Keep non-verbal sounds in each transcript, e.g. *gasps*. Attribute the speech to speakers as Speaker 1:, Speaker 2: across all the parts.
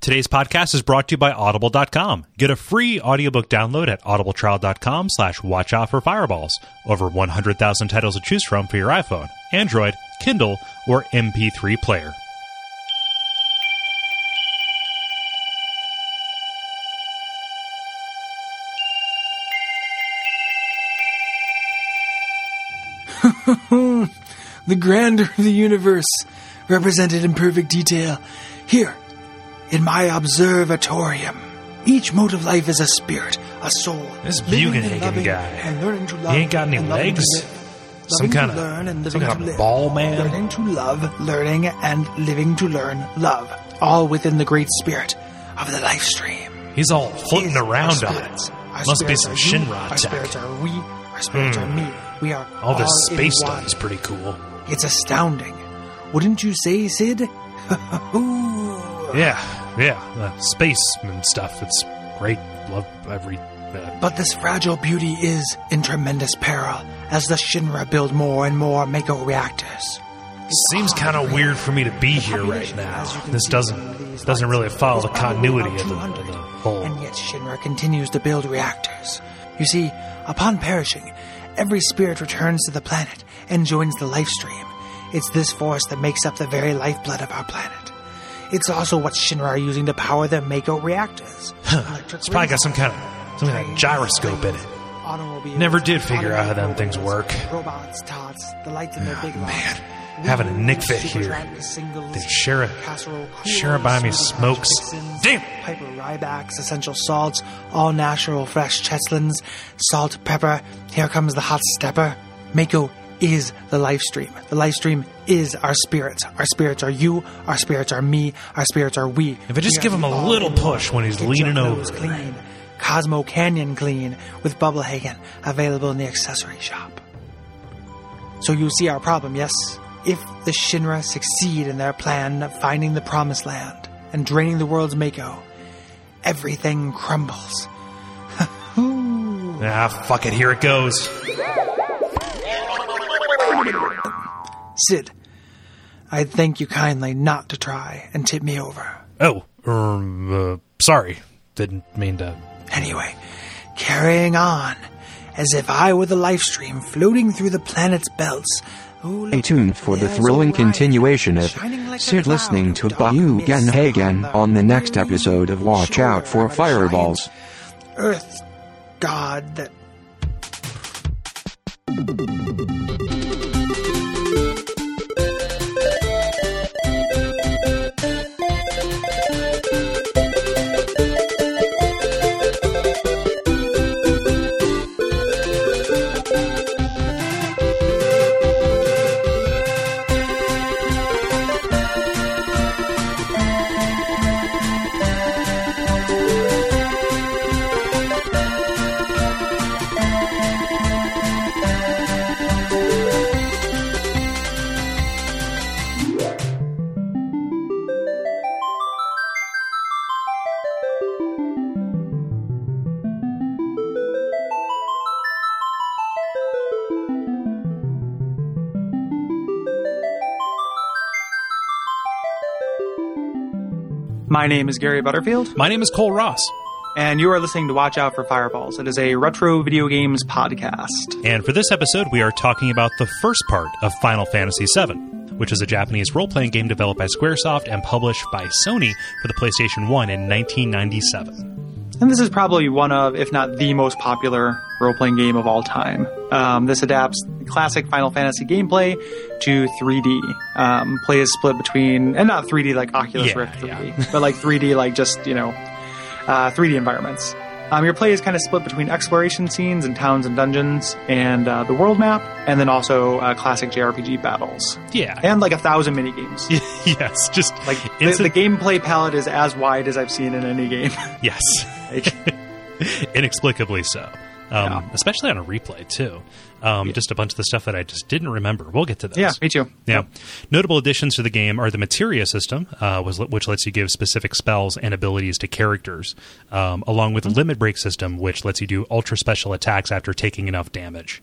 Speaker 1: Today's podcast is brought to you by Audible.com. Get a free audiobook download at audibletrial.com slash watch out for fireballs. Over 100,000 titles to choose from for your iPhone, Android, Kindle, or MP3 player.
Speaker 2: the grandeur of the universe, represented in perfect detail. Here, in my observatorium, each mode of life is a spirit, a soul.
Speaker 1: This
Speaker 2: living and
Speaker 1: Bugenhagen
Speaker 2: loving
Speaker 1: guy,
Speaker 2: and learning to love
Speaker 1: He ain't got any
Speaker 2: and loving to
Speaker 1: legs.
Speaker 2: live.
Speaker 1: Some
Speaker 2: Loving to
Speaker 1: kind
Speaker 2: learn and
Speaker 1: of some
Speaker 2: living
Speaker 1: kind
Speaker 2: to
Speaker 1: of
Speaker 2: live.
Speaker 1: ball man.
Speaker 2: Learning to love, learning and living to learn love, all within the great spirit of the life stream.
Speaker 1: He's all floating
Speaker 2: Is our
Speaker 1: around on it.
Speaker 2: spirits. Our
Speaker 1: Must be
Speaker 2: spirits
Speaker 1: some
Speaker 2: are you,
Speaker 1: Shinra
Speaker 2: Our spirits
Speaker 1: tech. Hmm.
Speaker 2: are we. Our spirits are me. We are
Speaker 1: All this
Speaker 2: in
Speaker 1: space
Speaker 2: one.
Speaker 1: stuff is pretty cool.
Speaker 2: It's astounding. Wouldn't you say, Sid? *laughs*
Speaker 1: Yeah, yeah. Uh, space and stuff. It's great. Love every. Uh,
Speaker 2: But this fragile beauty is in tremendous peril as the Shinra build more and more Mako reactors.
Speaker 1: seems kind of weird for me to be here right now. This doesn't doesn't really follow the continuity of the, of the
Speaker 2: And
Speaker 1: whole.
Speaker 2: yet Shinra continues to build reactors. You see, upon perishing, every spirit returns to the planet and joins the life stream. It's this force that makes up the very lifeblood of our planet. It's also what Shinra are using to power their Mako reactors.
Speaker 1: *laughs*
Speaker 2: Electric
Speaker 1: It's probably got
Speaker 2: razors,
Speaker 1: some kind of some kind of gyroscope in it.
Speaker 2: automobiles,
Speaker 1: Never did figure out how them
Speaker 2: automobiles,
Speaker 1: things work.
Speaker 2: Robots, tots, the lights in their big lights.
Speaker 1: man. Having a Nick fit
Speaker 2: Super
Speaker 1: here.
Speaker 2: Drag singles,
Speaker 1: Did Shara-
Speaker 2: casserole,
Speaker 1: Shara buy me
Speaker 2: smoothie pouch
Speaker 1: smokes?
Speaker 2: fixins,
Speaker 1: Damn!
Speaker 2: Piper Rybacks, essential salts, all natural fresh Cheslins, salt, pepper. Here comes the hot stepper. Mako is the live stream. The live stream is our spirits. Our spirits are you. Our spirits are me. Our spirits are we.
Speaker 1: If I just give him a little push when he's
Speaker 2: Get
Speaker 1: leaning
Speaker 2: your nose
Speaker 1: over.
Speaker 2: Clean. Cosmo Canyon Clean with Bubblehagen available in the accessory shop. So you see our problem, yes? If the Shinra succeed in their plan of finding the Promised Land and draining the world's Mako, everything crumbles.
Speaker 1: Ah, fuck it. Here it goes.
Speaker 2: Sid, I'd thank you kindly not to try and tip me over.
Speaker 1: Oh, um, uh, sorry. Didn't mean to.
Speaker 2: Anyway, carrying on, as if I were the life stream floating through the planet's belts. Ooh,
Speaker 3: Stay
Speaker 2: look,
Speaker 3: tuned for the
Speaker 2: there's a
Speaker 3: thrilling
Speaker 2: light,
Speaker 3: continuation of
Speaker 2: shining like a
Speaker 3: Sid listening to
Speaker 2: cloud of dark
Speaker 3: Bayou
Speaker 2: mist
Speaker 3: Genhagen
Speaker 2: the
Speaker 3: on the next
Speaker 2: moon.
Speaker 3: episode of Watch
Speaker 2: Sure,
Speaker 3: Out for
Speaker 2: I'm a giant
Speaker 3: Fireballs.
Speaker 2: Earth god that My name is Gary Butterfield,
Speaker 1: My name is Cole Ross.
Speaker 2: and you are listening to Watch Out for Fireballs. It is a retro video games podcast.
Speaker 1: And for this episode, we are talking about the first part of Final Fantasy VII, which is a Japanese role playing game developed by Squaresoft and published by Sony for the PlayStation 1 in 1997.
Speaker 2: And this is probably one of, if not the most popular role playing game of all time. Um, this adapts classic Final Fantasy gameplay to 3D. Um, play is split between, and not 3D like Oculus
Speaker 1: Yeah,
Speaker 2: Rift 3D,
Speaker 1: yeah.
Speaker 2: *laughs* but like 3D, like just, you know, uh, 3D environments. Um, your play is kind of split between exploration scenes and towns and dungeons and uh, the world map, and then also uh, classic JRPG battles.
Speaker 1: Yeah.
Speaker 2: And like a thousand mini games.
Speaker 1: *laughs* yes, just
Speaker 2: Like the,
Speaker 1: it's
Speaker 2: the gameplay palette is as wide as I've seen in any game.
Speaker 1: a- yes.
Speaker 2: Like,
Speaker 1: *laughs* inexplicably so. Um, Especially on a replay too. Um, Just a bunch of the stuff that I just didn't remember. We'll get to those.
Speaker 2: *laughs* yeah, me too.
Speaker 1: Yeah. Notable additions to the game are the materia system, uh, was, which lets you give specific spells and abilities to characters, um, along
Speaker 2: Mm-hmm.
Speaker 1: with the limit break system, which lets you do ultra special attacks after taking enough damage.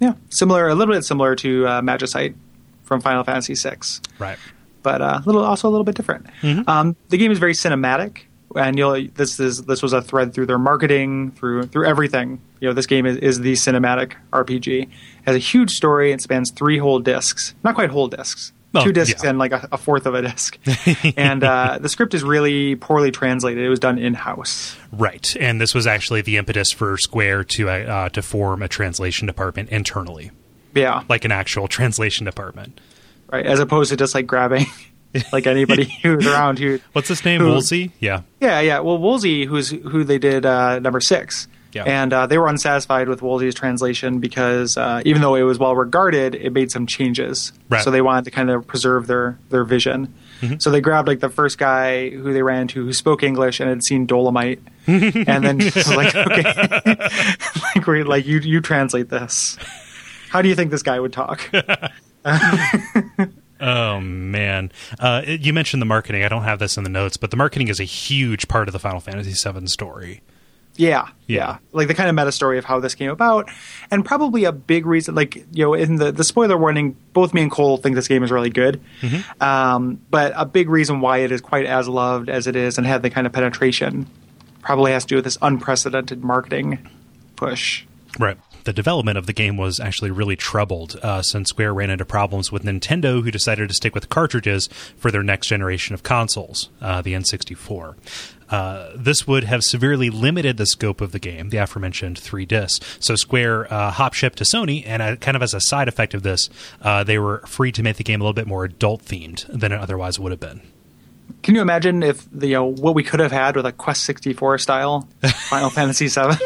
Speaker 2: Yeah, similar, a little bit similar to uh, Magicite from Final Fantasy VI.
Speaker 1: Right.
Speaker 2: but uh, a little also a little bit different.
Speaker 1: Mm-hmm.
Speaker 2: Um, the game is very cinematic, and you'll this is this was a thread through their marketing, through through everything. You know, this game is, is the cinematic RPG. It has a huge story and spans three whole discs, not quite whole discs,
Speaker 1: Oh,
Speaker 2: two discs
Speaker 1: yeah.
Speaker 2: and like a, a fourth of
Speaker 1: *laughs*
Speaker 2: a disc. and uh, the script is really poorly translated. It was done in house.
Speaker 1: Right, and this was actually the impetus for Square to uh, uh, to form a translation department internally,
Speaker 2: Yeah,
Speaker 1: like an actual *laughs* translation department.
Speaker 2: right. As opposed to just like grabbing *laughs*
Speaker 1: *laughs*
Speaker 2: like anybody who's around who
Speaker 1: What's his name?
Speaker 2: Who-
Speaker 1: Woolsey? Yeah,
Speaker 2: Yeah, yeah. Well, Woolsey, who's who they did uh, number six,
Speaker 1: Yeah.
Speaker 2: and uh, they were unsatisfied with Woolsey's translation because uh, even though it was well regarded, it made some changes.
Speaker 1: Right. Mm-hmm.
Speaker 2: So they wanted to kind of preserve their their vision. So they grabbed like the first guy who they ran into who spoke English and had
Speaker 1: *laughs*
Speaker 2: seen Dolomite, and then just like okay, *laughs* like we like you you translate this. How do you think this guy would talk?
Speaker 1: man. Uh, it- you mentioned the marketing. I don't have this in the notes, but the marketing is a huge part of the Final Fantasy VII story.
Speaker 2: Yeah,
Speaker 1: Yeah.
Speaker 2: yeah, Like the kind of meta story of how this came about, and probably a big reason. Like you know, in the the spoiler warning, both me and Cole think this game is really good, um, but a big reason why it is quite as loved as it is and had the kind of penetration probably has to do with this unprecedented marketing push.
Speaker 1: Right. The development of the game was actually really troubled uh, since Square ran into problems with Nintendo, who decided to stick with cartridges for their next generation of consoles, uh, the N64. Uh, this would have severely limited the scope of the game, the aforementioned three discs. So Square uh, hop shipped to Sony, and uh, kind of as a side effect of this, uh, they were free to make the game a little bit more adult themed than it otherwise would have been.
Speaker 2: Can you imagine if the you know, what we could have had with a Quest sixty four style Final
Speaker 1: *laughs*
Speaker 2: Fantasy seven,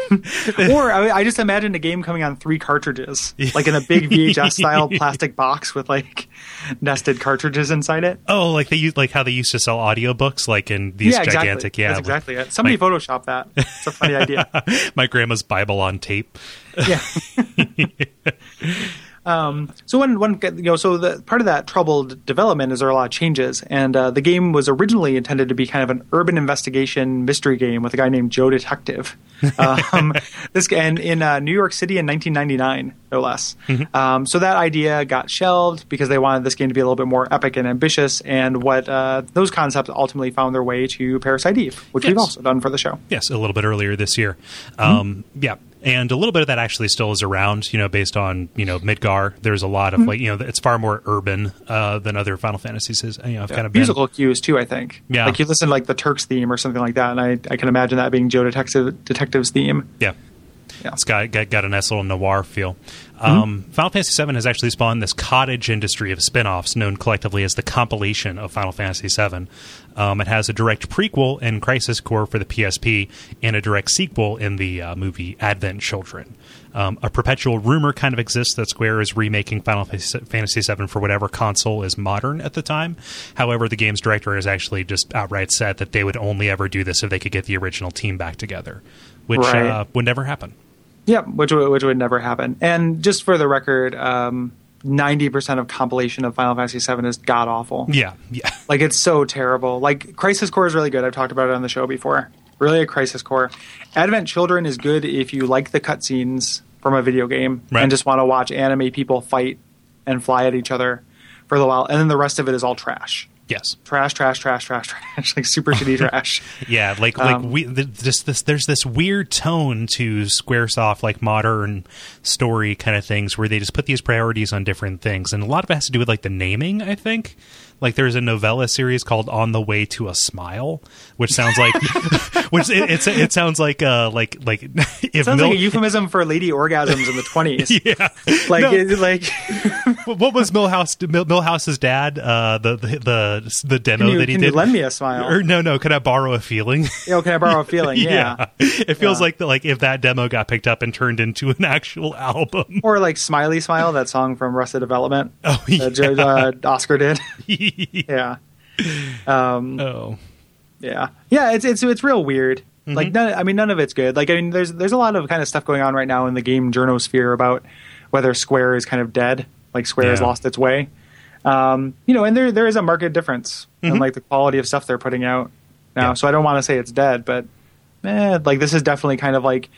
Speaker 2: or I, I just imagined a game coming on three cartridges, like in a
Speaker 1: *laughs*
Speaker 2: big VHS style plastic box with like nested cartridges inside it.
Speaker 1: Oh, like they used, like how they used to sell audiobooks, like in these
Speaker 2: yeah, exactly.
Speaker 1: gigantic, yeah,
Speaker 2: That's
Speaker 1: like-
Speaker 2: exactly it. Somebody
Speaker 1: like-
Speaker 2: photoshopped that. It's
Speaker 1: *laughs*
Speaker 2: a funny idea.
Speaker 1: my grandma's Bible on tape.
Speaker 2: yeah. *laughs* um, so when one you know so the part of that troubled development is there are a lot of changes and uh, the game was originally intended to be kind of an urban investigation mystery game with a guy named Joe Detective. Um, this guy- and in uh, New York City in 1999 no less. Um, so that idea got shelved because they wanted this game to be a little bit more epic and ambitious and what uh, those concepts ultimately found their way to Parasite Eve, which we've
Speaker 1: Yes.
Speaker 2: also done for the show.
Speaker 1: Yes, a little bit earlier this year. Um,
Speaker 2: Hmm.
Speaker 1: Yeah, and a little bit of that actually still is around. You know, based on you know Midgar, there's a lot of
Speaker 2: Hmm.
Speaker 1: like you know it's far more urban uh, than other Final Fantasies. Is you know I've kind of been,
Speaker 2: musical cues too. I think.
Speaker 1: Yeah.
Speaker 2: Like you listen to, like the Turks theme or something like that, and I, I can imagine that being Joe Detective Detective's theme.
Speaker 1: Yeah.
Speaker 2: Yeah. Hmm.
Speaker 1: It's got, got got a nice little noir feel. Um, Final Fantasy VII has actually spawned this cottage industry of spin-offs known collectively as the compilation of Final Fantasy VII. Um, it has a direct prequel in Crisis Core for the PSP and a direct sequel in the uh, movie Advent Children. Um, a perpetual rumor kind of exists that Square is remaking Final Fantasy Fantasy VII for whatever console is modern at the time. However, the game's director has actually just outright said that they would only ever do this if they could get the original team back together, which
Speaker 2: Right.
Speaker 1: uh, would never happen.
Speaker 2: Yeah, which would- which would never happen. And just for the record, um, ninety percent of compilation of Final Fantasy VII is god awful.
Speaker 1: Yeah, yeah, *laughs*
Speaker 2: Like it's so terrible. Like Crisis Core is really good. I've talked about it on the show before. Really a Crisis Core. Advent Children is good if you like the cutscenes from a video game
Speaker 1: Right.
Speaker 2: and just want to watch anime people fight and fly at each other for a little while, and then the rest of it is all trash.
Speaker 1: yes,
Speaker 2: trash, trash, trash, trash, trash, *laughs*
Speaker 1: *laughs*
Speaker 2: like super shitty trash.
Speaker 1: yeah. Like like
Speaker 2: Um,
Speaker 1: we th- this this there's this weird tone to SquareSoft like modern story kind of things where they just put these priorities on different things, and a lot of it has to do with like the naming. I think like there's a novella series called On the Way to a Smile, which sounds
Speaker 2: *laughs*
Speaker 1: like *laughs* which it, it's it sounds like uh like like *laughs* if
Speaker 2: Sounds
Speaker 1: Mil-
Speaker 2: like a euphemism for lady orgasms
Speaker 1: *laughs*
Speaker 2: in the twenties.
Speaker 1: yeah
Speaker 2: Like,
Speaker 1: No. *laughs*
Speaker 2: it, like
Speaker 1: What- what was Milhouse Mil- Milhouse's dad? Uh, the the the, the demo
Speaker 2: can you,
Speaker 1: that he
Speaker 2: can you
Speaker 1: did.
Speaker 2: lend me a smile?
Speaker 1: or no, no. Can I borrow a feeling? *laughs*
Speaker 2: Yo, can I borrow a feeling? *laughs* Yeah.
Speaker 1: It feels
Speaker 2: Yeah.
Speaker 1: like like if that demo got picked up and turned into an *laughs* actual album.
Speaker 2: Or like Smiley Smile, that song from Rusted Development
Speaker 1: Oh *laughs*
Speaker 2: that Jo- uh, Oscar did. *laughs* yeah.
Speaker 1: oh.
Speaker 2: Yeah, yeah, it's it's it's real weird.
Speaker 1: Mm-hmm.
Speaker 2: Like, none, I mean, none of it's good. Like, I mean, there's there's a lot of kind of stuff going on right now in the game journosphere about whether Square is kind of dead, like Square has
Speaker 1: Yeah.
Speaker 2: lost its way. Um, you know, and there there is a market difference in like the quality of stuff they're putting out now.
Speaker 1: Mm-hmm. Yeah.
Speaker 2: So I don't want to say it's dead, but eh, like this is definitely kind of like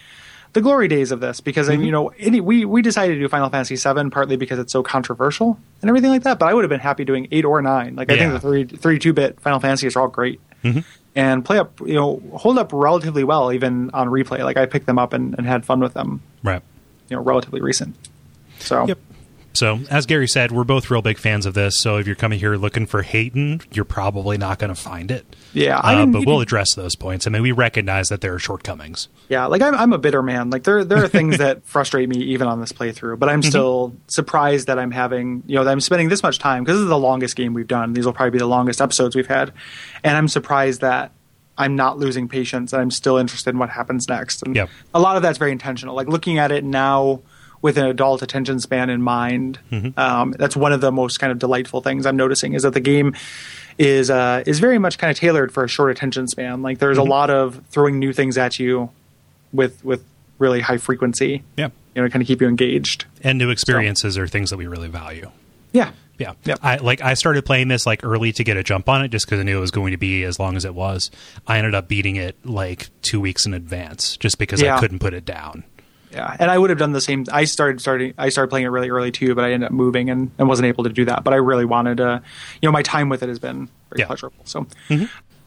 Speaker 2: the glory days of this because
Speaker 1: Mm-hmm.
Speaker 2: I, you know any, we we decided to do Final Fantasy VII partly because it's so controversial and everything like that. But I would have been happy doing eight or nine. Like I
Speaker 1: Yeah. Mm-hmm.
Speaker 2: think the three three two bit Final Fantasies are all great and play up you know hold up relatively well even on replay. Like I picked them up and, and had fun with them
Speaker 1: Right.
Speaker 2: you know relatively recent. So
Speaker 1: Yep. So, as Gary said, we're both real big fans of this. So, if you're coming here looking for Hayden, you're probably not going to find it.
Speaker 2: yeah, I
Speaker 1: Uh,
Speaker 2: didn't
Speaker 1: but
Speaker 2: need
Speaker 1: we'll
Speaker 2: to-
Speaker 1: address those points. I mean, we recognize that there are shortcomings.
Speaker 2: Yeah, like I'm, I'm a bitter man. Like there, there are things that frustrate me even on this playthrough, but I'm still surprised that I'm having, you know, that I'm spending this much time because this is the longest game we've done. These will probably be the longest episodes we've had, and I'm surprised that I'm not losing patience and I'm still interested in what happens next. And
Speaker 1: Yeah.
Speaker 2: a lot of that's very intentional. Like looking at it now with an adult attention span in mind, um, that's one of the most kind of delightful things I'm noticing is that the game is uh, is very much kind of tailored for a short attention span. Like there's a lot of throwing new things at you with with really high frequency.
Speaker 1: Yeah.
Speaker 2: You know, to kind of keep you engaged.
Speaker 1: And new experiences are things that we really value.
Speaker 2: Yeah.
Speaker 1: Yeah.
Speaker 2: Yep.
Speaker 1: I like I started playing this like early to get a jump on it just because I knew it was going to be as long as it was. I ended up beating it like two weeks in advance just because I
Speaker 2: Yeah.
Speaker 1: couldn't put it down.
Speaker 2: Yeah. And I would have done the same. I started starting. I started playing it really early too, but I ended up moving and, and wasn't able to do that. But I really wanted to. You know, my time with it has been very
Speaker 1: Yeah.
Speaker 2: pleasurable. So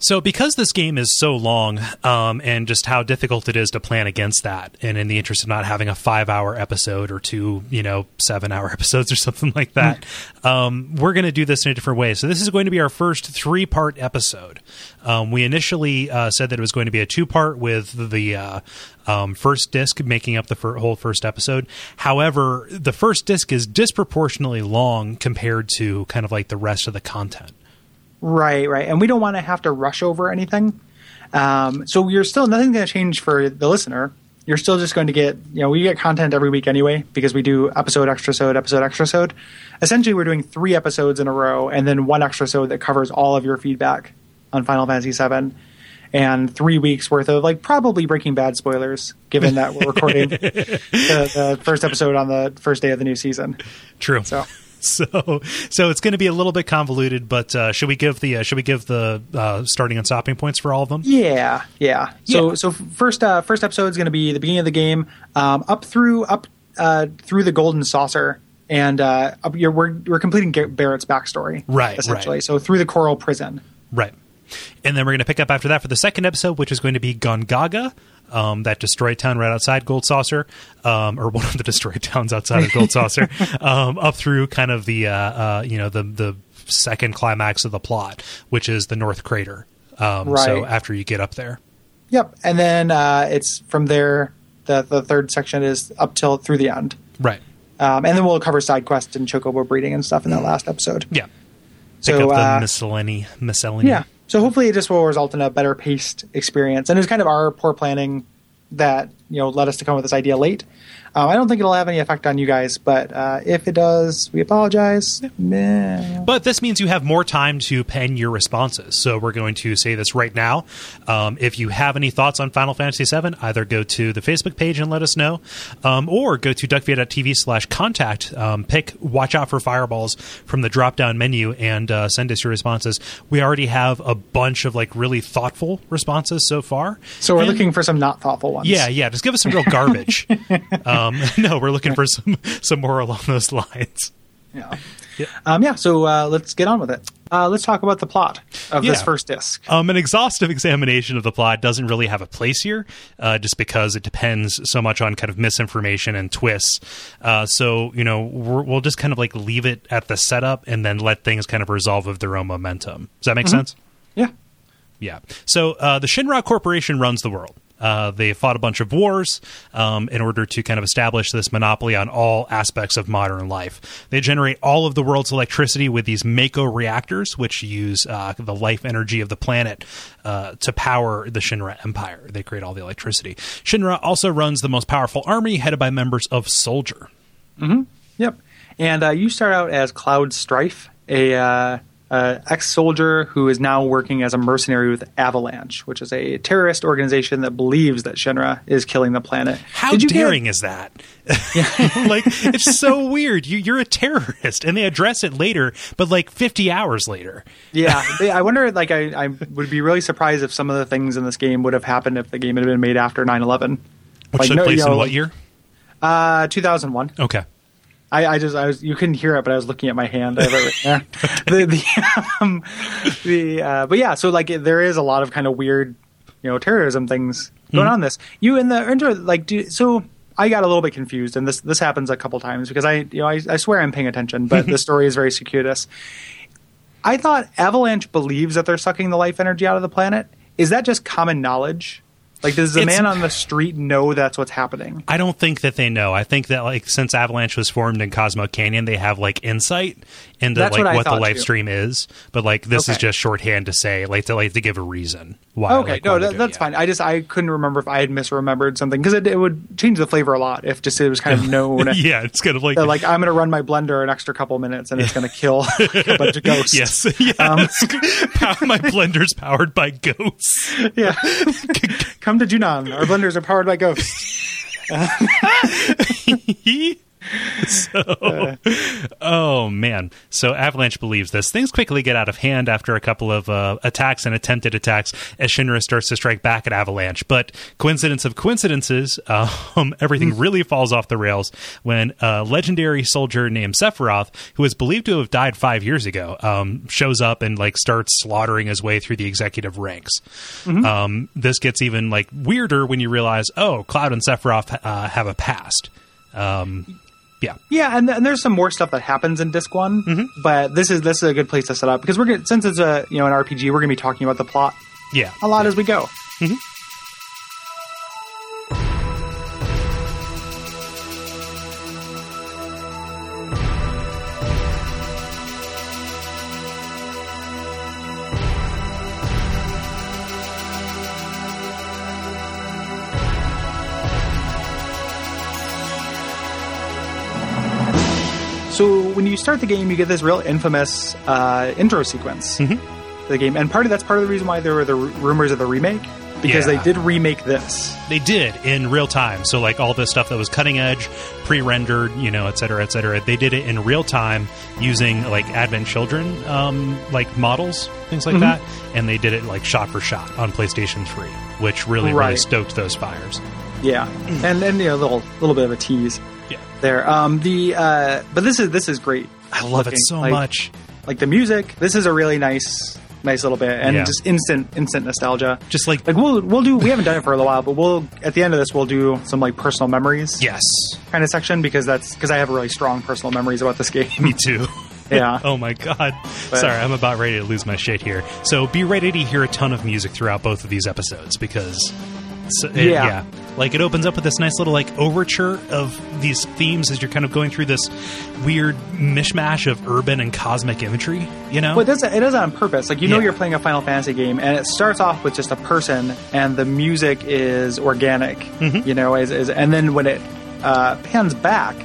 Speaker 1: So, because this game is so long, um, and just how difficult it is to plan against that, and in the interest of not having a five-hour episode or two, you know, seven-hour *laughs* episodes or something like that, um, we're going to do this in a different way. So, this is going to be our first three-part episode. Um, we initially uh, said that it was going to be a two-part with the uh, um, first disc making up the fir- whole first episode. However, the first disc is disproportionately long compared to kind of like the rest of the content.
Speaker 2: right, right, and we don't want to have to rush over anything. Um, so you're still nothing's going to change for the listener. You're still just going to get, you know, we get content every week anyway because we do episode, extra episode, episode, extra episode. Essentially, we're doing three episodes in a row and then one extra episode that covers all of your feedback on Final Fantasy VII, and three weeks worth of like probably Breaking Bad spoilers, given that we're recording the, the first episode on the first day of the new season.
Speaker 1: True.
Speaker 2: So-
Speaker 1: *laughs* so so it's going to be a little bit convoluted, but uh, should we give the uh, should we give the uh, starting and stopping points for all of them?
Speaker 2: Yeah, yeah. So
Speaker 1: Yeah.
Speaker 2: so first uh, first episode is going to be the beginning of the game, um, up through up uh, through the golden saucer, and uh, up, you're, we're we're completing Garrett- Barrett's backstory,
Speaker 1: Right,
Speaker 2: Essentially,
Speaker 1: right.
Speaker 2: so through the coral prison.
Speaker 1: Right. And then we're going to pick up after that for the second episode, which is going to be Gongaga, um, that destroyed town right outside Gold Saucer, um, or *laughs* one of the destroyed towns outside of Gold
Speaker 2: *laughs*
Speaker 1: Saucer, um, up through kind of the uh, uh, you know the the second climax of the plot, which is the North Crater. Um, So
Speaker 2: Right.
Speaker 1: after you get up there,
Speaker 2: Yep, and then uh, it's from there. The the third section is up till through the end,
Speaker 1: right?
Speaker 2: um, and then we'll cover side quests and chocobo breeding and stuff in that last episode.
Speaker 1: Yeah. Pick
Speaker 2: So,
Speaker 1: up the
Speaker 2: uh,
Speaker 1: miscellany miscellany.
Speaker 2: Yeah. So hopefully it just will result in a better paced experience. And it was kind of our poor planning that you know led us to come with this idea late. Um, I don't think it'll have any effect on you guys, but uh, if it does, we apologize. Meh.
Speaker 1: But this means you have more time to pen your responses. So we're going to say this right now. Um, if you have any thoughts on Final Fantasy VII, either go to the Facebook page and let us know, um, or go to duckvia.tv slash contact, um, pick Watch Out for Fireballs from the drop down menu and uh, send us your responses. We already have a bunch of like really thoughtful responses so far.
Speaker 2: So we're
Speaker 1: And-
Speaker 2: looking for some not thoughtful ones.
Speaker 1: yeah, yeah. Just give us some real garbage. um, *laughs* no, we're looking for some some more along those lines.
Speaker 2: Yeah.
Speaker 1: Yeah.
Speaker 2: Um, yeah. So uh, let's get on with it. Uh, let's talk about the plot of this
Speaker 1: Yeah.
Speaker 2: first disc.
Speaker 1: Um, an exhaustive examination of the plot doesn't really have a place here, uh, just because it depends so much on kind of misinformation and twists. Uh, so you know we're, we'll just kind of like leave it at the setup and then let things kind of resolve of their own momentum. Does that make sense?
Speaker 2: Yeah.
Speaker 1: Yeah. So uh, the Shinra Corporation runs the world. Uh, they fought a bunch of wars um, in order to kind of establish this monopoly on all aspects of modern life. They generate all of the world's electricity with these Mako reactors, which use uh, the life energy of the planet uh, to power the Shinra Empire. They create all the electricity. Shinra also runs the most powerful army headed by members of Soldier.
Speaker 2: Yep. And uh, you start out as Cloud Strife, a uh, uh, ex soldier who is now working as a mercenary with Avalanche, which is a terrorist organization that believes that Shinra is killing the planet.
Speaker 1: How
Speaker 2: Did you get-
Speaker 1: daring is that? *laughs* like it's so weird. You, you're a terrorist, and they address it later, but like 50 hours later.
Speaker 2: yeah, they, I wonder. Like, I, I would be really surprised if some of the things in this game would have happened if the game had been made after 9-11.
Speaker 1: Which
Speaker 2: Like,
Speaker 1: took
Speaker 2: no,
Speaker 1: place
Speaker 2: yo,
Speaker 1: in what
Speaker 2: like-
Speaker 1: year?
Speaker 2: Uh, 2001.
Speaker 1: Okay.
Speaker 2: I, I just I was you couldn't hear it, but I was looking at my hand. I have it right there. the the, um, the uh, but yeah, so like there is a lot of kind of weird, you know, terrorism things going on. This you in the inter like do, so I got a little bit confused, and this this happens a couple times because I you know I, I swear I'm paying attention, but the story is very circuitous. I thought Avalanche believes that they're sucking the life energy out of the planet. Is that just common knowledge? Like, does the
Speaker 1: It's-
Speaker 2: man on the street know that's what's happening?
Speaker 1: I don't think that they know. I think that like since Avalanche was formed in Cosmo Canyon, they have like insight into
Speaker 2: That's
Speaker 1: like
Speaker 2: what I
Speaker 1: what, the
Speaker 2: thought,
Speaker 1: live
Speaker 2: too.
Speaker 1: stream is. But like this is
Speaker 2: Okay.
Speaker 1: just shorthand to say like to like to give a reason why.
Speaker 2: Okay,
Speaker 1: like, why
Speaker 2: no,
Speaker 1: they
Speaker 2: that,
Speaker 1: do it,
Speaker 2: that's
Speaker 1: yeah.
Speaker 2: fine. I just I couldn't remember if I had misremembered something because it, it would change the flavor a lot if just it
Speaker 1: *laughs*
Speaker 2: was kind of known.
Speaker 1: *laughs* Yeah, it's kind of like
Speaker 2: that, like I'm going to run my blender an extra couple minutes and it's going to kill *laughs* a bunch of ghosts.
Speaker 1: yes, *laughs* yes. Pow- my blender's powered by ghosts.
Speaker 2: *laughs* Yeah. *laughs* Come to Junon. Our blenders are powered by ghosts.
Speaker 1: *laughs* Oh man! So Avalanche believes this. Things quickly get out of hand after a couple of uh, attacks and attempted attacks as Shinra starts to strike back at Avalanche. But coincidence of coincidences, *laughs* um, everything really falls off the rails when a legendary soldier named Sephiroth, who is believed to have died five years ago, um, shows up and like starts slaughtering his way through the executive ranks. Um, this gets even like weirder when you realize, oh, Cloud and Sephiroth uh, have a past. Um, yeah.
Speaker 2: Yeah, and, and there's some more stuff that happens in Disc One,
Speaker 1: Mm-hmm.
Speaker 2: but this is this is a good place to set up because we're gonna, since it's a you know an RPG, we're going to be talking about the plot
Speaker 1: Yeah.
Speaker 2: a lot as we go. So when you start the game, you get this real infamous uh, intro sequence to the game, and part of that's part of the reason why there were the r- rumors of the remake because
Speaker 1: Yeah.
Speaker 2: they did remake this.
Speaker 1: They did in real time. So like all this stuff that was cutting edge, pre-rendered, you know, et cetera, et cetera. They did it in real time using like Advent Children, um, like models, things
Speaker 2: Mm-hmm.
Speaker 1: like that. And they did it like shot for shot on PlayStation 3, which really, really
Speaker 2: Right.
Speaker 1: stoked those fires.
Speaker 2: Yeah, and and you know, a little little bit of a tease
Speaker 1: Mm. Yeah.
Speaker 2: there. Um, the uh, but this is this is great.
Speaker 1: I love
Speaker 2: Looking,
Speaker 1: it so
Speaker 2: like-
Speaker 1: much.
Speaker 2: Like the music, this is a really nice nice little bit, and
Speaker 1: Yeah.
Speaker 2: just instant instant nostalgia.
Speaker 1: Just like,
Speaker 2: Like we'll we'll do we haven't done it for a little while, but we'll at the end of this we'll do some like personal memories
Speaker 1: yes,
Speaker 2: kind of section because that's because I have really strong personal memories about
Speaker 1: *laughs*
Speaker 2: this game.
Speaker 1: me too.
Speaker 2: yeah.
Speaker 1: Oh my god.
Speaker 2: But-
Speaker 1: Sorry, I'm about ready to lose my shit here. So be ready to hear a ton of music throughout both of these episodes because so, it- yeah.
Speaker 2: Yeah.
Speaker 1: Like it opens up with this nice little like overture of these themes as you're kind of going through this weird mishmash of urban and cosmic imagery, you know?
Speaker 2: Well, it does it does it on purpose. Like you know,
Speaker 1: Yeah.
Speaker 2: you're playing a Final Fantasy game, and it starts off with just a person, and the music is organic.
Speaker 1: Mm-hmm.
Speaker 2: You know, is, is and then when it uh, pans back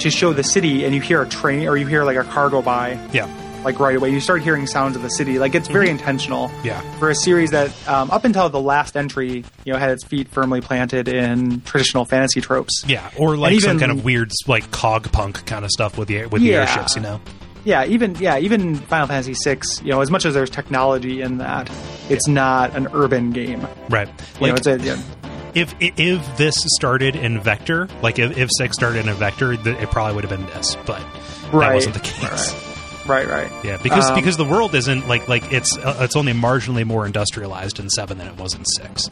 Speaker 2: to show the city, and you hear a train or you hear like a car go by,
Speaker 1: yeah.
Speaker 2: like right away, you start hearing sounds of the city. Like it's very intentional.
Speaker 1: Mm-hmm. Yeah.
Speaker 2: For a series that um, up until the last entry, you know, had its feet firmly planted in traditional fantasy tropes.
Speaker 1: Yeah, or like some
Speaker 2: even-
Speaker 1: kind of weird like cog punk kind of stuff with the with the
Speaker 2: Yeah.
Speaker 1: airships, you know.
Speaker 2: yeah even yeah even final fantasy VI, you know as much as there's technology in that it's not an urban game you
Speaker 1: Right.
Speaker 2: know it's a yeah,
Speaker 1: if if this started in Vector, like if, if six started in a Vector, th- it probably would have been this, but that
Speaker 2: Right.
Speaker 1: wasn't the case.
Speaker 2: right right
Speaker 1: Yeah, because
Speaker 2: Um,
Speaker 1: because the world isn't like like it's uh, it's only marginally more industrialized in seven than it was in six.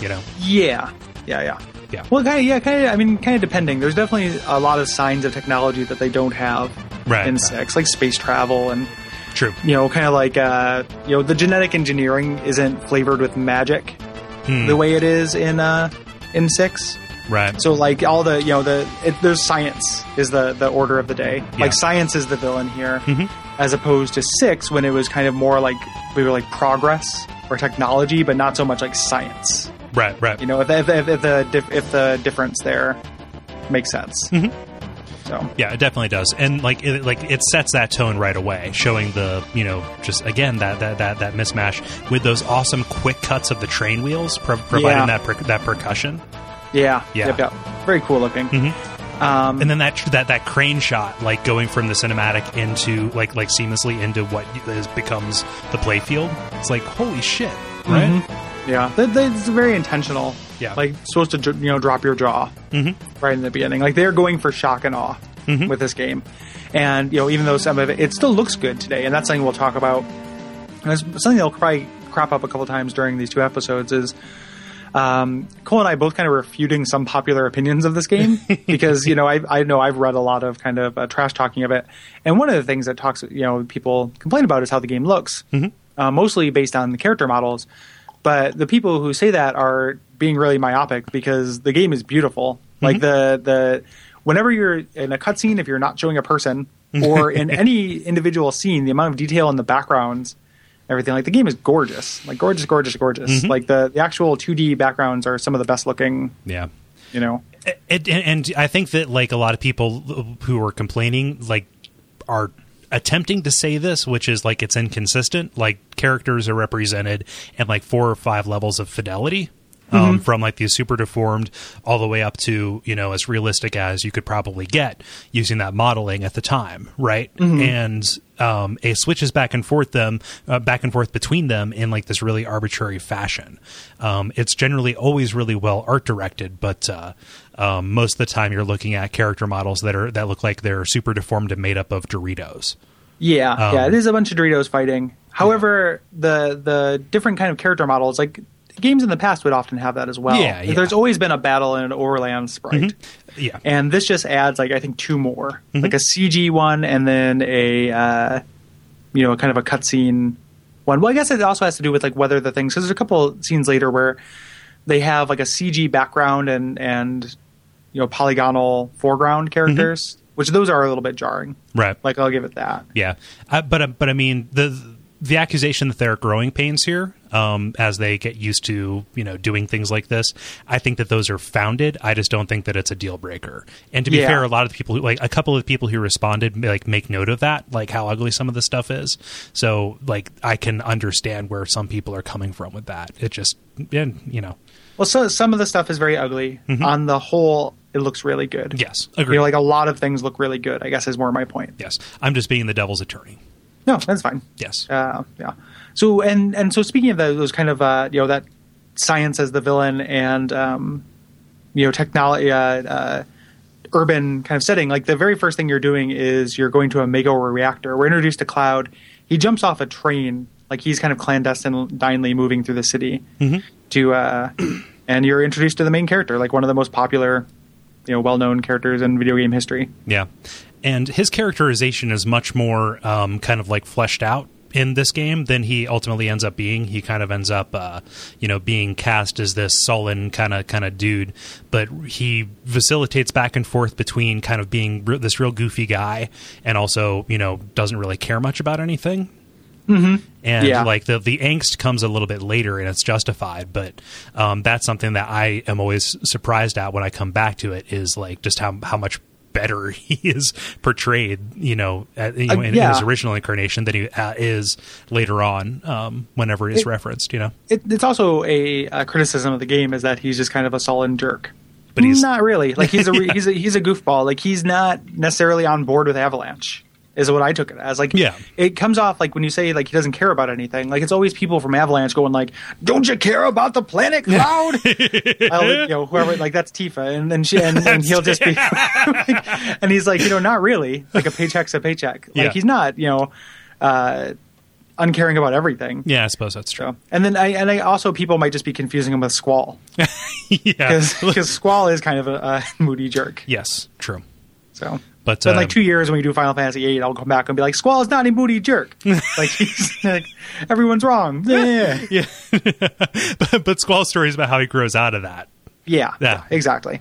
Speaker 1: You know,
Speaker 2: yeah yeah yeah
Speaker 1: yeah,
Speaker 2: well kind of yeah kind of i mean kind of depending there's definitely a lot of signs of technology that they don't have
Speaker 1: Right.
Speaker 2: in six like space travel and
Speaker 1: true.
Speaker 2: you know kind of like uh you know the genetic engineering isn't flavored with magic
Speaker 1: Hmm.
Speaker 2: the way it is in uh in six
Speaker 1: Right,
Speaker 2: So like all the you know the it, there's science is the the order of the day.
Speaker 1: Yeah. Mm-hmm.
Speaker 2: Like science is the villain here, as opposed to six when it was kind of more like we were like progress or technology, but not so much like science.
Speaker 1: right, right.
Speaker 2: You know if if, if, if the dif- if the difference there makes sense.
Speaker 1: Mm-hmm.
Speaker 2: So
Speaker 1: Yeah, it definitely does, and like it, like it sets that tone right away, showing the you know just again that that that, that mismatch with those awesome quick cuts of the train wheels, pro- providing
Speaker 2: Yeah.
Speaker 1: that per- that percussion,
Speaker 2: yeah,
Speaker 1: Yeah. Mm-hmm.
Speaker 2: Yep, yep. very cool looking. Um,
Speaker 1: and then that tr- that that crane shot, like going from the cinematic into like like seamlessly into what is, becomes
Speaker 2: Mm-hmm.
Speaker 1: the playfield. It's like holy shit, right?
Speaker 2: Yeah, they, they, it's very intentional
Speaker 1: Yeah. Mm-hmm.
Speaker 2: like supposed to dr- you know drop your jaw right in the beginning. Like they're going for shock and awe with this game, and you know even though some of it it still looks good today, and that's something we'll talk about. And it's something that'll probably crop up a couple times during these two episodes is. Um, Cole and I both kind of refuting some popular opinions of this game because you know I, I know I've read a lot of kind of uh, trash talking of it, and one of the things that talks you know people complain about is how the game looks, uh, mostly based on the character models, but the people who say that are being really myopic because the game is beautiful. Like the the whenever you're in a cutscene, if you're not showing a person or in any individual scene, the amount of detail in the backgrounds, everything like the game is gorgeous, like gorgeous, gorgeous, gorgeous.
Speaker 1: Mm-hmm.
Speaker 2: Like the the actual 2D backgrounds are some of the best looking.
Speaker 1: yeah.
Speaker 2: You know,
Speaker 1: It, and, and I think that like a lot of people who are complaining like are attempting to say this, which is like it's inconsistent. Like characters are represented in like four or five levels of fidelity. Um, From like the super deformed all the way up to you know as realistic as you could probably get using that modeling at the time, right? And um, it switches back and forth them uh, back and forth between them in like this really arbitrary fashion. Um, it's generally always really well art directed, but uh, um, most of the time you're looking at character models that are that look like they're super deformed and made up of Doritos.
Speaker 2: yeah, yeah. It is a bunch of Doritos fighting. However, the the different kind of character models like. Games in the past would often have that as well.
Speaker 1: Yeah, yeah. Mm-hmm.
Speaker 2: There's always been a battle in an overland sprite.
Speaker 1: Yeah,
Speaker 2: and this just adds like I think two more,
Speaker 1: Mm-hmm.
Speaker 2: like a CG one and then a uh, you know kind of a cutscene one. Well, I guess it also has to do with like whether the things because there's a couple scenes later where they have like a CG background and and you know polygonal foreground characters, which those are a little bit jarring.
Speaker 1: Mm-hmm. right.
Speaker 2: Like I'll give it that.
Speaker 1: Yeah, I, but uh, but I mean the the accusation that there are growing pains here um, as they get used to you know doing things like this. I think that those are founded. I just don't think that it's a deal breaker. And to be
Speaker 2: Yeah.
Speaker 1: fair, a lot of the people who like a couple of people who responded like make note of that, like how ugly some of the stuff is. So like I can understand where some people are coming from with that. It just and you know
Speaker 2: Well, so some of the stuff is very ugly. On the whole, it looks really good.
Speaker 1: Mm-hmm. yes
Speaker 2: You
Speaker 1: agree
Speaker 2: know, like a lot of things look really good. I guess is more my point.
Speaker 1: yes. I'm just being the devil's attorney.
Speaker 2: No, that's fine.
Speaker 1: Yes.
Speaker 2: Uh, yeah. So and and so speaking of those, those kind of uh, you know that science as the villain and um, you know technology, uh, uh, urban kind of setting. Like the very first thing you're doing is you're going to a mega reactor. We're introduced to Cloud. He jumps off a train. Like he's kind of clandestinely moving through the city to, uh, and you're introduced to the main character, like one of the most popular, you know, well-known characters in video game history.
Speaker 1: Yeah, and his characterization is much more um, kind of like fleshed out in this game than he ultimately ends up being. He kind of ends up, uh, you know, being cast as this sullen kind of kind of dude, but he facilitates back and forth between kind of being re- this real goofy guy and also you know doesn't really care much about anything and
Speaker 2: Yeah.
Speaker 1: like the the angst comes a little bit later and it's justified but um, that's something that i am always surprised at when i come back to it is like just how how much better *laughs* he is portrayed you know, at, you know
Speaker 2: Uh,
Speaker 1: in, in
Speaker 2: yeah.
Speaker 1: his original incarnation than he uh, is later on um, whenever it is referenced you know
Speaker 2: it, it's also a, uh criticism of the game is that he's just kind of a sullen jerk.
Speaker 1: But he's-
Speaker 2: not really like he's
Speaker 1: *laughs*
Speaker 2: a re he's a he's a goofball. Like he's not necessarily on board with Avalanche. Is what I took it as. Like
Speaker 1: Yeah.
Speaker 2: it comes off like when you say like he doesn't care about anything. Like it's always people from Avalanche going like, "Don't you care about the
Speaker 1: *laughs*
Speaker 2: planet Cloud?" I'll, you know, whoever like that's Tifa, and then she and, and he'll just
Speaker 1: *laughs*
Speaker 2: be, *laughs* and he's like, you know, not really. Like a paycheck's a paycheck. Like
Speaker 1: Yeah.
Speaker 2: he's not, you know, uh, uncaring about everything.
Speaker 1: yeah i suppose that's true
Speaker 2: So, and then I and I also people might just be confusing him with Squall
Speaker 1: *laughs* yeah
Speaker 2: because Squall is kind of a, *laughs* a moody jerk.
Speaker 1: yes true
Speaker 2: So,
Speaker 1: But,
Speaker 2: so in like
Speaker 1: um,
Speaker 2: two years when we do Final Fantasy VIII, I'll come back and be like, Squall is not a moody
Speaker 1: *laughs*
Speaker 2: jerk. like he's like everyone's wrong. *laughs* Yeah,
Speaker 1: yeah but, *laughs* but squall's story is about how he grows out of that
Speaker 2: yeah,
Speaker 1: Yeah.
Speaker 2: exactly.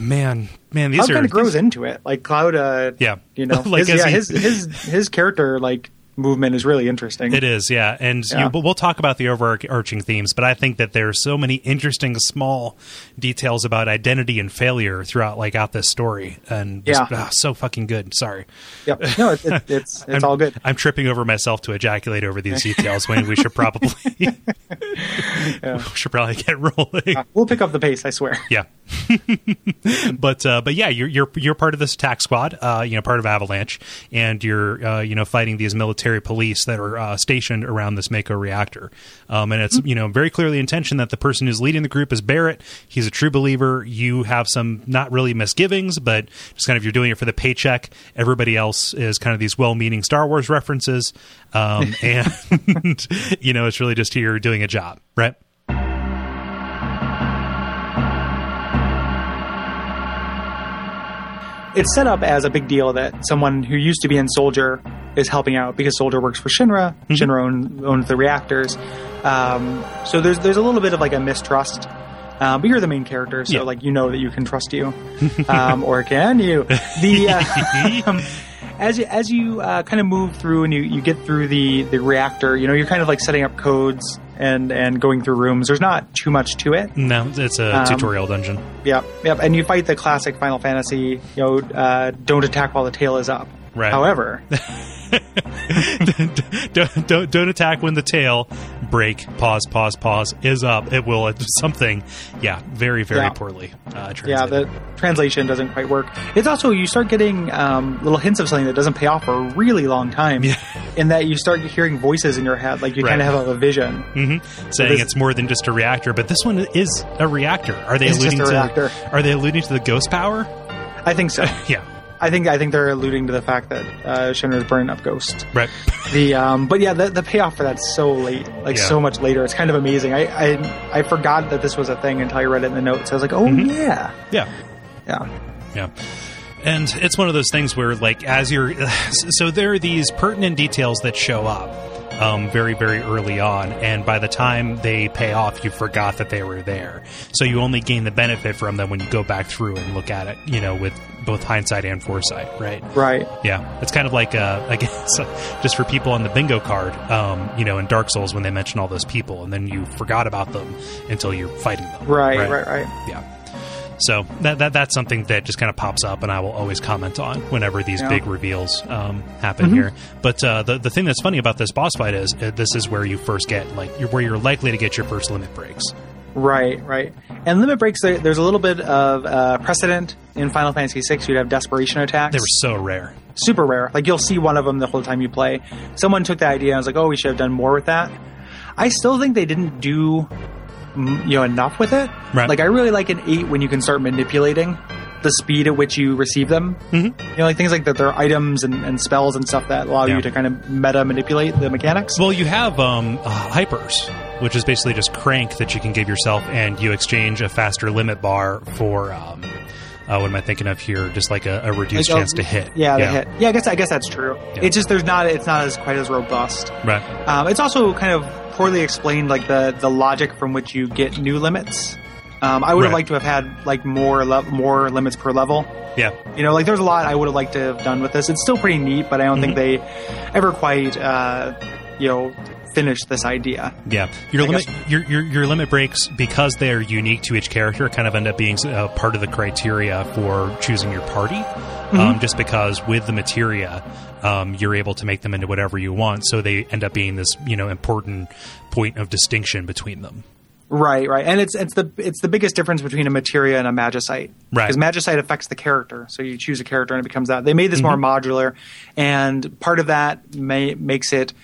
Speaker 1: man man these
Speaker 2: Cloud
Speaker 1: are
Speaker 2: kind of grows into it. Like Cloud, uh,
Speaker 1: Yeah.
Speaker 2: you know,
Speaker 1: *laughs* Like,
Speaker 2: his,
Speaker 1: as
Speaker 2: yeah,
Speaker 1: he-
Speaker 2: his his his character like movement is really interesting.
Speaker 1: It is, yeah, and
Speaker 2: Yeah.
Speaker 1: You, but we'll talk about the overarching themes. But I think that there are so many interesting small details about identity and failure throughout, like out this story, and just,
Speaker 2: Yeah.
Speaker 1: ah, so fucking good. Sorry,
Speaker 2: Yep. No, it, it, it's it's
Speaker 1: *laughs* I'm-
Speaker 2: all good.
Speaker 1: I'm tripping over myself to ejaculate over these details when we should
Speaker 2: *laughs*
Speaker 1: probably *laughs* we should probably get rolling.
Speaker 2: We'll pick up the pace. I swear.
Speaker 1: Yeah. *laughs* but uh, but yeah, you're you're you're part of this attack squad, uh, you know, part of Avalanche, and you're uh, you know fighting these military military police that are uh, stationed around this Mako reactor. Um, and it's you know very clearly intention that the person who's leading the group is Barrett. He's a true believer. You have some not really misgivings, but just kind of you're doing it for the paycheck. Everybody else is kind of these well-meaning Star Wars references, um, and *laughs* you know it's really just you're doing a job, right?
Speaker 2: It's set up as a big deal that someone who used to be in Soldier is helping out because Soldier works for Shinra. Shinra own, owns the reactors, um, so there's there's a little bit of like a mistrust. Uh, but you're the main character, so
Speaker 1: Yeah.
Speaker 2: like you know that you can trust you, um, or can you? The
Speaker 1: *laughs*
Speaker 2: uh, um, as you, as you uh, kind of move through and you, you get through the the reactor, you know you're kind of like setting up codes and and going through rooms. There's not too much to it.
Speaker 1: No, it's a
Speaker 2: Um,
Speaker 1: tutorial dungeon.
Speaker 2: Yep, yep. And you fight the classic Final Fantasy, you know, uh, don't attack while the tail is up.
Speaker 1: Right. *laughs*
Speaker 2: However,
Speaker 1: don't, don't don't attack when the tail break pause pause pause is up it will something yeah very very
Speaker 2: Yeah.
Speaker 1: poorly uh,
Speaker 2: yeah,
Speaker 1: translated.
Speaker 2: the translation doesn't quite work. It's also you start getting um, little hints of something that doesn't pay off for a really long time.
Speaker 1: Yeah.
Speaker 2: In that you start hearing voices in your head, like you
Speaker 1: Right.
Speaker 2: kind of have a vision.
Speaker 1: Mhm. saying
Speaker 2: this-
Speaker 1: it's more than just a reactor but this one is a reactor are they
Speaker 2: It's just
Speaker 1: alluding
Speaker 2: a
Speaker 1: to
Speaker 2: reactor.
Speaker 1: are they alluding to the ghost power
Speaker 2: I think so.
Speaker 1: *laughs* yeah
Speaker 2: I think I think they're alluding to the fact that uh, Shinra's burning up ghosts.
Speaker 1: right
Speaker 2: The um, but yeah, the, the payoff for that's so late, like
Speaker 1: Yeah.
Speaker 2: so much later. It's kind of amazing. I, I I forgot that this was a thing until I read it in the notes. I was like, oh
Speaker 1: Mm-hmm.
Speaker 2: yeah,
Speaker 1: yeah
Speaker 2: yeah.
Speaker 1: Yeah. And it's one of those things where, like, as you're. *sighs* So there are these pertinent details that show up um, very, very early on. And by the time they pay off, you forgot that they were there. So you only gain the benefit from them when you go back through and look at it, you know, with both hindsight and foresight, right?
Speaker 2: Right.
Speaker 1: Yeah, it's kind of like uh, *laughs* I guess just for people on the bingo card, um, you know, in Dark Souls when they mention all those people, and then you forgot about them until you're fighting them.
Speaker 2: Right, right, right.
Speaker 1: Yeah. So that, that that's something that just kind of pops up, and I will always comment on whenever these
Speaker 2: Yeah. Mm-hmm.
Speaker 1: big reveals um, happen here. But uh, the the thing that's funny about this boss fight is uh, this is where you first get like you're, where you're likely to get your first limit breaks.
Speaker 2: Right, right. And limit breaks, there, there's a little bit of uh, precedent in Final Fantasy VI. You'd have desperation attacks.
Speaker 1: They were so rare.
Speaker 2: super rare. Like you'll see one of them the whole time you play. Someone took the idea and was like, "Oh, we should have done more with that." I still think they didn't do mm, you know enough with it.
Speaker 1: Right.
Speaker 2: Like I really like an eight when you can start manipulating the speed at which you receive them.
Speaker 1: Mhm.
Speaker 2: You know, like things like that. There are items and, and spells and stuff that allow
Speaker 1: Yeah.
Speaker 2: you to kind of meta manipulate the mechanics.
Speaker 1: Well, you have um, uh, hypers, which is basically just crank that you can give yourself, and you exchange a faster limit bar for um, uh, what am I thinking of here? Just like a, a reduced
Speaker 2: Like, oh,
Speaker 1: chance to hit.
Speaker 2: Yeah, the hit. Yeah, I guess I guess that's true.
Speaker 1: Yeah.
Speaker 2: It's just there's not it's not as quite as robust.
Speaker 1: Right.
Speaker 2: Um, it's also kind of poorly explained, like the the logic from which you get new limits. Um, I would have
Speaker 1: Right.
Speaker 2: liked to have had like more le- more limits per level.
Speaker 1: Yeah.
Speaker 2: You know, like there's a lot I would have liked to have done with this. It's still pretty neat, but I don't think
Speaker 1: Mm-hmm.
Speaker 2: they ever quite uh, you know finished this idea.
Speaker 1: Yeah, your
Speaker 2: I
Speaker 1: limit your, your your limit breaks because they are unique to each character. Kind of end up being uh, part of the criteria for choosing your party.
Speaker 2: Mm-hmm.
Speaker 1: Um, just because with the materia, um, you're able to make them into whatever you want, so they end up being this you know important point of distinction between them.
Speaker 2: Right, right, and it's it's the it's the biggest difference between a materia and a magicite,
Speaker 1: Right.
Speaker 2: Because magicite affects the character, so you choose a character and it becomes that. They made this
Speaker 1: Mm-hmm.
Speaker 2: more modular, and part of that may, makes it,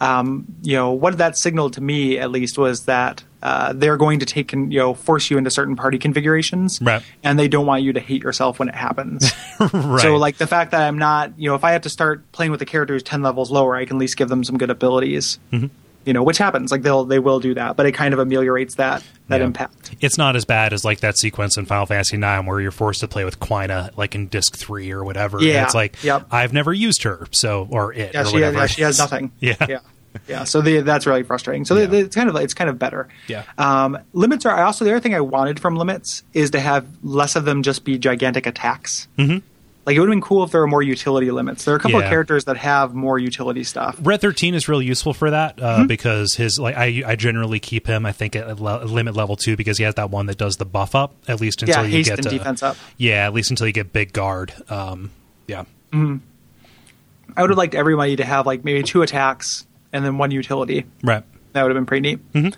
Speaker 2: um, you know, what that signaled to me at least was that uh, they're going to take and you know force you into certain party configurations,
Speaker 1: Right.
Speaker 2: And they don't want you to hate yourself when
Speaker 1: *laughs*
Speaker 2: it happens.
Speaker 1: right.
Speaker 2: So like the fact that I'm not, you know, if I have to start playing with a character who's ten levels lower, I can at least give them some good abilities.
Speaker 1: Mm-hmm.
Speaker 2: You know, which happens. Like they'll they will do that, but it kind of ameliorates that that
Speaker 1: Yeah.
Speaker 2: impact.
Speaker 1: it's not as bad as like that sequence in Final Fantasy IX where you're forced to play with Quina like in disc three or whatever. And
Speaker 2: Yeah,
Speaker 1: it's like
Speaker 2: yep.
Speaker 1: I've never used her, so or it
Speaker 2: Yeah,
Speaker 1: or
Speaker 2: she has,
Speaker 1: whatever.
Speaker 2: yeah, she has nothing.
Speaker 1: *laughs* Yeah.
Speaker 2: yeah, yeah. So the, that's really frustrating. So the, the- it's kind of it's kind of better.
Speaker 1: Yeah.
Speaker 2: Um, limits are. I also the other thing I wanted from limits is to have less of them just be gigantic attacks. Mm-hmm. Like it would have been cool if there were more utility limits. There are a couple
Speaker 1: Yeah.
Speaker 2: of characters that have more utility stuff.
Speaker 1: Red thirteen is really useful for that uh,
Speaker 2: Mm-hmm.
Speaker 1: because his like I I generally keep him I think at le- limit level two because he has that one that does the buff up at least until
Speaker 2: Yeah,
Speaker 1: you
Speaker 2: haste
Speaker 1: get
Speaker 2: and
Speaker 1: to,
Speaker 2: defense up.
Speaker 1: Yeah, at least until you get big guard. Um, yeah,
Speaker 2: I would have liked everybody to have like maybe two attacks and then one utility.
Speaker 1: right.
Speaker 2: That would have been pretty neat.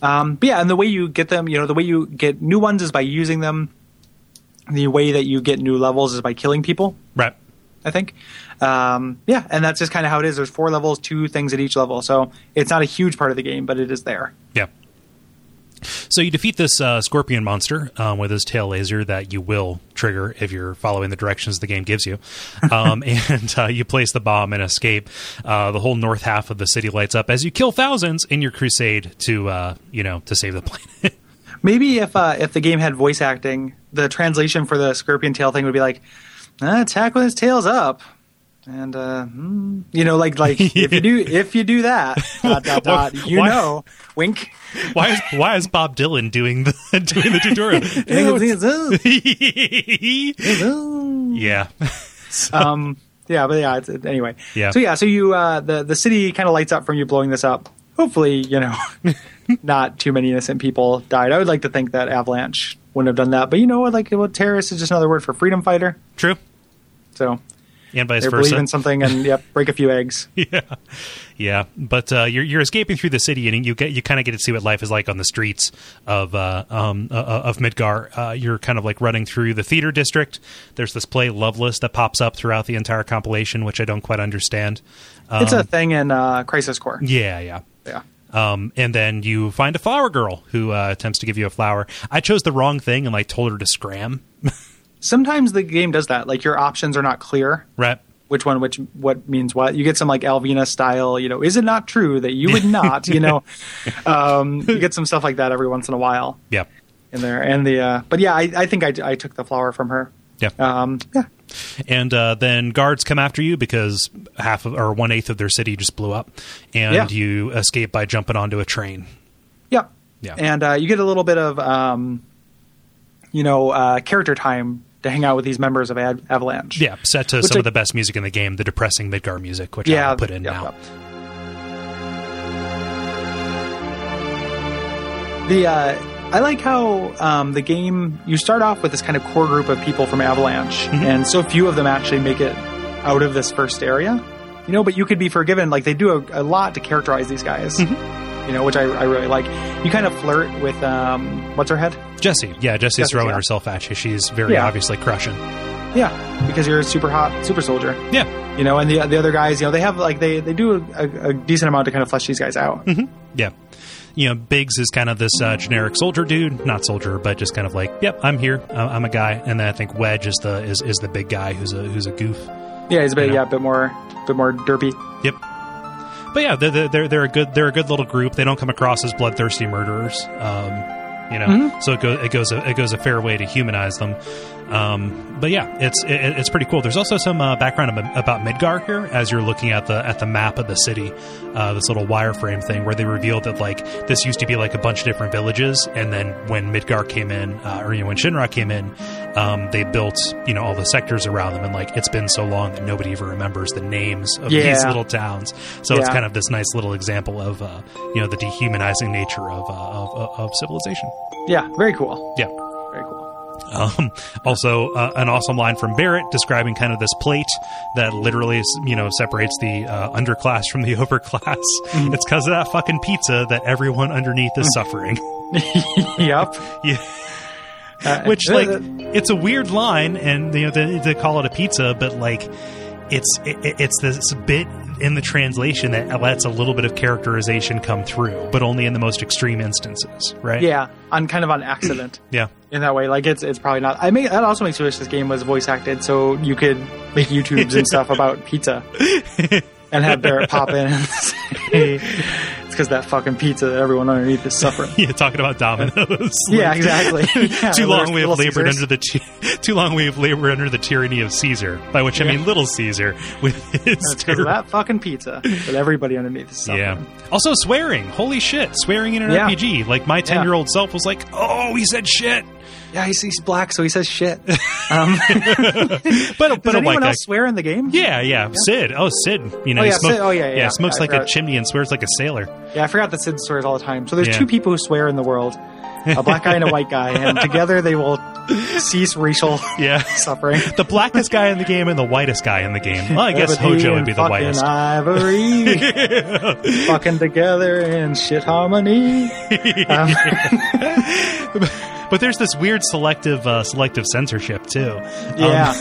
Speaker 2: Um, but yeah, and the way you get them, you know, the way you get new ones is by using them. The way that you get new levels is by killing people.
Speaker 1: Right.
Speaker 2: I think. Um, yeah, and that's just kind of how it is. There's four levels, two things at each level, so it's not a huge part of the game, but it is there.
Speaker 1: Yeah. So you defeat this uh, scorpion monster um, with his tail laser that you will trigger if you're following the directions the game gives you, um, *laughs* and uh, you place the bomb and escape. Uh, the whole north half of the city lights up as you kill thousands in your crusade to uh, you know to save the planet.
Speaker 2: Maybe if uh, if the game had voice acting, the translation for the scorpion tail thing would be like, "Ah, "Attack when its tail's up," and uh, hmm, you know, like like if you do if you
Speaker 1: *laughs*
Speaker 2: do that, dot dot dot, you
Speaker 1: Why-
Speaker 2: know, wink.
Speaker 1: why is why is Bob Dylan doing the *laughs* doing the tutorial? *laughs* yeah,
Speaker 2: um, yeah, but yeah, it's, it- anyway.
Speaker 1: Yeah.
Speaker 2: So yeah, so you uh, the the city kind of lights up from you blowing this up. Hopefully,
Speaker 1: *laughs*
Speaker 2: you know, not too many innocent people died. I would like to think that Avalanche wouldn't have done that, but you know what? Like, well, terrorist is just another word for freedom fighter.
Speaker 1: true.
Speaker 2: So
Speaker 1: And vice
Speaker 2: they
Speaker 1: versa.
Speaker 2: believe in something and yep, break a few
Speaker 1: *laughs*
Speaker 2: eggs.
Speaker 1: Yeah, but uh, you're you're escaping through the city, and you get you kind of get to see what life is like on the streets of uh, um, uh, of Midgar. Uh, you're kind of like running through the theater district. There's this play Loveless that pops up throughout the entire compilation, which I don't quite understand.
Speaker 2: it's a thing in uh, Crisis Core.
Speaker 1: Um, Yeah, yeah.
Speaker 2: Yeah.
Speaker 1: Um, and then you find a flower girl who uh, attempts to give you a flower. I chose the wrong thing and like told her to scram.
Speaker 2: Sometimes the game does that. Like your options are not clear.
Speaker 1: Right?
Speaker 2: which one which what means what you get some like alvina style you know is it not true that you would not
Speaker 1: *laughs*
Speaker 2: you know um, you get some stuff like that every once in a while
Speaker 1: Yeah,
Speaker 2: in there and the uh, but yeah i, I think I, I took the flower from her
Speaker 1: yeah.
Speaker 2: um, yeah
Speaker 1: and uh, then guards come after you because half of or one eighth of their city just blew up, and
Speaker 2: Yeah.
Speaker 1: you escape by jumping onto a train.
Speaker 2: yeah
Speaker 1: Yeah.
Speaker 2: and uh, you get a little bit of um, you know uh, character time to hang out with these members of Ad- avalanche
Speaker 1: Yeah, set to
Speaker 2: Which
Speaker 1: some
Speaker 2: I-
Speaker 1: of the best music in the game, the depressing Midgar music, which I'll put in
Speaker 2: yep,
Speaker 1: now.
Speaker 2: yep. The uh, I like how um, the game you start off with this kind of core group of people from Avalanche, and so few of them actually make it out of this first area. You know, but you could be forgiven. Like they do a, a lot to characterize these guys. You know, which I, I really like. You kind of flirt with um, what's her head?
Speaker 1: Jesse, yeah, Jesse's
Speaker 2: Jesse's
Speaker 1: throwing
Speaker 2: out.
Speaker 1: herself at you. She's very
Speaker 2: Yeah.
Speaker 1: obviously crushing.
Speaker 2: Yeah, because you're a super hot super soldier.
Speaker 1: Yeah,
Speaker 2: You know, and the the other guys, you know, they have like they they do a, a decent amount to kind of flesh these guys out.
Speaker 1: yeah. You know, Biggs is kind of this uh, generic soldier dude, not soldier, but just kind of like, yep, I'm here, I- I'm a guy. And then I think Wedge is the is, is the big guy who's a who's a goof.
Speaker 2: Yeah, he's a bit
Speaker 1: You know?
Speaker 2: yeah, a bit more bit more derpy.
Speaker 1: Yep. But yeah, they're, they're- they're they're a good they're a good little group. They don't come across as bloodthirsty murderers, um, you know. So it goes it goes a, it goes a fair way to humanize them. Um, but yeah, it's it, it's pretty cool. There's also some uh, background ab- about Midgar here as you're looking at the at the map of the city, uh, this little wireframe thing where they revealed that like this used to be like a bunch of different villages, and then when Midgar came in, uh, or you know when Shinra came in, um, they built you know all the sectors around them, and like it's been so long that nobody even remembers the names of these
Speaker 2: Yeah.
Speaker 1: little towns. So it's
Speaker 2: Yeah.
Speaker 1: kind of this nice little example of uh, you know the dehumanizing nature of, uh, of of- of civilization.
Speaker 2: Yeah, very cool.
Speaker 1: Yeah.
Speaker 2: Very cool.
Speaker 1: Um, also, uh, an awesome line from Barrett describing kind of this plate that literally you know separates the uh, underclass from the *laughs* overclass. It's because of that fucking pizza that everyone underneath is suffering.
Speaker 2: yep.
Speaker 1: *laughs* Yeah. *laughs*
Speaker 2: Uh,
Speaker 1: Which
Speaker 2: uh,
Speaker 1: like
Speaker 2: uh,
Speaker 1: it's a weird line, and you know they, they call it a pizza, but like it's it, it's this bit in the translation that lets a little bit of characterization come through, but only in the most extreme instances, right?
Speaker 2: yeah, on kind of on accident
Speaker 1: yeah, *laughs*
Speaker 2: in that way. Like it's it's probably not. I may that also makes me wish this game was voice acted, so you could make YouTubes and stuff
Speaker 1: *laughs*
Speaker 2: about pizza and have Barrett pop in and *laughs* say, "It's because that fucking pizza that everyone underneath is
Speaker 1: *laughs*
Speaker 2: suffering."
Speaker 1: yeah. Talking about dominoes.
Speaker 2: Yeah,
Speaker 1: Like,
Speaker 2: exactly. Yeah,
Speaker 1: *laughs* Too long we have
Speaker 2: Little
Speaker 1: labored
Speaker 2: Caesars.
Speaker 1: under the ty- *laughs* too long we have labored under the tyranny of Caesar, by which I mean Little Caesar *laughs* with his
Speaker 2: It's 'cause of
Speaker 1: tyranny.
Speaker 2: that fucking pizza that everybody underneath is suffering.
Speaker 1: Yeah. Also, swearing. Holy shit. Swearing in an
Speaker 2: Yeah.
Speaker 1: RPG. Like, my 10 year old self was like, oh, he said shit.
Speaker 2: Yeah, he's, he's black, so he says
Speaker 1: *laughs*
Speaker 2: shit. Um, *laughs*
Speaker 1: But,
Speaker 2: does
Speaker 1: but I'm
Speaker 2: anyone
Speaker 1: like,
Speaker 2: else
Speaker 1: that.
Speaker 2: swear in the game?
Speaker 1: yeah, yeah, Sid. Oh, Sid. You know,
Speaker 2: Oh,
Speaker 1: he
Speaker 2: yeah,
Speaker 1: smokes,
Speaker 2: Sid. Oh, yeah, yeah, yeah.
Speaker 1: smokes
Speaker 2: Yeah, I
Speaker 1: like a
Speaker 2: forgot.
Speaker 1: chimney and swears like a sailor.
Speaker 2: Yeah, I forgot that Sid swears all the time. So there's
Speaker 1: Yeah.
Speaker 2: two people who swear in the world a black guy and a white
Speaker 1: *laughs*
Speaker 2: guy, and together they will cease racial *laughs*
Speaker 1: Yeah.
Speaker 2: suffering.
Speaker 1: *laughs* the blackest guy in the game and the whitest guy in the game. Well, I guess
Speaker 2: Ebony
Speaker 1: Hojo would
Speaker 2: and
Speaker 1: be the
Speaker 2: fucking
Speaker 1: whitest. *laughs*
Speaker 2: Ivory, fucking together in shit harmony. Um,
Speaker 1: *laughs* *laughs* But there's this weird selective uh, selective censorship, too. Um,
Speaker 2: yeah,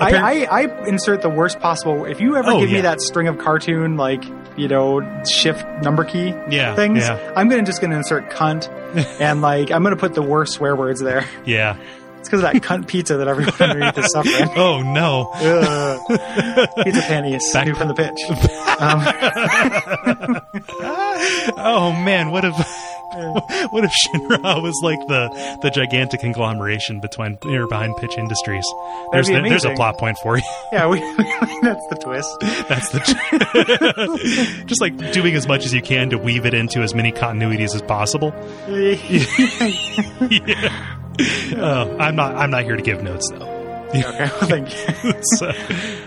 Speaker 2: I, I, I insert the worst possible. If you ever
Speaker 1: Oh,
Speaker 2: give me
Speaker 1: yeah.
Speaker 2: that string of cartoon, like, you know, shift number key
Speaker 1: Yeah,
Speaker 2: things,
Speaker 1: yeah.
Speaker 2: I'm going to just going to
Speaker 1: *laughs*
Speaker 2: insert cunt and, like, I'm going to put the worst swear words there.
Speaker 1: Yeah.
Speaker 2: It's because of that cunt pizza that everyone *laughs* underneath is suffering.
Speaker 1: Oh no.
Speaker 2: Uh. Ugh. pizza panties,
Speaker 1: Back-
Speaker 2: new from the pitch. *laughs* Um,
Speaker 1: Oh man, what if *laughs* what if Shinra was like the the gigantic conglomeration between or behind Pitch Industries? There's
Speaker 2: be
Speaker 1: there's a
Speaker 2: amazing.
Speaker 1: plot point for you. *laughs*
Speaker 2: yeah, we, *laughs* that's the twist.
Speaker 1: That's the just like doing as much as you can to weave it into as many continuities as possible. Uh, I'm not I'm not here to give notes though. *laughs*
Speaker 2: okay, well, thank you.
Speaker 1: So,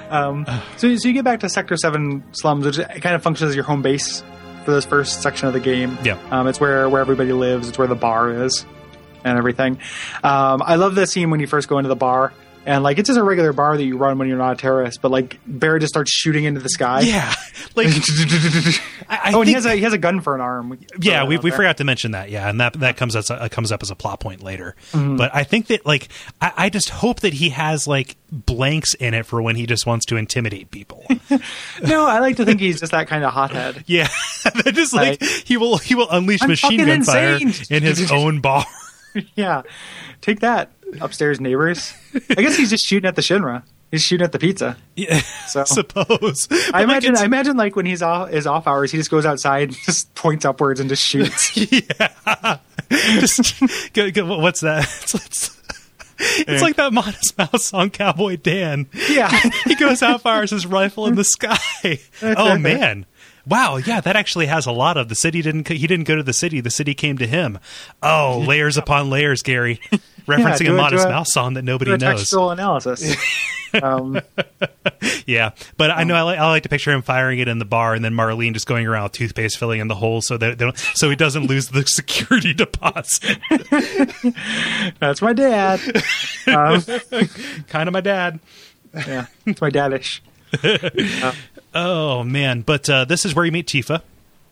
Speaker 2: Um, so, so you get back to Sector 7 slums, which kind of functions as your home base for this first section of the game.
Speaker 1: Yeah.
Speaker 2: Um, it's where, where everybody lives, it's where the bar is and everything. Um, I love this scene when you first go into the bar. And like it's just a regular bar that you run when you're not a terrorist, but like Barry just starts shooting into the sky.
Speaker 1: yeah,
Speaker 2: *laughs*
Speaker 1: like I, I
Speaker 2: oh, and he
Speaker 1: think-
Speaker 2: has a he has a gun for an arm.
Speaker 1: yeah, we,
Speaker 2: Out
Speaker 1: we
Speaker 2: there.
Speaker 1: forgot to mention that. Yeah, and that that comes as a, comes up as a plot point later.
Speaker 2: Mm-hmm.
Speaker 1: But I think that like I, I just hope that he has like blanks in it for when he just wants to intimidate
Speaker 2: *laughs*
Speaker 1: people.
Speaker 2: No, I like to think he's just that kind of hothead.
Speaker 1: *laughs* yeah, They're just like
Speaker 2: Right.
Speaker 1: he will he will unleash
Speaker 2: I'm
Speaker 1: machine
Speaker 2: fucking
Speaker 1: gun fire
Speaker 2: insane.
Speaker 1: in
Speaker 2: *laughs*
Speaker 1: his own bar. *laughs*
Speaker 2: Yeah, take that upstairs neighbors. I guess he's just shooting at the Shinra. He's shooting at the pizza.
Speaker 1: Yeah,
Speaker 2: So-
Speaker 1: *laughs* suppose. But,
Speaker 2: I
Speaker 1: like,
Speaker 2: imagine.
Speaker 1: *laughs* it's-
Speaker 2: I imagine like when he's off is off hours, he just goes outside, and *laughs* just points upwards, and just
Speaker 1: *laughs*
Speaker 2: shoots.
Speaker 1: just go, go, what's that? *laughs* It's, it's, it's like that Modest Mouse song, Cowboy Dan.
Speaker 2: yeah,
Speaker 1: *laughs* he goes out, fires his rifle in the
Speaker 2: *laughs*
Speaker 1: sky. Oh man. Wow, yeah, that actually has a lot of the city didn't he didn't go to the city, the city came to him.
Speaker 2: *laughs*
Speaker 1: Oh, layers upon layers, Gary, referencing
Speaker 2: do
Speaker 1: a
Speaker 2: a-
Speaker 1: modest
Speaker 2: do a-
Speaker 1: mouse song that nobody
Speaker 2: a
Speaker 1: knows.
Speaker 2: textual
Speaker 1: *laughs*
Speaker 2: analysis. Um,
Speaker 1: Yeah, but I know I, li- I like to picture him firing it in the bar, and then Marlene just going around with toothpaste filling in the hole so that they don't, so he doesn't lose the *laughs* security deposit. *laughs*
Speaker 2: that's my dad. Um,
Speaker 1: kind of my dad.
Speaker 2: yeah, it's my dadish.
Speaker 1: Oh man, but uh, this is where you meet Tifa.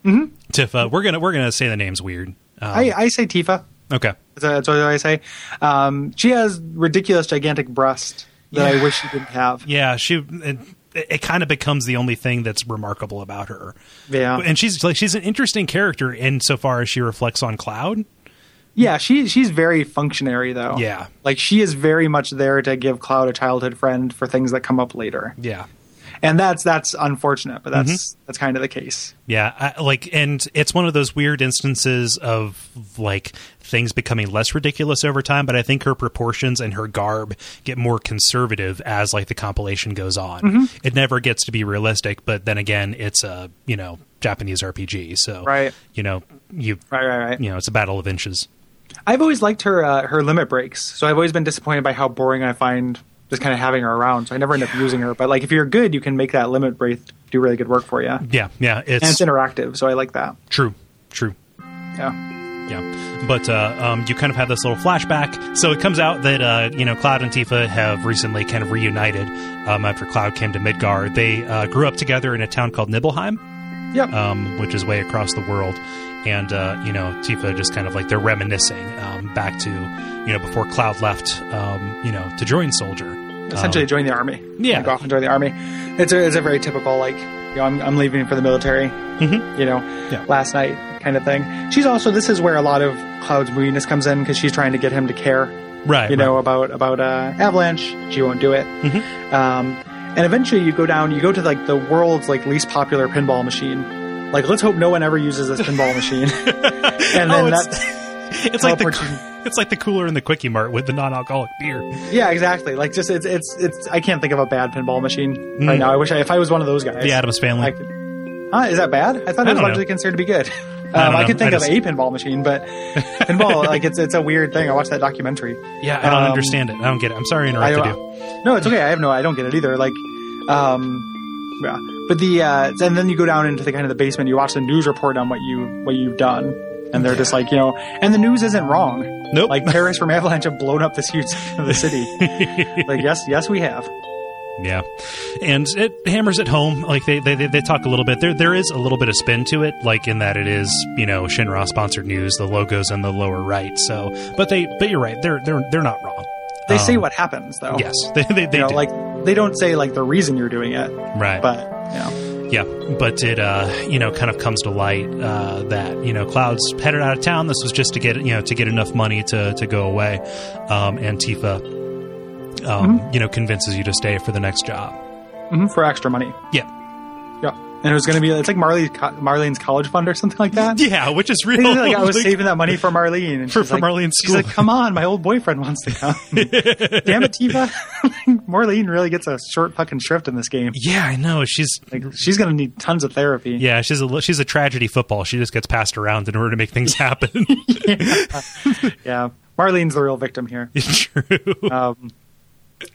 Speaker 1: Mm-hmm. Tifa, we're gonna we're gonna say the name's weird. Um,
Speaker 2: I, I say Tifa.
Speaker 1: okay.
Speaker 2: That's, that's what I say. Um, she has ridiculous, gigantic breast that I wish she didn't have.
Speaker 1: Yeah, she. It, it kind of becomes the only thing that's remarkable about her.
Speaker 2: Yeah.
Speaker 1: and she's like she's an interesting character insofar as she reflects on Cloud.
Speaker 2: Yeah, she she's very functionary though.
Speaker 1: Yeah.
Speaker 2: Like she is very much there to give Cloud a childhood friend for things that come up later.
Speaker 1: Yeah,
Speaker 2: And that's that's unfortunate, but that's that's kind of the case.
Speaker 1: yeah. I, like, and it's one of those weird instances of like things becoming less ridiculous over time. But I think her proportions and her garb get more conservative as like the compilation goes on.
Speaker 2: Mm-hmm.
Speaker 1: It never gets to be realistic. But then again, it's a you know Japanese RPG, so
Speaker 2: Right.
Speaker 1: You know you
Speaker 2: Right, right, right.
Speaker 1: you know it's a battle of inches.
Speaker 2: I've always liked her uh, her limit breaks. So I've always been disappointed by how boring I find just kind of having her around. So I never end up using her, but like if you're good, you can make that limit break do really good work for you. And
Speaker 1: Yeah, yeah.
Speaker 2: it's interactive, so I like that.
Speaker 1: True, true.
Speaker 2: Yeah.
Speaker 1: Yeah, but uh, um, you kind of have this little flashback. So it comes out that uh, you know Cloud and Tifa have recently kind of reunited um, after Cloud came to Midgar. They uh, grew up together in a town called Nibelheim,
Speaker 2: Yep.
Speaker 1: um, which is way across the world. And uh, you know Tifa just kind of like they're reminiscing um, back to you know before Cloud left, um, you know to join Soldier.
Speaker 2: Essentially join the army.
Speaker 1: Um, yeah.
Speaker 2: Like, go off and join the army. It's a it's a very typical like you know, I'm I'm leaving for the military.
Speaker 1: Mhm.
Speaker 2: you know,
Speaker 1: Yeah.
Speaker 2: last night kind of thing. She's also this is where a lot of Cloud's moodiness comes in because she's trying to get him to care,
Speaker 1: right?
Speaker 2: you
Speaker 1: right.
Speaker 2: know, about about uh, Avalanche. She won't do it.
Speaker 1: Mm-hmm.
Speaker 2: Um, and eventually, you go down. You go to like the world's like least popular pinball machine. Like, let's hope no one ever uses this pinball
Speaker 1: *laughs*
Speaker 2: machine. and
Speaker 1: Oh,
Speaker 2: then
Speaker 1: it's-
Speaker 2: that,
Speaker 1: *laughs* it's like
Speaker 2: teleports you-
Speaker 1: the it's like the cooler in the quickie mart with the non-alcoholic beer.
Speaker 2: yeah, exactly. Like, just it's it's it's. I can't think of a bad pinball machine right now. I wish I, if I was one of those guys.
Speaker 1: Hmm. The Adams Family.
Speaker 2: I could, huh, is that bad? I thought
Speaker 1: I
Speaker 2: it was
Speaker 1: don't
Speaker 2: largely
Speaker 1: know.
Speaker 2: considered to be good. Um,
Speaker 1: don't
Speaker 2: I,
Speaker 1: know.
Speaker 2: could
Speaker 1: I
Speaker 2: think
Speaker 1: just-
Speaker 2: of a pinball machine,
Speaker 1: *laughs*
Speaker 2: but pinball like it's it's a weird thing. I watched that documentary.
Speaker 1: yeah, I don't
Speaker 2: Um,
Speaker 1: understand it. I don't get it. I'm sorry to
Speaker 2: I
Speaker 1: interrupt you.
Speaker 2: don't, no, it's okay. I have no. I don't get it either. Like, um, yeah. But the uh, and then you go down into the kind of the basement. You watch the news report on what you what you've done, and they're just like you know. And the news isn't wrong.
Speaker 1: Nope.
Speaker 2: Like terrorists from Avalanche have blown up this huge *laughs* section of
Speaker 1: *laughs*
Speaker 2: the city. like yes, yes, we have.
Speaker 1: Yeah, and it hammers it home. Like they they, they they talk a little bit. There there is a little bit of spin to it, like in that it is you know Shinra sponsored news. The logos in the lower right. So, but they but you're right. They're they're they're not wrong.
Speaker 2: They say
Speaker 1: Um,
Speaker 2: what happens though.
Speaker 1: Yes, *laughs* they they, they
Speaker 2: Oh. you know,
Speaker 1: do.
Speaker 2: like they don't say like the reason you're doing it,
Speaker 1: right.
Speaker 2: but you know,
Speaker 1: Yeah, but it uh, you know kind of comes to light uh, that you know Cloud's headed out of town. This was just to get you know to get enough money to to go away. Um, and Tifa, um,
Speaker 2: Mm-hmm.
Speaker 1: you know, convinces you to stay for the next job.
Speaker 2: mhm, for extra money.
Speaker 1: Yeah,
Speaker 2: Yeah, and it was going to be it's like Marley co- Marlene's college fund or something like that.
Speaker 1: yeah, which is real.
Speaker 2: *laughs* like I was
Speaker 1: Like,
Speaker 2: saving that money for Marlene, and
Speaker 1: For-
Speaker 2: she's
Speaker 1: for
Speaker 2: like,
Speaker 1: Marlene's
Speaker 2: She's
Speaker 1: school.
Speaker 2: like, "Come on, my old boyfriend wants to
Speaker 1: *laughs*
Speaker 2: come." Damn it, Tifa! *laughs* Marlene really gets a short fucking shrift in this game.
Speaker 1: yeah, I know. She's
Speaker 2: Like, she's gonna need tons of therapy.
Speaker 1: yeah, she's a li- she's a tragedy football. She just gets passed around in order to make things *laughs* happen.
Speaker 2: Yeah. Marlene's the real victim here.
Speaker 1: it's true.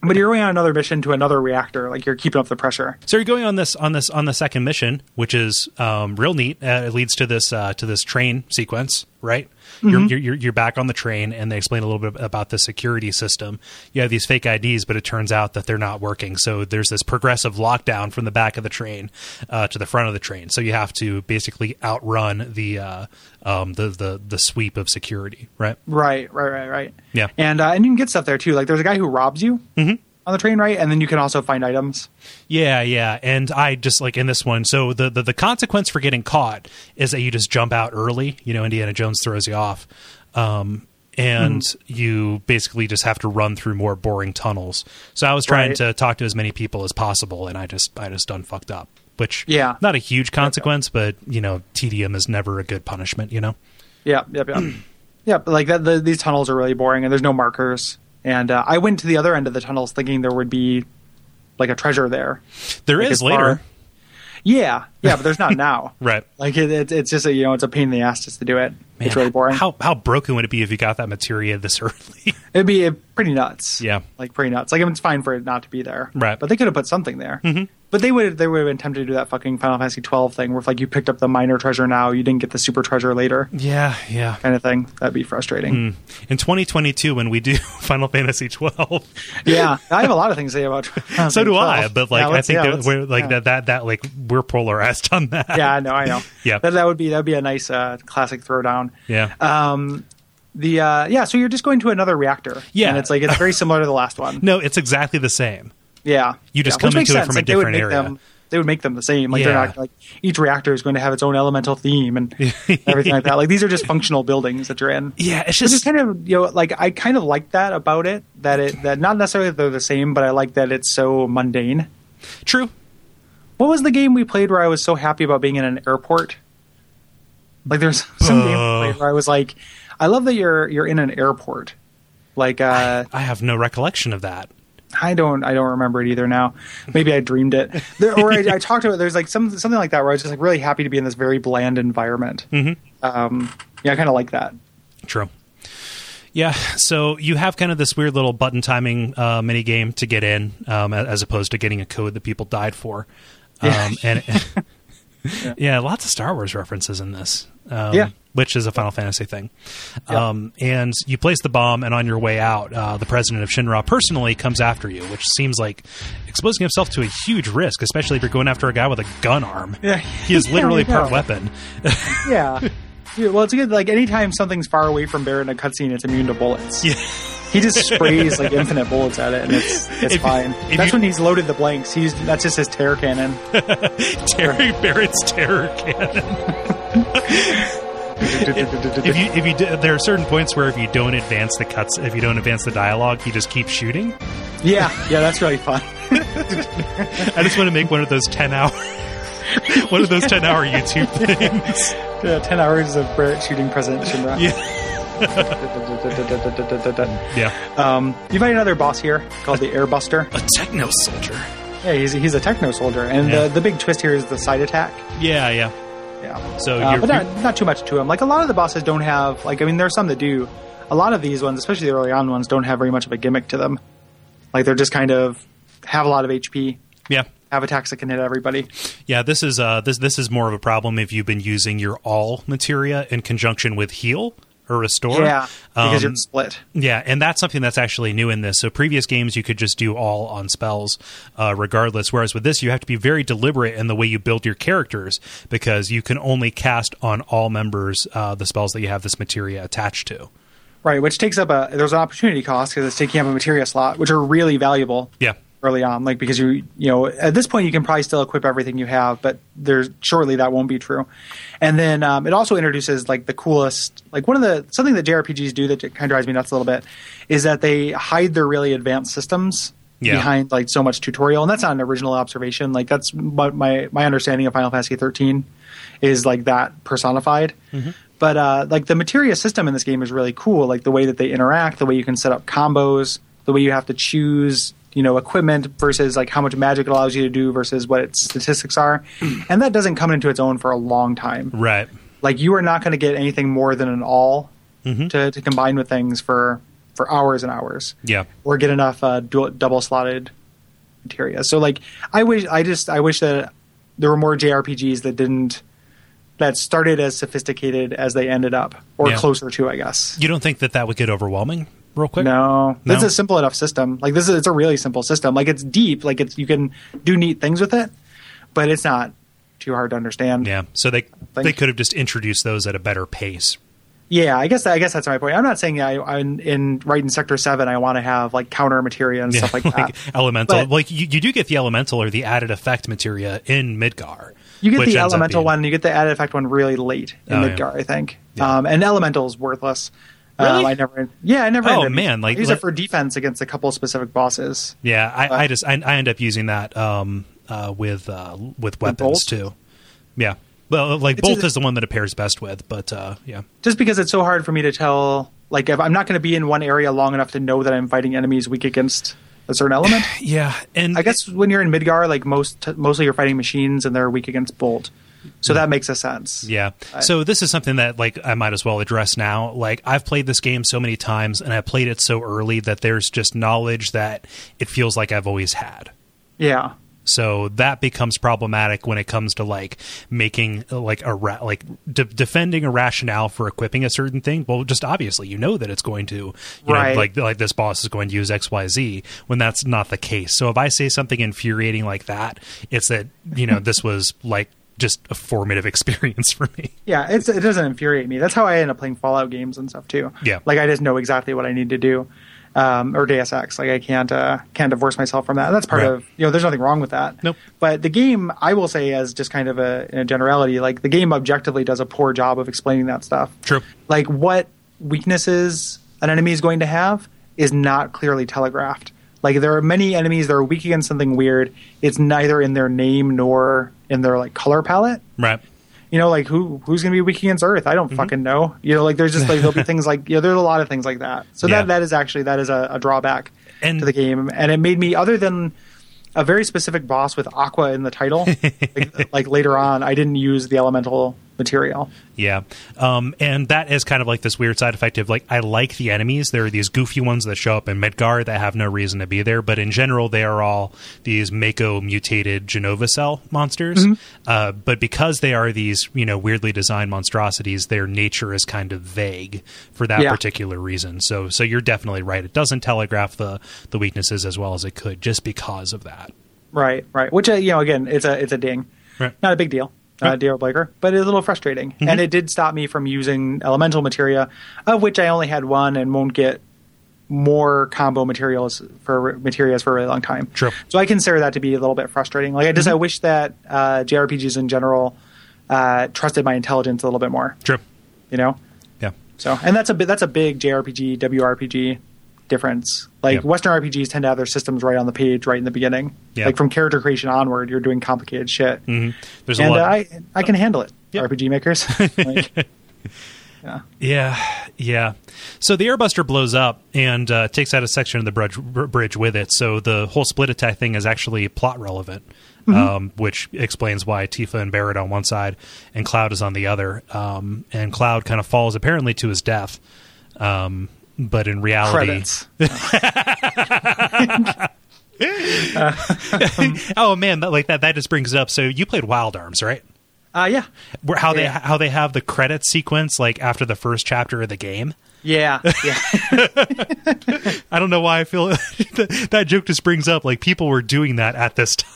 Speaker 2: But you're going on another mission to another reactor. Like you're keeping up the pressure.
Speaker 1: So you're going on this on this on the second mission, which is um, real neat. Uh, it leads to this uh, to this train sequence, right? You're, you're- you're you're back on the train, and they explain a little bit about the security system. You have these fake IDs, but it turns out that they're not working. So there's this progressive lockdown from the back of the train uh, to the front of the train. So you have to basically outrun the uh, um, the the the sweep of security, right?
Speaker 2: Right, right, right, right.
Speaker 1: Yeah. Mm-hmm.
Speaker 2: And uh, and you can get stuff there too. Like there's a guy who robs you on the train, right? And then you can also find items.
Speaker 1: Yeah, yeah. And I just like in this one, so the, the the consequence for getting caught is that you just jump out early. You know, Indiana Jones throws you off. Um and
Speaker 2: Hmm.
Speaker 1: you basically just have to run through more boring tunnels. So I was trying
Speaker 2: Right.
Speaker 1: to talk to as many people as possible and I just I just done fucked up. Which
Speaker 2: Yeah.
Speaker 1: not a huge consequence, but you know, tedium is never a good punishment, you know?
Speaker 2: Yeah, yep, yep. *clears throat* yep, like that, the, these tunnels are really boring and there's no markers. And uh, I went to the other end of the tunnels thinking there would be like a treasure there.
Speaker 1: There is
Speaker 2: Like, it's
Speaker 1: later.
Speaker 2: far- Yeah, yeah,
Speaker 1: *laughs*
Speaker 2: but there's not now.
Speaker 1: Right.
Speaker 2: Like it, it, it's just a, you know it's a pain in the ass just to do it. it's really boring.
Speaker 1: How how broken would it be if you got that materia this *laughs* early?
Speaker 2: It'd be uh, pretty nuts.
Speaker 1: Yeah.
Speaker 2: like pretty nuts. Like I mean, it's fine for it not to be there.
Speaker 1: Right. Mm-hmm.
Speaker 2: but they could have put something there. But they would they would have been tempted to do that fucking Final Fantasy twelve thing where if, like you picked up the minor treasure now, you didn't get the super treasure later
Speaker 1: yeah, yeah.
Speaker 2: kind of thing. That'd be frustrating.
Speaker 1: in 2022 when we do *laughs* Final Fantasy 12.
Speaker 2: Yeah, I have a lot of things to say about. Final
Speaker 1: so
Speaker 2: Fantasy
Speaker 1: do I,
Speaker 2: 12.
Speaker 1: but like
Speaker 2: Yeah,
Speaker 1: I
Speaker 2: let's-
Speaker 1: think
Speaker 2: yeah,
Speaker 1: that
Speaker 2: let's-
Speaker 1: we're like
Speaker 2: yeah.
Speaker 1: that that that like we're polarized *laughs* on that.
Speaker 2: Yeah, I know, I know.
Speaker 1: *laughs* Yeah.
Speaker 2: that, that would be that'd be a nice uh, classic throwdown.
Speaker 1: Yeah.
Speaker 2: Um, the uh, yeah, so you're just going to another reactor.
Speaker 1: Yeah.
Speaker 2: and it's like it's very similar to the last one.
Speaker 1: *laughs* no, it's exactly the same.
Speaker 2: Yeah,
Speaker 1: You just
Speaker 2: Yeah,
Speaker 1: come
Speaker 2: which makes
Speaker 1: into it
Speaker 2: sense.
Speaker 1: from a
Speaker 2: Like, they would
Speaker 1: different
Speaker 2: make
Speaker 1: area.
Speaker 2: Them, they would make them the same. Like they're
Speaker 1: Yeah.
Speaker 2: not like each reactor is going to have its own elemental
Speaker 1: *laughs*
Speaker 2: theme and everything like that. Like these are just functional buildings that you're in.
Speaker 1: Yeah, it's
Speaker 2: Which
Speaker 1: just
Speaker 2: is kind of you know like I kind of like that about it that it that not necessarily that they're the same, but I like that it's so mundane.
Speaker 1: true.
Speaker 2: What was the game we played where I was so happy about being in an airport? Like there's *laughs* some game we played where I was like, I love that you're you're in an airport. Like uh,
Speaker 1: I have no recollection of that.
Speaker 2: I don't I don't remember it either now. Maybe I dreamed it, there, or I,
Speaker 1: *laughs*
Speaker 2: I talked about. There's like some something like that where I was just like really happy to be in this very bland environment.
Speaker 1: Mm-hmm.
Speaker 2: Um, yeah, I kind of like that.
Speaker 1: True. Yeah, so you have kind of this weird little button timing uh, mini game to get in, um, a- as opposed to getting a code that people died for. Um, and
Speaker 2: *laughs*
Speaker 1: *laughs* yeah. lots of Star Wars references in this. Um,
Speaker 2: Yeah.
Speaker 1: Which is a Final Fantasy thing.
Speaker 2: Yeah.
Speaker 1: Um, and you place the bomb, and on your way out, uh, the president of Shinra personally comes after you, which seems like exposing himself to a huge risk, especially if you're going after a guy with a gun arm.
Speaker 2: Yeah.
Speaker 1: He is
Speaker 2: *laughs* Yeah,
Speaker 1: literally
Speaker 2: I know.
Speaker 1: part weapon. *laughs*
Speaker 2: Yeah. Yeah, well, it's good. Like anytime something's far away from Bear in a cutscene, it's immune to bullets.
Speaker 1: Yeah.
Speaker 2: He just sprays like infinite bullets at it, and
Speaker 1: *laughs*
Speaker 2: it's it's
Speaker 1: If-
Speaker 2: fine.
Speaker 1: if
Speaker 2: that's
Speaker 1: you-
Speaker 2: when he's loaded the blanks. He's that's just his tear
Speaker 1: *laughs*
Speaker 2: cannon.
Speaker 1: Terry Barrett's terror cannon. if you if you d- there are certain points where if you don't advance the cuts if you don't advance the dialogue you just keep shooting
Speaker 2: yeah, yeah, that's really fun.
Speaker 1: i just want to make one of those 10 hour *laughs* one of those 10 hour youtube things
Speaker 2: Yeah, Ten hours of Barrett shooting President Shinra. *laughs*
Speaker 1: yeah yeah
Speaker 2: Um, you find another boss here called the Airbuster.
Speaker 1: a techno soldier
Speaker 2: Yeah, he's, he's a techno soldier, and
Speaker 1: Yeah.
Speaker 2: the, the big twist here is the side attack.
Speaker 1: yeah yeah
Speaker 2: Yeah,
Speaker 1: so
Speaker 2: uh,
Speaker 1: you're
Speaker 2: but not, not too much to him. Like a lot of the bosses don't have like I mean, there are some that do. A lot of these ones, especially the early on ones, don't have very much of a gimmick to them. Like they're just kind of have a lot of HP,
Speaker 1: yeah
Speaker 2: have attacks that can hit everybody.
Speaker 1: yeah this is uh this this is more of a problem if you've been using your all materia in conjunction with heal or restore
Speaker 2: yeah, because
Speaker 1: Um,
Speaker 2: you're split.
Speaker 1: Yeah, and that's something that's actually new in this. So previous games you could just do all on spells, uh, regardless. Whereas with this, you have to be very deliberate in the way you build your characters because you can only cast on all members uh, the spells that you have this materia attached to.
Speaker 2: Right, which takes up a there's an opportunity cost because it's taking up a materia slot, which are really valuable
Speaker 1: Yeah.
Speaker 2: early on. Like because you you know at this point you can probably still equip everything you have, but there's shortly that won't be true. And then um, it also introduces like the coolest like one of the something that JRPGs do that kind of drives me nuts a little bit is that they hide their really advanced systems.
Speaker 1: Yeah.
Speaker 2: Behind like so much tutorial, and that's not an original observation. Like that's my my, my understanding of Final Fantasy thirteen is like that personified. But uh, like the materia system in this game is really cool. Like the way that they interact, the way you can set up combos, the way you have to choose, you know, equipment versus like how much magic it allows you to do versus what its statistics are, and that doesn't come into its own for a long time.
Speaker 1: Right.
Speaker 2: Like you are not going to get anything more than an all to, to combine with things for for hours and hours
Speaker 1: Yeah.
Speaker 2: or get enough uh, du- double slotted materia. So like I wish I just I wish that there were more JRPGs that didn't that started as sophisticated as they ended up or
Speaker 1: Yeah.
Speaker 2: closer to I guess.
Speaker 1: You don't think that that would get overwhelming real quick?
Speaker 2: No,
Speaker 1: No.
Speaker 2: this is a simple enough system. Like this is it's a really simple system. Like it's deep. Like it's you can do neat things with it, but it's not too hard to understand.
Speaker 1: Yeah. So they
Speaker 2: Thank
Speaker 1: they
Speaker 2: you.
Speaker 1: could have just introduced those at a better pace. *laughs*
Speaker 2: Yeah, I guess I guess that's my point. I'm not saying I, I in, in right in sector seven I want to have like counter materia
Speaker 1: *laughs*
Speaker 2: and stuff like that.
Speaker 1: elemental.
Speaker 2: Ah, But-
Speaker 1: like you, you do get the elemental or the added effect materia in Midgar.
Speaker 2: You get
Speaker 1: which
Speaker 2: the
Speaker 1: ends up
Speaker 2: elemental
Speaker 1: being-
Speaker 2: one. You get the added effect one really late in
Speaker 1: Oh, yeah.
Speaker 2: Midgar, I think.
Speaker 1: Yeah.
Speaker 2: Um, and elemental's worthless. Um,
Speaker 1: Really?
Speaker 2: I never. Yeah, I never.
Speaker 1: Oh,
Speaker 2: ended up
Speaker 1: man,
Speaker 2: using it.
Speaker 1: like,
Speaker 2: I use
Speaker 1: let-
Speaker 2: it for defense against a couple specific bosses.
Speaker 1: Yeah,
Speaker 2: Uh,
Speaker 1: I, I just I, I end up using that um, uh, with uh, with weapons
Speaker 2: Bolt?
Speaker 1: too. Yeah, well, uh, like
Speaker 2: It's
Speaker 1: bolt
Speaker 2: a-
Speaker 1: is the one that it pairs best with, but uh, yeah,
Speaker 2: Just because it's so hard for me to tell. Like, if I'm not going to be in one area long enough to know that I'm fighting enemies weak against a
Speaker 1: *sighs*
Speaker 2: certain element.
Speaker 1: yeah, and
Speaker 2: I guess when you're in Midgar, like most mostly you're fighting machines and they're weak against Bolt, so that makes a sense.
Speaker 1: Hmm. Yeah. So this is something that like I might as well address now. Like I've played this game so many times and I played it so early that there's just knowledge that it feels like I've always had.
Speaker 2: Yeah.
Speaker 1: So that becomes problematic when it comes to like making uh, like a ra- like de- defending a rationale for equipping a certain thing. Well, just obviously you know that it's going to you know
Speaker 2: Right.
Speaker 1: like like this boss is going to use X Y Z when that's not the case. So if I say something infuriating like that, it's that you know this was like just a formative *laughs* experience for me.
Speaker 2: Yeah, it's, it doesn't infuriate me. That's how I end up playing Fallout games and stuff too.
Speaker 1: Yeah.
Speaker 2: like I just know exactly what I need to do, um, or Deus Ex. Like I can't uh, can't divorce myself from that. That's part
Speaker 1: Right.
Speaker 2: of you know. There's nothing wrong with that.
Speaker 1: Nope.
Speaker 2: But the game, I will say, as just kind of a, in a generality, like the game objectively does a poor job of explaining that stuff.
Speaker 1: True.
Speaker 2: Like what weaknesses an enemy is going to have is not clearly telegraphed. Like there are many enemies that are weak against something weird. It's neither in their name nor in their like color palette
Speaker 1: Right.
Speaker 2: you know, like who who's gonna be weak against Earth? I don't
Speaker 1: Mm-hmm.
Speaker 2: fucking know. You know, like there's just like there'll be things like *laughs* you know, there's a lot of things like that. So
Speaker 1: Yeah.
Speaker 2: that that is actually that is a, a drawback
Speaker 1: And-
Speaker 2: to the game, and it made me other than a very specific boss with Aqua in
Speaker 1: *laughs*
Speaker 2: the title, like, like later on, I didn't use the elemental material.
Speaker 1: Yeah. Um, and that is kind of like this weird side effect of like, I like the enemies. There are these goofy ones that show up in Midgar that have no reason to be there, but in general, they are all these Mako mutated Genova cell monsters.
Speaker 2: Mm-hmm.
Speaker 1: Uh, but because they are these, you know, weirdly designed monstrosities, their nature is kind of vague for that
Speaker 2: Yeah.
Speaker 1: particular reason. So, so you're definitely right. It doesn't telegraph the, the weaknesses as well as it could just because of that.
Speaker 2: Right, right. Which uh, you know, again, it's a it's a ding,
Speaker 1: Right.
Speaker 2: not a big deal, not a deal breaker, but it's a little frustrating.
Speaker 1: Mm-hmm.
Speaker 2: And it did stop me from using elemental materia, of which I only had one, and won't get more combo materials for materials for a really long time.
Speaker 1: True. Mm-hmm.
Speaker 2: So I consider that to be a little bit frustrating. Like I just I wish that uh, JRPGs in general uh, trusted my intelligence a little bit more.
Speaker 1: True.
Speaker 2: You know.
Speaker 1: Yeah.
Speaker 2: So, and that's a bi- that's a big JRPG WRPG difference. Like
Speaker 1: Yeah.
Speaker 2: Western RPGs tend to have their systems right on the page, right in the beginning.
Speaker 1: Yeah. Mm-hmm.
Speaker 2: Like from character creation onward, you're doing complicated shit,
Speaker 1: There's
Speaker 2: and
Speaker 1: a
Speaker 2: uh,
Speaker 1: lot.
Speaker 2: I I can handle it.
Speaker 1: Yeah.
Speaker 2: RPG makers, like, yeah,
Speaker 1: Yeah, yeah. So the airbuster blows up and uh, takes out a section of the bridge, br- bridge with it. So the whole split attack thing is actually plot relevant,
Speaker 2: Mm-hmm.
Speaker 1: um, which explains why Tifa and Barrett on one side and Cloud is on the other. Um, and Cloud kind of falls apparently to his death, um, but in reality,
Speaker 2: credits.
Speaker 1: oh man, that, like that that just brings it up. So you played Wild Arms, right?
Speaker 2: Uh, yeah,
Speaker 1: Where, how they
Speaker 2: Yeah.
Speaker 1: how they have the credit sequence like after the first chapter of the game.
Speaker 2: yeah, yeah.
Speaker 1: I don't know why I feel *laughs* that, that joke just brings up like people were doing that at this time.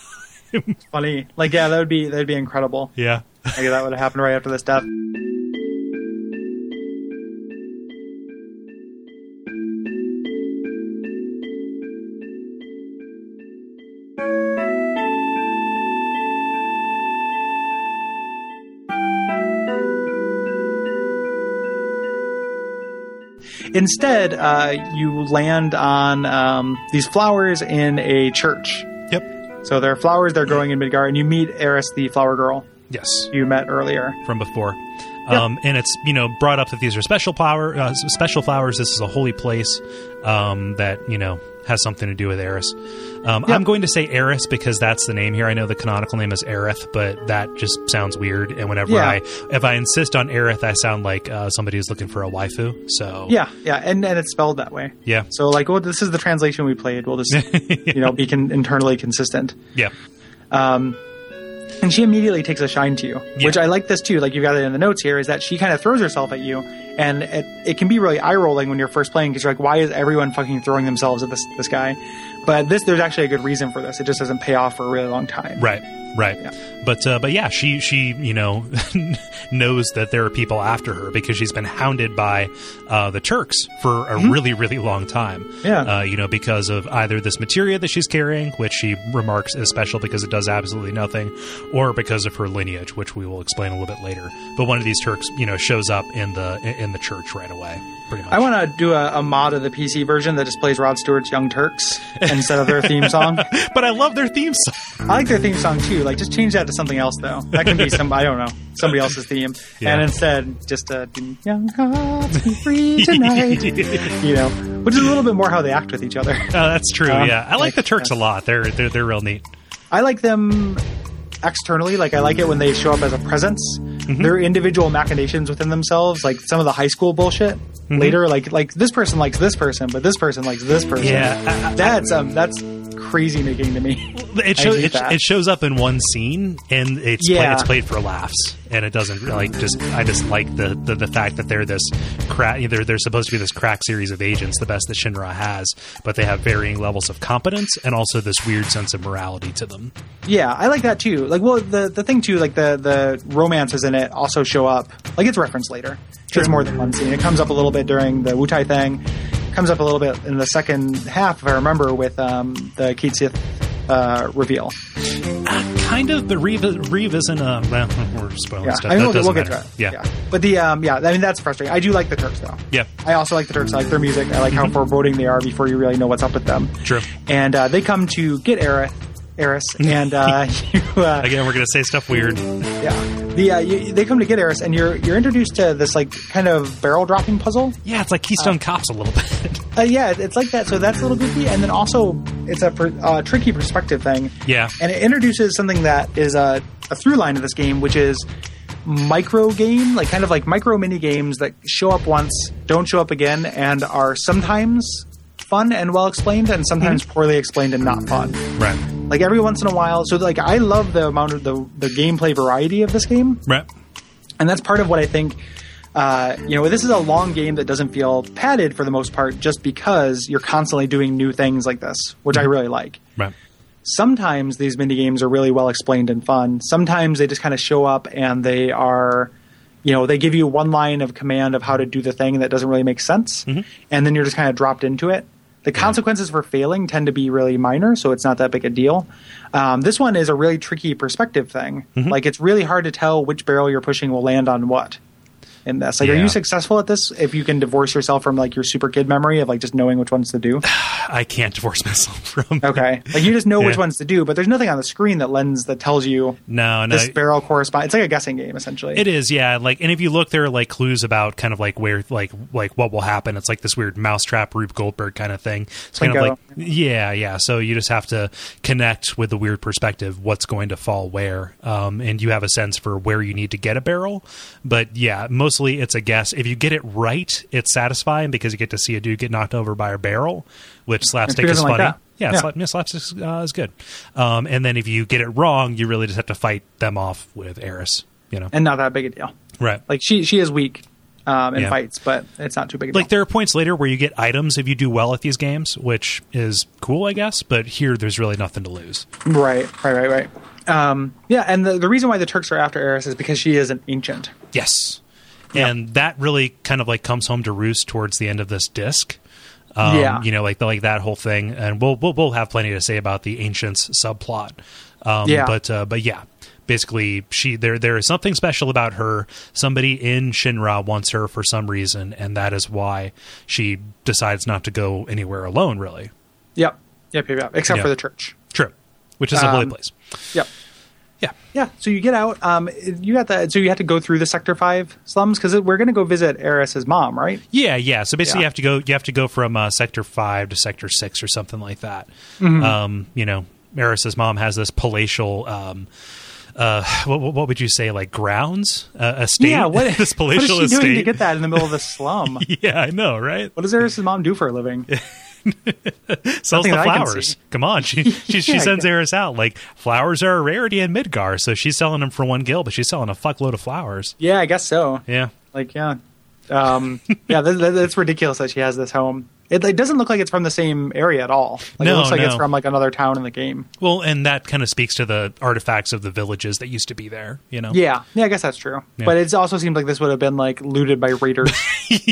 Speaker 1: *laughs*
Speaker 2: Funny. Like yeah, that would be that'd be incredible.
Speaker 1: Yeah.
Speaker 2: Maybe that would have happened right after this death. Instead, uh, you land on um, these flowers in a church.
Speaker 1: Yep.
Speaker 2: So there are flowers they're growing in Midgar, and you meet Eris, the flower girl
Speaker 1: Yes.
Speaker 2: you met earlier.
Speaker 1: From before. Um, and it's you know brought up that these are special flower, uh, s- special flowers. This is a holy place um, that you know has something to do with Eris. Um, I'm going to say Eris because that's the name here. I know the canonical name is Aerith, but that just sounds weird. And whenever
Speaker 2: Yeah.
Speaker 1: I if I insist on Aerith, I sound like uh, somebody who's looking for a waifu. So
Speaker 2: Yeah, yeah, and, and it's spelled that way.
Speaker 1: yeah,
Speaker 2: So like, well, this is the translation we played.
Speaker 1: *laughs*
Speaker 2: We'll just you know be con- internally consistent.
Speaker 1: yeah,
Speaker 2: And she immediately takes a shine to you,
Speaker 1: Yeah.
Speaker 2: which I like this too. Like you've got it in the notes here, is that she kind of throws herself at you, and it, it can be really eye rolling when you're first playing because you're like, why is everyone fucking throwing themselves at this this guy? But this, there's actually a good reason for this. It just doesn't pay off for a really long time.
Speaker 1: right, right.
Speaker 2: Yeah.
Speaker 1: But uh, but yeah, she she you know *laughs* knows that there are people after her because she's been hounded by uh, the Turks for a really really long time.
Speaker 2: Yeah.
Speaker 1: uh, you know because of either this materia that she's carrying, which she remarks is special because it does absolutely nothing, or because of her lineage, which we will explain a little bit later. But one of these Turks you know shows up in the in the church right away. Pretty much.
Speaker 2: I want to do a, a mod of the PC version that just plays Rod Stewart's Young
Speaker 1: *laughs*
Speaker 2: Turks instead of their theme song.
Speaker 1: but I love their theme song.
Speaker 2: I like their theme song too. Like, just change that to something else, though. That can
Speaker 1: *laughs*
Speaker 2: be some, I don't know, somebody else's theme.
Speaker 1: Yeah.
Speaker 2: And instead, just uh, young hearts be free tonight.
Speaker 1: *laughs*
Speaker 2: you know, which is a little bit more how they act with each other.
Speaker 1: Oh, that's true.
Speaker 2: Uh,
Speaker 1: yeah, I like
Speaker 2: like,
Speaker 1: the Turks
Speaker 2: yeah.
Speaker 1: a lot. They're they're they're real neat.
Speaker 2: I like them externally. Like, I like it when they show up as a presence.
Speaker 1: Mm-hmm.
Speaker 2: Their individual machinations within themselves, like some of the high school bullshit.
Speaker 1: Mm-hmm.
Speaker 2: Later, like like this person likes this person, but this person likes this person.
Speaker 1: Yeah, I-
Speaker 2: that's um, that's crazy making to me.
Speaker 1: It
Speaker 2: I
Speaker 1: shows
Speaker 2: hate
Speaker 1: it,
Speaker 2: that.
Speaker 1: it shows up in one scene and it's play-
Speaker 2: Yeah.
Speaker 1: it's played for laughs and it doesn't like just I just like the the, the fact that they're this crack they're, they're supposed to be this crack series of agents the best that Shinra has but they have varying levels of competence and also this weird sense of morality to them.
Speaker 2: Yeah, I like that too. Like, well, the the thing too, like the the romances in it also show up. Like, it's referenced later. It's more than one scene. It comes up a little bit during the Wu Tai thing. Comes up a little bit in the second half, if I remember, with um, the Keats uh, reveal.
Speaker 1: Uh, kind of but revi- revisit uh well, we're spoiling
Speaker 2: Yeah,
Speaker 1: stuff.
Speaker 2: I mean,
Speaker 1: that
Speaker 2: we'll,
Speaker 1: doesn't
Speaker 2: we'll get to
Speaker 1: matter.
Speaker 2: it.
Speaker 1: Yeah.
Speaker 2: but the um, yeah, I mean, that's frustrating. I do like the Turks though.
Speaker 1: Yeah. Mm-hmm.
Speaker 2: I also like the Turks. I like their music. I like how foreboding they are before you really know what's up with them.
Speaker 1: True. Mm-hmm.
Speaker 2: And uh, they come to get Aerith, Eris, and uh, *laughs* you. Uh,
Speaker 1: Again, we're going to say stuff weird.
Speaker 2: Yeah, the uh, you, they come to get Eris, and you're you're introduced to this like kind of barrel dropping puzzle.
Speaker 1: Yeah, it's like Keystone Cops a little bit.
Speaker 2: Uh, yeah, it- it's like that. So that's a little goofy, and then also it's a per, uh, tricky perspective thing.
Speaker 1: yeah.
Speaker 2: and it introduces something that is a, a through line of this game, which is micro game, like kind of like micro mini games that show up once, don't show up again, and are sometimes fun and well explained, and sometimes poorly explained and not fun.
Speaker 1: *laughs* Right.
Speaker 2: Like every once in a while. So like I love the amount of the the gameplay variety of this game
Speaker 1: Right.
Speaker 2: and that's part of what I think. Uh, you know, this is a long game that doesn't feel padded for the most part, just because you're constantly doing new things like this, which I really like.
Speaker 1: Right.
Speaker 2: Sometimes these mini games are really well explained and fun. Sometimes they just kind of show up and they are, you know, they give you one line of command of how to do the thing that doesn't really make sense, and then you're just kind of dropped into it. The consequences for failing tend to be really minor, so it's not that big a deal. Um, this one is a really tricky perspective thing. Like it's really hard to tell which barrel you're pushing will land on what. In this, like, are
Speaker 1: Yeah.
Speaker 2: you successful at this? If you can divorce yourself from like your super kid memory of like just knowing which ones to do.
Speaker 1: I can't divorce myself from
Speaker 2: Okay. Like you just know which
Speaker 1: Yeah.
Speaker 2: ones to do, but there's nothing on the screen that lends that tells you
Speaker 1: *laughs* No, no.
Speaker 2: this barrel corresponds. It's like a guessing game essentially.
Speaker 1: It is, yeah. Like, and if you look, there are like clues about kind of like where, like, like what will happen. It's like this weird mousetrap, Rube Goldberg kind of thing. It's kind of
Speaker 2: Plinko.
Speaker 1: like, yeah, yeah. So you just have to connect with the weird perspective, what's going to fall where, um, and you have a sense for where you need to get a barrel. But yeah, mostly it's a guess. If you get it right, it's satisfying because you get to see a dude get knocked over by a barrel, which slapstick is
Speaker 2: doesn't like
Speaker 1: funny.
Speaker 2: that?
Speaker 1: yeah,
Speaker 2: Yeah.
Speaker 1: Slap, yeah, slapstick uh, is good. Um, and then if you get it wrong, you really just have to fight them off with Eris. You know,
Speaker 2: and not that big a deal.
Speaker 1: right?
Speaker 2: Like she she is weak um, in
Speaker 1: Yeah.
Speaker 2: fights, but it's not too big a deal.
Speaker 1: like there are points later where you get items if you do well at these games, which is cool, I guess. But here, there's really nothing to lose.
Speaker 2: right, right, right, right. Um, yeah, and the, the reason why the Turks are after Eris is because she is an ancient.
Speaker 1: Yes, and that really kind of like comes home to roost towards the end of this disc. Um,
Speaker 2: Yeah.
Speaker 1: you know, like like that whole thing, and we'll we'll we'll have plenty to say about the ancients subplot. Um,
Speaker 2: Yeah.
Speaker 1: But uh, but yeah, basically she there there is something special about her. Somebody in Shinra wants her for some reason, and that is why she decides not to go anywhere alone. Really,
Speaker 2: Yep. Yep. Yep. yep. Except for
Speaker 1: Yeah.
Speaker 2: the church.
Speaker 1: true. Which is a holy
Speaker 2: Um,
Speaker 1: place.
Speaker 2: Yep.
Speaker 1: Yeah.
Speaker 2: Yeah. So you get out. Um, you got that. So you had to go through the Sector Five slums because we're going to go visit Eris's mom, right?
Speaker 1: Yeah, yeah. So basically,
Speaker 2: Yeah.
Speaker 1: you have to go. You have to go from uh, sector five to sector six or something like that.
Speaker 2: Mm-hmm.
Speaker 1: Um, you know, Eris's mom has this palatial. Um, uh, what, what- what would you say? Like grounds, uh, estate.
Speaker 2: Yeah. *laughs*
Speaker 1: *laughs*
Speaker 2: What,
Speaker 1: this
Speaker 2: what is
Speaker 1: palatial
Speaker 2: she
Speaker 1: estate?
Speaker 2: doing to get that in the middle of the slum?
Speaker 1: *laughs* Yeah, I know, right?
Speaker 2: What does Eris's mom do for a living?
Speaker 1: Sells the
Speaker 2: that I can
Speaker 1: flowers.
Speaker 2: see.
Speaker 1: Come on,
Speaker 2: *laughs*
Speaker 1: she she, she
Speaker 2: Yeah,
Speaker 1: sends
Speaker 2: yeah.
Speaker 1: Eris out. Like flowers are a rarity in Midgar, so she's selling them for one gil, but she's selling a fuckload of flowers.
Speaker 2: yeah, I guess so.
Speaker 1: Yeah,
Speaker 2: Like, yeah, um, yeah. That, that, that's ridiculous that she has this home. It, it doesn't look like it's from the same area at all. Like, it
Speaker 1: No,
Speaker 2: looks like it's
Speaker 1: no.
Speaker 2: from like another town in the game.
Speaker 1: well, and that kind of speaks to the artifacts of the villages that used to be there. You know,
Speaker 2: Yeah, yeah, I guess that's true.
Speaker 1: Yeah.
Speaker 2: But it also seems like this would have been like looted by
Speaker 1: *laughs*
Speaker 2: raiders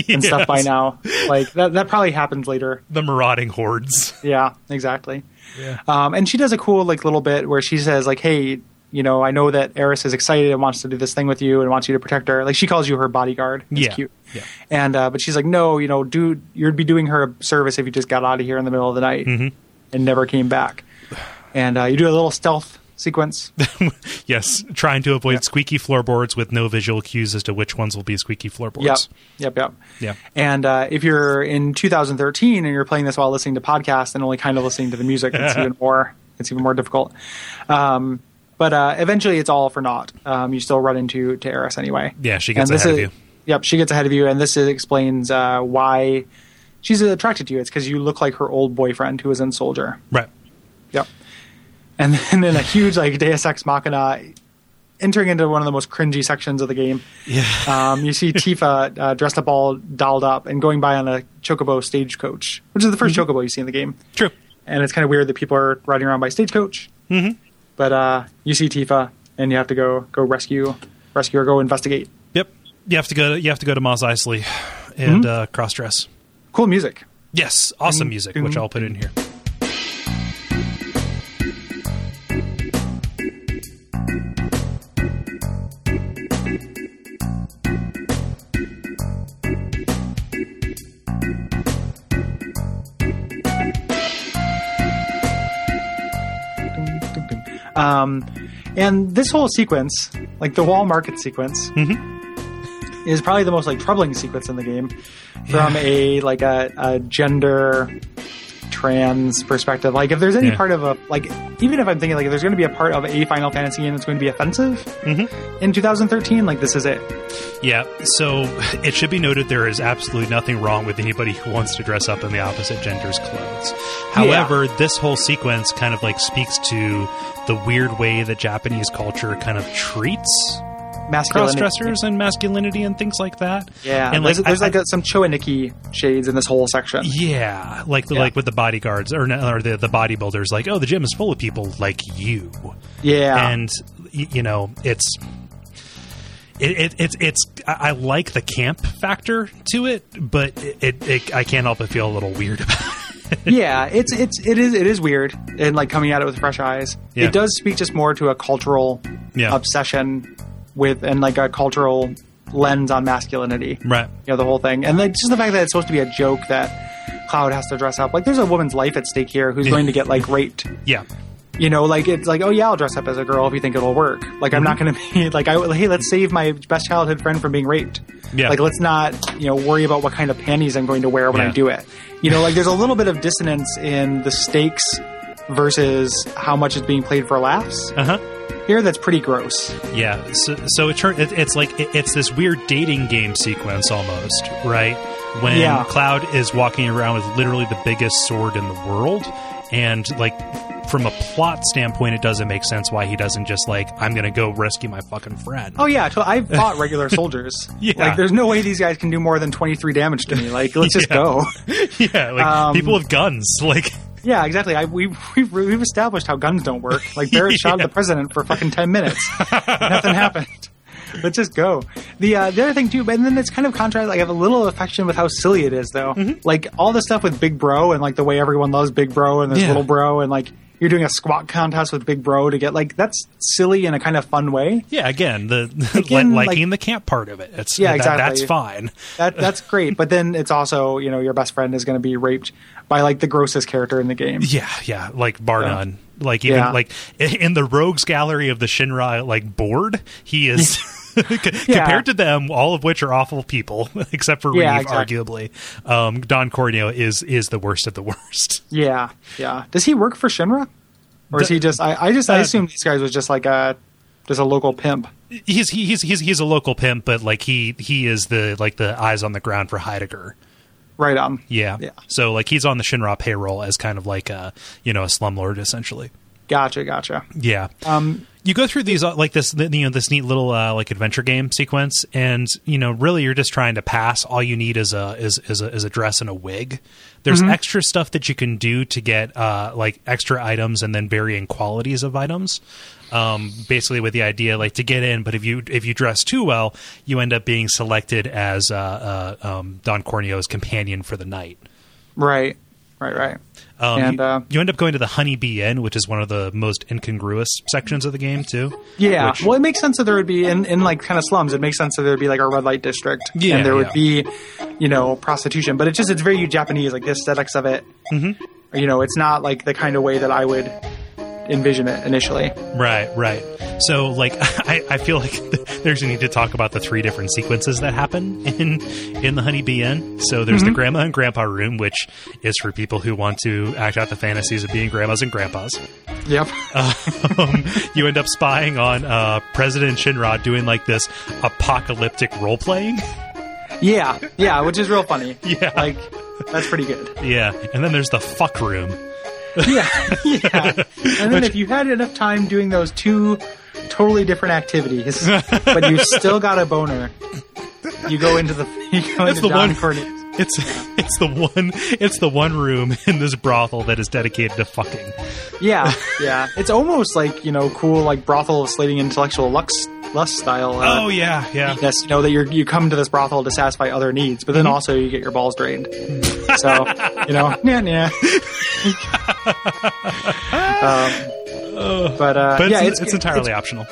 Speaker 2: and stuff by
Speaker 1: Yes.
Speaker 2: now. Like that, that probably happens later.
Speaker 1: the marauding hordes. *laughs*
Speaker 2: Yeah, exactly.
Speaker 1: Yeah.
Speaker 2: Um, and she does a cool like little bit where she says like, "Hey, you know, I know that Eris is excited and wants to do this thing with you and wants you to protect her." Like she calls you her bodyguard. It's
Speaker 1: Yeah,
Speaker 2: cute.
Speaker 1: yeah.
Speaker 2: And uh, but she's like, "No, you know, dude, you'd be doing her a service if you just got out of here in the middle of the night
Speaker 1: Mm-hmm.
Speaker 2: and never came back." And uh, you do a little stealth sequence.
Speaker 1: Yes, trying to avoid squeaky floorboards with no visual cues as to which ones will be squeaky
Speaker 2: yep.
Speaker 1: floorboards.
Speaker 2: Yep. Yep.
Speaker 1: Yeah.
Speaker 2: And uh, if you're in 2013 and you're playing this while listening to podcasts and only kind of listening to the music,
Speaker 1: *laughs*
Speaker 2: it's even more it's even more difficult. Um, but uh, eventually, it's all for naught. Um, you still run into to Eris anyway.
Speaker 1: Yeah, she gets
Speaker 2: And this
Speaker 1: ahead of
Speaker 2: is-
Speaker 1: you.
Speaker 2: Yep, she gets ahead of you, and this is, explains uh, why she's attracted to you. It's because you look like her old boyfriend who was in Soldier.
Speaker 1: Right.
Speaker 2: Yep. And *laughs* then in a huge like Deus Ex Machina, entering into one of the most cringy sections of the game.
Speaker 1: Yeah.
Speaker 2: Um, you *laughs* see Tifa uh, dressed up all dolled up and going by on a chocobo stagecoach, which is the 1st chocobo you see in the game.
Speaker 1: True.
Speaker 2: And it's kind of weird that people are riding around by stagecoach. Mm-hmm. But uh, you see Tifa, and you have to go go rescue rescue or go investigate.
Speaker 1: Yep. You have to go. To, you have to go to Mos Eisley and uh, cross dress.
Speaker 2: Cool music.
Speaker 1: Yes, awesome
Speaker 2: Mm-hmm. Ding,
Speaker 1: music,
Speaker 2: ding,
Speaker 1: which I'll put in here.
Speaker 2: Um, and this whole sequence, like the wall market sequence,
Speaker 1: Mm-hmm.
Speaker 2: is probably the most like troubling sequence in the game from a like a, a gender trans perspective. Like if there's any
Speaker 1: Yeah.
Speaker 2: part of a like even if I'm thinking like if there's going to be a part of a Final Fantasy game that's going to be offensive
Speaker 1: Mm-hmm.
Speaker 2: in 2013, like this is it.
Speaker 1: Yeah. So it should be noted there is absolutely nothing wrong with anybody who wants to dress up in the opposite gender's clothes. However, this whole sequence kind of like speaks to the weird way that Japanese culture kind of treats cross
Speaker 2: Masculinity.
Speaker 1: dressers and masculinity and things like that.
Speaker 2: Yeah,
Speaker 1: And
Speaker 2: there's,
Speaker 1: like,
Speaker 2: there's
Speaker 1: I-
Speaker 2: like a, some Choeniki shades in this whole section.
Speaker 1: Yeah, like the,
Speaker 2: Yeah.
Speaker 1: like with the bodyguards or, no- or the the bodybuilders, like oh, the gym is full of people like you,
Speaker 2: Yeah,
Speaker 1: and y- you know it's it, it, it's it's I I like the camp factor to it, but it, it, it I can't help but feel a little weird *laughs* about. it.
Speaker 2: yeah, it's it's it is it is weird and like coming at it with fresh eyes.
Speaker 1: Yeah.
Speaker 2: It does speak just more to a cultural
Speaker 1: Yeah.
Speaker 2: obsession with and like a cultural lens on masculinity.
Speaker 1: Right.
Speaker 2: You know the whole thing, and like just the fact that it's supposed to be a joke that Cloud has to dress up. Like there's a woman's life at stake here who's going to get like raped.
Speaker 1: Yeah.
Speaker 2: You know, like it's like oh yeah, I'll dress up as a girl if you think it'll work. Like I'm not going
Speaker 1: Mm-hmm.
Speaker 2: to *laughs* be like I hey let's save my best childhood friend from being raped.
Speaker 1: Yeah.
Speaker 2: Like let's not you know worry about what kind of panties I'm going to wear when
Speaker 1: Yeah.
Speaker 2: I do it. You know, like there's a little bit of dissonance in the stakes versus how much is being played for laughs
Speaker 1: Uh huh.
Speaker 2: here. That's pretty gross.
Speaker 1: Yeah. So so it, turn- it it's like it, it's this weird dating game sequence almost, right? When
Speaker 2: Yeah.
Speaker 1: Cloud is walking around with literally the biggest sword in the world, and like from a plot standpoint, it doesn't make sense why he doesn't just like I'm gonna go rescue my fucking friend.
Speaker 2: Oh yeah, to- I've
Speaker 1: *laughs*
Speaker 2: fought regular soldiers.
Speaker 1: Yeah.
Speaker 2: Like there's no way these guys can do more than 23 damage to me. Like let's just
Speaker 1: *laughs* Yeah.
Speaker 2: go.
Speaker 1: yeah, *laughs* like
Speaker 2: Um,
Speaker 1: people with guns, *laughs* like
Speaker 2: Yeah, exactly. I, we *laughs* we've, we've established how guns don't work. Like Barrett shot the president for fucking 10 minutes. Nothing happened. Let's just go. The uh, the other thing too, but and then it's kind of contrast. Like I have a little affection with how silly it is, though. Like all the stuff with Big Bro and like the way everyone loves Big Bro and this
Speaker 1: Yeah.
Speaker 2: little bro and like you're doing a squat contest with Big Bro to get like that's silly in a kind of fun way.
Speaker 1: Yeah, again, the *laughs*
Speaker 2: Again,
Speaker 1: like,
Speaker 2: like-
Speaker 1: liking the camp part of it. It's
Speaker 2: Yeah,
Speaker 1: that-
Speaker 2: exactly.
Speaker 1: That's fine.
Speaker 2: That that's great, but then it's also you know your best friend is going to be raped by like the grossest character in the game.
Speaker 1: Yeah, yeah, like bar
Speaker 2: Yeah.
Speaker 1: none. Like even
Speaker 2: Yeah.
Speaker 1: like i- in the rogues gallery of the Shinra like board, he
Speaker 2: *laughs*
Speaker 1: is *laughs* c- compared to them, all of which are awful people, *laughs* except for
Speaker 2: Yeah,
Speaker 1: Reeve,
Speaker 2: exactly.
Speaker 1: arguably. Um, Don Corneo is is the worst of the worst. *laughs*
Speaker 2: Yeah, yeah. Does he work for Shinra, or is
Speaker 1: The-
Speaker 2: he just? I, I just I
Speaker 1: Uh,
Speaker 2: assume these guys was just like a just a local pimp.
Speaker 1: He's he- he's he's he's a local pimp, but like he he is the like the eyes on the ground for Heidegger.
Speaker 2: Right um, on.
Speaker 1: Yeah.
Speaker 2: Yeah.
Speaker 1: So like he's on the Shinra payroll as kind of like a you know a slumlord essentially.
Speaker 2: Gotcha. Gotcha.
Speaker 1: Yeah.
Speaker 2: Um,
Speaker 1: you go through these uh, like this you know this neat little uh, like adventure game sequence and you know really you're just trying to pass all you need is a is is a, is a dress and a wig there's
Speaker 2: Mm-hmm.
Speaker 1: extra stuff that you can do to get uh like extra items and then varying qualities of items um basically with the idea like to get in but if you if you dress too well you end up being selected as uh, uh um don corneo's companion for the night
Speaker 2: Right. Right. Right.
Speaker 1: um,
Speaker 2: and
Speaker 1: you,
Speaker 2: uh,
Speaker 1: you end up going to the Honeybee Inn, which is one of the most incongruous sections of the game, too.
Speaker 2: Yeah,
Speaker 1: Which-
Speaker 2: well, it makes sense that there would be in, in like kind of slums. It makes sense that there would be like a red light district,
Speaker 1: Yeah,
Speaker 2: and there would
Speaker 1: yeah.
Speaker 2: be, you know, prostitution. But it's just it's very Japanese, like the aesthetics of it. Mm-hmm. You know, it's not like the kind of way that I would envision it initially.
Speaker 1: Right, right. So, like, *laughs* I, I feel like there's a need to talk about the three different sequences that happen in in the Honeybee Inn. So, there's the grandma and grandpa room, which is for people who want to act out the fantasies of being grandmas and grandpas. *laughs*
Speaker 2: Yep. *laughs*
Speaker 1: Um, you end up spying on uh, President Shinra doing like this apocalyptic role playing.
Speaker 2: yeah, yeah, which is real funny.
Speaker 1: *laughs* Yeah.
Speaker 2: like that's pretty good.
Speaker 1: *laughs* Yeah, and then there's the fuck room.
Speaker 2: Yeah, *laughs* yeah. And then if you had enough time doing those two totally
Speaker 1: *laughs*
Speaker 2: different activities, but you still got a boner, you go into the *laughs* you go into
Speaker 1: the
Speaker 2: Don
Speaker 1: one-
Speaker 2: Cornelius.
Speaker 1: It's *laughs* it's the one it's the one room in this brothel that is dedicated to fucking.
Speaker 2: Yeah,
Speaker 1: *laughs*
Speaker 2: yeah. It's almost like you know, cool like brothel slating intellectual lux lust style. Uh,
Speaker 1: Oh Mm-hmm. yeah, yeah.
Speaker 2: Yes, you know that you you come to this brothel to satisfy other needs, but then also you get your
Speaker 1: *laughs*
Speaker 2: balls drained. So you know, yeah, yeah. um, but uh,
Speaker 1: But
Speaker 2: yeah,
Speaker 1: it's, it's, entirely
Speaker 2: it's,
Speaker 1: optional.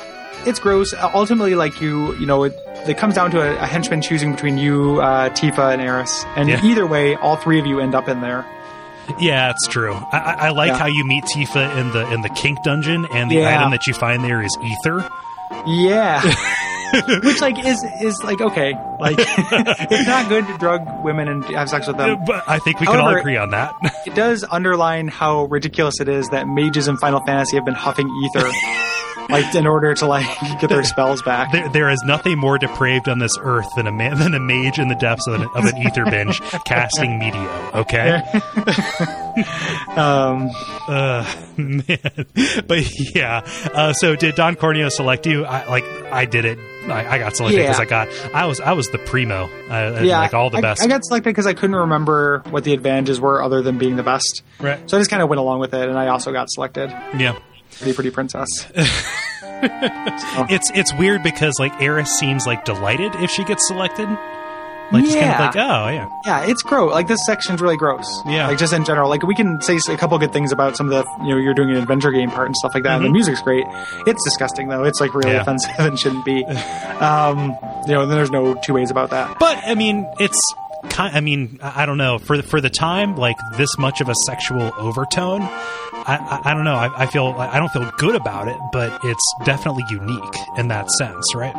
Speaker 2: it's gross. Ultimately, like you, you know, it, it comes down to a, a henchman choosing between you, uh, Tifa, and Eris, and
Speaker 1: Yeah.
Speaker 2: either way, all three of you end up in there.
Speaker 1: Yeah, it's true. I, I I like
Speaker 2: Yeah.
Speaker 1: how you meet Tifa in the in the kink dungeon, and the
Speaker 2: Yeah.
Speaker 1: item that you find there is ether. *laughs*
Speaker 2: Yeah. Which like is is like okay, like it's not good to drug women and have sex with them.
Speaker 1: But I think we can all
Speaker 2: Um, However-
Speaker 1: agree on that. *laughs*
Speaker 2: It does underline how ridiculous it is that mages in Final Fantasy have been huffing
Speaker 1: *laughs*
Speaker 2: ether, like in order to like get their spells back.
Speaker 1: there, there is nothing more depraved on this earth than a man *laughs* than a mage in the depths of an, of an ether
Speaker 2: *laughs*
Speaker 1: binge casting media. Okay.
Speaker 2: Um,
Speaker 1: Uh, *laughs* man. But yeah. Uh, so did Don Corneo select you? I, like I did it. I, I got selected because
Speaker 2: Yeah.
Speaker 1: I got I was I was the primo. I,
Speaker 2: yeah,
Speaker 1: like all the
Speaker 2: I-
Speaker 1: best.
Speaker 2: I got selected because I couldn't remember what the advantages were other than being the best,
Speaker 1: right.
Speaker 2: so I just kind of went along with it, and I also got selected.
Speaker 1: Yeah.
Speaker 2: Pretty pretty princess.
Speaker 1: It's it's weird because like Eris seems like delighted if she gets selected. Like she's kind of
Speaker 2: Yeah.
Speaker 1: like oh yeah
Speaker 2: Yeah, it's gross. Like this section's really gross.
Speaker 1: Yeah.
Speaker 2: like just in general. Like we can say a couple good things about some of the you know you're doing an adventure game part and stuff like that. And the music's great. It's disgusting though. It's like really
Speaker 1: Mm-hmm. Yeah.
Speaker 2: offensive and
Speaker 1: *laughs*
Speaker 2: shouldn't be. Um, you know, and then there's no two ways about that.
Speaker 1: But I mean, it's kind. I mean, I I don't know for the, for the time, like this much of a sexual overtone. I, I, I don't know. I, I feel I don't feel good about it, but it's definitely unique in that sense, right?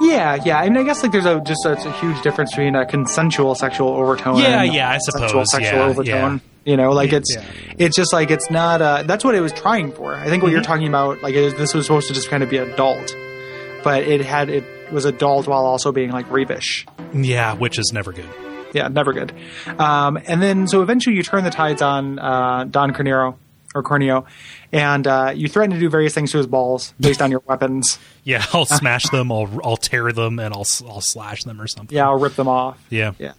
Speaker 2: Yeah, yeah. I mean, I guess like there's a just a, it's a huge difference between a consensual sexual overtone.
Speaker 1: Yeah,
Speaker 2: and
Speaker 1: yeah, I
Speaker 2: Sexual
Speaker 1: suppose.
Speaker 2: sexual
Speaker 1: Yeah,
Speaker 2: overtone. You know, like it's
Speaker 1: Yeah.
Speaker 2: it's just like it's not. Uh, that's what it was trying for. I think what
Speaker 1: Mm-hmm.
Speaker 2: you're talking about, like is, this was supposed to just kind of be adult, but it had it was adult while also being like rapish.
Speaker 1: Yeah, which is never good.
Speaker 2: yeah, never good. Um, and then so eventually you turn the tides on uh, Don Cornero or Corneo, and uh, you threaten to do various things to his balls based on your weapons.
Speaker 1: Yeah, *laughs* I'll smash them.
Speaker 2: *laughs*
Speaker 1: I'll I'll tear them, and I'll s- I'll slash them or something.
Speaker 2: Yeah, I'll rip them off.
Speaker 1: Yeah.
Speaker 2: Yeah,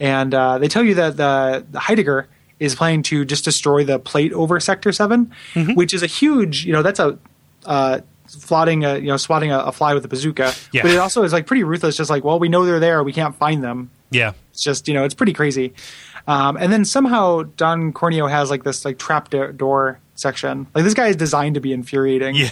Speaker 2: and uh, they tell you that the, the Heidegger is planning to just destroy the plate over Sector 7
Speaker 1: Mm-hmm.
Speaker 2: which is a huge. You know, that's a. Uh, Flotting, a, you know, swatting a, a fly with a bazooka,
Speaker 1: Yeah.
Speaker 2: but it also is like pretty ruthless. Just like, well, we know they're there, we can't find them.
Speaker 1: yeah.
Speaker 2: It's just you know it's pretty crazy. Um, and then somehow Don Corneo has like this like trap do- door section. Like this guy is designed to be infuriating.
Speaker 1: Yeah.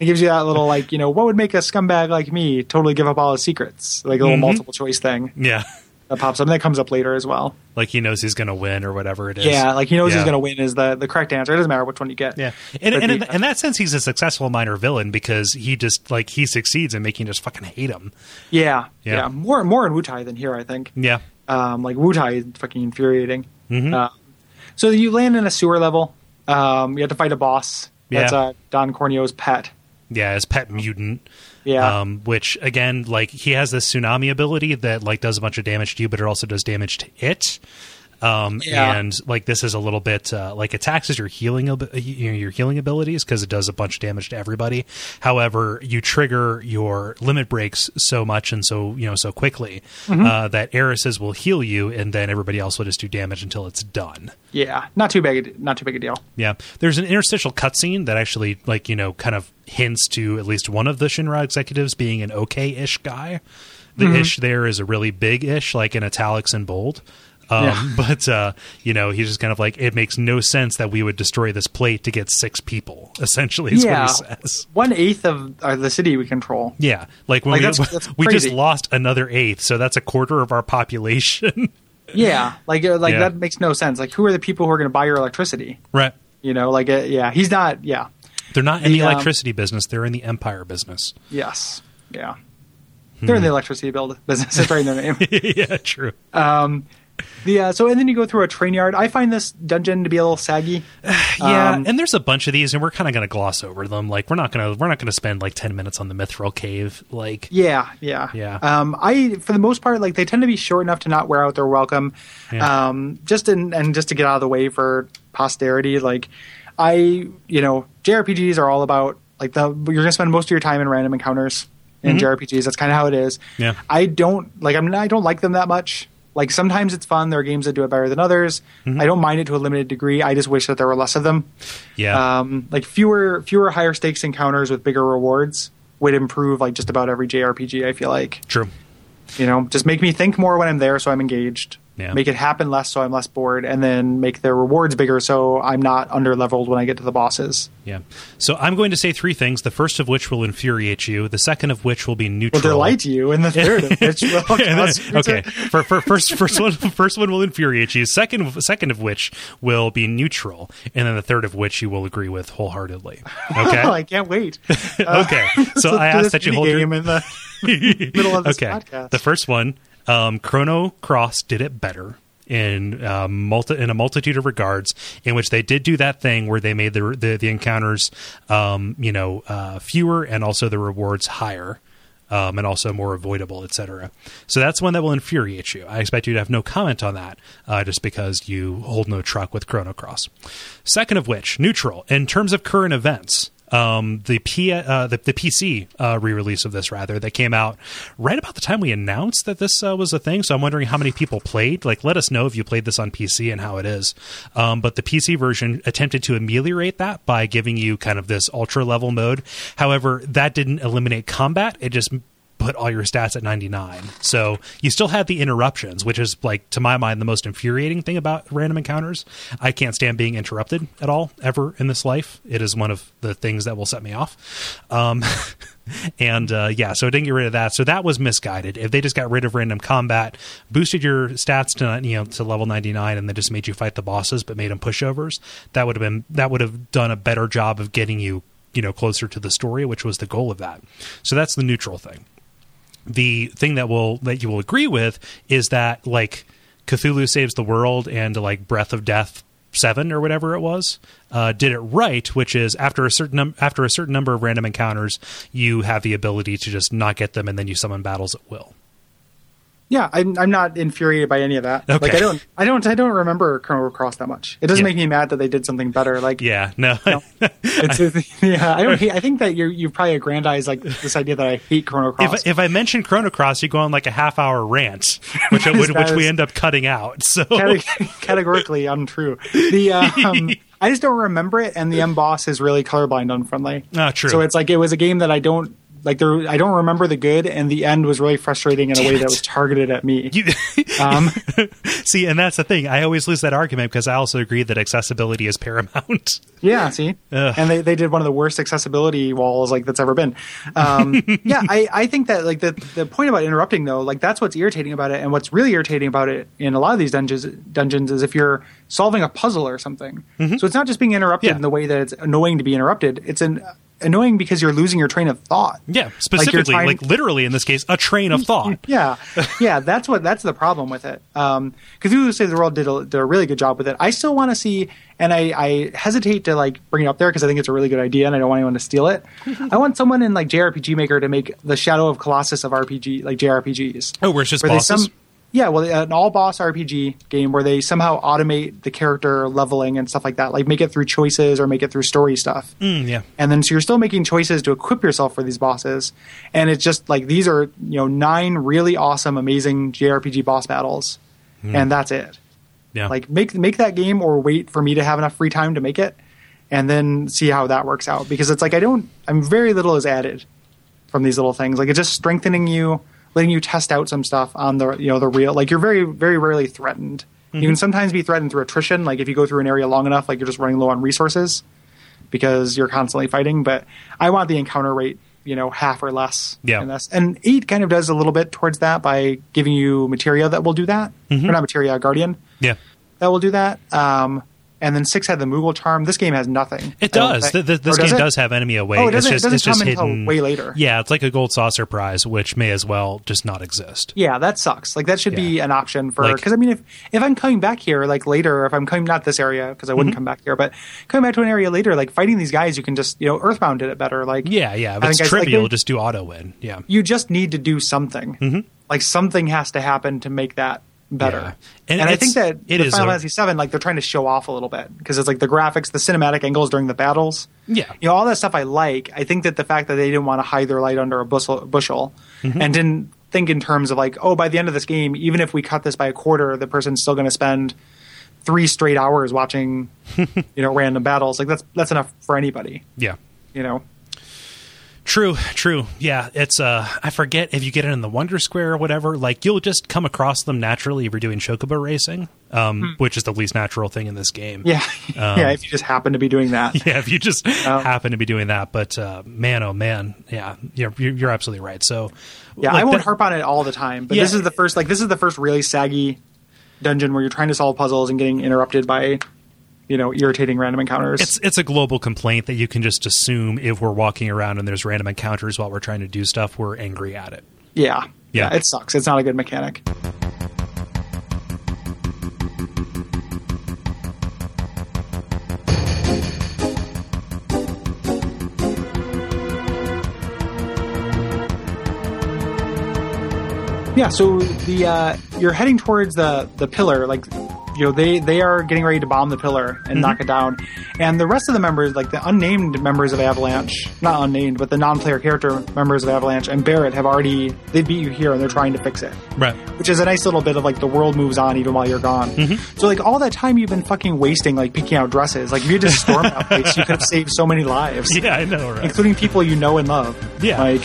Speaker 2: It gives you that little like, you know, what would make a scumbag like me totally give up all his secrets? Like a
Speaker 1: Mm-hmm.
Speaker 2: little multiple choice thing
Speaker 1: Yeah. *laughs*
Speaker 2: that pops up. And that comes up later as well.
Speaker 1: Like he knows he's going to win or whatever it is.
Speaker 2: Yeah, like he knows he's
Speaker 1: Yeah.
Speaker 2: going to win is the, the correct answer. It doesn't matter which one you get.
Speaker 1: Yeah, and
Speaker 2: But
Speaker 1: and in,
Speaker 2: the-
Speaker 1: in that sense, he's a successful minor villain because he just like he succeeds in making us fucking hate him.
Speaker 2: Yeah.
Speaker 1: Yeah.
Speaker 2: Yeah. More more in Wutai than here, I think.
Speaker 1: Yeah,
Speaker 2: Um, like Wutai is fucking infuriating.
Speaker 1: Mm-hmm.
Speaker 2: Uh, so you land in a sewer level. Um, you have to fight a boss. That's
Speaker 1: Yeah.
Speaker 2: uh, Don Corneo's pet.
Speaker 1: yeah, as pet mutant.
Speaker 2: Yeah.
Speaker 1: Um, which again, like he has this tsunami ability that like does a bunch of damage to you, but it also does damage to it. Um,
Speaker 2: Yeah.
Speaker 1: and like this is a little bit uh, like it taxes your healing ab- you know, your healing abilities because it does a bunch of damage to everybody. However, you trigger your limit breaks so much and so you know so quickly
Speaker 2: Mm-hmm.
Speaker 1: uh, that Eris's will heal you, and then everybody else will just do damage until it's done.
Speaker 2: yeah. Not too big. a- Not too big a deal.
Speaker 1: Yeah, there's an interstitial cutscene that actually, like you know, kind of hints to at least one of the Shinra executives being an okay-ish guy.
Speaker 2: Mm-hmm.
Speaker 1: The ish there is a really big ish, like in italics and bold. Um,
Speaker 2: Yeah.
Speaker 1: *laughs* But uh, you know, he's just kind of like, it makes no sense that we would destroy this plate to get six people. *laughs* Essentially, is
Speaker 2: Yeah.
Speaker 1: what he says.
Speaker 2: One eighth of uh, the city we control.
Speaker 1: Yeah, like when *laughs*
Speaker 2: Like,
Speaker 1: we
Speaker 2: that's- that's
Speaker 1: we just
Speaker 2: crazy.
Speaker 1: lost another eighth, so that's a quarter of our population, *laughs*
Speaker 2: Yeah, like uh, like
Speaker 1: Yeah.
Speaker 2: that makes no sense. Like, who are the people who are going to buy your electricity?
Speaker 1: right?
Speaker 2: You know, like uh, yeah, he's not. Yeah,
Speaker 1: They're not in the,
Speaker 2: The, um,
Speaker 1: electricity business; they're in the empire business. *laughs*
Speaker 2: yes, yeah. They're in the electricity build business. It's right in their name.
Speaker 1: yeah, true.
Speaker 2: the uh, so and then you go through a train yard. I find this dungeon to be a little saggy.
Speaker 1: Yeah,
Speaker 2: Um,
Speaker 1: and there's a bunch of these, and we're kind of going to gloss over them. Like we're not going to we're not going to spend like ten minutes on the mithril cave. Like
Speaker 2: Yeah, yeah,
Speaker 1: Yeah.
Speaker 2: Um, I for the most part like they tend to be short enough to not wear out their welcome.
Speaker 1: Yeah.
Speaker 2: Um, just in and just to get out of the way for posterity. Like I, you know, JRPGs are all about like the you're gonna spend most of your time in random encounters in JRPGs. That's kind of how it is.
Speaker 1: Mm-hmm. Yeah.
Speaker 2: I don't like I'm not- I don't like them that much. Like sometimes it's fun. There are games that do it better than others.
Speaker 1: Mm-hmm.
Speaker 2: I don't mind it to a limited degree. I just wish that there were less of them
Speaker 1: yeah,
Speaker 2: um, like fewer fewer higher stakes encounters with bigger rewards would improve like just about every JRPG. I feel like
Speaker 1: true.
Speaker 2: you know just make me think more when I'm there, so I'm engaged.
Speaker 1: Yeah.
Speaker 2: Make it happen less, so I'm less bored, and then make the rewards bigger, so I'm not under leveled when I get to the bosses.
Speaker 1: Yeah. So I'm going to say three things. The first of which will infuriate you. The second of which will be neutral.
Speaker 2: Will delight you, and the third of which will
Speaker 1: And then-
Speaker 2: cause you
Speaker 1: *laughs*
Speaker 2: to-
Speaker 1: okay.
Speaker 2: *laughs*
Speaker 1: For, for first first one *laughs* first one will infuriate you. Second second of which will be neutral, and then the third of which you will agree with
Speaker 2: *laughs*
Speaker 1: wholeheartedly. Okay.
Speaker 2: I
Speaker 1: *laughs*
Speaker 2: can't wait. uh, *laughs*
Speaker 1: okay. So I ask that you hold your
Speaker 2: game in
Speaker 1: *laughs*
Speaker 2: the *laughs* middle of this
Speaker 1: okay.
Speaker 2: podcast.
Speaker 1: The first one, um, Chrono Cross did it better in um, multi- in a multitude of regards, in which they did do that thing where they made the the, the encounters, um, you know, uh, fewer and also the rewards higher. Um, and also more avoidable, etc. So that's one that will infuriate you. I expect you to have no comment on that, uh, just because you hold no truck with Chrono Cross. Second of which, neutral in terms of current events um, the P uh, the, the PC uh, re-release of this rather that came out right about the time we announced that this uh, was a thing. So I'm wondering how many people played. Like, let us know if you played this on PC and how it is. Um, but the PC version attempted to ameliorate that by giving you kind of this ultra level mode. However, that didn't eliminate combat. It just put all your stats at 99. So you still had the interruptions, which is like to my mind the most infuriating thing about random encounters. I can't stand being interrupted at all ever in this life. It is one of the things that will set me off. Um *laughs* and uh yeah, so it didn't get rid of that. So that was misguided. If they just got rid of random combat, boosted your stats to you know to level 99 and they just made you fight the bosses but made them pushovers, that would have been that would have done a better job of getting you you know closer to the story which was the goal of that so that's the neutral thing the thing that will that you will agree with is that like Cthulhu saves the world and like Breath of Death seven or whatever it was uh, did it right, which is after a certain num- after a certain number of random encounters, you have the ability to just not get them and then you summon battles at will.
Speaker 2: Yeah, I'm, I'm not infuriated by any of that.
Speaker 1: Okay.
Speaker 2: Like I don't, I don't, I don't remember Chrono Cross that much. It doesn't
Speaker 1: Yeah.
Speaker 2: make me mad that they did something better. Like,
Speaker 1: Yeah, *laughs* no,
Speaker 2: it's, it's- yeah,
Speaker 1: *laughs*
Speaker 2: I don't. Hate, I think that you you probably aggrandize like this idea that I hate Chrono Cross.
Speaker 1: if if I mention Chrono Cross, you go on like a half hour rant, which I would,
Speaker 2: That
Speaker 1: which we
Speaker 2: is-
Speaker 1: end up cutting out. *laughs* So
Speaker 2: Cate- *laughs* categorically untrue. The
Speaker 1: *laughs*
Speaker 2: uh, um, I just don't remember it, and the M boss is really colorblind unfriendly.
Speaker 1: Ah, true.
Speaker 2: So it's like it was a game that I don't Like there, I don't remember the good, and the end was really frustrating in a
Speaker 1: Damn
Speaker 2: way
Speaker 1: it.
Speaker 2: that was targeted at me.
Speaker 1: You,
Speaker 2: um,
Speaker 1: see, and that's the thing. I always lose that argument because I also agree that accessibility is paramount. *laughs*
Speaker 2: yeah, see,
Speaker 1: Ugh.
Speaker 2: and they, they did one of the worst accessibility walls like that's ever been.
Speaker 1: *laughs*
Speaker 2: Um, yeah, I, I think that like the the point about interrupting though, like that's what's irritating about it, and what's really irritating about it in a lot of these dungeons dungeons is if you're solving a puzzle or something. So it's not just being interrupted
Speaker 1: Mm-hmm. Yeah.
Speaker 2: in the way that it's annoying to be interrupted. It's an annoying because you're losing your train of thought.
Speaker 1: Yeah, specifically,
Speaker 2: trying-
Speaker 1: like literally in this case, a train
Speaker 2: Mm-hmm.
Speaker 1: of thought.
Speaker 2: Yeah, yeah, that's what that's the problem with it. Because um, Cthulhu Saves the World did a, did a really good job with it. I still want to see, and I, I hesitate to like bring it up there because I think it's a really good idea, and I don't want anyone to steal it. I want someone in like JRPG Maker to make the Shadow of Colossus of RPG like JRPGs.
Speaker 1: Oh, where it's just
Speaker 2: Where they
Speaker 1: bosses?
Speaker 2: yeah, well, an all boss RPG game where they somehow automate the character leveling and stuff like that, like make it through choices or make it through story stuff
Speaker 1: Mm, yeah.
Speaker 2: and then so you're still making choices to equip yourself for these bosses and it's just like these are you know nine really awesome amazing jrpg boss battles and that's it
Speaker 1: Yeah.
Speaker 2: like make make that game or wait for me to have enough free time to make it and then see how that works out because it's like i don't i'm very little is added from these little things like it's just strengthening you letting you test out some stuff on the you know the real like you're very very rarely threatened
Speaker 1: Mm-hmm.
Speaker 2: you can sometimes be threatened through attrition like if you go through an area long enough like you're just running low on resources because you're constantly fighting but i want the encounter rate you know half or less
Speaker 1: Yeah.
Speaker 2: in this and eight kind of does a little bit towards that by giving you materia that will do that
Speaker 1: Mm-hmm.
Speaker 2: or not materia guardian
Speaker 1: yeah.
Speaker 2: that will do that. Um, and then six had the Moogle charm. This game has nothing.
Speaker 1: It
Speaker 2: I don't
Speaker 1: does. Th-
Speaker 2: think.
Speaker 1: th- this
Speaker 2: oh, Or does
Speaker 1: game
Speaker 2: it?
Speaker 1: does have enemy away.
Speaker 2: Oh, it
Speaker 1: it's
Speaker 2: doesn't- it
Speaker 1: just,
Speaker 2: doesn't
Speaker 1: it's just
Speaker 2: come until
Speaker 1: hidden.
Speaker 2: way later.
Speaker 1: Yeah, it's like a gold saucer prize, which may as well just not exist.
Speaker 2: Yeah, that sucks. Like that should be
Speaker 1: Yeah.
Speaker 2: an option for
Speaker 1: Like-
Speaker 2: because I mean, if if I'm coming back here like later, if I'm coming not this area because I wouldn't
Speaker 1: Mm-hmm.
Speaker 2: come back here, but coming back to an area later, like fighting these guys, you can just you know Earthbound did it better. Like
Speaker 1: Yeah, yeah. If
Speaker 2: I
Speaker 1: it's
Speaker 2: think I- like,
Speaker 1: trivial,
Speaker 2: they-
Speaker 1: just do auto win. Yeah.
Speaker 2: you just need to do something. Like something has to happen to make that better.
Speaker 1: Mm-hmm. Yeah. And
Speaker 2: And, I
Speaker 1: it's-
Speaker 2: think that
Speaker 1: it
Speaker 2: the
Speaker 1: is
Speaker 2: Final
Speaker 1: a-
Speaker 2: Fantasy VII, like they're trying to show off a little bit because it's like the graphics, the cinematic angles during the battles.
Speaker 1: Yeah.
Speaker 2: you know all that stuff I like. I think that the fact that they didn't want to hide their light under a bushel, bushel
Speaker 1: Mm-hmm.
Speaker 2: and didn't think in terms of like, oh, by the end of this game, even if we cut this by a quarter, the person's still going to spend three straight
Speaker 1: *laughs*
Speaker 2: hours watching, you know, random battles. Like that's that's enough for anybody.
Speaker 1: Yeah.
Speaker 2: You know, *laughs*
Speaker 1: True, true. Yeah, it's uh I forget if you get it in the Wonder Square or whatever, like you'll just come across them naturally if you're doing Chocobo racing, um
Speaker 2: Hmm.
Speaker 1: which is the least natural thing in this game.
Speaker 2: yeah, yeah. If you just happen to be doing that,
Speaker 1: Um, *laughs* yeah, if you just
Speaker 2: Um,
Speaker 1: happen to be doing that, but uh man oh man, yeah, you're you're you're absolutely right. So
Speaker 2: Yeah,
Speaker 1: like,
Speaker 2: I won't
Speaker 1: that-
Speaker 2: harp on it all the time, but this
Speaker 1: Yeah.
Speaker 2: is the first like this is the first really saggy dungeon where you're trying to solve puzzles and getting interrupted by you know irritating random encounters.
Speaker 1: It's it's a global complaint that you can just assume if we're walking around and there's random encounters while we're trying to do stuff, we're angry at it.
Speaker 2: yeah.
Speaker 1: Yeah.
Speaker 2: it sucks. It's not a good mechanic. Yeah, so the uh, you're heading towards the the pillar, like you know they they are getting ready to bomb the pillar and
Speaker 1: Mm-hmm.
Speaker 2: knock it down, and the rest of the members, like the unnamed members of Avalanche, not unnamed, but the non-player character members of Avalanche and Barrett have already they beat you here and they're trying to fix it,
Speaker 1: Right.
Speaker 2: which is a nice little bit of like the world moves on even while you're gone.
Speaker 1: Mm-hmm.
Speaker 2: So like all that time you've been fucking wasting like picking out dresses, like if you had just
Speaker 1: *laughs*
Speaker 2: stormed that place, you could have saved so many
Speaker 1: *laughs*
Speaker 2: lives,
Speaker 1: Yeah, I know, right?
Speaker 2: including people you know and love.
Speaker 1: Yeah.
Speaker 2: like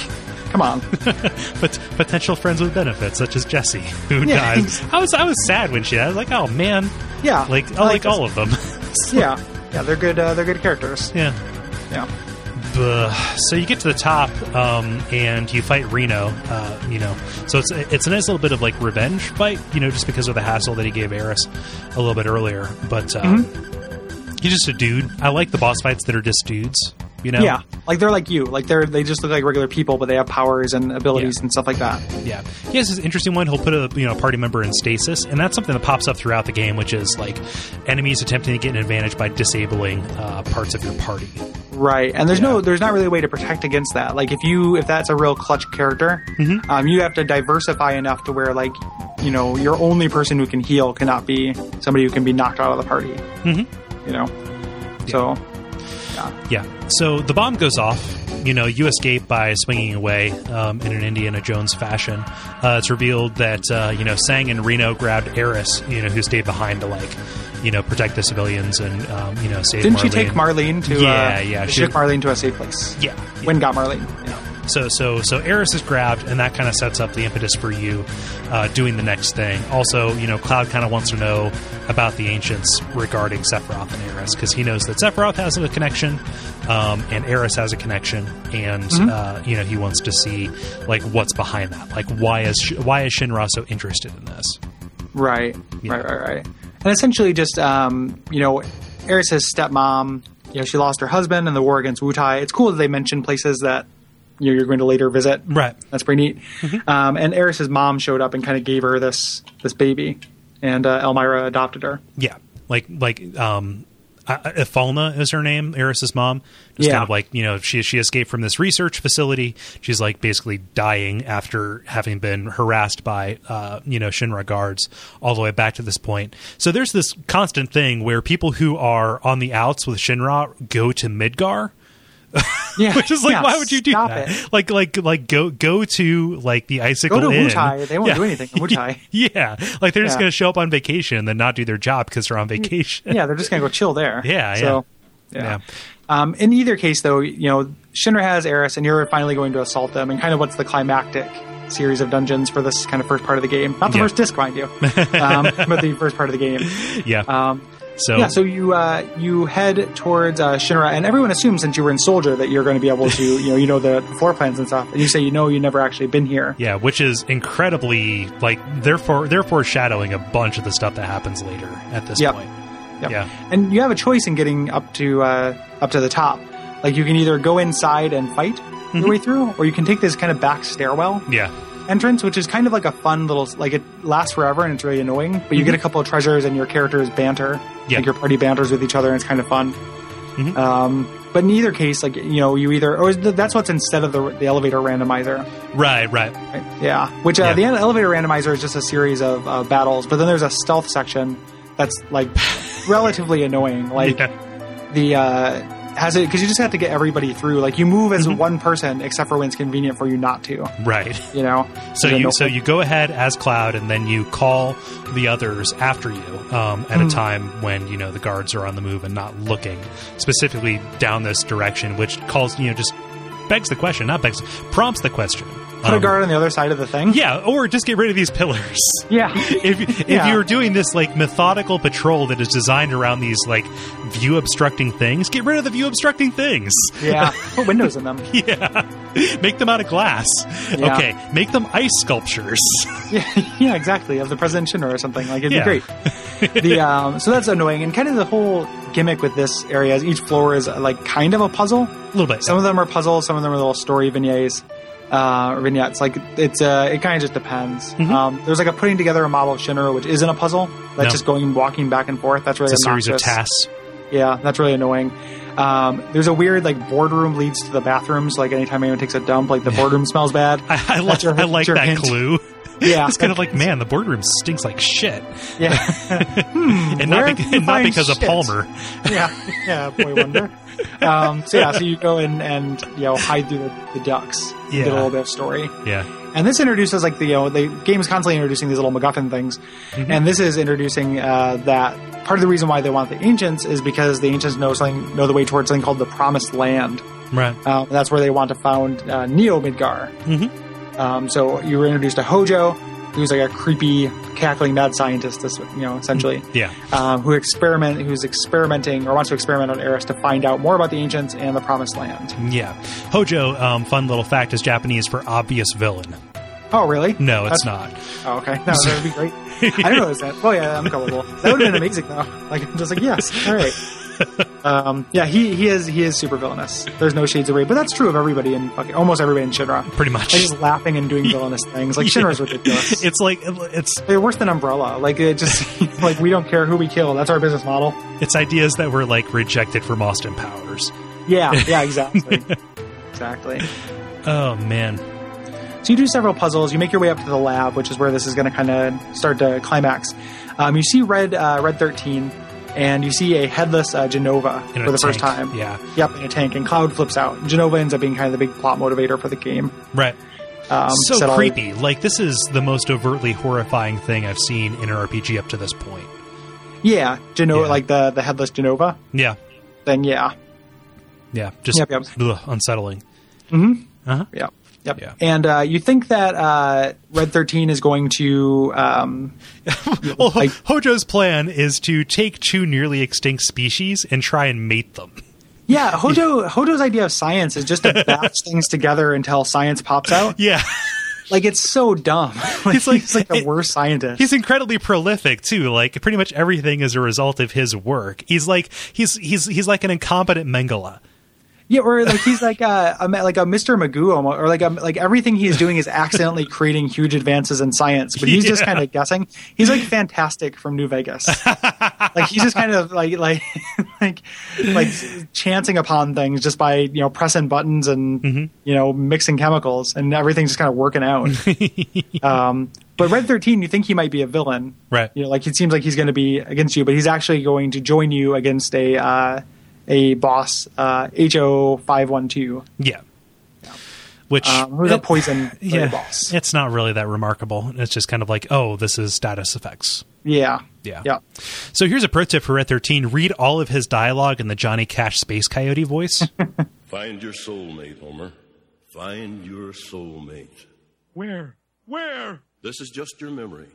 Speaker 2: come on.
Speaker 1: But potential friends with benefits, such as Jesse, who
Speaker 2: Yeah,
Speaker 1: dies. I was I was sad when she died. I was like, oh man,
Speaker 2: Yeah,
Speaker 1: like I
Speaker 2: I
Speaker 1: like
Speaker 2: this.
Speaker 1: all of them. *laughs*
Speaker 2: Yeah, yeah, they're good. Uh, they're good characters. *laughs*
Speaker 1: yeah.
Speaker 2: Yeah,
Speaker 1: Buh. So you get to the top, um, and you fight Reno. Uh, you know, so it's it's a nice little bit of like revenge fight. You know, just because of the hassle that he gave Eris a little bit earlier. But um, he's just a dude. I like the boss fights that are just dudes. You know,
Speaker 2: yeah, like they're like you. Like they're they just look like regular people, but they have powers and abilities
Speaker 1: Yeah.
Speaker 2: and stuff like that.
Speaker 1: Yeah, he has this interesting one. He'll put a you know party member in stasis, and that's something that pops up throughout the game, which is like enemies attempting to get an advantage by disabling uh, parts of your party.
Speaker 2: Right, and there's
Speaker 1: Yeah.
Speaker 2: no there's not really a way to protect against that. Like if you if that's a real clutch character, um, you have to diversify enough to where like you know your only person who can heal cannot be somebody who can be knocked out of the party.
Speaker 1: Mhm.
Speaker 2: You know, so
Speaker 1: Yeah, so the bomb goes off. You know, you escape by swinging away um, in an Indiana Jones fashion. Uh, it's revealed that uh, you know Sang and Reno grabbed Eris, you know, who stayed behind to like you know protect the civilians and um, you know save.
Speaker 2: didn't she
Speaker 1: Marlene.
Speaker 2: take Marlene to
Speaker 1: Yeah,
Speaker 2: uh,
Speaker 1: yeah,
Speaker 2: she
Speaker 1: she-
Speaker 2: took Marlene to a safe place.
Speaker 1: Yeah, yeah.
Speaker 2: Wynn got Marlene. Yeah.
Speaker 1: So so so Eris is grabbed, and that kind of sets up the impetus for you uh, doing the next thing. Also, you know, Cloud kind of wants to know about the ancients regarding Sephiroth and Eris because he knows that Sephiroth has a connection, um, and Eris has a connection, and uh, you know he wants to see like what's behind that. Like why is Sh- why is Shinra so interested in this?
Speaker 2: Right,
Speaker 1: Yeah.
Speaker 2: right, right, right. And essentially, just um, you know, Eris's stepmom. You know, she lost her husband in the war against Wutai. It's cool that they mention places that you know you're going to later visit.
Speaker 1: Right. Mm-hmm.
Speaker 2: That's pretty neat. Um, and Eris's mom showed up and kind of gave her this this baby, and uh, Elmira adopted her.
Speaker 1: Yeah, like like um, I- I- Ifalna is her name, Eris's mom. Just
Speaker 2: Yeah.
Speaker 1: kind of like you know she she escaped from this research facility. She's like basically dying after having been harassed by uh, you know Shinra guards all the way back to this point. So there's this constant thing where people who are on the outs with Shinra go to Midgar. *laughs* *laughs*
Speaker 2: Yeah,
Speaker 1: Which is like,
Speaker 2: yeah,
Speaker 1: why would you do
Speaker 2: stop
Speaker 1: that?
Speaker 2: It.
Speaker 1: Like, like, like, go, go to like the icicle.
Speaker 2: Go to
Speaker 1: Inn.
Speaker 2: Wutai. They won't
Speaker 1: Yeah.
Speaker 2: do anything in Wutai.
Speaker 1: *laughs* yeah, like they're just
Speaker 2: Yeah.
Speaker 1: going to show up on vacation and then not do their job because they're on vacation.
Speaker 2: yeah, they're just going to go chill there.
Speaker 1: Yeah,
Speaker 2: so,
Speaker 1: yeah.
Speaker 2: yeah.
Speaker 1: Yeah.
Speaker 2: Um, in either case, though, you know, Shinra has Eris, and you're finally going to assault them, and kind of what's the climactic series of dungeons for this kind of first part of the game. Not the
Speaker 1: Yeah.
Speaker 2: first disc, mind you,
Speaker 1: *laughs*
Speaker 2: um, but the first part of the game.
Speaker 1: *laughs* Yeah.
Speaker 2: Um,
Speaker 1: so,
Speaker 2: yeah, so you uh, you head towards uh, Shinra, and everyone assumes since you were in Soldier that you're going to be able to, you know, you know the floor plans and stuff. And you say you know you've never actually been here.
Speaker 1: yeah, which is incredibly like therefore they're foreshadowing a bunch of the stuff that happens later at this
Speaker 2: Yep.
Speaker 1: point.
Speaker 2: Yep.
Speaker 1: Yeah.
Speaker 2: and you have a choice in getting up to uh, up to the top. Like you can either go inside and fight your way through, or you can take this kind of back stairwell
Speaker 1: Mm-hmm. Yeah.
Speaker 2: entrance, which is kind of like a fun little like it lasts forever and it's really annoying. But you get a couple of treasures and your characters banter,
Speaker 1: Mm-hmm. Yeah.
Speaker 2: like your party banters with each other, and it's kind of fun.
Speaker 1: Mhm.
Speaker 2: Um, but in either case, like you know, you either or th- that's what's instead of the, the elevator randomizer.
Speaker 1: Right, right.
Speaker 2: Right? Yeah, which uh,
Speaker 1: Yeah.
Speaker 2: the elevator randomizer is just a series of uh, battles, but then there's a stealth section that's
Speaker 1: *laughs*
Speaker 2: like relatively annoying. *laughs* Like
Speaker 1: yeah.
Speaker 2: the uh, has it because you just have to get everybody through. Like you move
Speaker 1: Mm-hmm.
Speaker 2: as one person, except for when it's convenient for you not to.
Speaker 1: Right.
Speaker 2: You know.
Speaker 1: So
Speaker 2: There's
Speaker 1: you
Speaker 2: no-
Speaker 1: so you go ahead as Cloud and then you call the others after you um,
Speaker 2: Hmm.
Speaker 1: at a time when you know the guards are on the move and not looking specifically down this direction, which calls you know just begs the question, not begs prompts the question.
Speaker 2: put a
Speaker 1: Um,
Speaker 2: guard on the other side of the thing.
Speaker 1: yeah, or just get rid of these pillars.
Speaker 2: Yeah.
Speaker 1: if if
Speaker 2: Yeah.
Speaker 1: you're doing this like methodical patrol that is designed around these like view obstructing things, get rid of the view obstructing things. *laughs*
Speaker 2: Yeah. Put windows in them.
Speaker 1: Yeah. Make them out of glass.
Speaker 2: Yeah.
Speaker 1: Okay. Make them ice sculptures.
Speaker 2: Yeah, yeah, exactly. Of the President Shinra or something. Like it'd
Speaker 1: Yeah. *laughs*
Speaker 2: be great. the um, so that's annoying, and kind of the whole gimmick with this area is each floor is uh, like kind of a puzzle.
Speaker 1: A little bit.
Speaker 2: Some of them are puzzles, some of them are little story vignettes. Uh, or vignettes like it's uh, it kind of just depends.
Speaker 1: Mhm.
Speaker 2: Um, there's like a putting together a model of Shinra, which isn't a puzzle. That's
Speaker 1: No.
Speaker 2: just going and walking back and forth. That's really
Speaker 1: it's a series of
Speaker 2: obnoxious.
Speaker 1: tasks.
Speaker 2: Yeah, that's really annoying. Um, there's a weird like boardroom leads to the bathrooms. Like anytime anyone takes a dump, like the boardroom smells bad.
Speaker 1: I, I, like,
Speaker 2: That's your-
Speaker 1: I like
Speaker 2: that's your
Speaker 1: that
Speaker 2: hint.
Speaker 1: clue. *laughs*
Speaker 2: Yeah,
Speaker 1: It's kind of like, man, the boardroom stinks like shit,
Speaker 2: yeah,
Speaker 1: *laughs* Hmm, and not,
Speaker 2: Where
Speaker 1: bec-
Speaker 2: do you
Speaker 1: and not
Speaker 2: find
Speaker 1: because of
Speaker 2: shit?
Speaker 1: Palmer.
Speaker 2: *laughs* yeah, yeah. Boy wonder. Um, so yeah, so you go in and you know hide through the, the ducks.
Speaker 1: Yeah.
Speaker 2: Get a little bit of story.
Speaker 1: Yeah,
Speaker 2: And this introduces like the you know the game is constantly introducing these little MacGuffin things,
Speaker 1: Mm-hmm.
Speaker 2: and this is introducing uh, that part of the reason why they want the ancients is because the ancients know something know the way towards something called the Promised Land.
Speaker 1: right.
Speaker 2: Um, that's where they want to found uh, Neo Midgar.
Speaker 1: Mhm.
Speaker 2: Um, so you were introduced to Hojo, who's like a creepy cackling mad scientist. This you know essentially
Speaker 1: Mm-hmm. Yeah,
Speaker 2: um, who experiment who's experimenting or wants to experiment on Eris to find out more about the ancients and the Promised Land.
Speaker 1: yeah. Hojo, um, fun little fact is Japanese for obvious villain.
Speaker 2: Oh, really?
Speaker 1: No, it's
Speaker 2: That's-
Speaker 1: not.
Speaker 2: Oh, okay. *laughs* No, that would be great. I didn't realize that. Oh, yeah, I'm gullible. That would have been amazing, though. Like, I'm just like, yes, all right. Um, yeah, he he is he is super villainous. There's no shades of gray, but that's true of everybody in fucking, almost everybody in Shinra. They're
Speaker 1: Pretty much. *laughs*
Speaker 2: just laughing and doing villainous things. Like Shinra's ridiculous.
Speaker 1: It's like it's
Speaker 2: They're worse than Umbrella. Like it just *laughs* like we don't care who we kill. That's our business model.
Speaker 1: it's ideas that were like rejected from Austin Powers.
Speaker 2: Yeah, yeah, exactly, exactly.
Speaker 1: Oh man,
Speaker 2: So you do several puzzles. You make your way up to the lab, which is where this is going to kind of start to climax. Um, you see red uh, red thirteen, and you see a headless uh, Genova
Speaker 1: In a
Speaker 2: for the first
Speaker 1: tank.
Speaker 2: time.
Speaker 1: Yeah,
Speaker 2: Yep, in a tank, and Cloud flips out. Genova ends up being kind of the big plot motivator for the game.
Speaker 1: right.
Speaker 2: Um, set
Speaker 1: so
Speaker 2: all-
Speaker 1: creepy. Like this is the most overtly horrifying thing I've seen in an RPG up to this point.
Speaker 2: yeah, Genova,
Speaker 1: Yeah.
Speaker 2: like the the headless Genova.
Speaker 1: Yeah,
Speaker 2: Then yeah,
Speaker 1: yeah. Just
Speaker 2: Yep, yep.
Speaker 1: ugh, unsettling.
Speaker 2: yeah. Yep.
Speaker 1: Yeah.
Speaker 2: And uh, you think that uh, Red 13 is going to. Um,
Speaker 1: Well,
Speaker 2: I-
Speaker 1: Hojo's plan is to take two nearly extinct species and try and mate them. *laughs*
Speaker 2: yeah, Hojo, Hojo's idea of science is just to batch things together until science pops out.
Speaker 1: Yeah.
Speaker 2: Like, it's so dumb. *laughs* like, he's, like, the worst scientist.
Speaker 1: He's incredibly prolific too. Like pretty much everything is a result of his work. He's like he's he's he's like an incompetent Mengele.
Speaker 2: Yeah, or like he's like a, a ma- like a Mr. Magoo almost, or like a, like everything he is doing is accidentally creating huge advances in science, but he's just
Speaker 1: Yeah.
Speaker 2: kind of guessing. He's like fantastic from New Vegas. like he's just kind of like like *laughs* like like chancing upon things just by you know pressing buttons and you know mixing chemicals and everything's just kind of working out. um, but Red Thirteen, you think he might be a villain,
Speaker 1: Right.
Speaker 2: You know, like it seems like he's going to be against you, but he's actually going to join you against a uh, a boss, uh, HO five one two,
Speaker 1: Yeah. Which
Speaker 2: Um, who's a
Speaker 1: it- *laughs*
Speaker 2: poison
Speaker 1: yeah,
Speaker 2: boss.
Speaker 1: It's not really that remarkable. It's just kind of like, oh, this is status effects.
Speaker 2: Yeah,
Speaker 1: Yeah.
Speaker 2: yeah.
Speaker 1: So here's a pro tip for Red 13. Read all of his dialogue in the Johnny Cash Space Coyote
Speaker 2: *laughs*
Speaker 1: voice.
Speaker 3: Find your soulmate, Homer. Find your soulmate.
Speaker 4: Where? Where?
Speaker 3: This is just your memory.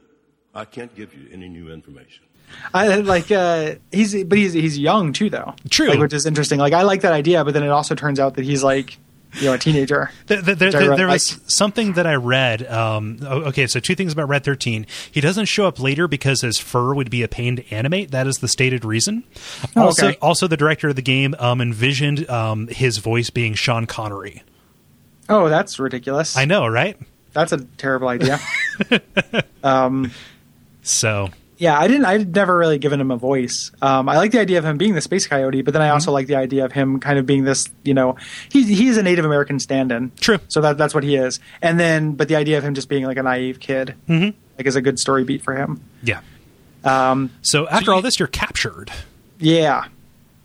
Speaker 3: I can't give you any new information.
Speaker 2: I like uh, he's but he's he's young too though.
Speaker 1: True.
Speaker 2: like, which is interesting. Like I like that idea, but then it also turns out that he's like you know
Speaker 1: *laughs*
Speaker 2: a teenager.
Speaker 1: There, there, there,
Speaker 2: Which I
Speaker 1: there-
Speaker 2: re-
Speaker 1: there was
Speaker 2: like.
Speaker 1: something that I read. Um, o- okay, so two things about Red 13. He doesn't show up later because his fur would be a pain to animate. That is the stated reason.
Speaker 2: Oh,
Speaker 1: Also,
Speaker 2: okay.
Speaker 1: also the director of the game um, envisioned um, his voice being Sean Connery.
Speaker 2: Oh, that's ridiculous.
Speaker 1: I know, right?
Speaker 2: that's a
Speaker 1: *laughs*
Speaker 2: terrible idea.
Speaker 1: So,
Speaker 2: Yeah, I didn't. I'd never really given him a voice. Um, I like the idea of him being the space coyote, but then I also like the idea of him kind of being this. You know, he's he's a Native American stand-in.
Speaker 1: True.
Speaker 2: So that that's what he is. And then, but the idea of him just being like a naive kid, mm-hmm. like is a good story beat for him.
Speaker 1: yeah. Um, so after all this, you're captured.
Speaker 2: Yeah.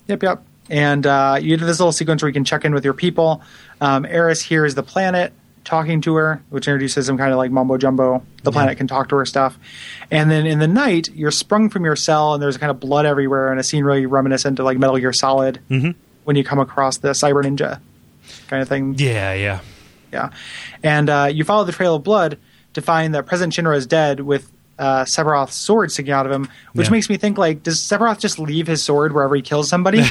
Speaker 2: Yep. Yep. And uh, you do this little sequence where you can check in with your people. Um, Eris hears the planet talking to her, which introduces some kind of like mumbo jumbo. The planet can talk to her stuff. And then in the night, you're sprung from your cell, and there's kind of blood everywhere, and a scene really reminiscent of like Metal Gear Solid when you come across the cyber ninja kind of thing.
Speaker 1: Yeah, yeah.
Speaker 2: Yeah. And uh, you follow the trail of blood to find that President Shinra is dead with uh, Sephiroth's sword sticking out of him, which
Speaker 1: Yeah.
Speaker 2: makes me think, like, does Sephiroth just leave his sword wherever he
Speaker 1: *laughs*
Speaker 2: kills somebody?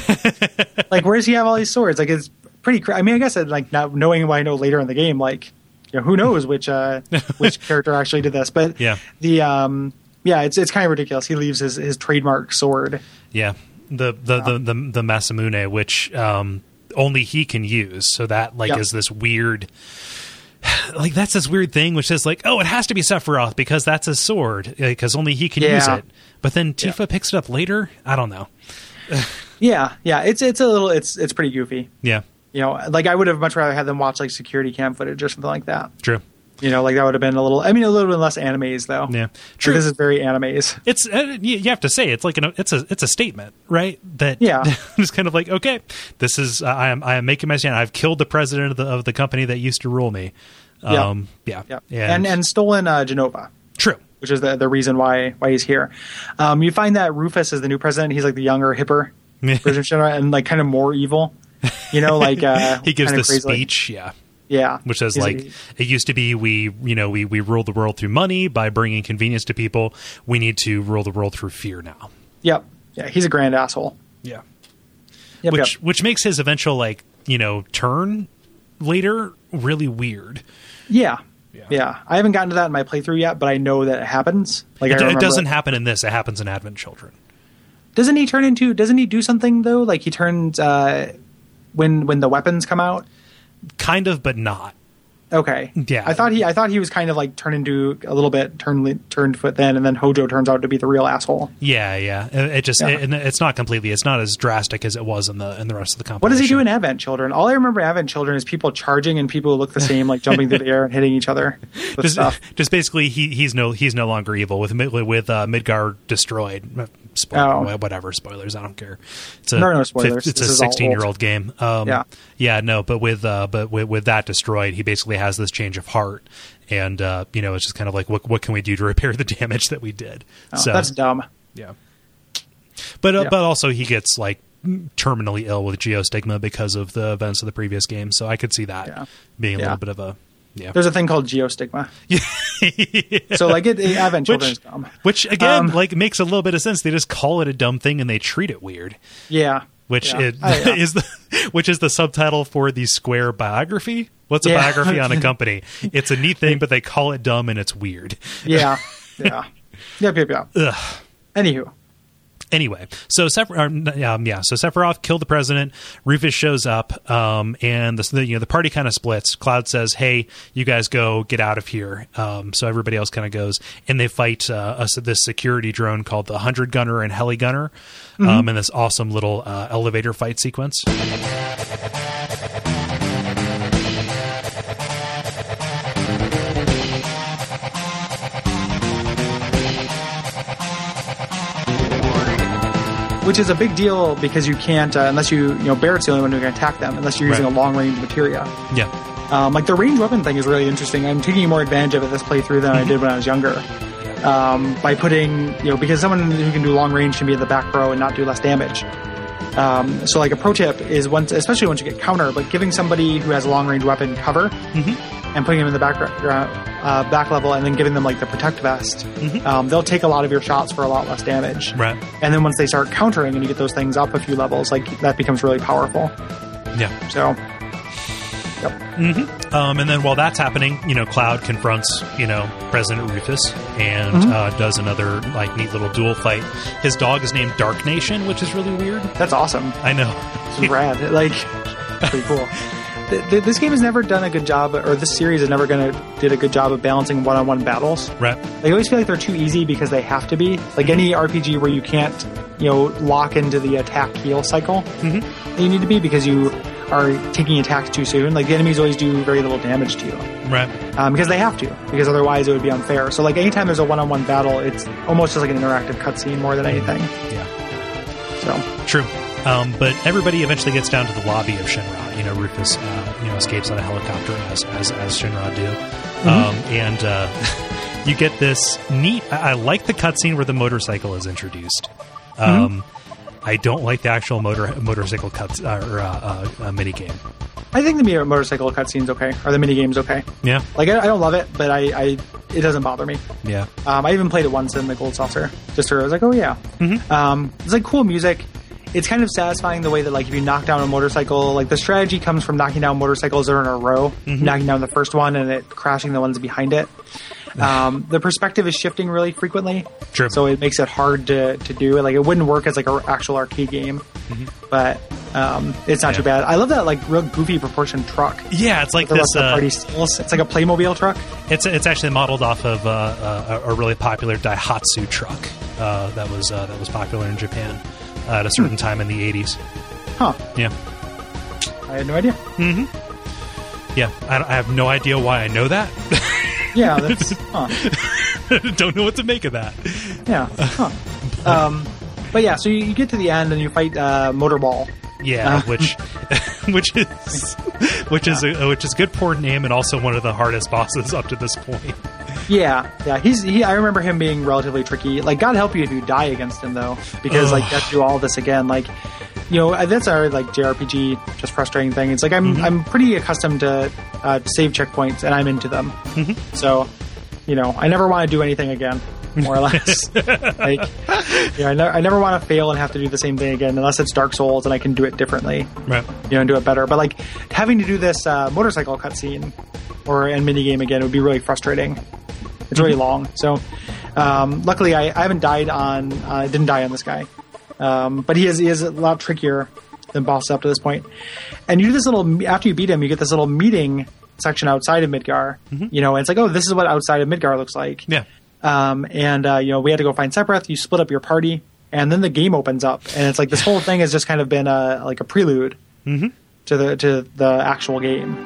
Speaker 2: like, where does he have all these swords? Like, it's pretty. Cr- I mean, I guess, uh, like, not knowing what I know later in the game, like, you know, who knows
Speaker 1: *laughs*
Speaker 2: which uh, which character actually did this? But
Speaker 1: Yeah.
Speaker 2: the um, yeah, it's it's kind of ridiculous. He leaves his his trademark sword.
Speaker 1: Yeah, the the
Speaker 2: Uh-huh.
Speaker 1: the the, the Masamune, which um, only he can use. So that like
Speaker 2: Yeah.
Speaker 1: is this weird. *sighs* Like that's this weird thing which says like oh it has to be Sephiroth because that's his sword because only he can use
Speaker 2: Yeah.
Speaker 1: it. But then Tifa picks it up later. I don't know.
Speaker 2: Yeah, yeah, it's it's a little it's it's pretty goofy.
Speaker 1: Yeah,
Speaker 2: You know, like I would have much rather had them watch like security cam footage or something like that.
Speaker 1: true.
Speaker 2: You know, like that would have been a little. I mean, a little bit less animes though.
Speaker 1: Yeah.
Speaker 2: Like,
Speaker 1: True.
Speaker 2: this is very animes.
Speaker 1: It's uh, you you have to say it's like an it's a it's a statement right that
Speaker 2: Yeah.
Speaker 1: *laughs* it's kind of like okay this is uh, I am I am making my stand I've killed the president of the of the company that used to rule me.
Speaker 2: Yeah.
Speaker 1: Um, yeah.
Speaker 2: Yeah. And and stolen uh, Genova,
Speaker 1: true.
Speaker 2: which is the the reason why why he's here. Um, you find that Rufus is the new president. He's like the younger, hipper version of Shinra, and like kind of more evil. You know, like uh,
Speaker 1: *laughs* he gives
Speaker 2: kinda
Speaker 1: the
Speaker 2: crazy, like-
Speaker 1: speech, yeah,
Speaker 2: yeah,
Speaker 1: which says
Speaker 2: He's
Speaker 1: like it used to be we, you know, we we ruled the world through money by bringing convenience to people. We need to rule the world through fear now.
Speaker 2: yep, yeah, he's a grand asshole.
Speaker 1: Yeah,
Speaker 2: Yep,
Speaker 1: which
Speaker 2: yep.
Speaker 1: which makes his eventual like you know turn later really weird.
Speaker 2: yeah. yeah, I haven't gotten to that in my playthrough yet, but I know that it happens. Like I
Speaker 1: It, it
Speaker 2: remember
Speaker 1: doesn't happen in this. It happens in Advent Children.
Speaker 2: doesn't he turn into doesn't he do something though like he turns uh when when the weapons come out
Speaker 1: Kind of, but not.
Speaker 2: okay
Speaker 1: Yeah.
Speaker 2: i thought he i thought he was kind of like turned into a little bit turned turned foot then and then hojo turns out to be the real asshole
Speaker 1: Yeah, yeah. It, it just
Speaker 2: Yeah.
Speaker 1: it- and it's not completely. It's not as drastic as it was in the in the rest of the company.
Speaker 2: what does he do in Advent Children? All I remember in Advent Children is people charging and people who look the same, like jumping through the air and hitting each other with
Speaker 1: just,
Speaker 2: stuff.
Speaker 1: *laughs* just basically he he's no he's no longer evil with Mid- with uh, Midgar destroyed. uh, Spoiler,
Speaker 2: Oh.
Speaker 1: whatever spoilers, I don't care. It's a
Speaker 2: No, no
Speaker 1: fif-
Speaker 2: spoilers.
Speaker 1: It's
Speaker 2: This
Speaker 1: a
Speaker 2: is all
Speaker 1: sixteen year old game. Um,
Speaker 2: Yeah.
Speaker 1: yeah, no, but with uh, but with, with that destroyed, he basically has this change of heart, and uh, you know it's just kind of like what what can we do to repair the *laughs* damage that we did?
Speaker 2: Oh, that's dumb.
Speaker 1: yeah, but uh,
Speaker 2: Yeah.
Speaker 1: but also he gets like terminally ill with geostigma because of the events of the previous game, so I could see that
Speaker 2: Yeah.
Speaker 1: being a
Speaker 2: Yeah.
Speaker 1: little bit of a Yeah.
Speaker 2: There's a thing called
Speaker 1: *laughs*
Speaker 2: geostigma. So like it, it Advent Children is
Speaker 1: Which,
Speaker 2: dumb.
Speaker 1: which again,
Speaker 2: Um,
Speaker 1: like makes a little bit of sense. They just call it a dumb thing and they treat it weird,
Speaker 2: Yeah.
Speaker 1: which
Speaker 2: Yeah.
Speaker 1: it is *laughs*
Speaker 2: Oh, yeah.
Speaker 1: the which is the subtitle for the Square biography. What's a
Speaker 2: Yeah.
Speaker 1: biography
Speaker 2: *laughs*
Speaker 1: on a company? It's a neat thing, but they call it dumb and it's weird. *laughs*
Speaker 2: Yeah. Yeah. Yep, yep, yep.
Speaker 1: Ugh.
Speaker 2: Anywho.
Speaker 1: Anyway, so Sephiroth, um, yeah, so Sephiroth killed the president. Rufus shows up, um, and the, the you know the party kind of splits. Cloud says, "Hey, you guys go get out of here." Um, so everybody else kind of goes, and they fight uh, us this security drone called the Hundred Gunner and Heli Gunner, um, in this awesome little uh, elevator fight sequence.
Speaker 2: Which is a big deal because you can't uh, unless you you know Barrett's the only one who can attack them unless you're using
Speaker 1: Right.
Speaker 2: a long range materia.
Speaker 1: Yeah,
Speaker 2: Um, like the range weapon thing is really interesting. I'm taking more advantage of it this playthrough than I did when I was younger. Um, by putting, you know, because someone who can do long range can be in the back row and not do less damage. Um, so, like a pro tip is once, especially once you get counter, but giving somebody who has a long range weapon cover and putting them in the back gra- uh, back level, and then giving them like the protect vest, um, they'll take a lot of your shots for a lot less damage.
Speaker 1: Right.
Speaker 2: And then once they start countering and you get those things up a few levels, like that becomes really powerful.
Speaker 1: yeah.
Speaker 2: So,
Speaker 1: Um, and then while that's happening, you know, Cloud confronts, you know, President Rufus and uh, does another, like, neat little duel fight. His dog is named Dark Nation, which is really weird.
Speaker 2: that's awesome.
Speaker 1: I know.
Speaker 2: It's rad. Like, pretty cool. Th- th- This game has never done a good job, or this series is never gonna did a good job of balancing one-on-one battles.
Speaker 1: Right.
Speaker 2: They always feel like they're too easy because they have to be. Like any RPG where you can't, you know, lock into the attack heal cycle, you need to be because you are taking attacks too soon. Like the enemies always do very little damage to you
Speaker 1: Right.
Speaker 2: um, because they have to, because otherwise it would be unfair. So like anytime there's a one-on-one battle, it's almost just like an interactive cutscene more than anything.
Speaker 1: Yeah.
Speaker 2: So
Speaker 1: True. Um, but everybody eventually gets down to the lobby of Shinra. You know, Rufus, uh, you know, escapes on a helicopter as, as, as Shinra do. Um, and uh, *laughs* you get this neat. I, I like the cutscene where the motorcycle is introduced. Um, I don't like the actual motor motorcycle cuts uh, or uh, uh, uh, mini game.
Speaker 2: I think the meter- motorcycle cutscene's okay, or the minigame's okay.
Speaker 1: Yeah,
Speaker 2: Like I, I don't love it, but I, I it doesn't bother me.
Speaker 1: yeah,
Speaker 2: Um, I even played it once in the gold saucer. Just so I was like, oh yeah.
Speaker 1: Mm-hmm.
Speaker 2: Um, it's like cool music. It's kind of satisfying the way that like if you knock down a motorcycle, like the strategy comes from knocking down motorcycles that are in a row,
Speaker 1: Mm-hmm.
Speaker 2: knocking down the first one and it crashing the ones behind it. Um, the perspective is shifting really frequently,
Speaker 1: Sure.
Speaker 2: so it makes it hard to, to do. Like it wouldn't work as like an actual arcade game, but um, it's
Speaker 1: Mm-hmm.
Speaker 2: not
Speaker 1: Yeah.
Speaker 2: too bad. I love that like real goofy proportioned truck.
Speaker 1: yeah. It's like
Speaker 2: The
Speaker 1: this.
Speaker 2: rest of the
Speaker 1: Uh,
Speaker 2: party steals. It's like a Playmobil truck.
Speaker 1: it's it's actually modeled off of uh, uh, a a really popular Daihatsu truck uh, that was uh, that was popular in Japan uh, at a certain time in the eighties.
Speaker 2: Huh.
Speaker 1: Yeah,
Speaker 2: I had no idea.
Speaker 1: yeah. I, I have no idea why I know that. *laughs*
Speaker 2: Yeah, that's huh.
Speaker 1: Don't know what to make of that.
Speaker 2: Yeah. Huh. Um, but yeah, so you, you get to the end and you fight uh, Motorball.
Speaker 1: Yeah,
Speaker 2: Uh.
Speaker 1: which *laughs* which is which is a, which is a good port name and also one of the hardest bosses up to this point.
Speaker 2: Yeah, yeah. He's he. I remember him being relatively tricky. Like, God help you if you die against him though, because like you have to do all this again. Like, you know, uh, that's our like JRPG just frustrating thing. It's like I'm I'm pretty accustomed to uh, save checkpoints and I'm into them. So, you know, I never want to do anything again. More or less, like yeah, I, ne- I never want to fail and have to do the same thing again, unless it's Dark Souls and I can do it differently.
Speaker 1: Right.
Speaker 2: you know, and do it better. But like having to do this uh, motorcycle cutscene or and minigame again would be really frustrating. It's really long. So um, luckily, I, I haven't died on. Uh, I didn't die on this guy, um, but he is he is a lot trickier than boss up to this point. And you do this little after you beat him, you get this little meeting section outside of Midgar. You know, and it's like, oh, this is what outside of Midgar looks like.
Speaker 1: Yeah.
Speaker 2: Um, and uh, you know, we had to go find Sephiroth. You split up your party, and then the game opens up, and it's like this whole thing has just kind of been a like a prelude to the to the actual game.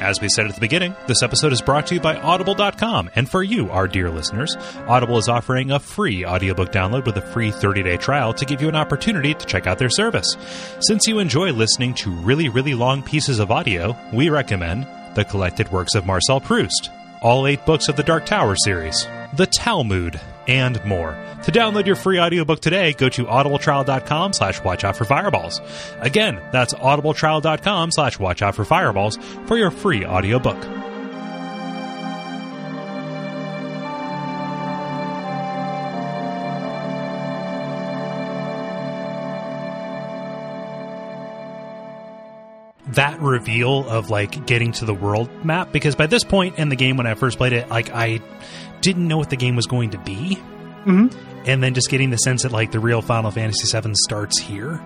Speaker 1: As we said at the beginning, this episode is brought to you by Audible.com. And for you, our dear listeners, Audible is offering a free audiobook download with a free 30 day trial to give you an opportunity to check out their service. Since you enjoy listening to really, really long pieces of audio, we recommend the collected works of Marcel Proust, all eight books of the Dark Tower series, the Talmud, and more. To download your free audiobook today, go to audibletrial.com slash watch out for fireballs. Again, that's audibletrial.com slash watch out for fireballs for your free audiobook. that reveal of like getting to the world map because by this point in the game when I first played it, like I didn't know what the game was going to be,
Speaker 2: Mhm.
Speaker 1: and then just getting the sense that like the real Final Fantasy VII starts here.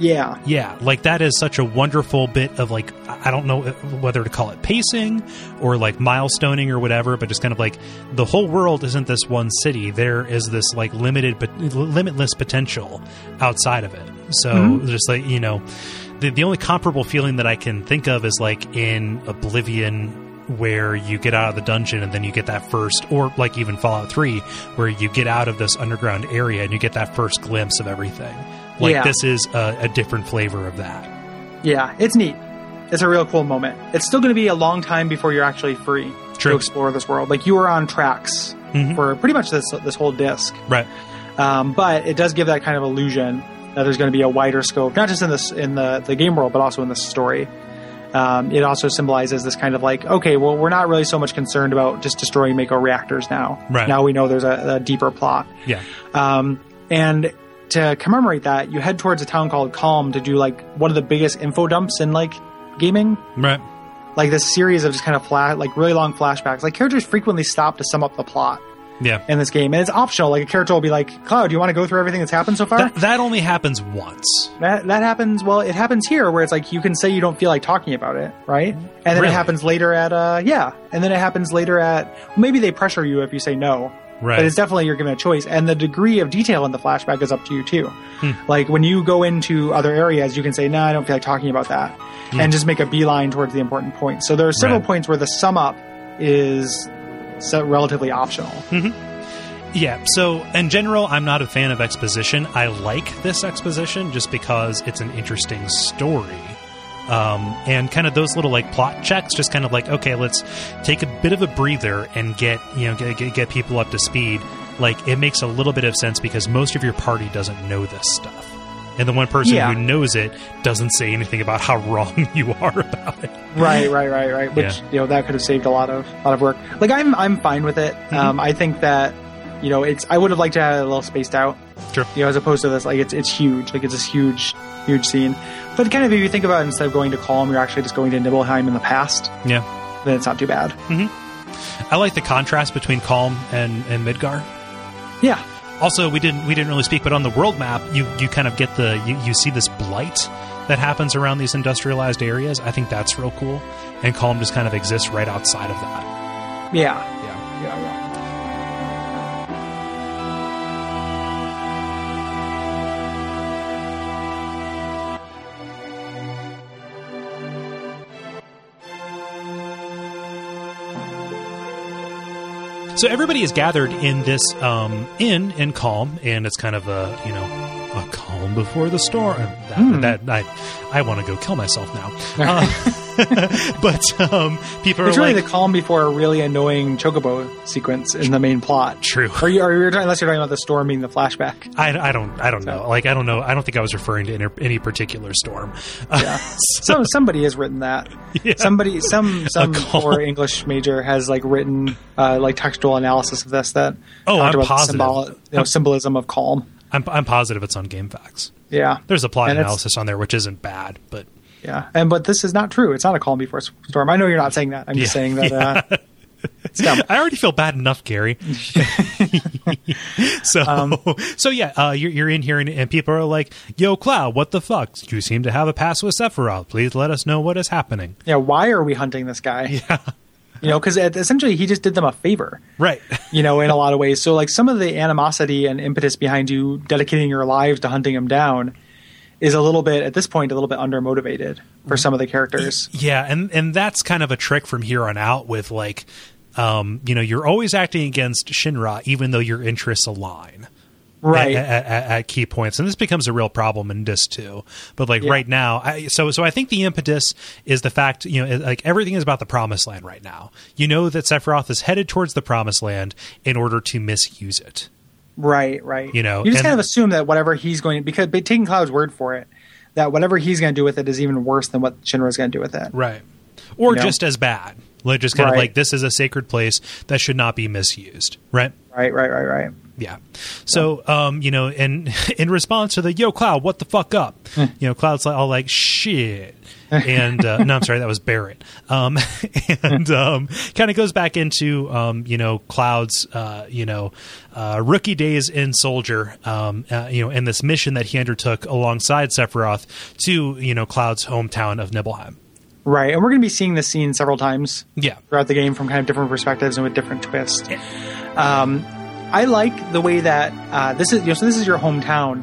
Speaker 2: Yeah.
Speaker 1: Yeah, like that is such a wonderful bit of like I I don't know whether to call it pacing or like milestoning or whatever, but just kind of like the whole world isn't this one city. There is this like limited but limitless potential outside of it. So just like you know, the the only comparable feeling that I can think of is like in Oblivion. Where you get out of the dungeon and then you get that first, or like even Fallout 3, where you get out of this underground area and you get that first glimpse of everything. Like
Speaker 2: Yeah.
Speaker 1: this this is a, a different flavor of that.
Speaker 2: Yeah. It's neat. It's a real cool moment. It's still going to be a long time before you're actually free
Speaker 1: True.
Speaker 2: to explore this world. Like you were on tracks
Speaker 1: Mhm.
Speaker 2: for pretty much this this whole disc.
Speaker 1: Right.
Speaker 2: um, but it does give that kind of illusion that there's going to be a wider scope, not just in this in the the game world, but also in the story. Um, it also symbolizes this kind of like, okay, well, we're not really so much concerned about just destroying Mako reactors now.
Speaker 1: Right.
Speaker 2: Now we know there's a, a deeper plot.
Speaker 1: Yeah.
Speaker 2: Um, and to commemorate that, you head towards a town called Calm to do like one of the biggest info dumps in like gaming
Speaker 1: Right.
Speaker 2: like this series of just kind of flat, like really long flashbacks. Like characters frequently stop to sum up the plot.
Speaker 1: Yeah.
Speaker 2: In this game, and it's optional. Like a character will be like, "Cloud, do you want to go through everything that's happened so far?"
Speaker 1: That, that only happens once.
Speaker 2: that that happens. Well, it happens here where it's like you can say you don't feel like talking about it, right? And then
Speaker 1: Really?
Speaker 2: it happens later at uh, yeah, and then it happens later at maybe they pressure you if you say no.
Speaker 1: Right.
Speaker 2: But it's definitely you're given a choice, and the degree of detail in the flashback is up to you too.
Speaker 1: Hmm.
Speaker 2: Like when you go into other areas, you can say, "No, I don't feel like talking about that," and just make a beeline towards the important points. So there are several
Speaker 1: Hmm. Right.
Speaker 2: points where the sum up is so relatively optional.
Speaker 1: Yeah. So, in general, I'm not a fan of exposition. I like this exposition just because it's an interesting story. Um, and kind of those little like plot checks, just kind of like, okay, let's take a bit of a breather and get, you know, get, get, get people up to speed. Like, it makes a little bit of sense because most of your party doesn't know this stuff. And the one person
Speaker 2: Yeah.
Speaker 1: who knows it doesn't say anything about how *laughs* wrong you are about it.
Speaker 2: right right right right which
Speaker 1: Yeah.
Speaker 2: you know that could have saved a lot of lot of work like i'm i'm fine with it
Speaker 1: Mm-hmm.
Speaker 2: um i think that you know it's i would have liked to have it a little spaced out
Speaker 1: Sure.
Speaker 2: you know as opposed to this like it's it's huge like it's this huge huge scene but kind of if you think about it instead of going to Colm, you're actually just going to nibelheim in the past
Speaker 1: Yeah.
Speaker 2: then it's not too bad
Speaker 1: I like the contrast between Calm and, and Midgar.
Speaker 2: yeah
Speaker 1: Also, we didn't we didn't really speak, but on the world map, you you kind of get the you, you see this blight that happens around these industrialized areas. I think that's real cool, and Calm just kind of exists right outside of that.
Speaker 2: yeah
Speaker 1: Yeah.
Speaker 2: yeah, yeah.
Speaker 1: So everybody is gathered in this um, inn in Calm, and it's kind of a you know a calm before the storm. That,
Speaker 2: Hmm.
Speaker 1: that I I want to go kill myself now. Uh, *laughs* but um, people
Speaker 2: It's
Speaker 1: are
Speaker 2: really
Speaker 1: like
Speaker 2: the calm before a really annoying chocobo sequence in the main plot.
Speaker 1: True.
Speaker 2: Or you, or you're talking, unless you're talking about the storm being the flashback.
Speaker 1: I, I don't I don't know like I don't know I don't think I was referring to any, any particular storm. *laughs*
Speaker 2: Yeah. Some somebody has written that.
Speaker 1: Yeah.
Speaker 2: Somebody, some some
Speaker 1: call.
Speaker 2: poor English major has like written uh, like textual analysis of this that
Speaker 1: Oh, I'm
Speaker 2: talked about the
Speaker 1: positive.
Speaker 2: symboli- you know, symbolism of calm.
Speaker 1: I'm, I'm positive it's on Game Facts.
Speaker 2: Yeah,
Speaker 1: There's a plot
Speaker 2: And it's-
Speaker 1: analysis on there, which isn't bad, but
Speaker 2: yeah, and but this is not true. It's not a calm before storm. I know you're not saying that. I'm
Speaker 1: Yeah.
Speaker 2: just saying that. Uh, it's
Speaker 1: *laughs*
Speaker 2: dumb.
Speaker 1: I already feel bad enough, Gary.
Speaker 2: *laughs*
Speaker 1: so,
Speaker 2: Um,
Speaker 1: so yeah, uh, you're, you're in here, and, and people are like, "Yo, Cloud, what the fuck? You seem to have a pass with Sephiroth. Please let us know what is happening."
Speaker 2: Yeah, why are we hunting this guy? Yeah, you know, because essentially he just did them a favor.
Speaker 1: Right.
Speaker 2: you know, in a lot of ways. So, like, some of the animosity and impetus behind you dedicating your lives to hunting him down is a little bit, at this point, a little bit undermotivated for some of the characters.
Speaker 1: *laughs* Yeah, and and that's kind of a trick from here on out with like, um, you know, you're always acting against Shinra, even though your interests align.
Speaker 2: Right.
Speaker 1: at, at- at- at key points, and this becomes a real problem in disc two. But like
Speaker 2: Yeah.
Speaker 1: right now, I, so so I think the impetus is the fact you know it- like everything is about the promised land right now. You know that Sephiroth is headed towards the promised land in order to misuse it.
Speaker 2: Right, right.
Speaker 1: You know,
Speaker 2: you just
Speaker 1: and-
Speaker 2: kind of assume that whatever he's going because but taking Cloud's word for it, that whatever he's going to do with it is even worse than what Shinra's going to do with it.
Speaker 1: Right. Or
Speaker 2: You know?
Speaker 1: just as bad. Like just kind of
Speaker 2: Right.
Speaker 1: like this is a sacred place that should not be misused, right?
Speaker 2: Right, right, right, right.
Speaker 1: Yeah. So, um, you know, and in *laughs* response to the yo cloud, what the fuck up? you know, cloud's like all like shit. And uh, no, I'm sorry, that was Barrett. Um, *laughs* and um, kind of goes back into um, you know Cloud's uh, you know uh, rookie days in Soldier, um, uh, you know, and this mission that he undertook alongside Sephiroth to you know Cloud's hometown of Nibelheim.
Speaker 2: Right. And we're going to be seeing this scene several times
Speaker 1: Yeah,
Speaker 2: throughout the game from kind of different perspectives and with different twists. Um, I like the way that uh, this is you know so this is your hometown,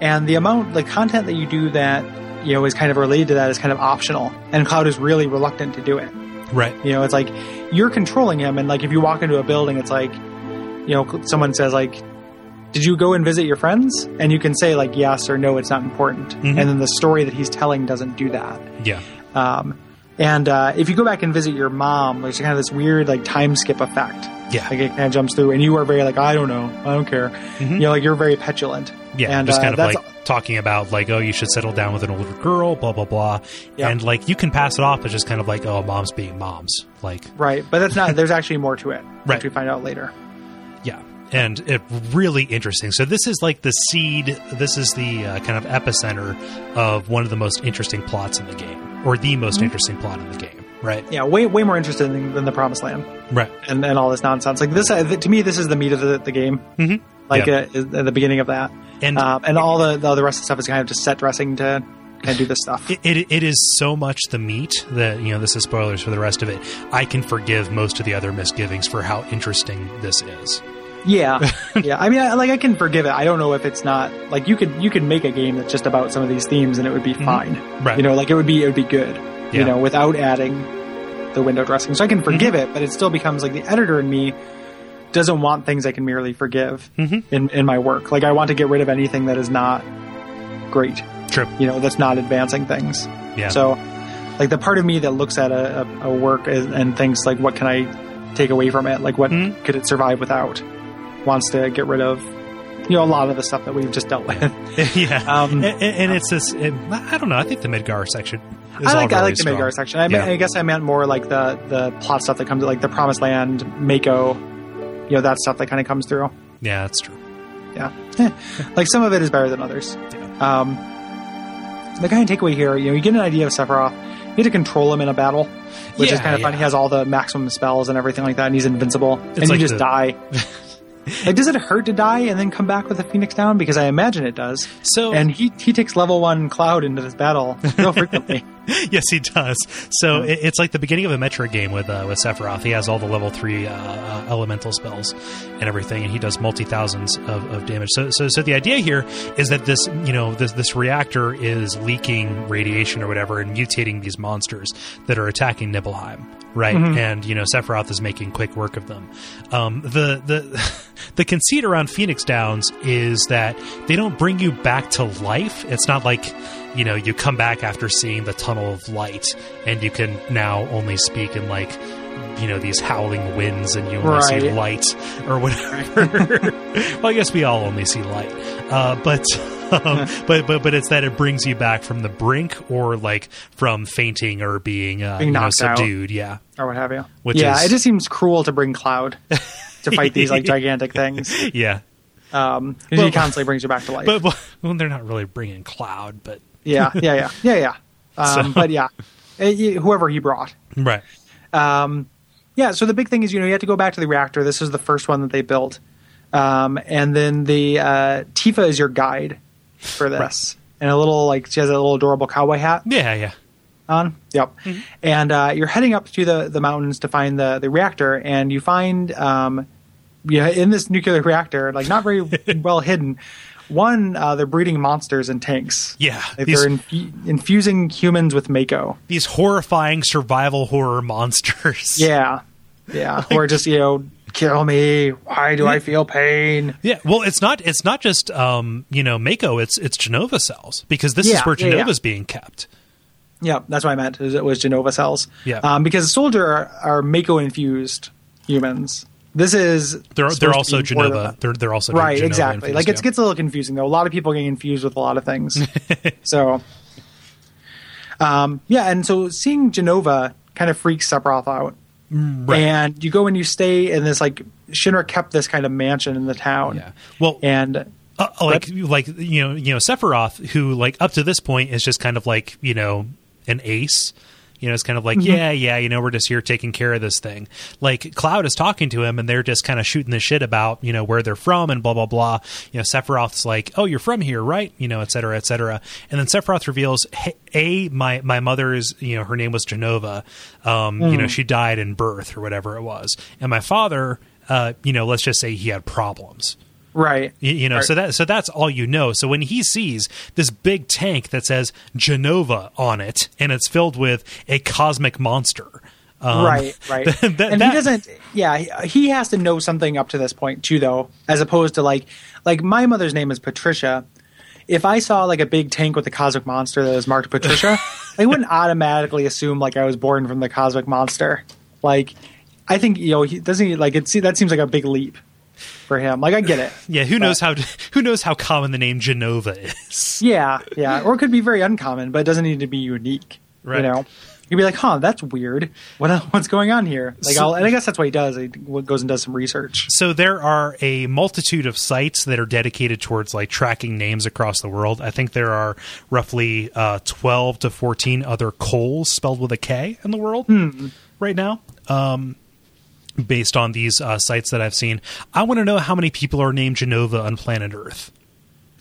Speaker 2: and the amount the content that you do that you know is kind of related to that is kind of optional, and Cloud is really reluctant to do it.
Speaker 1: right.
Speaker 2: You know, it's like you're controlling him, and like if you walk into a building, it's like you know someone says like. Did you go and visit your friends? And you can say like yes or no, it's not important.
Speaker 1: Mhm.
Speaker 2: And then the story that he's telling doesn't do that.
Speaker 1: Yeah.
Speaker 2: Um, and uh, if you go back and visit your mom, there's kind of this weird like time skip effect.
Speaker 1: Yeah.
Speaker 2: Like it kind of jumps through, and you are very like I don't know, I don't care.
Speaker 1: Mhm.
Speaker 2: You know, like you're very petulant.
Speaker 1: Yeah,
Speaker 2: and
Speaker 1: just
Speaker 2: uh,
Speaker 1: kind of
Speaker 2: that's-
Speaker 1: like talking about like, oh, you should settle down with an older girl, blah blah blah,
Speaker 2: Yeah.
Speaker 1: and like you can pass it off as just kind of like, oh, moms being moms, like
Speaker 2: right, but that's not. There's actually more
Speaker 1: *laughs*
Speaker 2: to it,
Speaker 1: Right.
Speaker 2: which we find out later.
Speaker 1: yeah, and it really interesting. So this is like the seed. This is the uh, kind of epicenter of one of the most interesting plots in the game, or the
Speaker 2: Mm-hmm.
Speaker 1: most interesting plot in the game, right?
Speaker 2: Yeah, way way more interesting than, than the Promised Land
Speaker 1: Right.
Speaker 2: and, and all this nonsense. Like this, uh, to me, this is the meat of the, the game.
Speaker 1: Mhm.
Speaker 2: Like
Speaker 1: Yeah. Mm-hmm.
Speaker 2: uh, is- at the beginning of that,
Speaker 1: And
Speaker 2: um, and all the, the other rest of the stuff is kind of just set dressing to kind of do this stuff.
Speaker 1: it, it, it is so much the meat that you know this is spoilers for the rest of it i can forgive most of the other misgivings for how interesting this is
Speaker 2: Yeah,
Speaker 1: *laughs*
Speaker 2: yeah. I mean, I, like I can forgive it. I don't know if it's not like you could you could make a game that's just about some of these themes and it would be fine.
Speaker 1: Mm-hmm. Right.
Speaker 2: You know, like it would be it would be good.
Speaker 1: Yeah.
Speaker 2: You know, without adding the window dressing. So I can forgive
Speaker 1: Mm-hmm.
Speaker 2: it, but it still becomes like the editor in me doesn't want things I can merely forgive
Speaker 1: Mhm.
Speaker 2: in in my work. Like I want to get rid of anything that is not great.
Speaker 1: True.
Speaker 2: You know, that's not advancing things.
Speaker 1: yeah
Speaker 2: So, like the part of me that looks at a, a, a work is, and thinks like, what can I take away from it? Like, what
Speaker 1: Mhm.
Speaker 2: could it survive without? Wants to get rid of, you know, a lot of the stuff that we've just
Speaker 1: *laughs*
Speaker 2: dealt
Speaker 1: *laughs*
Speaker 2: with.
Speaker 1: yeah,
Speaker 2: Um,
Speaker 1: and, and- and it's this. It, I don't know. I think the Midgar section. Is
Speaker 2: I like
Speaker 1: all
Speaker 2: I
Speaker 1: really
Speaker 2: like the
Speaker 1: strong.
Speaker 2: Midgar section. I, mean,
Speaker 1: Yeah.
Speaker 2: I guess I meant more like the the plot stuff that comes like the Promised Land, Mako, you know, that stuff that kind of comes through.
Speaker 1: Yeah, that's true.
Speaker 2: yeah. Eh, like some of it is better than others. Um, the kind of takeaway here, you know, you get an idea of Sephiroth. You get to control him in a battle, which is
Speaker 1: Yeah,
Speaker 2: kind of fun.
Speaker 1: yeah.
Speaker 2: He has all the maximum spells and everything like that, and he's invincible. and
Speaker 1: like
Speaker 2: you just
Speaker 1: the- *laughs*
Speaker 2: die. like, does it hurt to die and then come back with a phoenix down? Because I imagine it does.
Speaker 1: So
Speaker 2: And he he takes level one Cloud into this battle
Speaker 1: *laughs*
Speaker 2: real frequently.
Speaker 1: yes, he does. So it, it's like the beginning of a Metro game with uh, with Sephiroth. He has all the level three uh, uh, elemental spells and everything, and he does multi thousands of, of damage. So, so, so the idea here is that this you know this this reactor is leaking radiation or whatever and mutating these monsters that are attacking Nibelheim, right? And you know Sephiroth is making quick work of them. Um, the the *laughs* the conceit around Phoenix Downs is that they don't bring you back to life. It's not like you know you come back after seeing the tunnel of light and you can now only speak in like you know these howling winds and you only see
Speaker 2: Right.
Speaker 1: light or whatever. *laughs* well, I guess we all only see light, uh, but. *laughs*
Speaker 2: *laughs*
Speaker 1: Um, but but but it's that it brings you back from the brink or like from fainting or being, uh,
Speaker 2: Being
Speaker 1: you know,
Speaker 2: knocked out.
Speaker 1: subdued. Yeah,
Speaker 2: or what have you.
Speaker 1: Which
Speaker 2: yeah,
Speaker 1: is-
Speaker 2: it just seems cruel to bring Cloud to fight
Speaker 1: *laughs*
Speaker 2: these like gigantic things.
Speaker 1: yeah.
Speaker 2: Um, 'cause
Speaker 1: Well-
Speaker 2: he constantly brings you back to life.
Speaker 1: But, but well, *laughs* they're not really bringing cloud, but
Speaker 2: yeah, yeah,
Speaker 1: *laughs*
Speaker 2: yeah, yeah, yeah. Um,
Speaker 1: So-
Speaker 2: But yeah, Eh, you- whoever he brought.
Speaker 1: right.
Speaker 2: Um, yeah, so the big thing is, you know, you have to go back to the reactor. This is the first one that they built. Um, and then the uh, Tifa is your guide for this. And a little, like, she has a little adorable cowboy hat
Speaker 1: Yeah, yeah.
Speaker 2: on. Yep.
Speaker 1: Mm-hmm.
Speaker 2: And uh, you're heading up to the, the mountains to find the, the reactor, and you find, um, yeah, in this nuclear reactor, like, not
Speaker 1: *laughs*
Speaker 2: very well hidden. One, uh, they're breeding monsters in tanks.
Speaker 1: Yeah.
Speaker 2: Like
Speaker 1: these,
Speaker 2: they're infu- infusing humans with Mako.
Speaker 1: these horrifying survival horror monsters.
Speaker 2: Yeah.
Speaker 1: *laughs*
Speaker 2: Yeah. Or just, you know, kill me. Why do I feel pain?
Speaker 1: Yeah, well, it's not it's not just um, you know Mako. It's it's Genova cells because this is
Speaker 2: Yeah,
Speaker 1: where
Speaker 2: yeah, yeah.
Speaker 1: Genova's being kept.
Speaker 2: Yeah, that's what I meant. Is it was Genova cells.
Speaker 1: Yeah.
Speaker 2: Um, because soldier are, are Mako infused humans. This is
Speaker 1: They're
Speaker 2: supposed
Speaker 1: they're
Speaker 2: to
Speaker 1: also
Speaker 2: be for the-
Speaker 1: Genova. They're they're also
Speaker 2: right
Speaker 1: Genova
Speaker 2: exactly
Speaker 1: influenced,
Speaker 2: like it
Speaker 1: yeah.
Speaker 2: gets a little confusing though a lot of people are getting infused with a lot
Speaker 1: *laughs*
Speaker 2: of things so um, yeah and so seeing genova kind of freaks sephiroth out
Speaker 1: Mm, right.
Speaker 2: and you go and you stay in this like shinra kept this kind of mansion in the town
Speaker 1: Yeah. Well,
Speaker 2: and
Speaker 1: Uh, like like you know you know Sephiroth, who like up to this point is just kind of like you know an ace. You know, it's kind of like yeah, yeah. You know, we're just here taking care of this thing. Like Cloud is talking to him, and they're just kind of shooting the shit about you know where they're from and blah blah blah. You know, Sephiroth's like, oh, you're from here, right? You know, et cetera, et cetera. And then Sephiroth reveals, hey, a my my mother's you know her name was Genova. Um, you know, she died in birth or whatever it was, and my father. Uh, you know, let's just say he had problems.
Speaker 2: right
Speaker 1: Y- you know so that so that's all you know so when he sees this big tank that says genova on it and it's filled with a cosmic monster um,
Speaker 2: right
Speaker 1: *laughs*
Speaker 2: right
Speaker 1: that-
Speaker 2: and
Speaker 1: that-
Speaker 2: he doesn't yeah he, he has to know something up to this point too though as opposed to like like my mother's name is patricia if i saw like a big tank with a cosmic monster that was
Speaker 1: *laughs*
Speaker 2: marked patricia i wouldn't automatically assume like i was born from the cosmic monster like i think you know he doesn't he, like it see that seems like a big leap for him like i get it
Speaker 1: yeah who knows how who knows how common the name genova is
Speaker 2: yeah yeah or it could be very uncommon but it doesn't need to be unique
Speaker 1: Right.
Speaker 2: you know You'd be like, huh, that's weird. What, what's going on here? Like,
Speaker 1: So-
Speaker 2: I'll, and I guess that's what he does. He goes and does some research.
Speaker 1: so there are a multitude of sites that are dedicated towards like tracking names across the world i think there are roughly uh, 12 to 14 other coals spelled with a k in the world right now um, based on these uh, sites that i've seen i want to know how many people are named genova on planet earth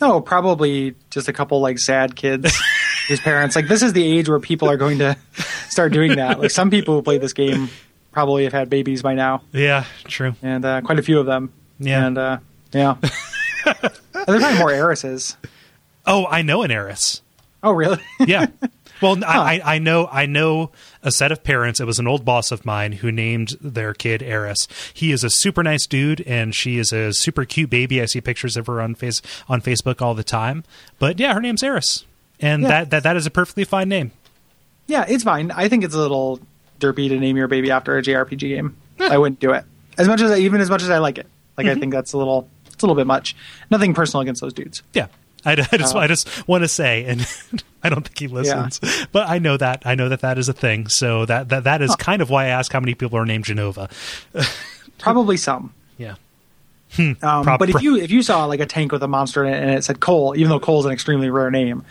Speaker 2: No, probably just a couple like sad kids
Speaker 1: *laughs*
Speaker 2: whose parents like this is the age where people are going to start doing that. Like some people who play this game probably have had babies by now,
Speaker 1: yeah true
Speaker 2: and uh, quite a few of them.
Speaker 1: Yeah.
Speaker 2: and uh,
Speaker 1: *laughs*
Speaker 2: yeah, And there's probably more heiresses.
Speaker 1: oh i know an heiress
Speaker 2: Oh, really?
Speaker 1: yeah. *laughs* Well, I, I I know I know a set of parents. It was an old boss of mine who named their kid Eris. He is a super nice dude, and she is a super cute baby. I see pictures of her on face on Facebook all the time. But yeah, her name's Eris, and
Speaker 2: Yeah.
Speaker 1: that, that that is a perfectly fine name.
Speaker 2: yeah, it's fine. I think it's a little derpy to name your baby after a JRPG game. I wouldn't do it as much as I, even as much as I like it. Like I think that's a little it's a little bit much. Nothing personal against those dudes.
Speaker 1: Yeah. I, I just I just want to say, and *laughs* I don't think he listens, but I know that I know that that is a thing. So that that, that is kind of why I ask how many people are named Genova.
Speaker 2: Probably some.
Speaker 1: Yeah.
Speaker 2: Um,
Speaker 1: Prob-
Speaker 2: but if
Speaker 1: prob-
Speaker 2: you if you saw like a tank with a monster in it and it said Cole, even though Cole's an extremely rare name,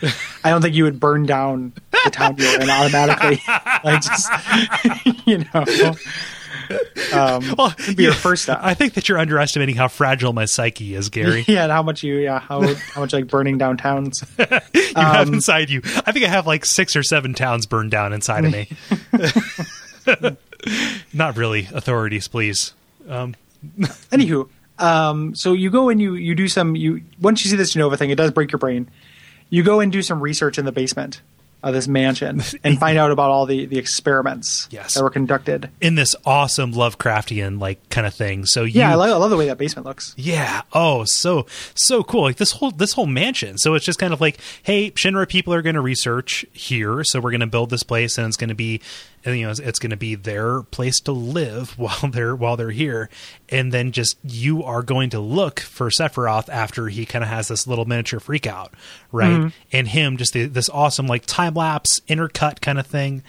Speaker 2: I don't think you would burn down the town you were in automatically. like just *laughs* you know. Um,
Speaker 1: *laughs* Well,
Speaker 2: it'd be your first step.
Speaker 1: I think that you're underestimating how fragile my psyche is, Gary.
Speaker 2: *laughs*
Speaker 1: *laughs*
Speaker 2: yeah, and how much you yeah, how how much like burning down towns.
Speaker 1: you have
Speaker 2: Um,
Speaker 1: inside you. I think I have like six or seven towns burned down inside of me.
Speaker 2: *laughs*
Speaker 1: *laughs* Not really. Authorities, please.
Speaker 2: Anywho, um, so you go and you you do some you once you see this Genova thing, it does break your brain. You go and do some research in the basement of this
Speaker 1: *laughs*
Speaker 2: mansion and find out about all the the experiments
Speaker 1: Yes.
Speaker 2: that were conducted.
Speaker 1: In this awesome Lovecraftian like kind of thing. So you,
Speaker 2: Yeah, I, love, I love the way that basement looks.
Speaker 1: yeah. Oh, so so cool. Like this whole this whole mansion. So it's just kind of like, hey, Shinra people are going to research here, so we're going to build this place, and it's going to be, and, you know, it's, going to be their place to live *laughs* while they're while they're here, and then just you are going to look for Sephiroth after he kind of has this little miniature freak out, right? And him just the, this awesome like time lapse intercut kind of thing.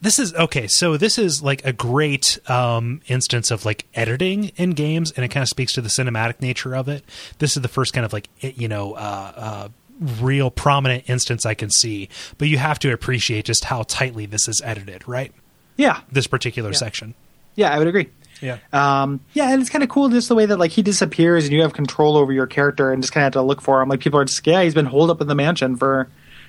Speaker 1: This is okay. So this is like a great um, instance of like editing in games, and it kind of speaks to the cinematic nature of it. This is the first kind of like it- you know uh, uh, real prominent instance I can see, but you have to appreciate just how tightly this is edited, right?
Speaker 2: Yeah,
Speaker 1: This particular section.
Speaker 2: yeah, I would agree.
Speaker 1: Yeah.
Speaker 2: Um, yeah, and it's kind of cool just the way that like he disappears and you have control over your character and just kind of have to look for him. Like people are just yeah, he's been holed up in the mansion for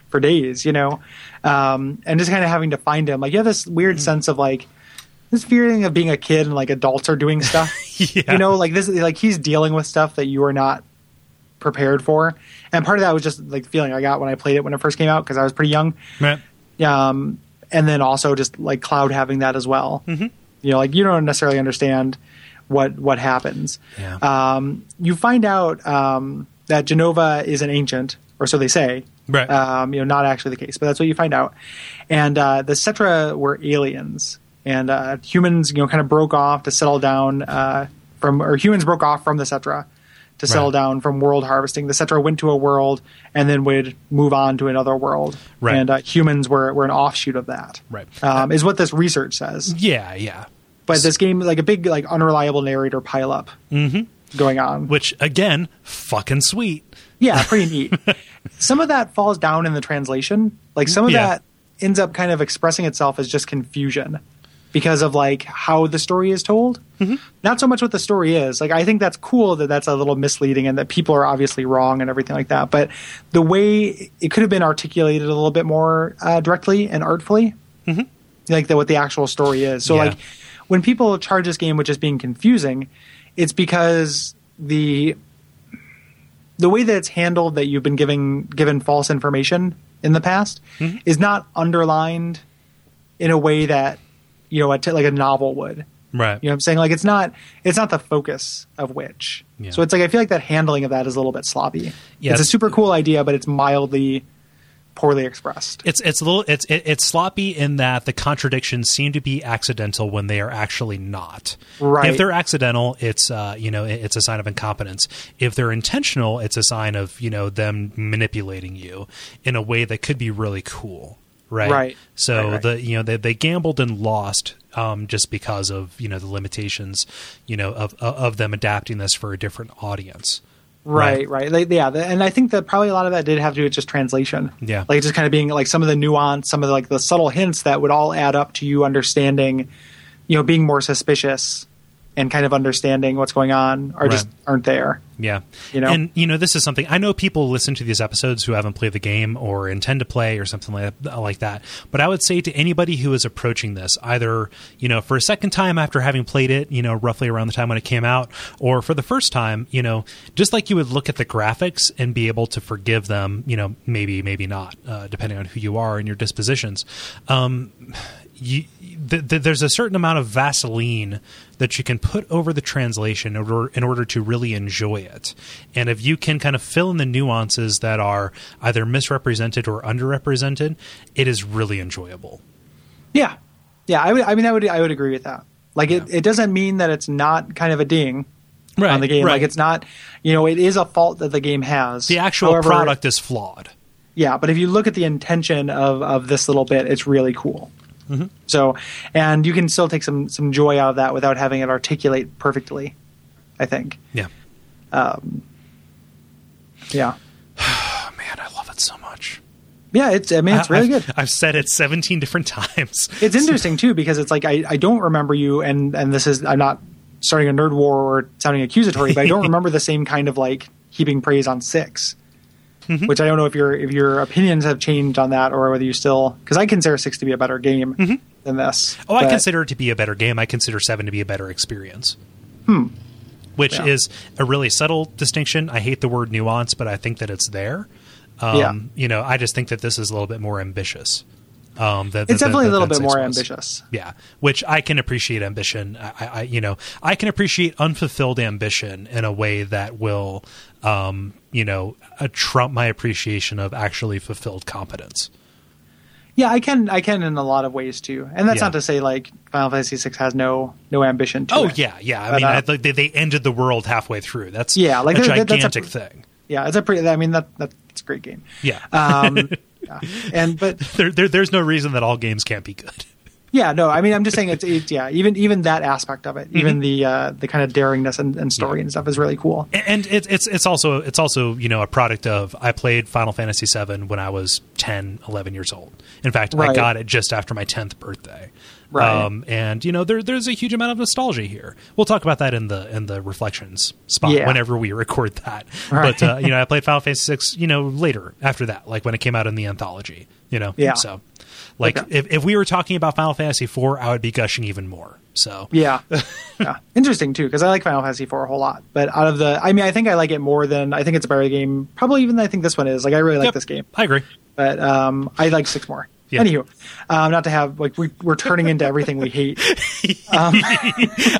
Speaker 2: for days, you know, um, and just kind of having to find him. Like you have this weird sense of like this feeling of being a kid and like adults are doing stuff.
Speaker 1: Yeah.
Speaker 2: You know, like this like he's dealing with stuff that you are not prepared for. And part of that was just like the feeling I got when I played it when it first came out because I was pretty young.
Speaker 1: Right.
Speaker 2: um, and then also just like cloud having that as well you know like you don't necessarily understand what what happens
Speaker 1: Yeah.
Speaker 2: um, you find out um, that genova is an ancient or so they say
Speaker 1: Right.
Speaker 2: um, you know not actually the case but that's what you find out and uh, the cetra were aliens and uh, humans you know kind of broke off to settle down uh, from or humans broke off from the Cetra to settle
Speaker 1: Right.
Speaker 2: down from world harvesting. The Cetra went to a world and then would move on to another world.
Speaker 1: Right.
Speaker 2: And uh, humans were, were an offshoot of that.
Speaker 1: Right.
Speaker 2: Um, is what this research says.
Speaker 1: Yeah, yeah.
Speaker 2: But this game, like a big, like unreliable narrator pileup
Speaker 1: Mm-hmm.
Speaker 2: going on.
Speaker 1: Which again, fucking sweet.
Speaker 2: Yeah, pretty neat. some of that falls down in the translation. Like some of
Speaker 1: Yeah.
Speaker 2: that ends up kind of expressing itself as just confusion because of like how the story is told. Not so much what the story is. Like I think that's cool that that's a little misleading and that people are obviously wrong and everything like that. But the way it could have been articulated a little bit more uh, directly and artfully, like the, what the actual story is. So
Speaker 1: Yeah.
Speaker 2: like when people charge this game with just being confusing, it's because the the way that it's handled that you've been giving given false information in the past
Speaker 1: Mm-hmm.
Speaker 2: is not underlined in a way that you know a t- like a novel would.
Speaker 1: Right.
Speaker 2: You know what I'm saying? Like it's not it's not the focus of which.
Speaker 1: Yeah.
Speaker 2: So it's like I feel like that handling of that is a little bit sloppy.
Speaker 1: Yeah.
Speaker 2: It's a super cool idea, but it's mildly poorly expressed.
Speaker 1: It's it's a little it's it, it's sloppy in that the contradictions seem to be accidental when they are actually not.
Speaker 2: Right.
Speaker 1: If they're accidental, it's uh you know it- it's a sign of incompetence. If they're intentional, it's a sign of you know them manipulating you in a way that could be really cool. Right.
Speaker 2: Right.
Speaker 1: So
Speaker 2: Right, right.
Speaker 1: the you know they they gambled and lost um just because of you know the limitations you know of of- of them adapting this for a different audience.
Speaker 2: Right, right. Like, yeah, the, and I think that probably a lot of that did have to do with just translation.
Speaker 1: Yeah.
Speaker 2: like just kind of being like some of the nuance, some of the, like the subtle hints that would all add up to you understanding, you know, being more suspicious and kind of understanding what's going on, or just
Speaker 1: Right.
Speaker 2: aren't there.
Speaker 1: Yeah.
Speaker 2: You know?
Speaker 1: And you know, this is something I know people listen to these episodes who haven't played the game or intend to play or something like like that. But I would say to anybody who is approaching this, either, you know, for a second time after having played it, you know, roughly around the time when it came out, or for the first time, you know, just like you would look at the graphics and be able to forgive them, you know, maybe, maybe not, uh, depending on who you are and your dispositions. Um you, th- th- there's a certain amount of Vaseline that you can put over the translation in order, in order to really enjoy it. And if you can kind of fill in the nuances that are either misrepresented or underrepresented, it is really enjoyable.
Speaker 2: Yeah, yeah. I would. I mean, I would. I would agree with that. Like, it, it doesn't mean that it's not kind of a ding on the game. Like, it's not. You know, it is a fault that the game has.
Speaker 1: the actual
Speaker 2: However,
Speaker 1: product is flawed.
Speaker 2: yeah but if you look at the intention of of this little bit it's really cool
Speaker 1: Mm-hmm.
Speaker 2: so and you can still take some some joy out of that without having it articulate perfectly i think
Speaker 1: Yeah.
Speaker 2: yeah
Speaker 1: Oh man, I love it so much.
Speaker 2: yeah it's i mean it's
Speaker 1: I-
Speaker 2: really
Speaker 1: I've-
Speaker 2: good
Speaker 1: I've said it 17 different *laughs* times.
Speaker 2: it's interesting too because it's like I, I don't remember you and and this is i'm not starting a nerd war or sounding accusatory but
Speaker 1: *laughs*
Speaker 2: i don't remember the same kind of like heaping praise on 6
Speaker 1: Mm-hmm.
Speaker 2: which i don't know if your if your opinions have changed on that or whether you still because i consider six to be a better game than this
Speaker 1: Mm-hmm. Oh, I
Speaker 2: but-
Speaker 1: consider it to be a better game. I consider seven to be a better experience. Hmm. Which
Speaker 2: Yeah.
Speaker 1: is a really subtle distinction. I hate the word nuance, but I think that it's there. Um,
Speaker 2: Yeah.
Speaker 1: You know, I just think that this is a little bit more ambitious. Um, than-
Speaker 2: It's
Speaker 1: than-
Speaker 2: definitely a
Speaker 1: than-
Speaker 2: little
Speaker 1: than
Speaker 2: bit
Speaker 1: Six
Speaker 2: more
Speaker 1: was.
Speaker 2: ambitious.
Speaker 1: Yeah, which I can appreciate ambition. I, I, I, you know, I can appreciate unfulfilled ambition in a way that will, um, you know, uh, trump my appreciation of actually fulfilled competence.
Speaker 2: Yeah, I can I can in a lot of ways too. And that's
Speaker 1: Yeah.
Speaker 2: not to say like Final Fantasy VI has no no ambition to
Speaker 1: Oh
Speaker 2: it.
Speaker 1: yeah, yeah. I
Speaker 2: But,
Speaker 1: mean,
Speaker 2: uh,
Speaker 1: I, like they, they ended the world halfway through. That's
Speaker 2: Yeah, like
Speaker 1: a
Speaker 2: there- that's a-
Speaker 1: gigantic thing.
Speaker 2: Yeah, it's a pretty I mean that that's a
Speaker 1: *laughs*
Speaker 2: great game.
Speaker 1: Yeah,
Speaker 2: Um yeah. and but
Speaker 1: there, there, there's no reason that all games can't be good.
Speaker 2: yeah, no, I mean I'm just saying it's, it's yeah, even even that aspect of
Speaker 1: Mm-hmm.
Speaker 2: it, even the uh the kind of daringness and, and story and stuff is really cool.
Speaker 1: And it's it's it's also it's also you know a product of I played Final Fantasy VII when I was 10, 11 years old. In fact, I
Speaker 2: Right.
Speaker 1: got it just after my tenth birthday. Um,
Speaker 2: Right.
Speaker 1: and you know there there's a huge amount of nostalgia here. We'll talk about that in the in the reflections spot
Speaker 2: Yeah.
Speaker 1: whenever we record that.
Speaker 2: Right.
Speaker 1: But uh, you know I
Speaker 2: *laughs*
Speaker 1: played Final Fantasy VI you know later after that, like when it came out in the anthology. You know,
Speaker 2: Yeah.
Speaker 1: So, like
Speaker 2: Okay.
Speaker 1: if if we were talking about Final Fantasy IV, I would be gushing even more. So *laughs*
Speaker 2: Yeah. yeah. Interesting too, because I like Final Fantasy IV a whole lot. But out of the I mean I think I like it more than I think it's a better game, probably even than I think this one is. Like I really like
Speaker 1: Yep,
Speaker 2: this game.
Speaker 1: I agree.
Speaker 2: but um, I like six more.
Speaker 1: Yeah.
Speaker 2: Anywho, um, not to have like we, we're turning into everything we
Speaker 1: *laughs*
Speaker 2: hate.
Speaker 1: I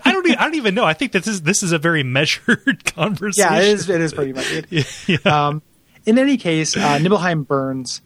Speaker 1: don't. e- I don't even know. I think that this is this is a very measured *laughs* conversation.
Speaker 2: Yeah, it is. It is pretty much
Speaker 1: *laughs*
Speaker 2: it. Um, in any case, uh, Nibelheim burns.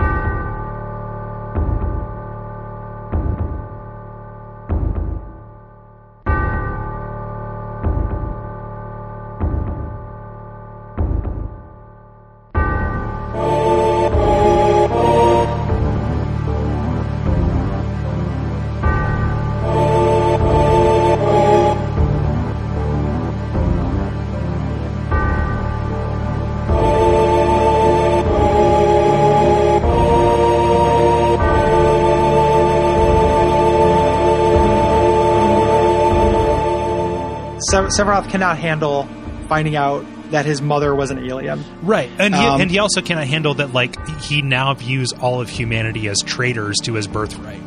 Speaker 2: Sever- Sephiroth cannot handle finding out that his mother was an alien.
Speaker 1: Right, and he,
Speaker 2: Um,
Speaker 1: and he also cannot handle that. Like he now views all of humanity as traitors to his birthright.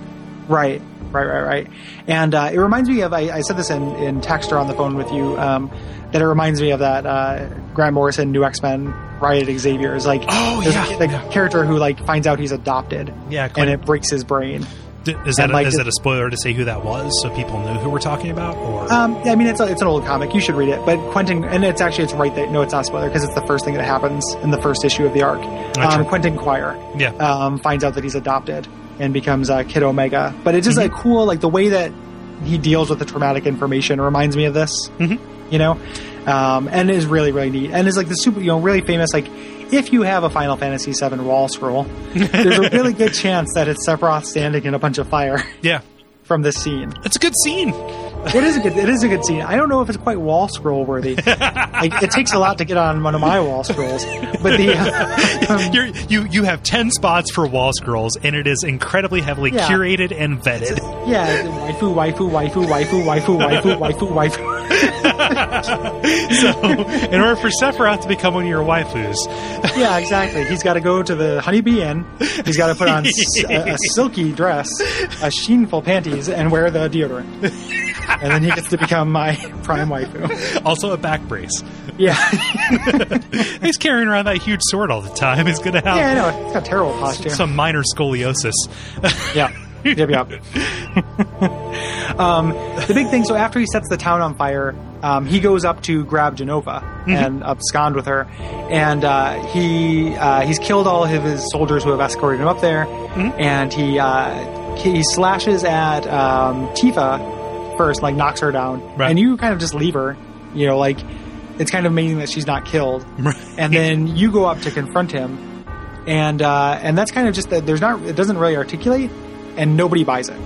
Speaker 2: Right, right, right, right. And uh, it reminds me of I, I said this in, in text or on the phone with you um, that it reminds me of that uh, Grant Morrison New X Men Riot Xavier is like
Speaker 1: Oh,
Speaker 2: there's
Speaker 1: yeah,
Speaker 2: the
Speaker 1: yeah.
Speaker 2: character who like finds out he's adopted
Speaker 1: Yeah,
Speaker 2: and
Speaker 1: Clint-
Speaker 2: it breaks his brain.
Speaker 1: D- is that
Speaker 2: and,
Speaker 1: a,
Speaker 2: like,
Speaker 1: is
Speaker 2: the-
Speaker 1: that a spoiler to say who that was, so people knew who we're talking about? Or *laughs*
Speaker 2: Um, yeah, I mean, it's a, it's an old comic. You should read it. But Quentin, and it's actually it's right there. No, it's not a spoiler because it's the first thing that happens in the first issue of the arc.
Speaker 1: Not
Speaker 2: Um,
Speaker 1: sure.
Speaker 2: Quentin Quire
Speaker 1: Yeah.
Speaker 2: um, finds out that he's adopted and becomes uh, Kid Omega. But it is like cool, like the way that he deals with the traumatic information reminds me of this.
Speaker 1: Mhm.
Speaker 2: You know, um, and is really really neat. And is like the super, you know, really famous like. If you have a Final Fantasy VII wall scroll, there's a really good chance that it's Sephiroth standing in a bunch of fire *laughs*
Speaker 1: yeah,
Speaker 2: from this scene.
Speaker 1: it's a good scene.
Speaker 2: It is a good. It is a good scene. I don't know if it's quite wall scroll worthy. like, it takes a lot to get on one of my wall scrolls, but the um,
Speaker 1: You're, you you have ten spots for wall scrolls, and it is incredibly heavily
Speaker 2: Yeah.
Speaker 1: curated and
Speaker 2: *laughs*
Speaker 1: vetted. *laughs*
Speaker 2: *laughs* yeah, waifu, waifu, waifu, waifu, waifu, waifu, waifu, waifu.
Speaker 1: so, in order for Sephiroth to become one of your waifus,
Speaker 2: Yeah, exactly. He's got to go to the honeybee inn. He's got to put on s- uh, a, a silky dress, a sheenful panties, and wear the deodorant, and then he gets to become my *laughs* prime waifu.
Speaker 1: also a back brace,
Speaker 2: Yeah. *laughs*
Speaker 1: he's carrying around that huge sword all the time. He's going to have
Speaker 2: Yeah, I know. It's got terrible posture.
Speaker 1: some minor scoliosis.
Speaker 2: Yeah. Yep, yep. *laughs* um, the big thing, so after he sets the town on fire, um, he goes up to grab Genova and abscond with her, and uh, he uh, he's killed all of his soldiers who have escorted him up there, and he uh, he slashes at um, Tifa first, like knocks her down,
Speaker 1: Right.
Speaker 2: and you kind of just leave her, you know, like it's kind of amazing that she's not killed, and then you go up to confront him, and uh, and that's kind of just that there's not it doesn't really articulate and nobody buys it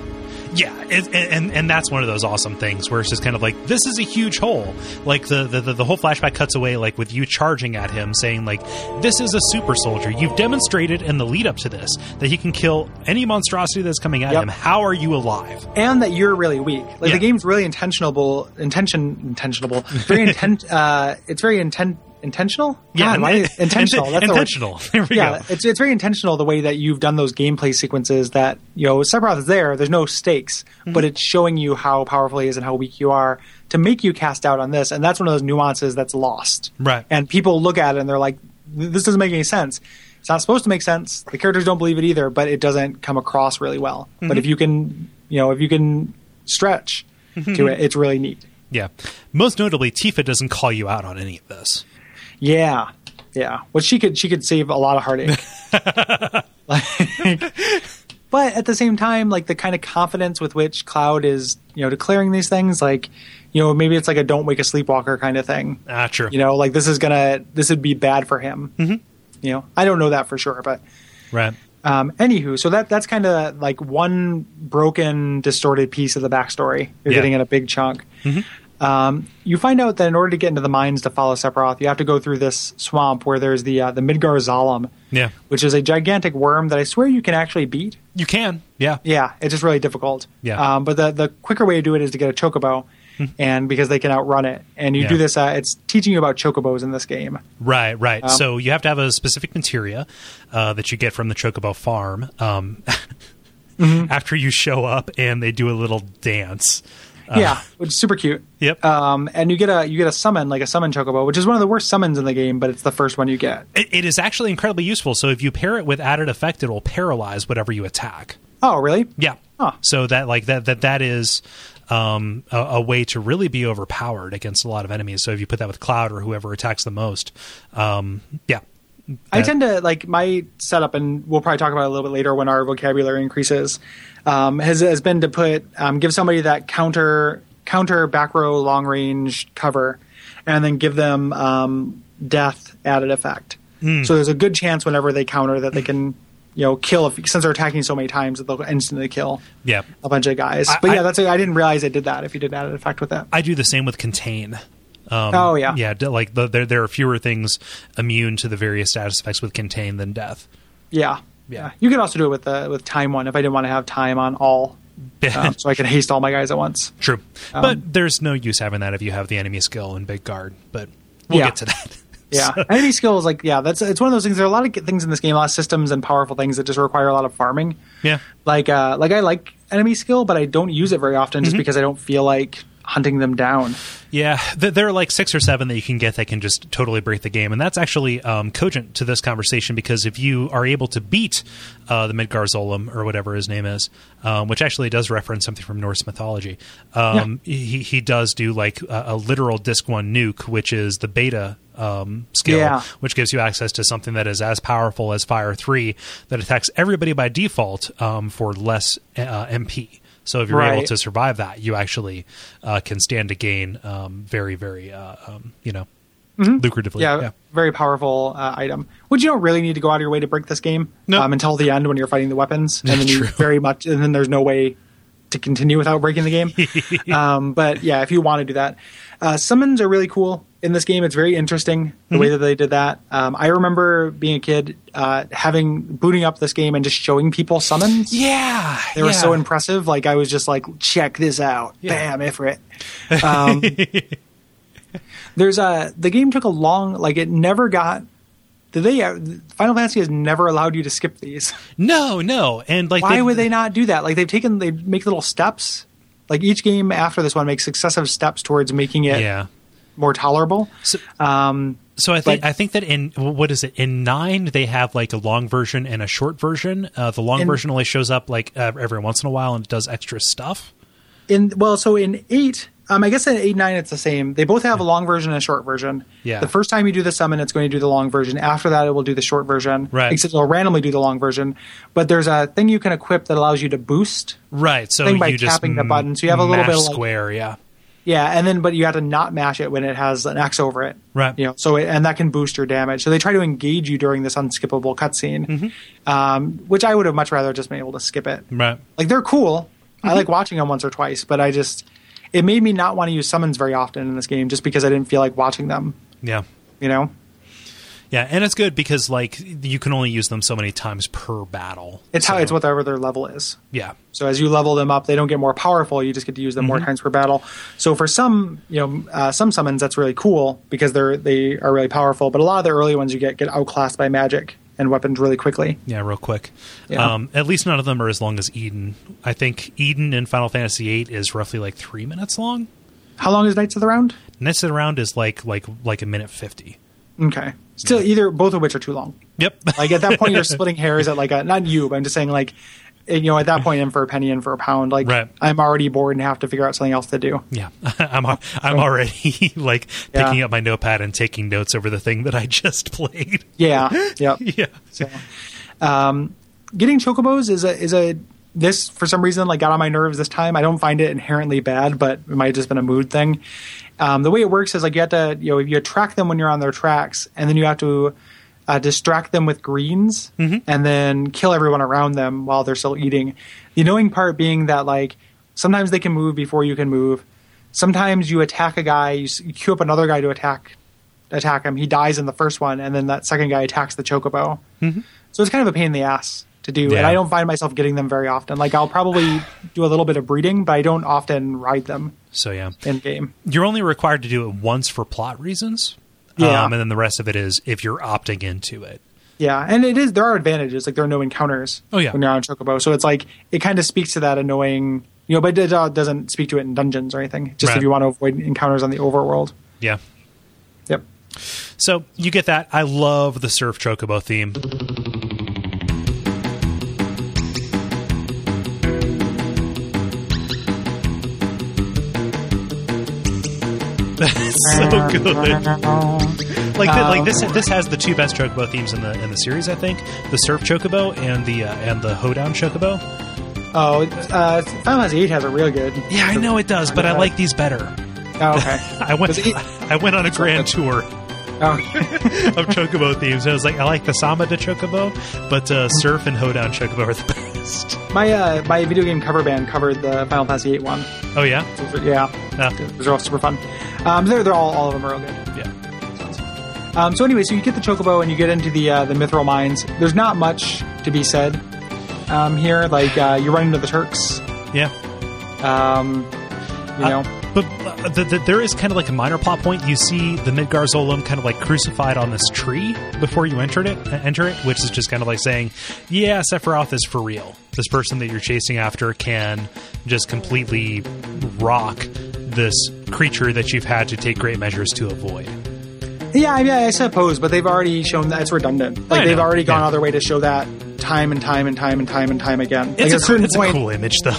Speaker 1: Yeah, and, and and that's one of those awesome things where it's just kind of like this is a huge hole. Like the the, the the whole flashback cuts away like with you charging at him, saying like this is a super soldier. You've demonstrated in the lead up to this that he can kill any monstrosity that's coming at
Speaker 2: Yep.
Speaker 1: him. How are you alive?
Speaker 2: and that you're really weak like
Speaker 1: Yeah.
Speaker 2: the game's really intentionable intention intentionable very intent *laughs* uh, it's very intent intentional
Speaker 1: *laughs*
Speaker 2: God, why-
Speaker 1: and-
Speaker 2: *laughs* intentional
Speaker 1: and-
Speaker 2: that's the word.
Speaker 1: intentional. *laughs* There we
Speaker 2: yeah
Speaker 1: go.
Speaker 2: it's, it's very intentional the way that you've done those gameplay sequences that you know Sephiroth is there there's no stakes
Speaker 1: Mm-hmm.
Speaker 2: but it's showing you how powerful he is and how weak you are to make you cast out on this and that's one of those nuances that's lost
Speaker 1: Right.
Speaker 2: and people look at it and they're like this doesn't make any sense it's not supposed to make sense the characters don't believe it either but it doesn't come across really well
Speaker 1: Mm-hmm.
Speaker 2: but if you can you know if you can
Speaker 1: *laughs*
Speaker 2: stretch to it it's really neat
Speaker 1: Yeah. Most notably, Tifa doesn't call you out on any of this.
Speaker 2: yeah yeah well she could she could save a lot of heartache *laughs* like, but at the same time like the kind of confidence with which cloud is you know declaring these things like you know maybe it's like a don't wake a sleepwalker kind of thing
Speaker 1: Ah, true.
Speaker 2: you know like this is gonna this would be bad for him you know i don't know that for sure but
Speaker 1: Right.
Speaker 2: um anywho so that that's kind of like one broken distorted piece of the backstory you're
Speaker 1: Yeah. Mm-hmm.
Speaker 2: getting in a big chunk um you find out that in order to get into the mines to follow sephiroth you have to go through this swamp where there's the uh, the midgar zalem
Speaker 1: Yeah.
Speaker 2: which is a gigantic worm that i swear you can actually beat
Speaker 1: You can. Yeah.
Speaker 2: yeah, it's just really difficult.
Speaker 1: Yeah. Hmm.
Speaker 2: Um, but the the quicker way to do it is to get a chocobo, and because they can outrun it, and you
Speaker 1: Yeah.
Speaker 2: do this. Uh, it's teaching you about chocobos in this game.
Speaker 1: Right, right. so you have to have a specific materia uh, that you get from the Chocobo farm. Um, *laughs* After you show up and they do a little dance.
Speaker 2: yeah, which is super cute.
Speaker 1: Yep.
Speaker 2: Um, and you get a you get a summon like a summon chocobo, which is one of the worst summons in the game, but it's the first one you get.
Speaker 1: It, it is actually incredibly useful. So if you pair it with added effect, it will paralyze whatever you attack.
Speaker 2: Oh, really?
Speaker 1: Yeah.
Speaker 2: Huh.
Speaker 1: So that like that that that is um, a, a way to really be overpowered against a lot of enemies. So if you put that with Cloud or whoever attacks the most, um, yeah,
Speaker 2: I
Speaker 1: that-
Speaker 2: tend to like my setup, and we'll probably talk about it a little bit later when our vocabulary increases. Um, has has been to put um, give somebody that counter counter back row long range cover, and then give them um, death added effect.
Speaker 1: Hmm.
Speaker 2: So there's a good chance whenever they counter that they can you know kill if, since they're attacking so many times that they'll instantly kill
Speaker 1: yeah.
Speaker 2: a bunch of guys. but
Speaker 1: I-
Speaker 2: yeah, that's I I didn't realize I did that. If you did added effect with that,
Speaker 1: I do the same with contain. Um,
Speaker 2: Oh, yeah.
Speaker 1: yeah. d- Like the, there, there are fewer things immune to the various status effects with contain than death.
Speaker 2: yeah,
Speaker 1: Yeah.
Speaker 2: uh,
Speaker 1: *laughs*
Speaker 2: You could also do it with the with time one if I didn't want to have time on all um, so I can haste all my guys at once.
Speaker 1: True. but there's no use having that if you have the enemy skill and big guard, but we'll
Speaker 2: Yeah.
Speaker 1: get to that.
Speaker 2: Yeah, enemy skill is like yeah, that's it's one of those things. There are a lot of things in this game, a lot of systems and powerful things that just require a lot of farming.
Speaker 1: *laughs* yeah.
Speaker 2: Like uh, like I like enemy skill, but I don't use it very often
Speaker 1: Mm-hmm.
Speaker 2: just because I don't feel like hunting them down.
Speaker 1: Yeah, th- there are like six or seven that you can get that can just totally break the game, and that's actually um, cogent to this conversation because if you are able to beat uh, the Midgar Zolom or whatever his name is, um, which actually does reference something from Norse mythology, um, he he does do like a, a literal disc one nuke, which is the beta. Um, skill,
Speaker 2: Yeah.
Speaker 1: which gives you access to something that is as powerful as Fire Three, that attacks everybody by default um, for less uh, MP. So if you're able
Speaker 2: Right.
Speaker 1: to survive that, you actually uh, can stand to gain um, very, very, uh, um, you know, lucratively.
Speaker 2: Mm-hmm. Yeah, very powerful uh, item. Which you don't really need to go out of your way to break this game
Speaker 1: No.
Speaker 2: um, until the end when you're fighting the weapons, and then you
Speaker 1: True.
Speaker 2: very much, and then there's no way to continue without breaking the game. um, but yeah, if you want to do that, uh, summons are really cool in this game. It's very interesting the way that they did that. Um, I remember being a kid uh, having booting up this game and just showing people summons.
Speaker 1: Yeah.
Speaker 2: They were so
Speaker 1: yeah.
Speaker 2: impressive. Like I was just like, check this out,
Speaker 1: Yeah.
Speaker 2: bam, Ifrit.
Speaker 1: *laughs*
Speaker 2: Um, there's a the game took a long like it never got. Did they? uh, Final Fantasy has never allowed you to skip
Speaker 1: *laughs*
Speaker 2: these.
Speaker 1: No, no, and like
Speaker 2: Why would they not do that? Like they've taken they make little steps. Like each game after this one makes successive steps towards making it
Speaker 1: Yeah.
Speaker 2: more tolerable.
Speaker 1: So,
Speaker 2: Um,
Speaker 1: so I think
Speaker 2: but-
Speaker 1: I think that in what is it in nine they have like a long version and a short version. Uh, the long
Speaker 2: In-
Speaker 1: version only shows up like uh, every once in a while and it does extra stuff.
Speaker 2: in well, so in eight, um, I guess in eight nine it's the same. They both have a long version and a short version.
Speaker 1: Yeah.
Speaker 2: The first time you do the summon, it's going to do the long version. After that, it will do the short version.
Speaker 1: Right.
Speaker 2: Except it'll randomly do the long version. But there's a thing you can equip that allows you to boost.
Speaker 1: Right. So
Speaker 2: Thing by
Speaker 1: you just
Speaker 2: tapping the
Speaker 1: m-
Speaker 2: button, so you have a little
Speaker 1: mash
Speaker 2: bit of, like-
Speaker 1: square. Yeah.
Speaker 2: Yeah, and then but you have to not mash it when it has an X over it.
Speaker 1: Right.
Speaker 2: You know, so it, and that can boost your damage. So they try to engage you during this unskippable cutscene,
Speaker 1: Mm-hmm.
Speaker 2: um, which I would have much rather just been able to skip it.
Speaker 1: Right.
Speaker 2: Like they're cool. I like watching them once or twice, but I just it made me not want to use summons very often in this game just because I didn't feel like watching them.
Speaker 1: Yeah.
Speaker 2: You know,
Speaker 1: Yeah, and it's good because like you can only use them so many times per battle.
Speaker 2: it's how
Speaker 1: So,
Speaker 2: it's whatever their level is.
Speaker 1: Yeah.
Speaker 2: So as you level them up, they don't get more powerful. You just get to use them more times per battle. So for some, you know, uh, some summons that's really cool because they're they are really powerful. But a lot of the early ones you get get outclassed by magic and weapons really quickly.
Speaker 1: Yeah, real quick.
Speaker 2: Yeah.
Speaker 1: Um, at least none of them are as long as Eden. I think Eden in Final Fantasy VIII is roughly like three minutes long.
Speaker 2: How long is Knights of the Round?
Speaker 1: Next round is like like like a minute fifty.
Speaker 2: Okay, still either both of which are too long.
Speaker 1: Yep.
Speaker 2: Like at that point, you're splitting hairs at like a not you, but I'm just saying like. You know, at that point, in for a penny, in for a pound. Like,
Speaker 1: Right.
Speaker 2: I'm already bored and have to figure out something else to do.
Speaker 1: *laughs* yeah, *laughs* I'm al- I'm already *laughs* like
Speaker 2: Yeah.
Speaker 1: picking up my notepad and taking notes over the thing that I *laughs* just played.
Speaker 2: Yeah, yep.
Speaker 1: yeah.
Speaker 2: um, getting chocobos is a is a this for some reason like got on my nerves this time. I don't find it inherently bad, but it might have just been a mood thing. Um, the way it works is like you have to you know you attract them when you're on their tracks, and then you have to uh, distract them with greens, and then kill everyone around them while they're still eating. The annoying part being that like sometimes they can move before you can move. Sometimes you attack a guy, you, s- you queue up another guy to attack attack him. He dies in the first one, and then that second guy attacks the chocobo. So it's kind of a pain in the ass to do, and
Speaker 1: Mm-hmm. Yeah.
Speaker 2: I don't find myself getting them very often. Like I'll probably do a little bit of breeding, but I don't often ride them
Speaker 1: So yeah,
Speaker 2: in game.
Speaker 1: you're only required to do it once for plot reasons.
Speaker 2: Yeah.
Speaker 1: Um, and then the rest of it is if you're opting into it.
Speaker 2: Yeah, and it is there are advantages. Like there are no encounters.
Speaker 1: Oh, yeah.
Speaker 2: when you're on chocobo, so it's like it kind of speaks to that annoying, you know, but it uh, doesn't speak to it in dungeons or anything. Just
Speaker 1: Right.
Speaker 2: if you want to avoid encounters on the overworld.
Speaker 1: Yeah.
Speaker 2: Yep.
Speaker 1: So you get that. I love the surf chocobo theme. *laughs* That's so *laughs* good. Like, th- like this, this has the two best chocobo themes in the in the series. I think the surf chocobo and the uh, and the hoedown chocobo.
Speaker 2: Oh, uh, Final Fantasy VIII has a real good.
Speaker 1: Yeah, I know it does, but I like these better.
Speaker 2: Oh,
Speaker 1: *laughs*
Speaker 2: okay.
Speaker 1: I went
Speaker 2: Does it-
Speaker 1: I went *laughs* on a grand tour
Speaker 2: Oh,
Speaker 1: of chocobo themes. I was like, I like the Samba de chocobo, but uh, surf and hoedown chocobo are the *laughs* best.
Speaker 2: my uh, my video game cover band covered the Final Fantasy VIII one.
Speaker 1: Oh yeah,
Speaker 2: Yeah,
Speaker 1: Uh,
Speaker 2: those are all super fun. Um, they're they're all all of them are real good.
Speaker 1: yeah,
Speaker 2: Um, so anyway, so you get the chocobo and you get into the uh, the mithril mines. There's not much to be said um, here. Like uh, you run into the Turks,
Speaker 1: Yeah.
Speaker 2: Um, you
Speaker 1: Uh,
Speaker 2: know,
Speaker 1: But uh, th- th- there is kind of like a minor plot point. You see the Midgar Zolom kind of like crucified on this tree before you entered it, uh, enter it, which is just kind of like saying, "Yeah, Sephiroth is for real. This person that you're chasing after can just completely rock this creature that you've had to take great measures to avoid."
Speaker 2: yeah, I mean, I suppose, but they've already shown that it's redundant.
Speaker 1: I
Speaker 2: Like they've
Speaker 1: know,
Speaker 2: already gone
Speaker 1: yeah.
Speaker 2: out of their way to show that time and time and time and time and time again. Like,
Speaker 1: It's,
Speaker 2: at
Speaker 1: a,
Speaker 2: a certain
Speaker 1: it's a
Speaker 2: point,
Speaker 1: cool image, though.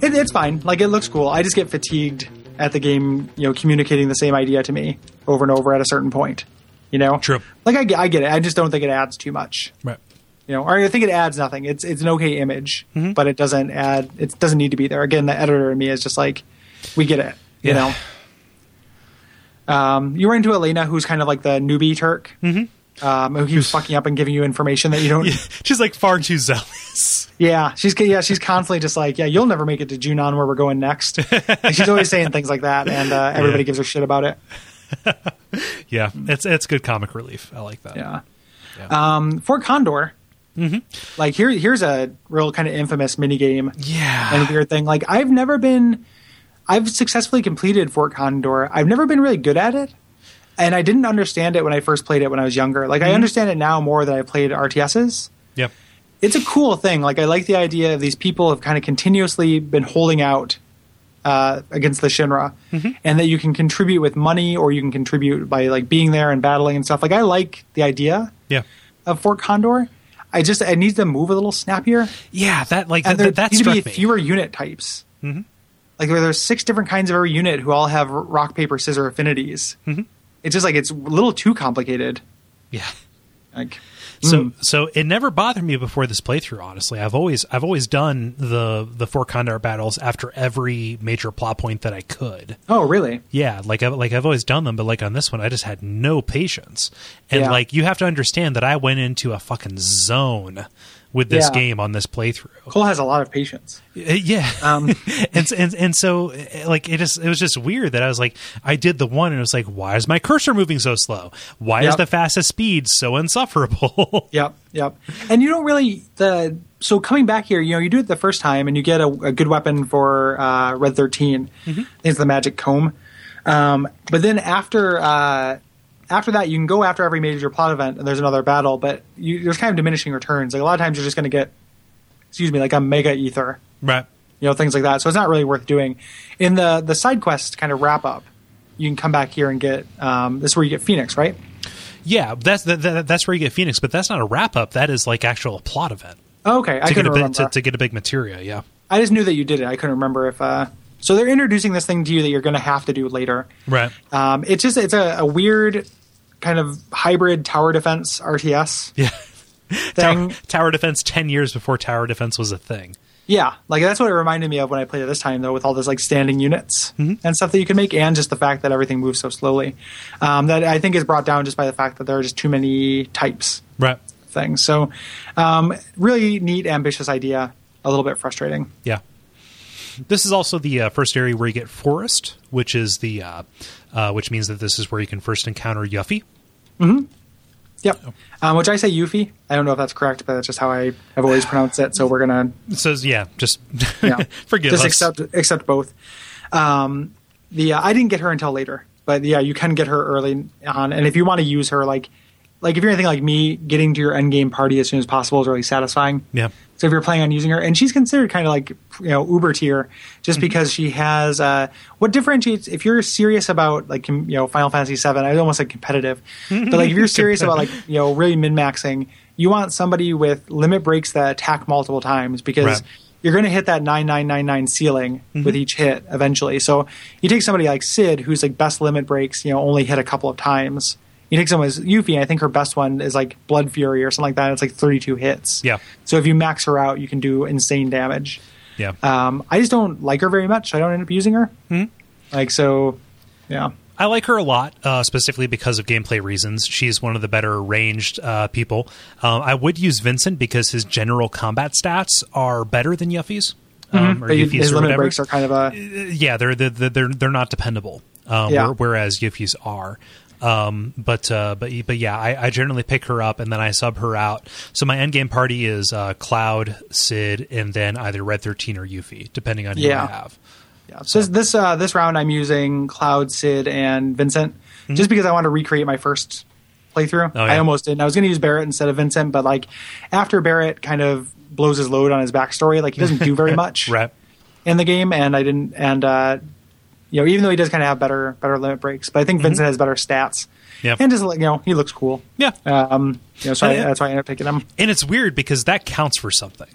Speaker 1: *laughs*
Speaker 2: it, it's fine. Like it looks cool. I just get fatigued at the game, you know, communicating the same idea to me over and over at a certain point. You know,
Speaker 1: True.
Speaker 2: Like I, get- I get it. I just don't think it adds too much.
Speaker 1: Right.
Speaker 2: You know, or I think it adds nothing. It's it's an okay image,
Speaker 1: Mm-hmm.
Speaker 2: but it doesn't add. It doesn't need to be there. Again, the editor in me is just like, we get it. You
Speaker 1: Yeah.
Speaker 2: know. Um, you run into Elena, who's kind of like the newbie Turk, mm-hmm. um, who keeps fucking up and giving you information that
Speaker 1: *laughs*
Speaker 2: you don't.
Speaker 1: She's like far too zealous. *laughs*
Speaker 2: Yeah, she's yeah, she's constantly just like, yeah, you'll never make it to Junon where we're
Speaker 1: *laughs*
Speaker 2: going next. and she's always saying things like that, and uh, everybody
Speaker 1: Yeah.
Speaker 2: gives her shit about it.
Speaker 1: yeah, it's it's good comic relief. I like that.
Speaker 2: Yeah. Um, for Condor,
Speaker 1: Mm-hmm.
Speaker 2: like here, here's a real kind of infamous mini game
Speaker 1: Yeah.
Speaker 2: and weird thing. Like I've never been, I've successfully completed Fort Condor. I've never been really good at it, and I didn't understand it when I first played it when I was younger. Like
Speaker 1: Mm-hmm.
Speaker 2: I understand it now more than I played RTSs.
Speaker 1: Yep.
Speaker 2: it's a cool thing. Like I like the idea of these people have kind of continuously been holding out uh, against the Shinra,
Speaker 1: Mm-hmm.
Speaker 2: and that you can contribute with money or you can contribute by like being there and battling and stuff. Like I like the idea
Speaker 1: Yeah.
Speaker 2: of Fort Condor. I just I need to move a little snappier,
Speaker 1: Yeah. That like
Speaker 2: and
Speaker 1: that,
Speaker 2: there
Speaker 1: that, that
Speaker 2: need to
Speaker 1: struck
Speaker 2: be
Speaker 1: me. Mm-hmm.
Speaker 2: fewer unit types. Like where there's six different kinds of every unit who all have r- rock paper scissor affinities.
Speaker 1: Mm-hmm.
Speaker 2: It's just like it's a little too complicated.
Speaker 1: yeah.
Speaker 2: Like
Speaker 1: So so it never bothered me before this playthrough. Honestly, I've always I've always done the the four Condor battles after every major plot point that I could.
Speaker 2: oh really?
Speaker 1: Yeah, like I, like I've always done them, but like on this one, I just had no patience. And
Speaker 2: Yeah.
Speaker 1: like you have to understand that I went into a fucking zone with this
Speaker 2: Yeah.
Speaker 1: game on this playthrough.
Speaker 2: Cole has a lot of patience.
Speaker 1: Uh, Yeah, *laughs*
Speaker 2: Um,
Speaker 1: and, and and so uh, like it just it was just weird that I was like I did the one and it was like why is my cursor moving so slow? Why is
Speaker 2: Yep.
Speaker 1: the fastest speed so insufferable? *laughs*
Speaker 2: Yep, yep. And you don't really the so coming back here, you know, you do it the first time and you get a, a good weapon for uh, Red 13
Speaker 1: Mm-hmm.
Speaker 2: It's the magic comb. Um, but then after uh, after that, you can go after every major plot event and there's another battle, but you, there's kind of diminishing returns. Like a lot of times, you're just going to get excuse me, like a mega ether,
Speaker 1: right.
Speaker 2: you know, things like that. So it's not really worth doing. In the the side quest kind of wrap up, you can come back here and get um, this is where you get Phoenix, right?
Speaker 1: Yeah, that's that, that, that's where you get Phoenix, but that's not a wrap up. That is like actual plot event
Speaker 2: Okay,
Speaker 1: to
Speaker 2: I
Speaker 1: get
Speaker 2: couldn't
Speaker 1: a big,
Speaker 2: remember.
Speaker 1: to, to get a big materia. Yeah,
Speaker 2: I just knew that you did it. I couldn't remember if. Uh, so they're introducing this thing to you that you're going to have to do later.
Speaker 1: right.
Speaker 2: Um, it's just it's a, a weird kind of hybrid tower defense RTS
Speaker 1: *laughs* Yeah, tower,
Speaker 2: thing.
Speaker 1: tower defense ten years before tower defense was a thing.
Speaker 2: yeah, like that's what it reminded me of when I played it this time, though, with all this like standing units
Speaker 1: Mm-hmm.
Speaker 2: and stuff that you can make, and just the fact that everything moves so slowly. Um, that I think is brought down just by the fact that there are just too many types
Speaker 1: Right.
Speaker 2: of things. So um, really neat, ambitious idea. A little bit frustrating.
Speaker 1: Yeah. This is also the uh, first area where you get forest, which is the uh, uh, which means that this is where you can first encounter Yuffie.
Speaker 2: Yep. Um, which I say Yuffie. I don't know if that's correct, but that's just how I have always pronounced it. So we're gonna
Speaker 1: So yeah, just
Speaker 2: yeah,
Speaker 1: *laughs* forgive
Speaker 2: just
Speaker 1: us.
Speaker 2: accept accept both. Um, the uh, I didn't get her until later, but yeah, you can get her early on, and if you want to use her, like like if you're anything like me, getting to your end game party as soon as possible is really satisfying.
Speaker 1: yeah.
Speaker 2: So if you're planning on using her, and she's considered kind of like you know Uber tier, just because she has uh, what differentiates. If you're serious about like com- you know Final Fantasy VII, I almost said competitive, but like if you're serious about like you know really min maxing, you want somebody with limit breaks that attack multiple times because.
Speaker 1: Right.
Speaker 2: You're going to hit that 9999 ceiling with each hit eventually. So you take somebody like Sid, who's like best limit breaks, you know, only hit a couple of times. You take someone as Yuffie, and I think her best one is like Blood Fury or something like that. and It's like 32 hits.
Speaker 1: Yeah.
Speaker 2: So if you max her out, you can do insane damage.
Speaker 1: Yeah.
Speaker 2: Um, I just don't like her very much. I don't end up using her.
Speaker 1: Hmm.
Speaker 2: Like so, yeah,
Speaker 1: I like her a lot, uh, specifically because of gameplay reasons. She's one of the better ranged uh, people. Um, I would use Vincent because his general combat stats are better than Yuffie's. Um, or
Speaker 2: But you-
Speaker 1: Yuffie's
Speaker 2: his
Speaker 1: or
Speaker 2: Mm-hmm. limit
Speaker 1: whatever.
Speaker 2: breaks are kind of a
Speaker 1: yeah, they're they're they're, they're not dependable. Um,
Speaker 2: Yeah.
Speaker 1: where- whereas Yuffie's are. Um, but uh, but but yeah, I, I generally pick her up and then I sub her out. So my end game party is uh, Cloud, Sid, and then either Red Thirteen or Yuffie, depending on who
Speaker 2: Yeah.
Speaker 1: I have.
Speaker 2: Yeah. So this this, uh, this round I'm using Cloud, Sid, and Vincent, just because I want to recreate my first playthrough.
Speaker 1: Hmm. Oh, yeah.
Speaker 2: I almost didn't. I was going to use Barrett instead of Vincent, but like after Barrett kind of blows his load on his backstory, like he doesn't
Speaker 1: *laughs*
Speaker 2: do very much
Speaker 1: Right.
Speaker 2: in the game, and I didn't. And uh, you know, even though he does kind of have better better limit breaks, but I think
Speaker 1: Mm-hmm.
Speaker 2: Vincent has better stats.
Speaker 1: Yeah.
Speaker 2: And just like you know, he looks cool.
Speaker 1: Yeah.
Speaker 2: Um. You know, so I,
Speaker 1: Oh, Yeah.
Speaker 2: that's why I ended up picking him.
Speaker 1: And it's weird because that counts for something.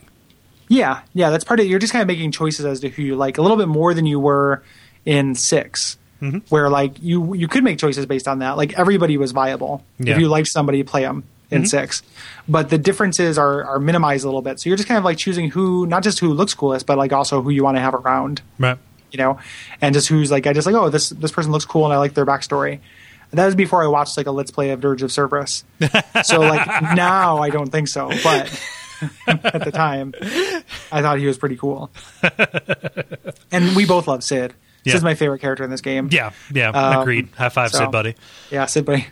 Speaker 2: Yeah, yeah, that's part of you're just kind of making choices as to who you like a little bit more than you were in 6
Speaker 1: Mm-hmm.
Speaker 2: where like you you could make choices based on that. Like everybody was viable.
Speaker 1: Yeah. Mm-hmm.
Speaker 2: If you liked somebody, play them in six. But the differences are are minimized a little bit. So you're just kind of like choosing who, not just who looks coolest, but like also who you want to have around.
Speaker 1: Right.
Speaker 2: You know, and just who's like I just like oh this this person looks cool and I like their backstory. That was before I watched like a let's play of Dirge of Cerberus.
Speaker 1: *laughs*
Speaker 2: So like now I don't think so, but *laughs* at the time. I thought he was
Speaker 1: *laughs*
Speaker 2: pretty cool. and we both love Sid.
Speaker 1: Yeah.
Speaker 2: Sid's my favorite character in this game.
Speaker 1: Yeah. Yeah.
Speaker 2: Um,
Speaker 1: agreed. High five,
Speaker 2: so-
Speaker 1: Sid, buddy.
Speaker 2: Yeah,
Speaker 1: *laughs*
Speaker 2: Sid, buddy.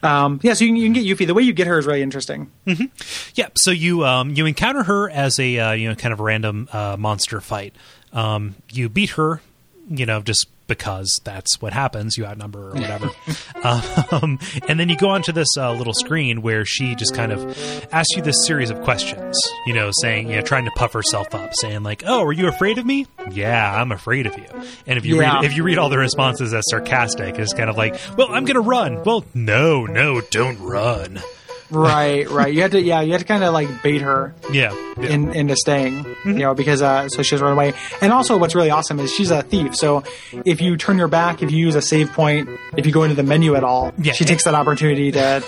Speaker 2: um, yeah, so you can, you can get Yuffie. The way you get her is
Speaker 1: *laughs*
Speaker 2: really interesting.
Speaker 1: Yeah, so you um, you encounter her as a uh, you know kind of random uh, monster fight. Um, you beat her, you know, just because that's what happens. You outnumber her or whatever, um, and then you go onto this uh, little screen where she just kind of asks you this series of questions. You know, saying you know trying to puff herself up, saying like, "Oh, are you afraid of me? Yeah, I'm afraid of you." And if you
Speaker 2: Yeah.
Speaker 1: read if you read all the responses as sarcastic, it's kind of like, "Well, I'm gonna run." Well, no, no, don't run.
Speaker 2: Right, right. You had to, yeah, you had to kind of like bait her
Speaker 1: Yeah, yeah. Mm-hmm.
Speaker 2: in, into staying, you know, because uh, so she doesn't run away. And also, what's really awesome is she's a thief. So if you turn your back, if you use a save point, if you go into the menu at all,
Speaker 1: Yeah.
Speaker 2: she takes that opportunity to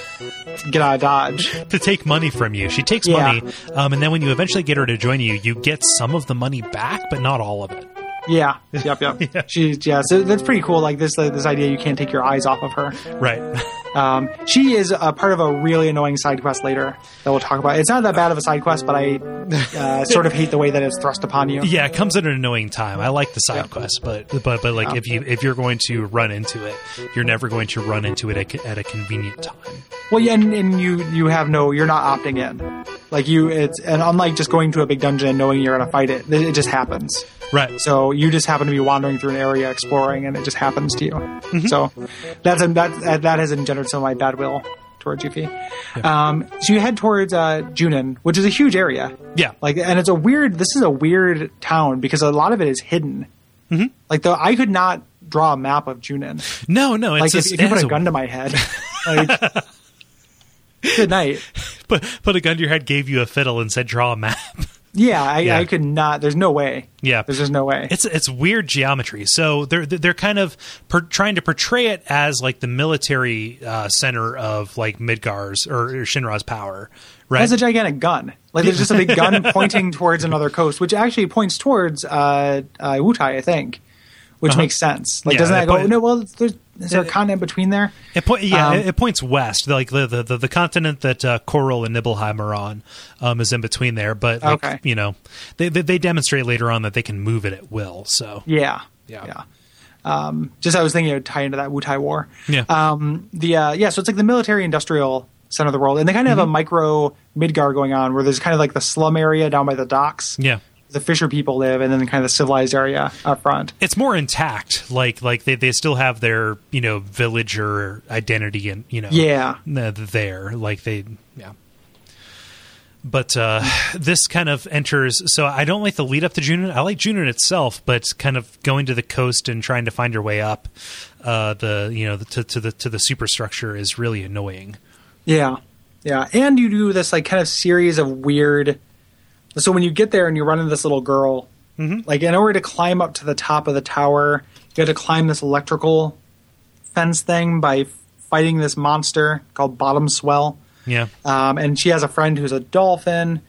Speaker 2: get out of dodge.
Speaker 1: to take money from you. She takes
Speaker 2: Yeah.
Speaker 1: money, um, and then when you eventually get her to join you, you get some of the money back, but not all of it.
Speaker 2: Yeah, yep, yep.
Speaker 1: *laughs*
Speaker 2: She's yeah, so that's pretty cool. Like this, uh, this idea you can't take your eyes off of her.
Speaker 1: Right.
Speaker 2: Um, she is a part of a really annoying side quest later that we'll talk about. It's not that bad of a side quest, but I uh, sort of hate the way that it's thrust upon
Speaker 1: *laughs*
Speaker 2: you.
Speaker 1: yeah, it comes at an annoying time. I like the side quest, but but but like if you if you're going to run into it, you're never going to run into it at, co- at a convenient time.
Speaker 2: Well, yeah, and, and you you have no, you're not opting in. Like you, it's and unlike just going to a big dungeon and knowing you're gonna fight it, it it just happens.
Speaker 1: Right.
Speaker 2: So you just happen to be wandering through an area exploring, and it just happens to you. So that's that that has engendered some of my bad will towards Yuffie. Um, so you head towards uh, Junin, which is a huge area.
Speaker 1: Yeah.
Speaker 2: Like, and it's a weird. This is a weird town because a lot of it is hidden. Mm-hmm. Like, though I could not draw a map of Junin.
Speaker 1: no, no. It's
Speaker 2: Like,
Speaker 1: just,
Speaker 2: if, if you
Speaker 1: it
Speaker 2: put
Speaker 1: has
Speaker 2: a gun to my head, like, good night.
Speaker 1: *laughs* put, put a gun to your head, gave you a fiddle, and said, "Draw a map."
Speaker 2: Yeah, I,
Speaker 1: Yeah.
Speaker 2: I could not. There's no way.
Speaker 1: Yeah.
Speaker 2: there's just no way.
Speaker 1: It's it's weird geometry. So they're they're kind of per, trying to portray it as like the military uh, center of like Midgar's or Shinra's power, right?
Speaker 2: has a gigantic gun. Like there's just a big
Speaker 1: *laughs*
Speaker 2: gun pointing towards another coast, which actually points towards uh, uh, Wutai, I think, which makes sense.
Speaker 1: Uh-huh.
Speaker 2: Like
Speaker 1: Yeah,
Speaker 2: doesn't
Speaker 1: that
Speaker 2: that go?
Speaker 1: point-
Speaker 2: no, well, there's, is there a continent between there?
Speaker 1: It point, yeah,
Speaker 2: Um,
Speaker 1: it, it points west, like the the, the, the continent that uh, Coral and Nibelheim are on um, is in between there. But like,
Speaker 2: Okay.
Speaker 1: you know, they, they they demonstrate later on that they can move it at will. So
Speaker 2: Yeah,
Speaker 1: Yeah.
Speaker 2: Um, just I was thinking it would tie into that Wutai War.
Speaker 1: yeah,
Speaker 2: Um, the uh, yeah, so it's like the military industrial center of the world, and they kind of have a micro Midgar going on, where there's kind of like the slum area down by the docks.
Speaker 1: yeah.
Speaker 2: The fisher people live, and then kind of the civilized area up front.
Speaker 1: It's more intact. Like like they, they still have their you know villager identity and you know
Speaker 2: Yeah.
Speaker 1: th- there like they yeah. But uh, this kind of enters. So I don't like the lead up to Junin. I like Junin itself, but kind of going to the coast and trying to find your way up, uh, the you know the, to, to the to the superstructure is really annoying.
Speaker 2: Yeah. Yeah. And you do this like kind of series of weird so when you get there and you run into this little girl, like in order to climb up to the top of the tower, you had to climb this electrical fence thing by f- fighting this monster called Bottom Swell.
Speaker 1: Yeah,
Speaker 2: Um, and she has a friend who's
Speaker 1: *laughs*
Speaker 2: a dolphin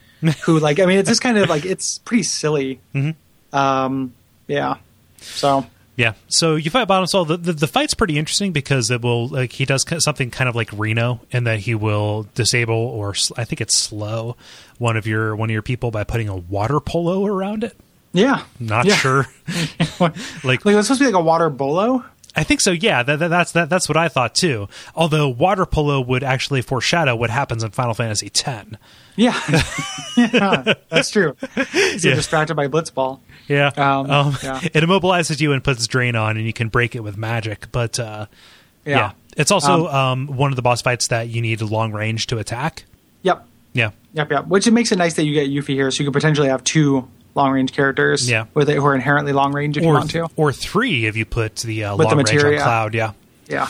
Speaker 2: who like I mean it's just kind of like it's pretty silly.
Speaker 1: Mm-hmm.
Speaker 2: Um yeah. So
Speaker 1: yeah. So you fight Bottom Soul. The, the the fight's pretty interesting because it will like he does ki- something kind of like Reno, and that he will disable or sl- I think it's slow one of your one of your people by putting a water polo around it.
Speaker 2: yeah.
Speaker 1: Not
Speaker 2: Yeah.
Speaker 1: sure.
Speaker 2: *laughs*
Speaker 1: *laughs*
Speaker 2: like
Speaker 1: Like
Speaker 2: it was supposed to be like a water bolo.
Speaker 1: I think so. Yeah, that, that, that's that, that's what I thought too. Although water polo would actually foreshadow what happens in Final Fantasy X. *laughs*
Speaker 2: Yeah, yeah that's true. So
Speaker 1: Yeah.
Speaker 2: you're distracted by Blitzball.
Speaker 1: Yeah.
Speaker 2: Um,
Speaker 1: Um,
Speaker 2: yeah.
Speaker 1: *laughs* It immobilizes you and puts drain on, and you can break it with magic. But uh, yeah.
Speaker 2: Yeah.
Speaker 1: it's also um, one of the boss fights that you need long range to attack.
Speaker 2: Yep.
Speaker 1: Yeah,
Speaker 2: Yep. Yep. Which it makes it nice that you get Yuffie here, so you could potentially have two long range characters.
Speaker 1: Yeah.
Speaker 2: With it, who are inherently long range if you
Speaker 1: or
Speaker 2: want to.
Speaker 1: or three if you put the uh,
Speaker 2: With the
Speaker 1: long range on
Speaker 2: materia.
Speaker 1: cloud. Yeah,
Speaker 2: Yeah.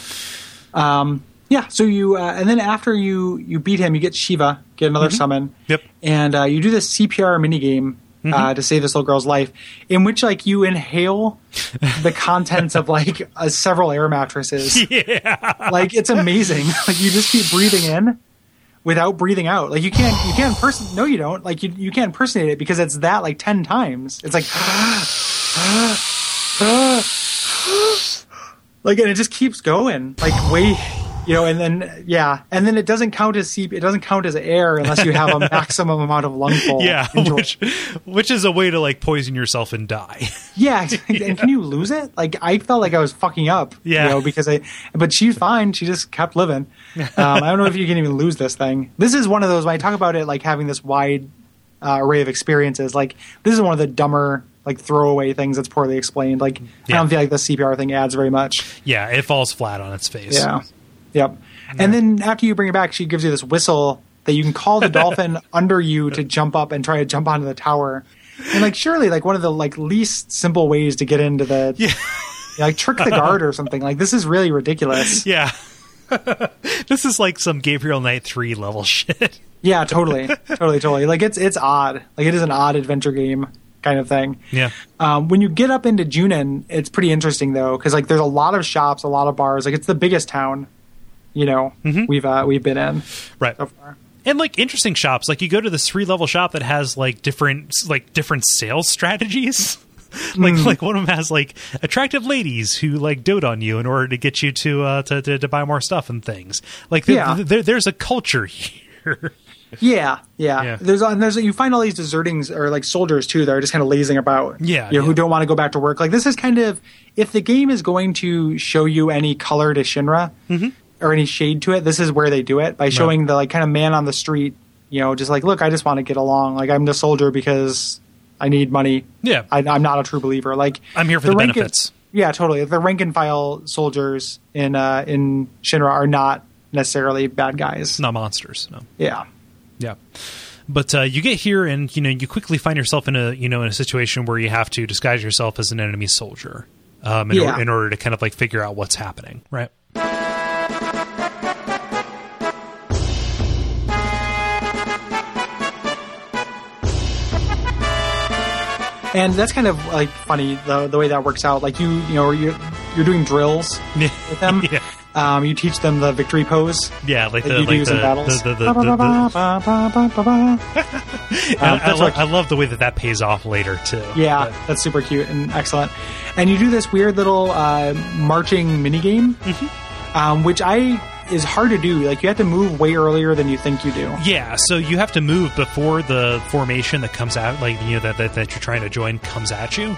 Speaker 2: Um. Yeah. So you uh, and then after you you beat him, you get Shiva, get another summon.
Speaker 1: Yep.
Speaker 2: And uh, you do this CPR minigame. Uh, to save this little girl's life, in which like you inhale the contents of like uh, several air mattresses, like it's amazing *laughs* like you just keep breathing in without breathing out like you can't you can't person no you don't like you, you can't impersonate it because it's that like 10 times it's like *gasps* like and it just keeps going like way you know and then yeah and then it doesn't count as seep it doesn't count as air unless you
Speaker 1: *laughs*
Speaker 2: have a maximum amount of lung full
Speaker 1: yeah,
Speaker 2: into it.
Speaker 1: *laughs* which which is a way to like poison yourself and die. *laughs*
Speaker 2: Yeah, exactly. and can you lose it? Like I felt like I was fucking up.
Speaker 1: Yeah.
Speaker 2: you know, because I. But she's fine. She just kept living. Um, I don't know if you can even lose this thing. This is one of those when I talk about it, like having this wide uh, array of experiences. Like this is one of the dumber, like throwaway things that's poorly explained. Like
Speaker 1: Yeah.
Speaker 2: I don't feel like the CPR thing adds very much.
Speaker 1: yeah, it falls flat on its face.
Speaker 2: Yeah, yep. And then after you bring it back, she gives you this whistle that you can call the *laughs* dolphin under you to jump up and try to jump onto the tower. And like surely like one of the like least simple ways to get into the yeah, like trick the guard or something. Like this is really ridiculous. Yeah,
Speaker 1: yeah. *laughs* this is like some Gabriel Knight three level *laughs* shit.
Speaker 2: totally, totally, totally. Like it's it's odd. Like it is an odd adventure game kind of thing.
Speaker 1: yeah,
Speaker 2: Um, when you get up into Junin, it's pretty interesting though, because like there's a lot of shops, a lot of bars. Like it's the biggest town, you know, we've uh, we've been in
Speaker 1: right.
Speaker 2: so far.
Speaker 1: and like interesting shops like you go to this three level shop that has like different like different sales strategies *laughs* like
Speaker 2: Hmm.
Speaker 1: like one of them has like attractive ladies who like dote on you in order to get you to uh to, to, to buy more stuff and things like there,
Speaker 2: Yeah.
Speaker 1: there, there's a culture *laughs* here
Speaker 2: Yeah, yeah.
Speaker 1: Yeah.
Speaker 2: There's and there's you find all these desertings or like soldiers too that are just kind of lazing about.
Speaker 1: Yeah,
Speaker 2: you know,
Speaker 1: yeah.
Speaker 2: who don't want to go back to work. Like this is kind of if the game is going to show you any color to Shinra
Speaker 1: Mm-hmm.
Speaker 2: or any shade to it, this is where they do it by showing the like kind of man on the street. You know, just like look, I just want to get along. Like I'm the soldier because I need money.
Speaker 1: Yeah.
Speaker 2: I, I'm not a true believer. Like
Speaker 1: I'm here for the
Speaker 2: rank and-
Speaker 1: benefits.
Speaker 2: yeah, totally. The rank and file soldiers in uh, in Shinra are not necessarily bad guys.
Speaker 1: not monsters no
Speaker 2: Yeah.
Speaker 1: yeah but uh, you get here and you know you quickly find yourself in a you know in a situation where you have to disguise yourself as an enemy soldier um in, or-
Speaker 2: Yeah.
Speaker 1: in order to kind of like figure out what's happening right
Speaker 2: And that's kind of like funny the the way that works out. Like you you know you're you're doing drills with them.
Speaker 1: *laughs* Yeah.
Speaker 2: Um, you teach them the victory pose
Speaker 1: yeah like
Speaker 2: that
Speaker 1: the
Speaker 2: you do
Speaker 1: like
Speaker 2: use
Speaker 1: the,
Speaker 2: in battles.
Speaker 1: the, the, the, the, the
Speaker 2: Ba, ba, ba, ba, ba.
Speaker 1: And I,
Speaker 2: Um, that's
Speaker 1: lo-
Speaker 2: what-
Speaker 1: I love the way that that pays off later too.
Speaker 2: Yeah, that's super cute and excellent. And you do this weird little uh, marching minigame,
Speaker 1: Mm-hmm.
Speaker 2: um, which I is hard to do. Like you have to move way earlier than you think you do.
Speaker 1: Yeah, so you have to move before the formation that comes out, like you know that that, that you're trying to join comes at you.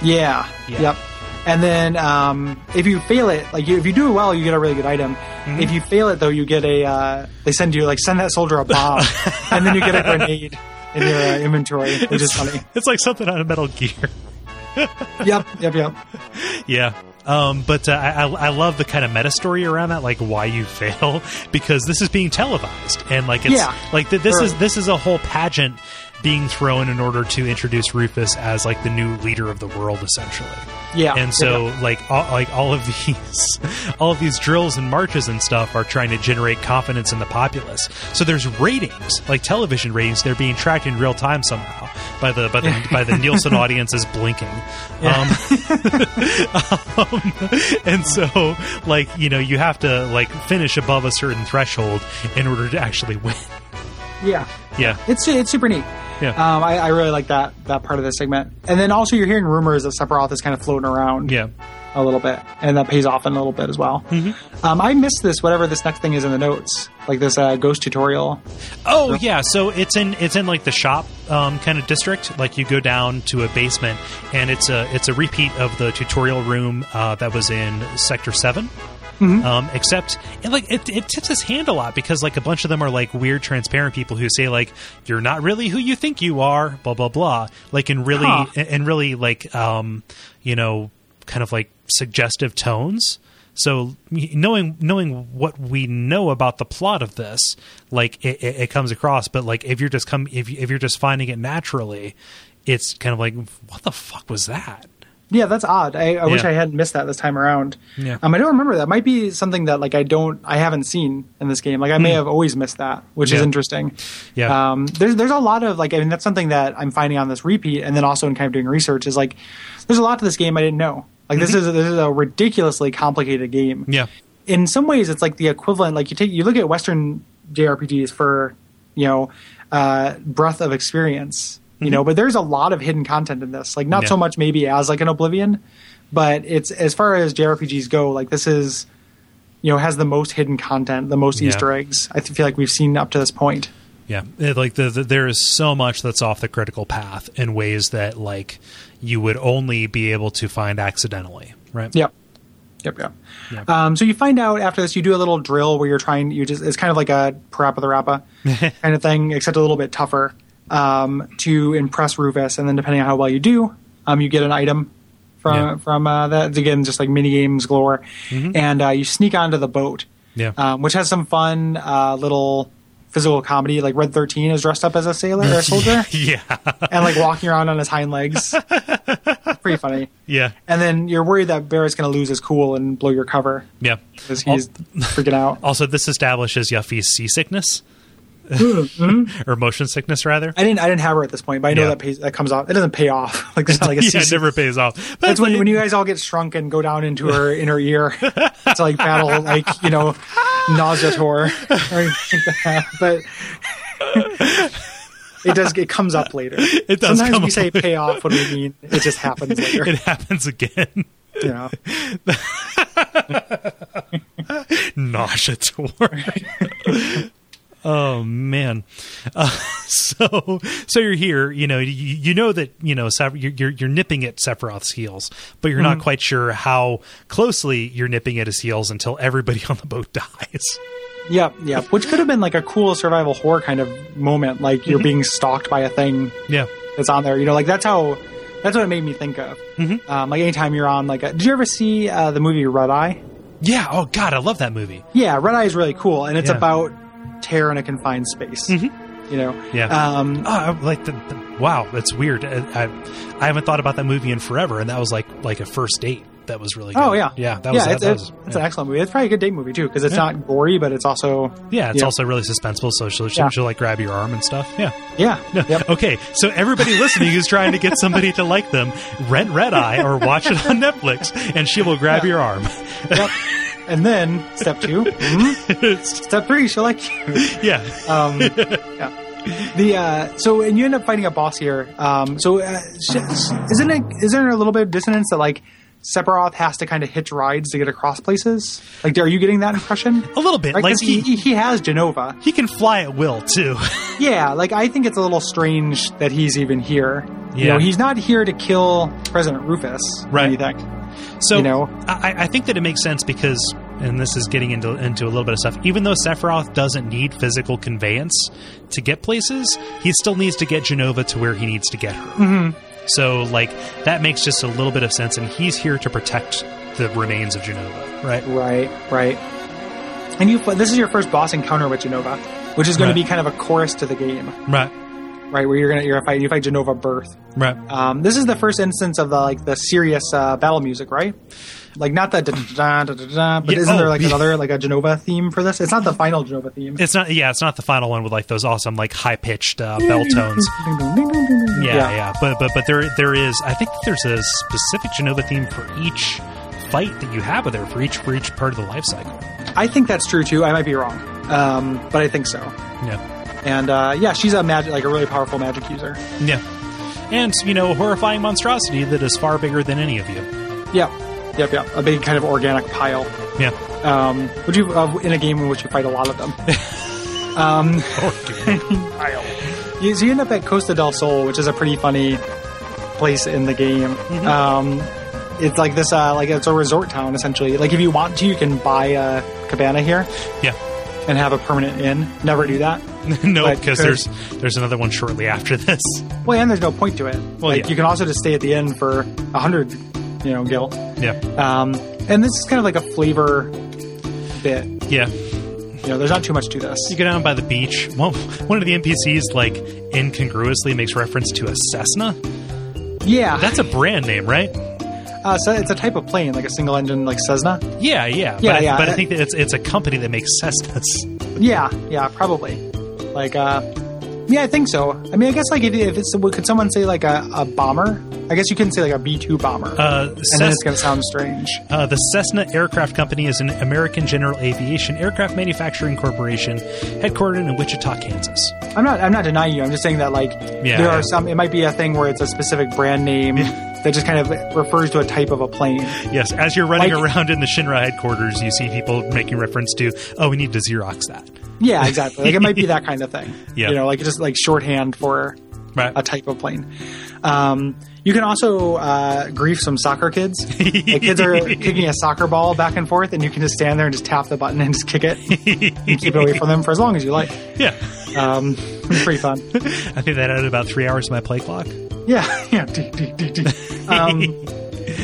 Speaker 2: Yeah.
Speaker 1: Yeah.
Speaker 2: Yep. And then um, if you fail it, like you, if you do it well, you get a really good item.
Speaker 1: Mm-hmm.
Speaker 2: If you fail it though, you get a uh, they send you like send that soldier a
Speaker 1: *laughs*
Speaker 2: bomb, and then you get a grenade in your uh, inventory, which is funny.
Speaker 1: *laughs* It's like something out of Metal Gear. *laughs*
Speaker 2: Yep. Yep. Yep.
Speaker 1: yeah. Um, but uh, I, I I love the kind of meta story around that, like why you *laughs* fail, because this is being televised, and like it's
Speaker 2: Yeah.
Speaker 1: like th- this
Speaker 2: Sure.
Speaker 1: is this is a whole pageant being thrown in order to introduce Rufus as like the new leader of the world, essentially.
Speaker 2: Yeah.
Speaker 1: and so like all, like all of these *laughs* all of these drills and marches and stuff are trying to generate confidence in the populace so there's ratings like television ratings they're being tracked in real time somehow by the by the by the nielsen audiences blinking um, *laughs* um, and so like you know you have to like finish above a certain threshold in order to actually win *laughs*
Speaker 2: yeah.
Speaker 1: yeah
Speaker 2: It's it's super neat.
Speaker 1: Yeah.
Speaker 2: Um, I, I really like that that part of the segment. And then also you're hearing rumors that Sephiroth is kind of floating around.
Speaker 1: yeah
Speaker 2: a little bit, and that pays off in a little bit as well.
Speaker 1: Mm-hmm.
Speaker 2: Um, I missed this, whatever this next thing is in the notes, like this uh, ghost tutorial.
Speaker 1: Oh yeah, so it's in it's in like the shop um, kind of district. Like you go down to a basement, and it's a it's a repeat of the tutorial room uh, that was in Sector 7 Um, except and like it, it tips his hand a lot because like a bunch of them are like weird transparent people who say like you're not really who you think you are blah blah blah like in really
Speaker 2: Huh.
Speaker 1: in in really like um you know kind of like suggestive tones so knowing knowing what we know about the plot of this like it, it, it comes across but like if you're just come if, you- if you're just finding it naturally it's kind of like what the fuck was that
Speaker 2: Yeah, that's odd. I, I wish
Speaker 1: Yeah.
Speaker 2: I hadn't missed that this time around.
Speaker 1: Yeah.
Speaker 2: Um, I don't remember that. Might be something that like I don't, I haven't seen in this game. Like I may have always missed that, which is
Speaker 1: Hmm. Yeah.
Speaker 2: interesting.
Speaker 1: Yeah.
Speaker 2: Um, there's there's a lot of like I mean that's something that I'm finding on this repeat, and then also in kind of doing research is like there's a lot to this game I didn't know. Like this is this is a ridiculously complicated game.
Speaker 1: Mm-hmm. yeah
Speaker 2: in some ways it's like the equivalent like you take you look at western jrpgs for you know uh breadth of experience you know but there's a lot of hidden content in this like not
Speaker 1: Mm-hmm. Yeah.
Speaker 2: so much maybe as like an oblivion but it's as far as jrpgs go like this is you know has the most hidden content the most
Speaker 1: Yeah.
Speaker 2: easter eggs i feel like we've seen up to this point
Speaker 1: Yeah, It- like the, the, there is so much that's off the critical path in ways that like you would only be able to find accidentally, right?
Speaker 2: Yep. Yep. Yep. Um, so you find out after this, you do a little drill where you're trying. You just it's kind of like a parappa the rappa kind of thing, except a little bit tougher um, to impress Rufus. And then depending on how well you do, um, you get an item from
Speaker 1: Yeah.
Speaker 2: from uh, that. Again, just like mini games galore, and uh, you sneak onto the boat,
Speaker 1: Yeah.
Speaker 2: um, which has some fun uh, little physical comedy. Like Red Thirteen is dressed up as a sailor or a soldier,
Speaker 1: yeah,
Speaker 2: and like walking around on his hind legs. Pretty funny
Speaker 1: *laughs* yeah,
Speaker 2: and then you're worried that Barrett's going to lose his cool and blow your cover
Speaker 1: yeah.
Speaker 2: because
Speaker 1: Oh.
Speaker 2: he's freaking out.
Speaker 1: Also, this establishes Yuffie's seasickness *laughs* or motion sickness, rather.
Speaker 2: Mm-hmm. I didn't, I didn't have her at this point, but I know
Speaker 1: Yeah.
Speaker 2: that pays, that comes off. It doesn't pay off. *laughs* Like it's not like
Speaker 1: *laughs*
Speaker 2: a
Speaker 1: yeah, it
Speaker 2: season.
Speaker 1: never pays off. But
Speaker 2: That's when, when you guys all get shrunk and go down into her inner ear *laughs* to like battle like you know nauseator or anything like that. *laughs* But it does. It comes up later. It
Speaker 1: does
Speaker 2: Sometimes
Speaker 1: come *laughs*
Speaker 2: we
Speaker 1: up
Speaker 2: say pay off when we mean it just
Speaker 1: *laughs*
Speaker 2: happens later.
Speaker 1: it happens again.
Speaker 2: you know.
Speaker 1: Nausea tour. *laughs* oh man. Uh, *laughs* so so you're here, you know, you, you know that, you know, Seph- you're, you're you're nipping at Sephiroth's heels, but you're
Speaker 2: Mm-hmm.
Speaker 1: not quite sure how closely you're nipping at his heels until everybody *laughs* on the boat dies.
Speaker 2: Yep, yep. Which could have been like a cool survival horror kind of moment, like
Speaker 1: Mm-hmm.
Speaker 2: you're being stalked by a thing
Speaker 1: Yeah.
Speaker 2: that's on there. You know, like that's how that's what it made me think of.
Speaker 1: Mm-hmm.
Speaker 2: Um, like anytime you're on, like, a, did you ever see uh, the movie Red Eye?
Speaker 1: Yeah, oh god, I love that movie.
Speaker 2: Yeah, Red Eye is really cool, and it's
Speaker 1: Yeah. Mm-hmm.
Speaker 2: about terror in a confined space. You know,
Speaker 1: Yeah.
Speaker 2: Um,
Speaker 1: Oh, I- like the, the- wow, that's weird. I, I I haven't thought about that movie in forever and that was like like a first date. That was really good.
Speaker 2: oh yeah,
Speaker 1: Yeah, that
Speaker 2: yeah.
Speaker 1: was
Speaker 2: it's,
Speaker 1: that,
Speaker 2: it's,
Speaker 1: was
Speaker 2: it's
Speaker 1: yeah.
Speaker 2: an excellent movie. It's probably a good date movie too because it's not gory, but it's also
Speaker 1: Yeah, it's
Speaker 2: Yeah.
Speaker 1: also really suspenseful. So she'll,
Speaker 2: Yeah.
Speaker 1: she'll like grab your arm and stuff. Yeah. *laughs*
Speaker 2: yeah, yep.
Speaker 1: Okay, so everybody listening who's trying to get somebody to like them, rent Red Eye or watch it on Netflix, and she will grab your arm. *laughs*
Speaker 2: yep. And then step 2 mhm.
Speaker 1: It's-
Speaker 2: step three, she'll like you.
Speaker 1: yeah, *laughs*
Speaker 2: Um, yeah. The uh, so and you end up fighting a boss here. Um, so uh, sh- sh- isn't it? Isn't there a little bit of dissonance that like Sephiroth has to kind of hitch rides to get across places? Like, are you getting that impression?
Speaker 1: a little bit.
Speaker 2: Right,
Speaker 1: like
Speaker 2: 'cause he,
Speaker 1: he,
Speaker 2: he he has Genova.
Speaker 1: he can fly at will too. *laughs*
Speaker 2: Yeah, like I think it's a little strange that he's even here. You
Speaker 1: Yeah.
Speaker 2: know, he's not here to kill President Rufus.
Speaker 1: Right.
Speaker 2: Or anything.
Speaker 1: So
Speaker 2: You know?
Speaker 1: I, I think that it makes sense because, and this is getting into into a little bit of stuff. Even though Sephiroth doesn't need physical conveyance to get places, he still needs to get Genova to where he needs to get her.
Speaker 2: Mm-hmm.
Speaker 1: So, like that makes just a little bit of sense, and he's here to protect the remains of Genova, right?
Speaker 2: Right, right. And you, this is your first boss encounter with Genova, which is going
Speaker 1: Right.
Speaker 2: to be kind of a chorus to the game,
Speaker 1: Right,
Speaker 2: right? Where you're gonna you're gonna fight you fight Genova Birth.
Speaker 1: right.
Speaker 2: Um, this is the first instance of the like the serious uh, battle music, right? Like not the da da da da da, but
Speaker 1: Yeah,
Speaker 2: isn't
Speaker 1: oh,
Speaker 2: there like
Speaker 1: yeah.
Speaker 2: another like a Genova theme for this? It's not the final Genova theme.
Speaker 1: It's not, yeah, it's not the final one with like those awesome like high pitched uh, bell tones. Yeah, yeah,
Speaker 2: Yeah.
Speaker 1: But but but there there is, I think there's a specific Genova theme for each fight that you have with her for each for each part of the life cycle.
Speaker 2: I think that's true too. I might be wrong, um, but I think so.
Speaker 1: Yeah,
Speaker 2: And uh, yeah, she's a magic like a really powerful magic user.
Speaker 1: yeah. And you know, a horrifying monstrosity that is far bigger than any of you.
Speaker 2: Yep, yep. Yep, yep. A big kind of organic pile.
Speaker 1: Yeah.
Speaker 2: Um, would you uh, in a game in which you fight a lot of them?
Speaker 1: Oh, *laughs*
Speaker 2: you, so you end up at Costa del Sol, which is a pretty funny place in the game.
Speaker 1: Mm-hmm.
Speaker 2: Um, it's like this, uh, like it's a resort town essentially. Like if you want to, you can buy a cabana here
Speaker 1: yeah. *laughs*
Speaker 2: and have a permanent inn. Never do that.
Speaker 1: no,
Speaker 2: But
Speaker 1: because
Speaker 2: there's-
Speaker 1: there's there's another one shortly after this.
Speaker 2: Well, and there's no point to it.
Speaker 1: Well,
Speaker 2: like
Speaker 1: yeah.
Speaker 2: you can also just stay at the inn for a hundred, you know, gil.
Speaker 1: Yeah.
Speaker 2: Um, and this is kind of like a flavor bit.
Speaker 1: Yeah.
Speaker 2: You know, there's not too much to this.
Speaker 1: You go down by the beach. Well, one of the NPCs like incongruously makes reference to a Cessna.
Speaker 2: yeah,
Speaker 1: That's a brand name, right?
Speaker 2: uh, so it's a type of plane, like a single engine, like Cessna.
Speaker 1: Yeah, yeah.
Speaker 2: Yeah,
Speaker 1: but I,
Speaker 2: yeah.
Speaker 1: But I think that it's it's a company that makes Cessnas.
Speaker 2: Yeah, yeah, probably. Like, uh, yeah, I think so. I mean, I guess like if, if it's could someone say like a, a bomber? I guess you couldn't say like a B two bomber,
Speaker 1: Uh,
Speaker 2: and then
Speaker 1: Cess-
Speaker 2: it's gonna sound strange.
Speaker 1: uh, the Cessna Aircraft Company is an American general aviation aircraft manufacturing corporation headquartered in Wichita, Kansas.
Speaker 2: I'm not. I'm not denying you. I'm just saying that like
Speaker 1: Yeah,
Speaker 2: there
Speaker 1: yeah.
Speaker 2: are some. It might be a thing where it's a specific brand name that just kind of refers to a type of a plane.
Speaker 1: Yes, as you're running
Speaker 2: Like-
Speaker 1: around in the Shinra headquarters, you see people making reference to, oh, we need to Xerox that.
Speaker 2: Yeah, exactly. Like it
Speaker 1: *laughs*
Speaker 2: might be that kind of thing.
Speaker 1: Yeah.
Speaker 2: You know, like just like shorthand for
Speaker 1: Right.
Speaker 2: a type of plane. Um, you can also uh, grief some
Speaker 1: *laughs*
Speaker 2: soccer kids. Like kids are kicking a soccer ball back and forth, and you can just stand there and just tap the button and just kick it and keep it away from them for as long as you like.
Speaker 1: yeah. *laughs*
Speaker 2: Um, it's pretty fun. *laughs*
Speaker 1: I think that added about three hours to my play clock.
Speaker 2: Yeah, yeah. dee, dee, dee, dee. Um,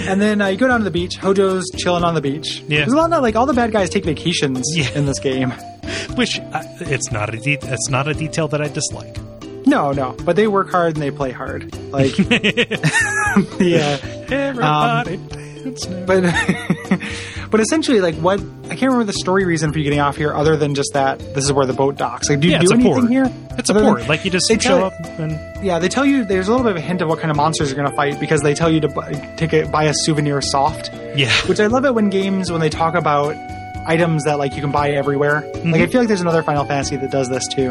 Speaker 2: and then uh, you go down to the beach. Hojo's chilling on the beach.
Speaker 1: Yeah.
Speaker 2: There's a lot of like all the bad guys take vacations
Speaker 1: Yeah.
Speaker 2: in this game.
Speaker 1: Which uh, it's not a de- it's not a detail that I dislike.
Speaker 2: No, no, but they work hard and they play hard.
Speaker 1: *laughs*
Speaker 2: Like, *laughs* yeah.
Speaker 1: Everybody,
Speaker 2: but but *laughs* essentially like what i can't remember the story reason for you getting off here other than just that this is where the boat docks like do you
Speaker 1: yeah,
Speaker 2: do
Speaker 1: it's a
Speaker 2: anything
Speaker 1: port.
Speaker 2: here
Speaker 1: It's a
Speaker 2: Other than-
Speaker 1: port. Like you just
Speaker 2: they
Speaker 1: show
Speaker 2: tell-
Speaker 1: up and
Speaker 2: yeah they tell you there's a little bit of a hint of what kind of monsters you're going to fight because they tell you to buy, take a, buy a souvenir soft
Speaker 1: yeah, *laughs*
Speaker 2: which i love it when games when they talk about items that like you can buy everywhere like
Speaker 1: Mm-hmm.
Speaker 2: i feel like there's another final fantasy that does this too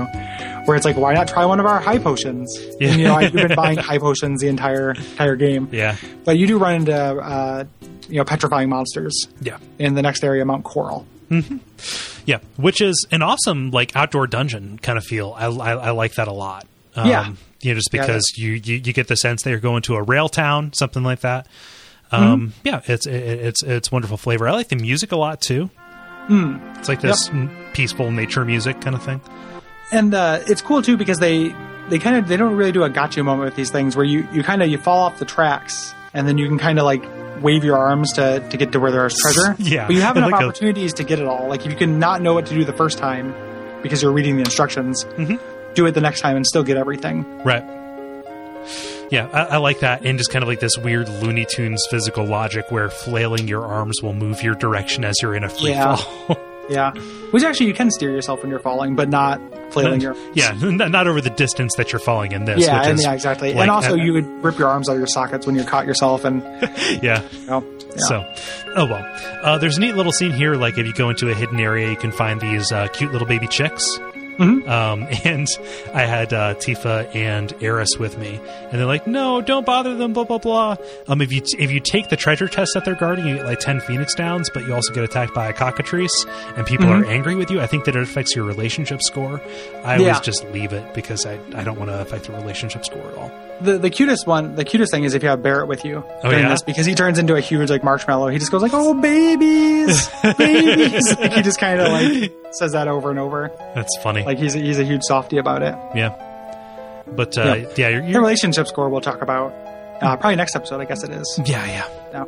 Speaker 2: where it's like why not try one of our high potions
Speaker 1: Yeah.
Speaker 2: and, you know
Speaker 1: *laughs*
Speaker 2: i've been buying high potions the entire entire game
Speaker 1: yeah,
Speaker 2: but you do run into uh, you know petrifying monsters
Speaker 1: yeah,
Speaker 2: in the next area, Mount Coral.
Speaker 1: yeah. Which is an awesome like outdoor dungeon kind of feel. I I, I like that a lot. Um,
Speaker 2: Yeah.
Speaker 1: you know, just
Speaker 2: Yeah,
Speaker 1: because you, you you get the sense that you're going to a rail town, something like that. Um,
Speaker 2: Mm-hmm.
Speaker 1: Yeah, it's it, it's it's wonderful flavor. I like the music a lot too. It's like this mm, peaceful nature music kind of thing.
Speaker 2: And uh, it's cool too because they they kind of they don't really do a gotcha moment with these things where you you kind of you fall off the tracks and then you can kind of like wave your arms to to get to where there's treasure.
Speaker 1: *laughs* Yeah.
Speaker 2: but you have
Speaker 1: And
Speaker 2: enough
Speaker 1: like a-
Speaker 2: opportunities to get it all. Like if you can not know what to do the first time because you're reading the instructions,
Speaker 1: Mm-hmm.
Speaker 2: do it the next time and still get everything.
Speaker 1: Right. Yeah, I, I like that, and just kind of like this weird Looney Tunes physical logic where flailing your arms will move your direction as you're in a free
Speaker 2: Yeah.
Speaker 1: fall. *laughs*
Speaker 2: Yeah, which actually you can steer yourself when you're falling, but not flailing your.
Speaker 1: yeah, n- not over the distance that you're falling in this.
Speaker 2: Yeah,
Speaker 1: which
Speaker 2: and
Speaker 1: is
Speaker 2: yeah, exactly.
Speaker 1: like- uh,
Speaker 2: and also, you would rip your arms out of your sockets when you caught yourself, and
Speaker 1: yeah.
Speaker 2: you know, yeah.
Speaker 1: So, oh well. Uh, there's a neat little scene here. Like if you go into a hidden area, you can find these uh, cute little baby chicks. Um, *laughs* and I had uh, Tifa and Eris with me, and they're like, "No, don't bother them." Blah blah blah. Um, if you if you take the treasure test that they're guarding, you get like ten phoenix downs, but you also get attacked by a cockatrice, and people are angry with you. I think that it affects your relationship score. I
Speaker 2: Yeah.
Speaker 1: always just leave it because I I don't want to affect the relationship score at all.
Speaker 2: the the cutest one, the cutest thing is if you have Barrett with you
Speaker 1: Oh,
Speaker 2: during
Speaker 1: yeah?
Speaker 2: this because he turns into a huge like marshmallow. He just goes like,
Speaker 1: *laughs*
Speaker 2: "Oh babies, babies!" like he just kind of like says that over and over.
Speaker 1: That's funny.
Speaker 2: Like he's a, he's a huge softy about it.
Speaker 1: yeah. But uh, yeah, you're,
Speaker 2: The
Speaker 1: you're
Speaker 2: relationship score we'll talk about uh, probably next episode. I guess it is.
Speaker 1: yeah yeah.
Speaker 2: Yeah,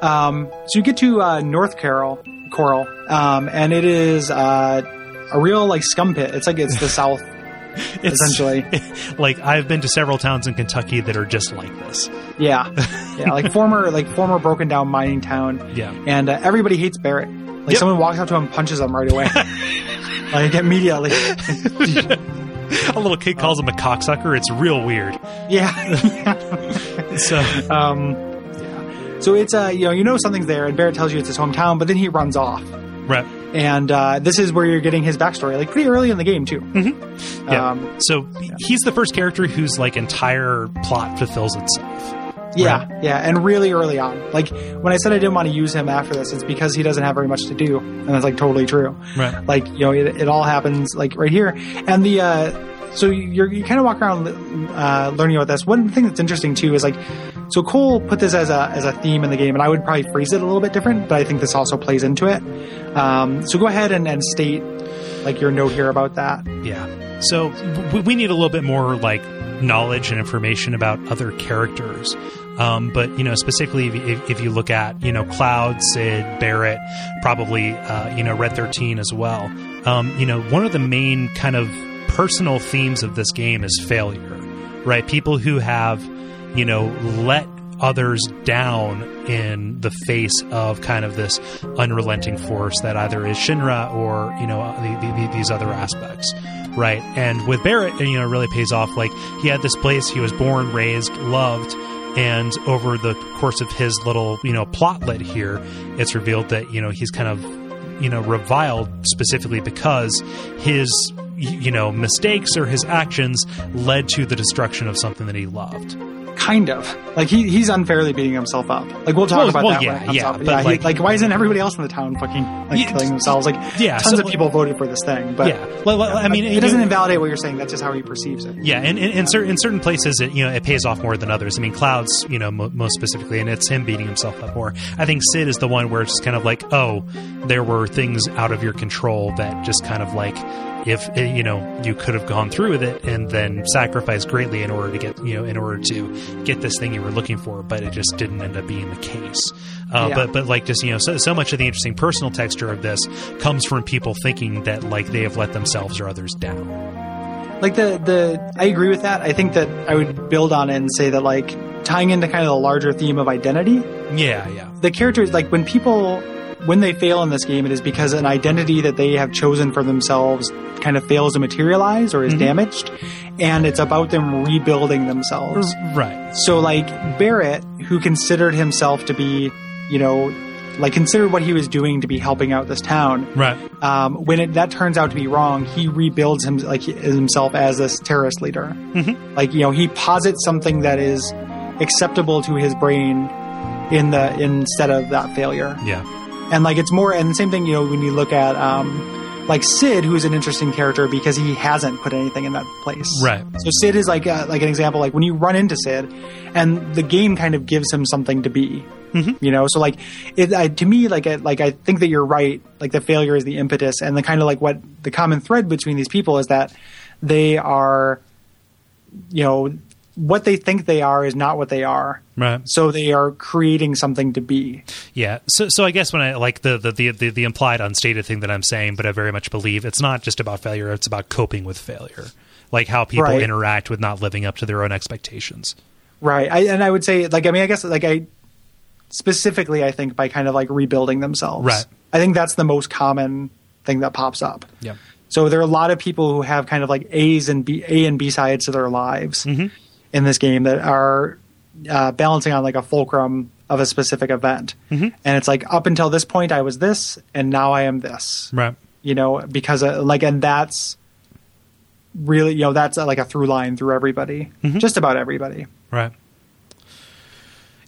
Speaker 2: yeah. Um, so you get to uh, North Carol Coral, um, and it is uh, a real like scum pit. It's
Speaker 1: *laughs*
Speaker 2: like it's the South
Speaker 1: It's- *laughs*
Speaker 2: essentially.
Speaker 1: like I've been to several towns in Kentucky that are just like this.
Speaker 2: Yeah, yeah, like former like former broken down mining town.
Speaker 1: Yeah.
Speaker 2: and uh, everybody hates Barrett. Like
Speaker 1: Yep.
Speaker 2: someone walks up to him, and punches him right away,
Speaker 1: *laughs*
Speaker 2: like immediately. *laughs*
Speaker 1: A little kid calls him a cocksucker. It's real weird.
Speaker 2: yeah.
Speaker 1: So
Speaker 2: um, yeah. So it's uh, you know you know something's there, and Barrett tells you it's his hometown, but then he runs off,
Speaker 1: right.
Speaker 2: and uh, this is where you're getting his backstory, like pretty early in the game too.
Speaker 1: Mm-hmm. Yeah.
Speaker 2: Um,
Speaker 1: so he's the first character whose like entire plot fulfills itself.
Speaker 2: Yeah, yeah, and really early on. Like when I said I didn't want to use him after this, it's because he doesn't have very much to do, and that's like totally true.
Speaker 1: Right.
Speaker 2: Like you know, it, it all happens like right here, and the uh, so you're you kind of walk around uh, learning about this. One thing that's interesting too is like so Cole put this as a as a theme in the game, and I would probably phrase it a little bit different, but I think this also plays into it. Um, so go ahead and, and state like your note here about that.
Speaker 1: Yeah. So w- we need a little bit more like knowledge and information about other characters. Um, but you know, specifically if, if, if you look at you know Cloud, Sid, Barrett, probably uh, you know Red Thirteen as well. Um, you know, one of the main kind of personal themes of this game is failure, right? People who have you know let others down in the face of kind of this unrelenting force that either is Shinra or you know uh, the, the, the- these other aspects, right? And with Barrett, you know, it really pays off. Like he had this place he was born, raised, loved, and over the course of his little you know plotlet here, it's revealed that you know he's kind of you know reviled specifically because his y- you know mistakes or his actions led to the destruction of something that he loved
Speaker 2: Kind of like he, he's unfairly beating himself up. Like we'll talk
Speaker 1: Well,
Speaker 2: about
Speaker 1: well,
Speaker 2: that
Speaker 1: yeah,
Speaker 2: when it comes
Speaker 1: yeah,
Speaker 2: up.
Speaker 1: but,
Speaker 2: yeah, he-
Speaker 1: like-
Speaker 2: like why isn't everybody else in the town fucking like
Speaker 1: Yeah,
Speaker 2: killing themselves? Like
Speaker 1: yeah,
Speaker 2: tons
Speaker 1: so,
Speaker 2: of
Speaker 1: like-
Speaker 2: people voted for this thing, but
Speaker 1: yeah Well, well, i mean
Speaker 2: it,
Speaker 1: you know-
Speaker 2: doesn't invalidate what you're saying. That's just how he perceives it.
Speaker 1: Yeah, and in, in, cer- in certain places, it you know it pays off more than others. I mean, Clouds, you know, mo most specifically, and it's him beating himself up more. I think Sid is the one where it's just kind of like, oh, there were things out of your control that just kind of like, if eh, you know, you could have gone through with it and then sacrificed greatly in order to get you know in order to get this thing you were looking for, but it just didn't end up being the case. Uh,
Speaker 2: Yeah.
Speaker 1: But but like just you know, so so much of the interesting personal texture of this comes from people thinking that like they have let themselves or others down.
Speaker 2: Like the the I agree with that. I think that I would build on it and say that like tying into kind of the larger theme of identity.
Speaker 1: Yeah, yeah.
Speaker 2: the characters like when people when they fail in this game it is because an identity that they have chosen for themselves kind of fails to materialize or is damaged and it's about them rebuilding themselves
Speaker 1: Right.
Speaker 2: so like barrett who considered himself to be you know like considered what he was doing to be helping out this town
Speaker 1: Right.
Speaker 2: um, when it, that turns out to be wrong, he rebuilds him like himself as this terrorist leader. Like you know, he posits something that is acceptable to his brain in the instead of that failure.
Speaker 1: Yeah.
Speaker 2: And like it's more and the same thing you know when you look at um, like Sid, who's an interesting character because he hasn't put anything in that place.
Speaker 1: Right.
Speaker 2: So Sid is like a, like an example. Like when you run into Sid, and the game kind of gives him something to be.
Speaker 1: Mm-hmm.
Speaker 2: You know, so like it I, to me, like I, like I think that you're right. Like the failure is the impetus, and the kind of like what the common thread between these people is that they are, you know, what they think they are is not what they are.
Speaker 1: Right.
Speaker 2: So they are creating something to be.
Speaker 1: Yeah. So so I guess when I like the the, the the the implied unstated thing that I'm saying, but I very much believe it's not just about failure, it's about coping with failure. Like how people
Speaker 2: Right.
Speaker 1: interact with not living up to their own expectations.
Speaker 2: Right. I, and I would say, like, I mean, I guess, like, I specifically, I think by kind of like rebuilding themselves.
Speaker 1: Right.
Speaker 2: I think that's the most common thing that pops up.
Speaker 1: Yeah.
Speaker 2: So there are a lot of people who have kind of like A's and B, A and B sides to their lives
Speaker 1: Mm-hmm.
Speaker 2: in this game that are uh, balancing on like a fulcrum of a specific event.
Speaker 1: Mm-hmm.
Speaker 2: And it's like, up until this point, I was this, and now I am this
Speaker 1: Right.
Speaker 2: you know because uh, like and that's really you know that's uh, like a through line through everybody
Speaker 1: Mm-hmm.
Speaker 2: just about everybody
Speaker 1: Right.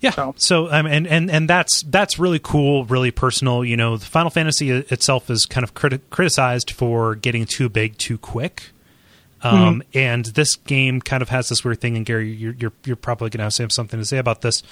Speaker 1: Yeah. So,
Speaker 2: So-
Speaker 1: um, and and and that's that's really cool, really personal. You know, the Final Fantasy i- itself is kind of criti- criticized for getting too big too quick. Um, And this game kind of has this weird thing, and Gary, you're you're, you're probably going to have something to say about this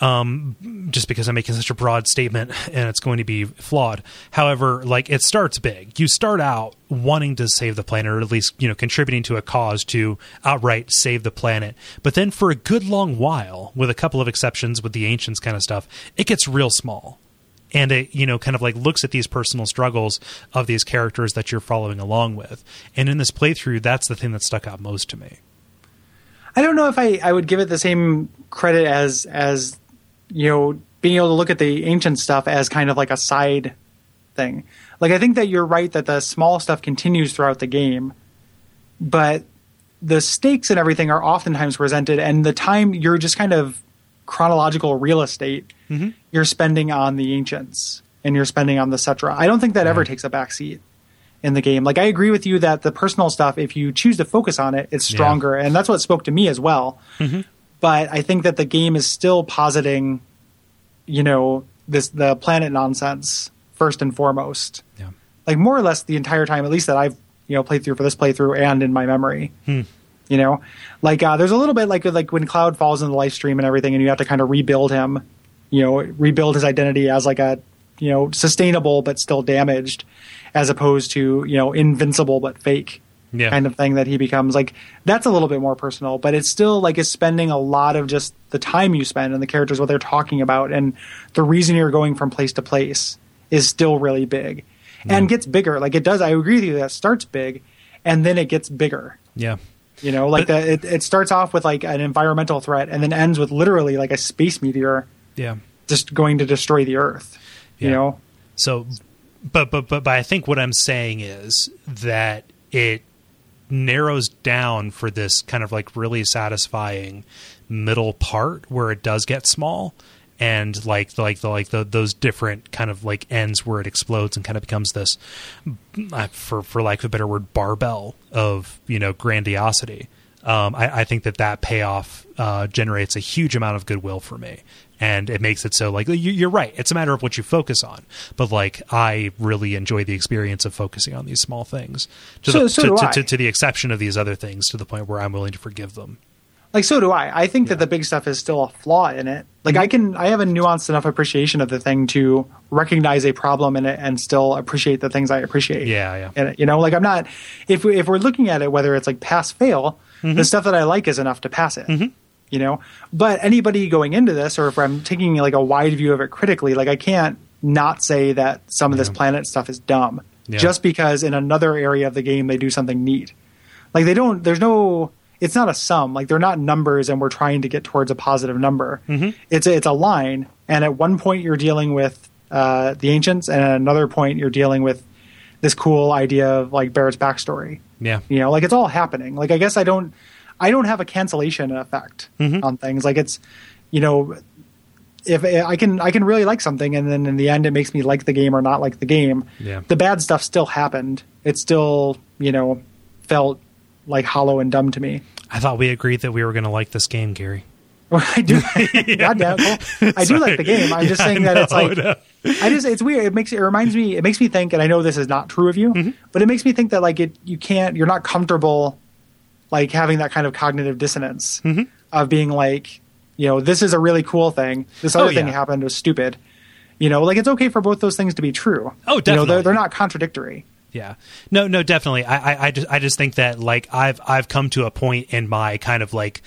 Speaker 1: just because I'm making such a broad statement and it's going to be flawed. However, like it starts big. You start out wanting to save the planet or at least, you know, contributing to a cause to outright save the planet. But then for a good long while, with a couple of exceptions with the ancients kind of stuff, it gets real small and it you know kind of like looks at these personal struggles of these characters that you're following along with and in this playthrough that's the thing that stuck out most to me
Speaker 2: i don't know if i i would give it the same credit as as you know being able to look at the ancient stuff as kind of like a side thing like i think that you're right that the small stuff continues throughout the game but the stakes and everything are oftentimes presented and the time you're just kind of chronological real estate you're spending on the ancients and you're spending on the cetra i don't think that ever takes a backseat in the game like i agree with you that the personal stuff if you choose to focus on it it's stronger and that's what spoke to me as well but I think that the game is still positing, you know, this the planet nonsense first and foremost.
Speaker 1: Yeah.
Speaker 2: Like more or less the entire time, at least that I've you know played through for this playthrough and in my memory. You know, like uh, there's a little bit like like when Cloud falls in the live stream and everything, and you have to kind of rebuild him. You know, rebuild his identity as like a you know sustainable but still damaged, as opposed to you know invincible but fake
Speaker 1: Yeah.
Speaker 2: kind of thing that he becomes like that's a little bit more personal but it's still like it's spending a lot of just the time you spend and the characters what they're talking about and the reason you're going from place to place is still really big and gets bigger like it does i agree with you that starts big and then it gets bigger
Speaker 1: Yeah.
Speaker 2: you know like
Speaker 1: But-
Speaker 2: the, it, it starts off with like an environmental threat and then ends with literally like a space meteor
Speaker 1: Yeah.
Speaker 2: just going to destroy the earth you
Speaker 1: Yeah.
Speaker 2: know
Speaker 1: So, but but but but I think what I'm saying is that it narrows down for this kind of like really satisfying middle part where it does get small and like like the like the, those different kind of like ends where it explodes and kind of becomes this uh, for for lack of a better word barbell of you know grandiosity um, I, I think that that payoff uh, generates a huge amount of goodwill for me and it makes it so like you, you're right it's a matter of what you focus on but like i really enjoy the experience of focusing on these small things to,
Speaker 2: So-
Speaker 1: the,
Speaker 2: so
Speaker 1: to,
Speaker 2: do
Speaker 1: to,
Speaker 2: I.
Speaker 1: to, to the exception of these other things to the point where i'm willing to forgive them
Speaker 2: like so do i i think that the big stuff is still a flaw in it like
Speaker 1: Mm-hmm.
Speaker 2: i can i have a nuanced enough appreciation of the thing to recognize a problem in it and still appreciate the things i appreciate
Speaker 1: Yeah, yeah.
Speaker 2: in it you know like i'm not if, we, if we're looking at it whether it's like pass fail
Speaker 1: Mm-hmm.
Speaker 2: the stuff that i like is enough to pass it you know but anybody going into this or if i'm taking like a wide view of it critically like i can't not say that some of this planet stuff is dumb
Speaker 1: Yeah.
Speaker 2: just because in another area of the game they do something neat like they don't there's no it's not a sum like they're not numbers and we're trying to get towards a positive number it's a, it's a line and at one point you're dealing with uh, the ancients and at another point you're dealing with this cool idea of like barrett's backstory
Speaker 1: yeah
Speaker 2: you know like it's all happening like i guess i don't i don't have a cancellation effect
Speaker 1: Mm-hmm.
Speaker 2: on things like it's you know if i can i can really like something and then in the end it makes me like the game or not like the game
Speaker 1: Yeah.
Speaker 2: the bad stuff still happened it still you know felt like hollow and dumb to me *laughs*
Speaker 1: i thought we agreed that we were going to like this game gary *laughs*
Speaker 2: I do. Goddamn, cool. I do like the game. I'm just saying that it's
Speaker 1: I
Speaker 2: like
Speaker 1: know,
Speaker 2: I just it's weird. It makes it reminds me. It makes me think, and I know this is not true of you,
Speaker 1: Mm-hmm.
Speaker 2: but it makes me think that like it you can't you're not comfortable like having that kind of cognitive dissonance
Speaker 1: Mm-hmm.
Speaker 2: of being like you know this is a really cool thing. This
Speaker 1: Oh,
Speaker 2: other thing
Speaker 1: yeah.
Speaker 2: happened was stupid. You know, like it's okay for both those things to be true.
Speaker 1: Oh,
Speaker 2: You know,
Speaker 1: definitely.
Speaker 2: they're, they're not contradictory.
Speaker 1: Yeah. No, no, definitely. I, I, I just, I just think that like I've, I've come to a point in my kind of like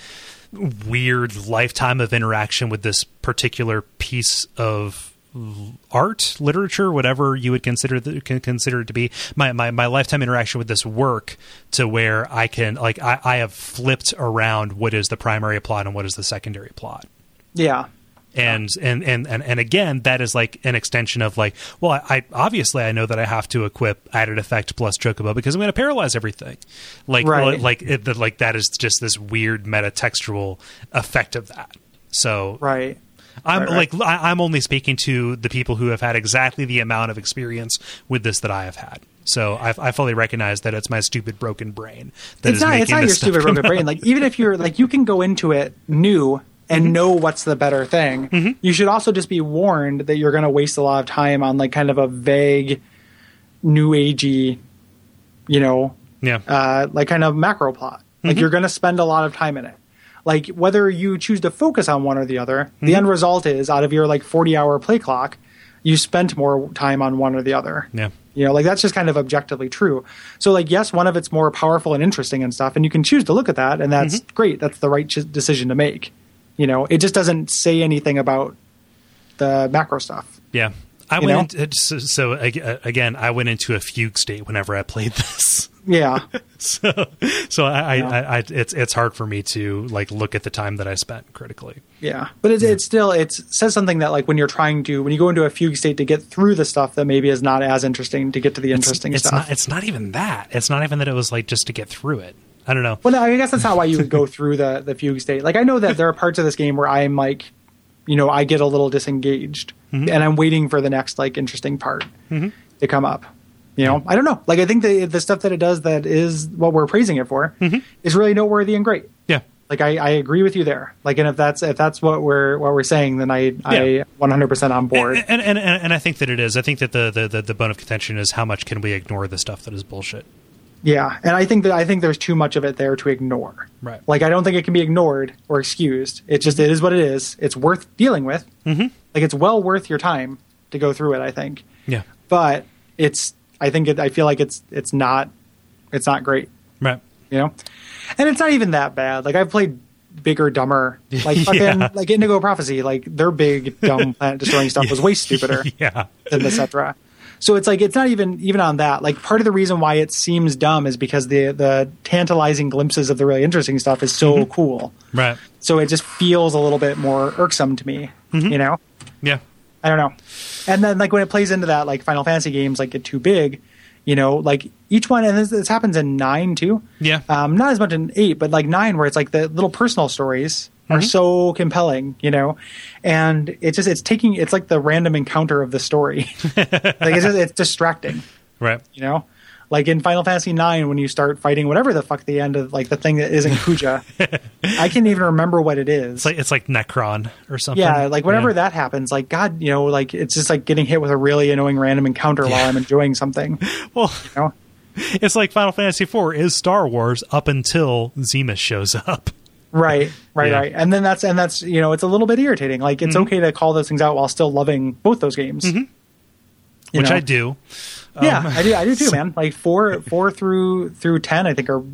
Speaker 1: weird lifetime of interaction with this particular piece of l- art, literature, whatever you would consider the, con- consider it to be my, my, my lifetime interaction with this work to where I can like, I, I have flipped around what is the primary plot and what is the secondary plot
Speaker 2: Yeah.
Speaker 1: and and, and and and again that is like an extension of like well I, I obviously i know that i have to equip added effect plus chocobo because i'm going to paralyze everything like
Speaker 2: Right.
Speaker 1: like- like it, that- like that is just this weird metatextual effect of that so
Speaker 2: Right.
Speaker 1: i'm
Speaker 2: right, right.
Speaker 1: like I, i'm only speaking to the people who have had exactly the amount of experience with this that i have had so I, I fully recognize that it's my stupid broken brain that
Speaker 2: it's
Speaker 1: is
Speaker 2: not
Speaker 1: making
Speaker 2: it's not
Speaker 1: this
Speaker 2: your
Speaker 1: stuff
Speaker 2: stupid broken brain like even if you're like you can go into it new and
Speaker 1: Mm-hmm.
Speaker 2: know what's the better thing you should also just be warned that you're going to waste a lot of time on like kind of a vague new agey you know
Speaker 1: yeah
Speaker 2: uh, like kind of macro plot like you're going to spend a lot of time in it like whether you choose to focus on one or the other the end result is out of your like 40 hour play clock you spent more time on one or the other
Speaker 1: yeah
Speaker 2: you know, like that's just kind of objectively true. So, like, yes, one of it's more powerful and interesting and stuff, and you can choose to look at that, and that's great. That's the right ch- decision to make. You know, it just doesn't say anything about the macro stuff.
Speaker 1: Yeah. I
Speaker 2: You
Speaker 1: went
Speaker 2: know?
Speaker 1: into, so, so ag- uh, again. I went into a fugue state whenever I played *laughs* this,
Speaker 2: Yeah,
Speaker 1: so so I, I, I it's it's hard for me to like look at the time that I spent critically.
Speaker 2: yeah. But it's, it's still it says something that like when you're trying to when you go into a fugue state to get through the stuff that maybe is not as interesting to get to the interesting
Speaker 1: it's
Speaker 2: stuff.
Speaker 1: not it's not even that. It's not even that it was like just to get through it. I don't know.
Speaker 2: Well, no, I guess that's not why you
Speaker 1: *laughs*
Speaker 2: would go through the the fugue state. Like I know that there are parts of this game where I'm like, you know, I get a little disengaged,
Speaker 1: Mm-hmm.
Speaker 2: and I'm waiting for the next like interesting part to come up. You know, I don't know.
Speaker 1: Mm-hmm.
Speaker 2: Like I think the the stuff that it does that is what we're praising it for is really noteworthy and great.
Speaker 1: Yeah.
Speaker 2: Like I, I agree with you there. Like, and if that's if that's what we're what we're saying, then I
Speaker 1: Yeah.
Speaker 2: I 100 percent on board.
Speaker 1: And, and, and, and I think that it is. I think that the, the, the, the bone of contention is how much can we ignore the stuff that is bullshit.
Speaker 2: Yeah, and I think that I think there's too much of it there to ignore.
Speaker 1: Right.
Speaker 2: Like I don't think it can be ignored or excused. It just it is what it is. It's worth dealing with. Mm-hmm. Like it's well worth your time to go through it. I think,
Speaker 1: Yeah.
Speaker 2: but it's I think it, I feel like it's it's not it's not great.
Speaker 1: Right.
Speaker 2: You know, and it's not even that bad. Like I've played bigger, dumber,
Speaker 1: *laughs*
Speaker 2: like fucking
Speaker 1: Yeah.
Speaker 2: like Indigo Prophecy. Like their big
Speaker 1: *laughs*
Speaker 2: dumb planet destroying stuff was way stupider
Speaker 1: Yeah.
Speaker 2: than the Cetra. So it's like it's not even even on that. Like part of the reason why it seems dumb is because the the tantalizing glimpses of the really interesting stuff is so cool.
Speaker 1: Right.
Speaker 2: So it just feels a little bit more irksome to me. You know,
Speaker 1: Yeah.
Speaker 2: I don't know. And then like when it plays into that, like Final Fantasy games like get too big. You know, like each one, and this, this happens in nine too.
Speaker 1: Yeah.
Speaker 2: um, not as much in eight, but like nine, where it's like the little personal stories
Speaker 1: Mm-hmm.
Speaker 2: are so compelling, you know, and it's just it's taking it's like the random encounter of the story, *laughs* like it's just, it's distracting,
Speaker 1: Right.
Speaker 2: you know, like in Final Fantasy nine when you start fighting whatever the fuck the end of like the thing that isn't Kuja,
Speaker 1: *laughs*
Speaker 2: I can't even remember what it is.
Speaker 1: It's like it's like Necron or something.
Speaker 2: yeah, like whenever
Speaker 1: Yeah.
Speaker 2: that happens, like God, you know, like it's just like getting hit with a really annoying random encounter while I'm enjoying something. You
Speaker 1: Well,
Speaker 2: know?
Speaker 1: it's like Final Fantasy IV is Star Wars up until Zemus shows up.
Speaker 2: right right
Speaker 1: Yeah. Mm-hmm.
Speaker 2: right and then that's and that's you know it's a little bit irritating like it's okay to call those things out while still loving both those games You
Speaker 1: Which
Speaker 2: know?
Speaker 1: I do.
Speaker 2: yeah i do *laughs* i do too man
Speaker 1: *laughs*
Speaker 2: like four four through through ten i think are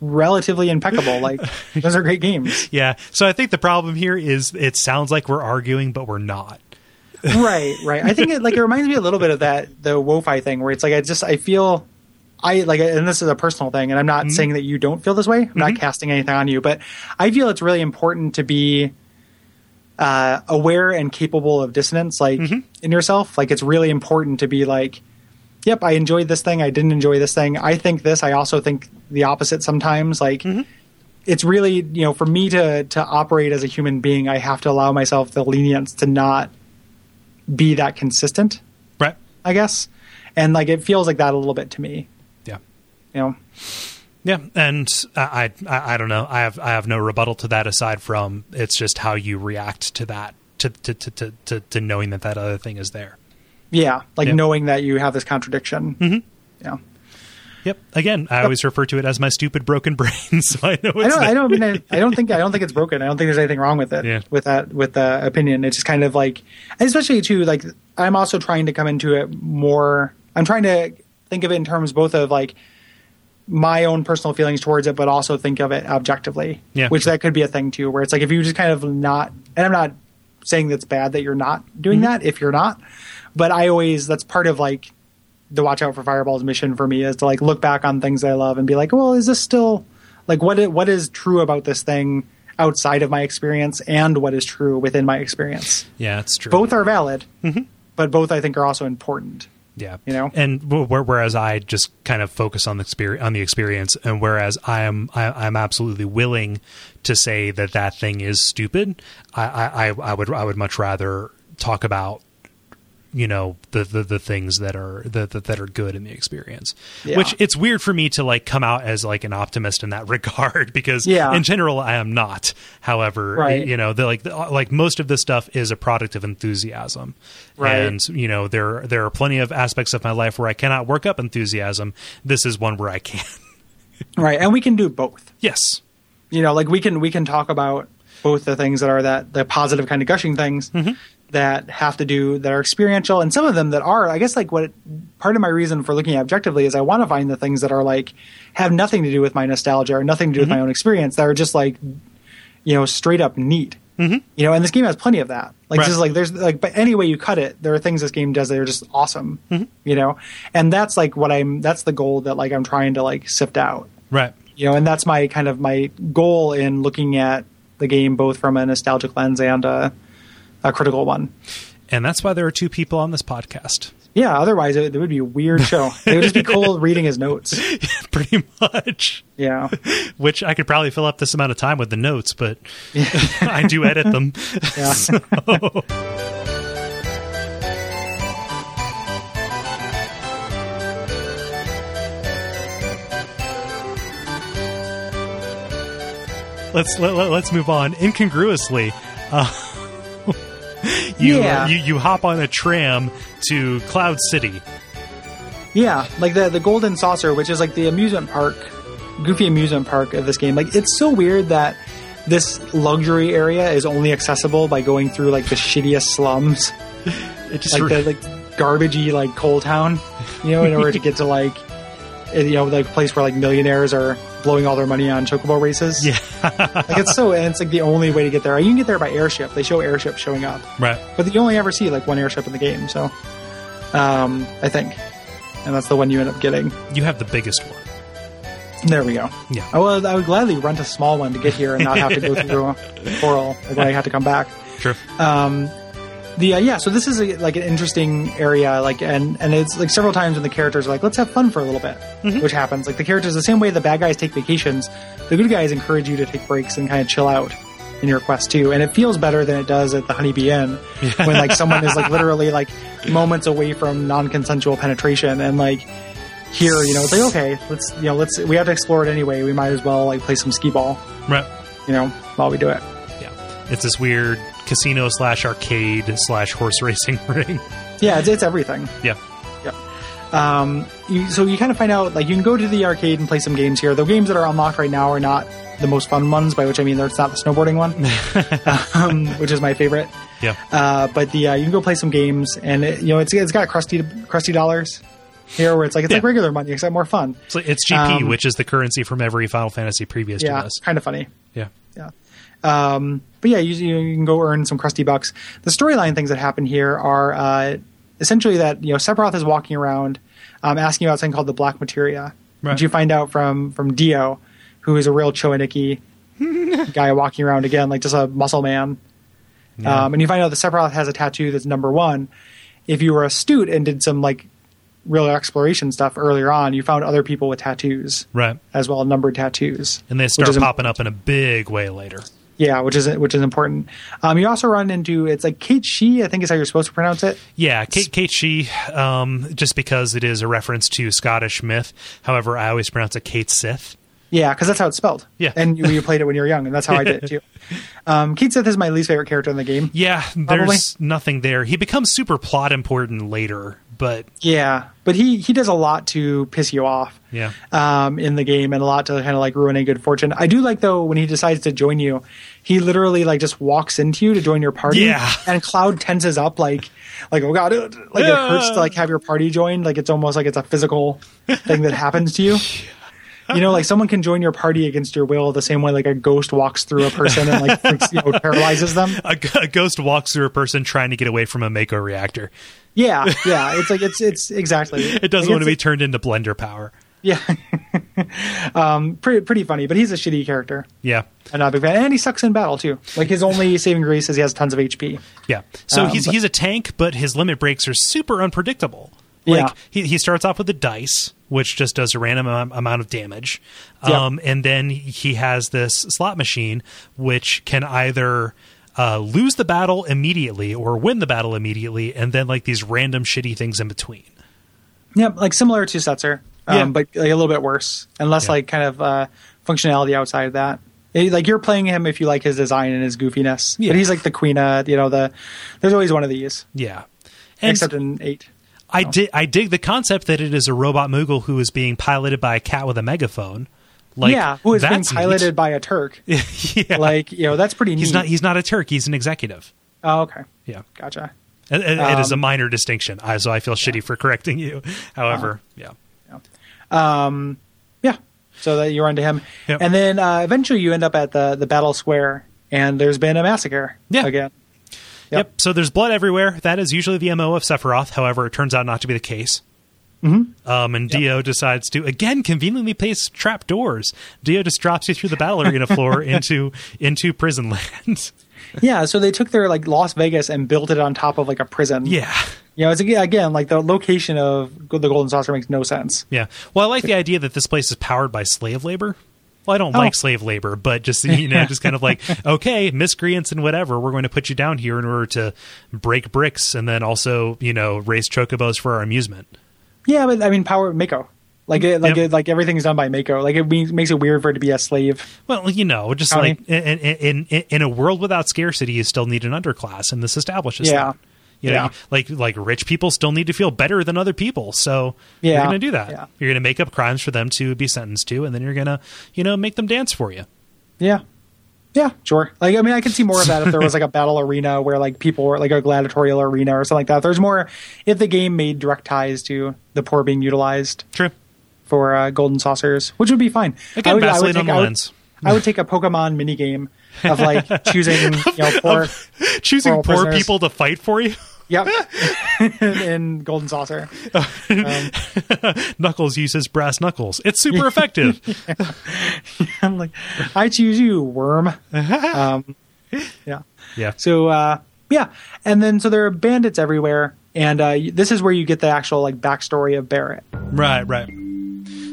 Speaker 2: relatively impeccable like those are great games
Speaker 1: Yeah. So I think the problem here is it sounds like we're arguing, but we're not.
Speaker 2: right right i think it like it reminds me a little bit of that the wo-fi thing where it's like i just i feel i like and this is a personal thing and i'm not saying that you don't feel this way i'm not casting anything on you but i feel it's really important to be uh, aware and capable of dissonance like in yourself like it's really important to be like yep i enjoyed this thing i didn't enjoy this thing i think this i also think the opposite sometimes like it's really you know for me to to operate as a human being i have to allow myself the lenience to not be that consistent,
Speaker 1: Right.
Speaker 2: I guess. And like it feels like that a little bit to me,
Speaker 1: Yeah.
Speaker 2: you know.
Speaker 1: Yeah, and I, I I don't know. I have I have no rebuttal to that aside from it's just how you react to that to to to to, to, to knowing that that other thing is there.
Speaker 2: Yeah, like
Speaker 1: Yeah.
Speaker 2: knowing that you have this contradiction. Mm-hmm. Yeah.
Speaker 1: Yep. Again, I always refer to it as my stupid broken *laughs* brain, so I know it's there.
Speaker 2: I don't. I don't mean. I, I don't think. I don't think it's broken. I don't think there's anything wrong with it.
Speaker 1: Yeah.
Speaker 2: With that. With the opinion, it's just kind of like, especially too. Like I'm also trying to come into it more. I'm trying to think of it in terms both of like my own personal feelings towards it, but also think of it objectively.
Speaker 1: Yeah.
Speaker 2: Which that could be a thing too, where it's like if you just kind of not. And I'm not saying that's bad that you're not doing that if you're not, but I always that's part of like the watch out for fireballs mission for me is to like look back on things I love and be like, well, is this still like what i- what is true about this thing outside of my experience and what is true within my experience?
Speaker 1: Yeah, it's true.
Speaker 2: Both are valid, but both I think are also important.
Speaker 1: yeah,
Speaker 2: you know?
Speaker 1: And wh- wh- whereas I just kind of focus on the experience, on the experience, and whereas I am, I, I'm absolutely willing to say that that thing is stupid. I, I, I I would, I would much rather talk about, you know, the the, the things that are the, the, that are good in the experience.
Speaker 2: Yeah.
Speaker 1: Which it's weird for me to like come out as like an optimist in that *laughs* regard because
Speaker 2: Yeah.
Speaker 1: in general I am not. However,
Speaker 2: Right.
Speaker 1: you know, the, like the, like most of this stuff is a product of enthusiasm,
Speaker 2: Right.
Speaker 1: and you know there there are plenty of aspects of my life where I cannot work up enthusiasm. This is one where I can.
Speaker 2: Right. And we can do both.
Speaker 1: *laughs* yes.
Speaker 2: you know like we can we can talk about both the things that are that the positive kind of gushing things that have to do that are experiential and some of them that are i guess like what part of my reason for looking at objectively is i want to find the things that are like have nothing to do with my nostalgia or nothing to do with my own experience that are just like you know straight up neat you know and this game has plenty of that like
Speaker 1: Right.
Speaker 2: just like there's like but any way you cut it there are things this game does that are just awesome you know and that's like what i'm that's the goal that like i'm trying to like sift out
Speaker 1: Right.
Speaker 2: you know and that's my kind of my goal in looking at the game both from a nostalgic lens and a, a critical one
Speaker 1: And that's why there are two people on this podcast. *laughs*
Speaker 2: yeah otherwise it, it would be a weird show it would just be cold reading his notes
Speaker 1: Pretty much.
Speaker 2: yeah
Speaker 1: *laughs* Which I could probably fill up this amount of time with the notes, but *laughs* I do edit them.
Speaker 2: *laughs* yeah
Speaker 1: let's let, let, us move on. Incongruously, uh, *laughs* you,
Speaker 2: Yeah.
Speaker 1: you you hop on a tram to Cloud City.
Speaker 2: Yeah, like the the Golden Saucer, which is like the amusement park, goofy amusement park of this game. Like it's so weird that this luxury area is only accessible by going through like the shittiest slums,
Speaker 1: It just
Speaker 2: like
Speaker 1: re-
Speaker 2: the like garbagey like coal town, you know, in order to get to like eh, you know like a place where like millionaires are blowing all their money on chocobo races.
Speaker 1: Yeah.
Speaker 2: like it's so and it's like the only way to get there. You can get there by airship. They show airship showing up
Speaker 1: right.
Speaker 2: but you only ever see like one airship in the game. So, um, I think, and that's the one you end up getting.
Speaker 1: You have the biggest one.
Speaker 2: There we go.
Speaker 1: Yeah.
Speaker 2: I would, I would gladly rent a small one to get here and not have
Speaker 1: *laughs*
Speaker 2: to go through a coral like, when I had to come back.
Speaker 1: Sure.
Speaker 2: Um, the uh, yeah, so this is a, like an interesting area, like and and it's like several times when the characters are like, let's have fun for a little bit, which happens. Like the characters, the same way the bad guys take vacations, the good guys encourage you to take breaks and kind of chill out in your quest too. And it feels better than it does at the Honeybee Inn when like someone is like literally like moments away from non-consensual penetration and like here, you know, it's like okay, let's you know, let's we have to explore it anyway. We might as well like play some skee ball,
Speaker 1: Right.
Speaker 2: you know, while we do it.
Speaker 1: Yeah. It's this weird casino slash arcade slash horse *laughs* racing ring.
Speaker 2: Yeah, it's, it's everything.
Speaker 1: Yeah.
Speaker 2: um, you, so you kind of find out like you can go to the arcade and play some games here. The games that are unlocked right now are not the most fun ones, by which I mean it's not the snowboarding one, um, which is my favorite.
Speaker 1: Yeah.
Speaker 2: Uh, but the uh, you can go play some games, and it, you know it's it's got crusty crusty dollars here, where it's like it's like
Speaker 1: Yeah.
Speaker 2: regular money except more fun.
Speaker 1: So it's GP,
Speaker 2: Um,
Speaker 1: which is the currency from every Final Fantasy previous to
Speaker 2: Yeah,
Speaker 1: this.
Speaker 2: kind of funny.
Speaker 1: Yeah.
Speaker 2: yeah. Um, but yeah, you, you can go earn some crusty bucks. The storyline things that happen here are uh, essentially that you know Sephiroth is walking around um, asking about something called the Black Materia,
Speaker 1: Right.
Speaker 2: which you find out from from Dio, who is a real Choaniki guy walking around again, like just a muscle man. Um, and you find out that Sephiroth has a tattoo that's number one. If you were astute and did some like real exploration stuff earlier on, you found other people with tattoos
Speaker 1: Right.
Speaker 2: as well, numbered tattoos,
Speaker 1: And they
Speaker 2: which
Speaker 1: start
Speaker 2: is im-
Speaker 1: popping up in a big way later.
Speaker 2: yeah, which is which is important. Um, you also run into it's like Kate She, I think is how you're supposed to pronounce it.
Speaker 1: Yeah, Kate Kate She, um, just because it is a reference to Scottish myth. However, I always pronounce it Kate Sith.
Speaker 2: Yeah, because that's how it's spelled.
Speaker 1: Yeah.
Speaker 2: and you, you played it when you were young, and that's how I
Speaker 1: *laughs*
Speaker 2: did it too. Um, Kate Sith is my least favorite character in the game.
Speaker 1: Yeah, there's
Speaker 2: Probably.
Speaker 1: nothing there. He becomes super plot important later, but
Speaker 2: Yeah, but he he does a lot to piss you off.
Speaker 1: yeah,
Speaker 2: um, in the game and a lot to kind of like ruin a good fortune. I do like though when he decides to join you, he literally like just walks into you to join your party.
Speaker 1: Yeah.
Speaker 2: *laughs* And Cloud tenses up like like oh god, uh, like it hurts to like have your party joined. Like it's almost like it's a physical thing that happens
Speaker 1: *laughs*
Speaker 2: to you. *laughs* You know, like someone can join your party against your will the same way like a ghost walks through a person and like freaks, you know, paralyzes them.
Speaker 1: a, g- a ghost walks through a person trying to get away from a Mako reactor.
Speaker 2: Yeah, yeah. It's like it's it's exactly.
Speaker 1: *laughs* It doesn't want to be turned into blender power.
Speaker 2: Yeah. *laughs* um, pretty pretty funny, but he's a shitty character.
Speaker 1: Yeah.
Speaker 2: I'm not a big fan. And he sucks in battle too. Like his only saving grace is he has tons of HP.
Speaker 1: Yeah. So
Speaker 2: Um,
Speaker 1: he's
Speaker 2: but-
Speaker 1: he's a tank, but his limit breaks are super unpredictable. Like
Speaker 2: Yeah.
Speaker 1: he he starts off with a dice, which just does a random am- amount of damage,
Speaker 2: Yep.
Speaker 1: um, and then he has this slot machine, which can either uh, lose the battle immediately or win the battle immediately, and then like these random shitty things in between.
Speaker 2: Yeah, like similar to Setzer, um,
Speaker 1: Yeah.
Speaker 2: but like a little bit worse and less
Speaker 1: Yeah.
Speaker 2: like kind of uh, functionality outside of that. It- like you're playing him if you like his design and his goofiness,
Speaker 1: Yeah.
Speaker 2: but he's like the queen. Uh, you know, the there's always one of these,
Speaker 1: Yeah. And
Speaker 2: except in eight.
Speaker 1: I dig I dig the concept that it is a robot Moogle who is being piloted by a cat with a megaphone. Like
Speaker 2: yeah, who is being
Speaker 1: that's neat.
Speaker 2: piloted by a *laughs* Turk?
Speaker 1: yeah.
Speaker 2: Like you know, that's pretty.
Speaker 1: he's
Speaker 2: neat.
Speaker 1: not he's not a Turk, he's an executive.
Speaker 2: oh, okay,
Speaker 1: Yeah.
Speaker 2: gotcha.
Speaker 1: It, it- it is a minor distinction, I, so I feel shitty for correcting you. *laughs* However, yeah,
Speaker 2: Yeah. So that you run to him,
Speaker 1: Yep.
Speaker 2: and then uh, eventually you end up at the the battle square, and there's been a massacre.
Speaker 1: Yeah.
Speaker 2: Again.
Speaker 1: yep. So there's blood everywhere. That is usually the mo of Sephiroth. However, it turns out not to be the case. Mm-hmm. Um, and Dio decides to again conveniently place trap doors. Dio just drops you through the battle arena *laughs* floor into into prison land. *laughs*
Speaker 2: Yeah, so they took their like Las Vegas and built it on top of like a prison.
Speaker 1: yeah,
Speaker 2: you know, it's again, again like the location of the Golden Saucer makes no sense.
Speaker 1: yeah. Well, I like the idea that this place is powered by slave labor. Well, I don't
Speaker 2: Oh.
Speaker 1: like slave labor, but just you know, just kind of
Speaker 2: *laughs*
Speaker 1: like okay, miscreants and whatever, we're going to put you down here in order to break bricks and then also you know race chocobos for our amusement.
Speaker 2: Yeah, but I mean, power Mako. Like it, like
Speaker 1: Yep.
Speaker 2: it, like everything's done by Mako. Like it me- makes it weird for it to be a slave.
Speaker 1: Well, you know, just
Speaker 2: I
Speaker 1: like in, in in in a world without scarcity, you still need an underclass, and this establishes
Speaker 2: Yeah.
Speaker 1: that. You know,
Speaker 2: Yeah.
Speaker 1: like like rich people still need to feel better than other people, so you're
Speaker 2: Yeah.
Speaker 1: going to do that.
Speaker 2: Yeah.
Speaker 1: You're going to make up crimes for them to be sentenced to, and then you're going to you know make them dance for you.
Speaker 2: Yeah. Yeah, sure. Like, I mean, I could see more of that if there was like a battle arena where like people were like a gladiatorial arena or something like that. There's more if the game made direct ties to the poor being utilized
Speaker 1: True.
Speaker 2: for uh, golden saucers, which would be fine.
Speaker 1: Again, Vaseline on the
Speaker 2: I would-
Speaker 1: lens.
Speaker 2: I would take a Pokemon minigame of like
Speaker 1: *laughs*
Speaker 2: choosing, you know, poor,
Speaker 1: Choosing
Speaker 2: Moral
Speaker 1: poor
Speaker 2: prisoners.
Speaker 1: people to fight for you, *laughs*
Speaker 2: yep, *laughs* in Golden Saucer. *laughs*
Speaker 1: Knuckles uses brass knuckles. It's super effective.
Speaker 2: I'm like, I choose
Speaker 1: *laughs*
Speaker 2: you, worm. Um, yeah.
Speaker 1: yeah.
Speaker 2: So uh, yeah, and then so there are bandits everywhere, and uh, this is where you get the actual like backstory of Barrett.
Speaker 1: Right, right.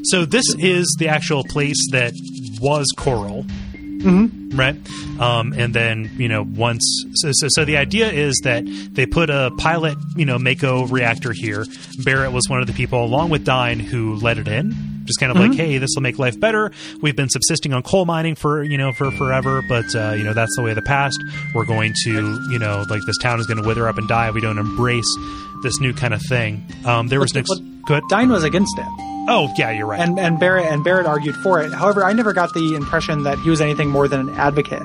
Speaker 1: So this is the actual place that was Coral, mm-hmm. right? Um, and then you know once so, so so the idea is that they put a pilot you know Mako reactor here. Barrett was one of the people along with Dine who let it in. Just kind of like, hey, this will make life better. We've been subsisting on coal mining for you know for forever, but uh, you know that's the way of the past. We're going to you know like this town is going to wither up and die if we don't embrace this new kind of thing. Um, there was
Speaker 2: But-
Speaker 1: next.
Speaker 2: but-
Speaker 1: Good.
Speaker 2: Dine was against it,
Speaker 1: Oh yeah, you're right.
Speaker 2: and and Barrett and Barrett argued for it. However, I never got the impression that he was anything more than an advocate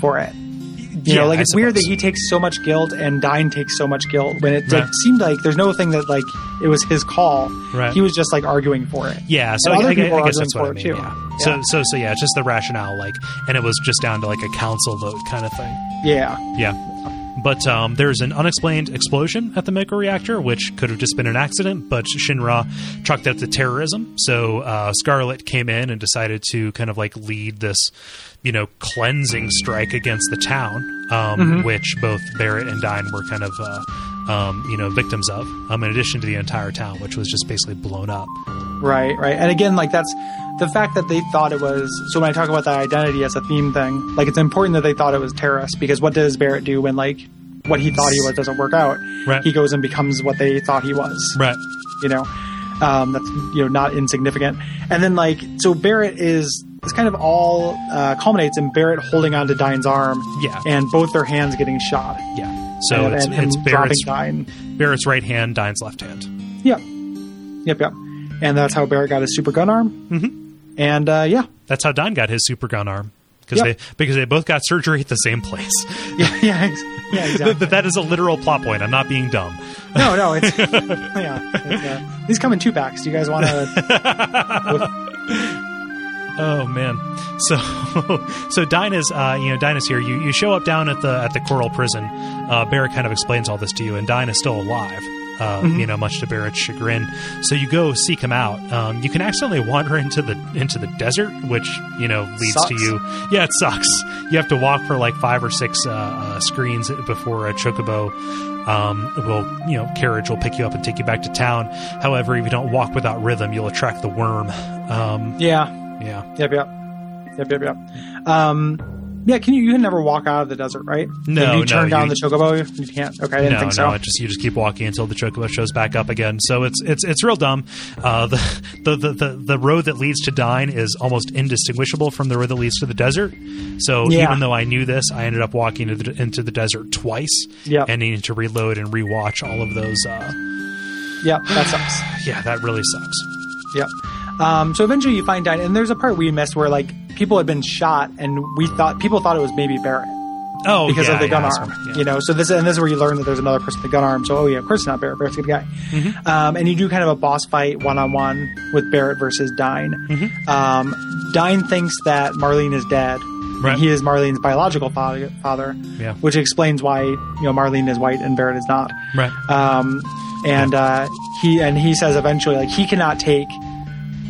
Speaker 2: for it. You
Speaker 1: Yeah,
Speaker 2: know, like
Speaker 1: I
Speaker 2: it's weird that
Speaker 1: suppose.
Speaker 2: he takes so much guilt and Dine takes so much guilt when it like,
Speaker 1: Right.
Speaker 2: seemed like there's no thing that like it was his call.
Speaker 1: Right.
Speaker 2: He was just like arguing for it.
Speaker 1: yeah, so
Speaker 2: and
Speaker 1: I,
Speaker 2: other
Speaker 1: I, gu-
Speaker 2: people
Speaker 1: I
Speaker 2: are
Speaker 1: guess
Speaker 2: arguing
Speaker 1: that's what I
Speaker 2: for
Speaker 1: mean.
Speaker 2: it
Speaker 1: Yeah.
Speaker 2: too.
Speaker 1: So so so yeah, it's just the rationale, like, and it was just down to like a council vote kind of thing.
Speaker 2: Yeah.
Speaker 1: Yeah. But um, there's an unexplained explosion at the Mako reactor, which could have just been an accident, but Shinra chalked that to terrorism. So uh, Scarlet came in and decided to kind of like lead this, you know, cleansing strike against the town, um,
Speaker 2: Mm-hmm.
Speaker 1: which both Barrett and Dine were kind of, uh, um, you know, victims of, um, in addition to the entire town, which was just basically blown up.
Speaker 2: Right, right. And again, like that's the fact that they thought it was. So when I talk about that identity as a theme thing, like it's important that they thought it was terrorists because what does Barrett do when like what he thought he was doesn't work out?
Speaker 1: Right.
Speaker 2: He goes and becomes what they thought he was.
Speaker 1: Right.
Speaker 2: You know, um, that's you know not insignificant. And then like so Barrett is this kind of all uh, culminates in Barrett holding on to Dine's arm.
Speaker 1: Yeah.
Speaker 2: And both their hands getting shot.
Speaker 1: Yeah. So
Speaker 2: and,
Speaker 1: it's,
Speaker 2: and,
Speaker 1: it's
Speaker 2: and dropping
Speaker 1: Barrett's,
Speaker 2: Dine.
Speaker 1: Barrett's right hand, Dine's left hand.
Speaker 2: Yep. Yep, yep. And that's how Barrett got his super gun arm. Mm-hmm. And uh, yeah, *laughs*
Speaker 1: That's how Don got his super gun arm. Because
Speaker 2: Yep.
Speaker 1: they because they both got surgery at the same place.
Speaker 2: yeah, yeah, ex- yeah,
Speaker 1: That- *laughs*
Speaker 2: exactly.
Speaker 1: that is a literal plot point. I'm not being dumb.
Speaker 2: no, no, it's
Speaker 1: *laughs*
Speaker 2: yeah. It's, uh, these come in two packs. Do you guys
Speaker 1: *laughs*
Speaker 2: want to?
Speaker 1: Oh man. So *laughs* so Dinah's uh, you know Dinah's here. You you show up down at the at the Coral prison. Uh, Barrett kind of explains all this to you, and Dinah's still alive. Uh, You know, much to Barrett's chagrin. So you go seek him out. Um, you can accidentally wander into the into the desert, which you know leads to
Speaker 2: Sucks.
Speaker 1: you. Yeah, it sucks. You have to walk for like five or six uh, uh, screens before a chocobo um, will, you know, carriage will pick you up and take you back to town. However, if you don't walk without rhythm, you'll attract the worm. Um,
Speaker 2: Yeah,
Speaker 1: yeah.
Speaker 2: yep, yep, yep, yep, yep. Um, yeah, can you? You can never walk out of the desert, right?
Speaker 1: No,
Speaker 2: If you
Speaker 1: no,
Speaker 2: turn down
Speaker 1: you-
Speaker 2: the chocobo. You can't. Okay, I didn't
Speaker 1: no,
Speaker 2: think so.
Speaker 1: no, it just you just keep walking until the chocobo shows back up again. So it's it's it's real dumb. Uh, the, *laughs* the the the the road that leads to Dine is almost indistinguishable from the road that leads to the desert. So
Speaker 2: Yeah.
Speaker 1: even though I knew this, I ended up walking into the, into the desert twice,
Speaker 2: Yep.
Speaker 1: and needing to reload and rewatch all of those. Uh,
Speaker 2: Yep, that sucks.
Speaker 1: yeah, that really sucks.
Speaker 2: Yep. Um, so eventually you find out, and there's a part we missed where like people had been shot, and we thought people thought it was maybe Barrett.
Speaker 1: Oh,
Speaker 2: because
Speaker 1: yeah,
Speaker 2: of the
Speaker 1: yeah,
Speaker 2: gun
Speaker 1: that's
Speaker 2: arm.
Speaker 1: what- yeah.
Speaker 2: You know, so this and this is where you learn that there's another person with a gun arm. So oh yeah, of course it's not Barrett. Barrett's a good guy.
Speaker 1: Mm-hmm.
Speaker 2: Um, and you do kind of a boss fight one on one with Barrett versus Dine.
Speaker 1: Mm-hmm.
Speaker 2: Um, Dine thinks that Marlene is dead.
Speaker 1: Right.
Speaker 2: And he is Marlene's biological father, father
Speaker 1: Yeah.
Speaker 2: which explains why you know Marlene is white and Barrett is not.
Speaker 1: right.
Speaker 2: Um, and uh, he and he says eventually like he cannot take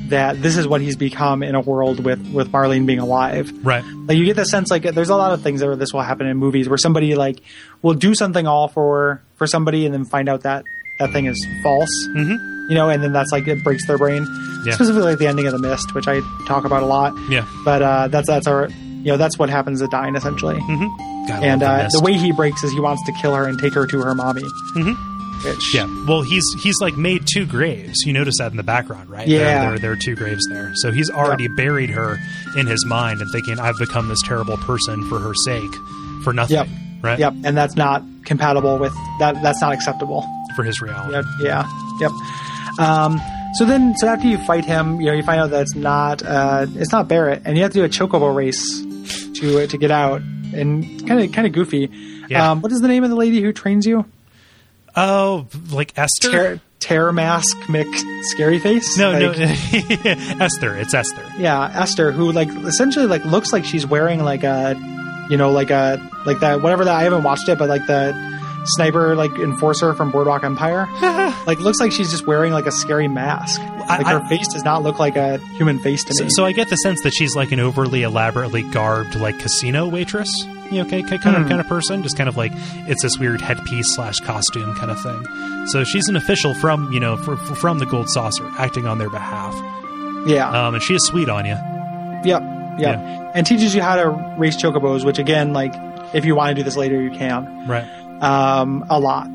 Speaker 2: that this is what he's become in a world with with Marlene being alive
Speaker 1: Right.
Speaker 2: like you get the sense like there's a lot of things that this will happen in movies where somebody like will do something all for for somebody and then find out that that thing is false mm-hmm. you know and then that's like it breaks their brain
Speaker 1: Yeah.
Speaker 2: specifically like the ending of the mist which i talk about a lot
Speaker 1: Yeah.
Speaker 2: but uh that's that's our you know that's what happens to dine essentially
Speaker 1: God, I
Speaker 2: and
Speaker 1: love
Speaker 2: uh,
Speaker 1: Mm-hmm. Mist.
Speaker 2: the way he breaks is he wants to kill her and take her to her mommy mm-hmm. which
Speaker 1: Yeah. Well, he's he's like made two graves. You notice that in the background, right?
Speaker 2: Yeah.
Speaker 1: There, there, there are two graves there. So he's already
Speaker 2: Yep.
Speaker 1: buried her in his mind and thinking, I've become this terrible person for her sake, for nothing.
Speaker 2: Yep.
Speaker 1: Right.
Speaker 2: Yep, and that's not compatible with that. That's not acceptable.
Speaker 1: For his reality.
Speaker 2: Yep, yeah, yep. Um, so then, so after you fight him, you know you find out that it's not uh, it's not Barrett, and you have to do a chocobo race to uh, to get out, and kind of kind of goofy.
Speaker 1: Yeah.
Speaker 2: Um, what is the name of the lady who trains you?
Speaker 1: Oh, like Esther.
Speaker 2: Terror, terror mask, Mick, scary face.
Speaker 1: no,
Speaker 2: like,
Speaker 1: no, *laughs* Esther. It's Esther.
Speaker 2: yeah, Esther, who like essentially like looks like she's wearing like a, you know, like a like that whatever that I haven't watched it, but like the sniper like enforcer from
Speaker 1: *laughs*
Speaker 2: Boardwalk Empire, like looks like she's just wearing like a scary mask.
Speaker 1: I-
Speaker 2: Like her
Speaker 1: I-
Speaker 2: face does not look like a human face to
Speaker 1: So,
Speaker 2: me.
Speaker 1: so I get the sense that she's like an overly elaborately garbed like casino waitress, you know, ki- ki- kind of kind of person. Just kind of like it's this weird headpiece slash costume kind of thing. So she's an official from you know fr- fr- from the Gold Saucer, acting on their behalf,
Speaker 2: yeah,
Speaker 1: um, and she is sweet on you.
Speaker 2: yep, yep,
Speaker 1: yeah.
Speaker 2: and teaches you how to race chocobos, which again, like if you want to do this later, you can.
Speaker 1: Right.
Speaker 2: um, a lot.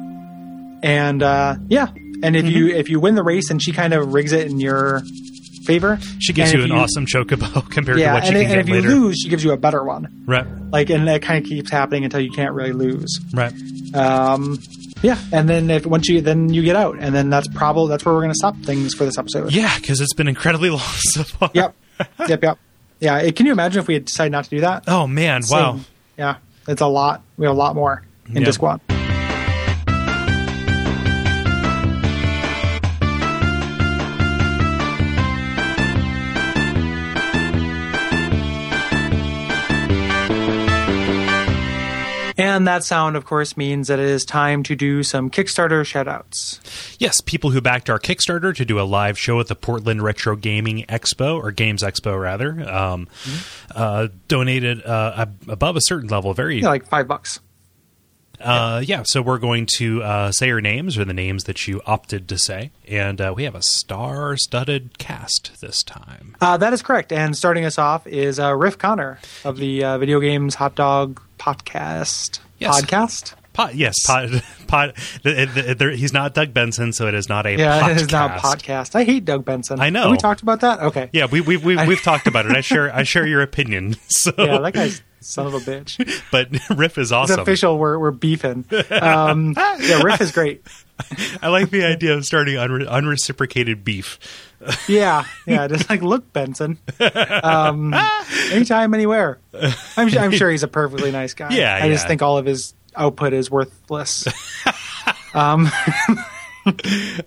Speaker 2: And uh, yeah, and if
Speaker 1: Mm-hmm.
Speaker 2: you if you win the race and she kind of rigs it in your favor,
Speaker 1: She gives
Speaker 2: and
Speaker 1: you
Speaker 2: if
Speaker 1: an awesome chocobo *laughs* compared to
Speaker 2: yeah.
Speaker 1: what she
Speaker 2: And,
Speaker 1: can
Speaker 2: and
Speaker 1: get
Speaker 2: if you
Speaker 1: later.
Speaker 2: lose, she gives you a better one.
Speaker 1: right.
Speaker 2: Like, and that kind of keeps happening until you can't really lose.
Speaker 1: Right.
Speaker 2: Um, yeah, and then if once you then you get out, and then that's probably that's where we're gonna stop things for this episode.
Speaker 1: Yeah, because it's been incredibly *laughs* long so far.
Speaker 2: Yep. *laughs* yep. Yep. Yeah. it- can you imagine if we had decided not to do that?
Speaker 1: Oh man! Wow.
Speaker 2: Same. Yeah, it's a lot. We have a lot more in
Speaker 1: Yeah.
Speaker 2: Disc One. And that sound, of course, means that it is time to do some Kickstarter shoutouts.
Speaker 1: Yes, people who backed our Kickstarter to do a live show at the Portland Retro Gaming Expo or Games Expo rather, um, uh, donated uh, ab- above a certain level. Very
Speaker 2: Mm-hmm. Yeah, like five bucks.
Speaker 1: uh, yeah. So we're going to uh, say your names or the names that you opted to say, and uh, we have a star-studded cast this time.
Speaker 2: Uh, that is correct. And starting us off is uh, Riff Connor of the uh, Video Games Hot Dog Podcast.
Speaker 1: Yes.
Speaker 2: Podcast?
Speaker 1: Pot, yes,
Speaker 2: *laughs*
Speaker 1: pot, pot. The, the, the, he's not Doug Benson, so it is not a
Speaker 2: Yeah,
Speaker 1: podcast.
Speaker 2: it is now podcast. I hate Doug Benson.
Speaker 1: I know.
Speaker 2: Have we talked about that? Okay.
Speaker 1: Yeah, we, we, we, we've talked about it. I share I share your opinion. *laughs* So,
Speaker 2: Yeah, that guy's son of
Speaker 1: *laughs*
Speaker 2: a bitch. It's
Speaker 1: but Riff is awesome.
Speaker 2: official. We're, we're beefing. Um, yeah, Riff is great.
Speaker 1: I like the idea of starting unre- unreciprocated beef.
Speaker 2: Yeah. Yeah. Just like, look, Benson. Um, anytime, anywhere. I'm, su- I'm sure he's a perfectly nice guy.
Speaker 1: Yeah,
Speaker 2: I just
Speaker 1: yeah.
Speaker 2: think all of his output
Speaker 1: *laughs*
Speaker 2: is worthless.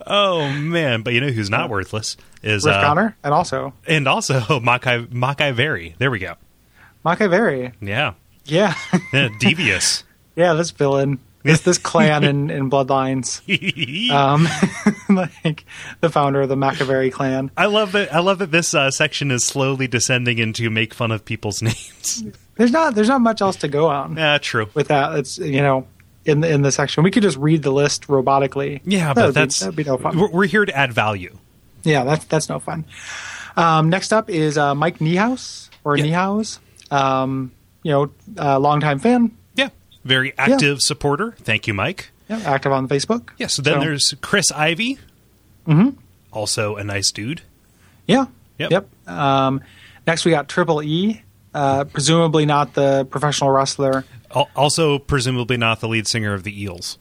Speaker 1: Oh man! But you know who's not worthless is
Speaker 2: Riff
Speaker 1: uh,
Speaker 2: Connor and also
Speaker 1: and also *laughs* Makai Makai Veri. There we go.
Speaker 2: Machiavelli.
Speaker 1: Yeah,
Speaker 2: Yeah.
Speaker 1: Yeah,
Speaker 2: *laughs*
Speaker 1: devious.
Speaker 2: yeah, this villain, this this
Speaker 1: *laughs*
Speaker 2: clan in, in Bloodlines,
Speaker 1: Uh,
Speaker 2: um, *laughs* like the founder of the Machiavelli clan.
Speaker 1: I love that. I love that this uh, section is slowly descending into make fun of people's *laughs* names.
Speaker 2: There's not there's not much else to go on
Speaker 1: yeah, true.
Speaker 2: with that. It's you know in the, in the section we could just read the list robotically.
Speaker 1: Yeah,
Speaker 2: That
Speaker 1: but
Speaker 2: would be-
Speaker 1: that's
Speaker 2: that would be no fun.
Speaker 1: We're, we're here to add value.
Speaker 2: Yeah, that's that's no fun. Um, next up is uh, Mike Niehaus or
Speaker 1: Yeah.
Speaker 2: Niehaus, um, you know, uh, longtime fan,
Speaker 1: Yeah, very active supporter. Thank you, Mike.
Speaker 2: yeah, active on Facebook.
Speaker 1: Yeah. So then there's Chris Ivy. Mm-hmm. Also a nice dude.
Speaker 2: Yeah.
Speaker 1: Yep.
Speaker 2: Yep. Um, next, we got Triple E, uh, presumably not the professional wrestler.
Speaker 1: Al- Also, presumably not the lead singer of the Eels.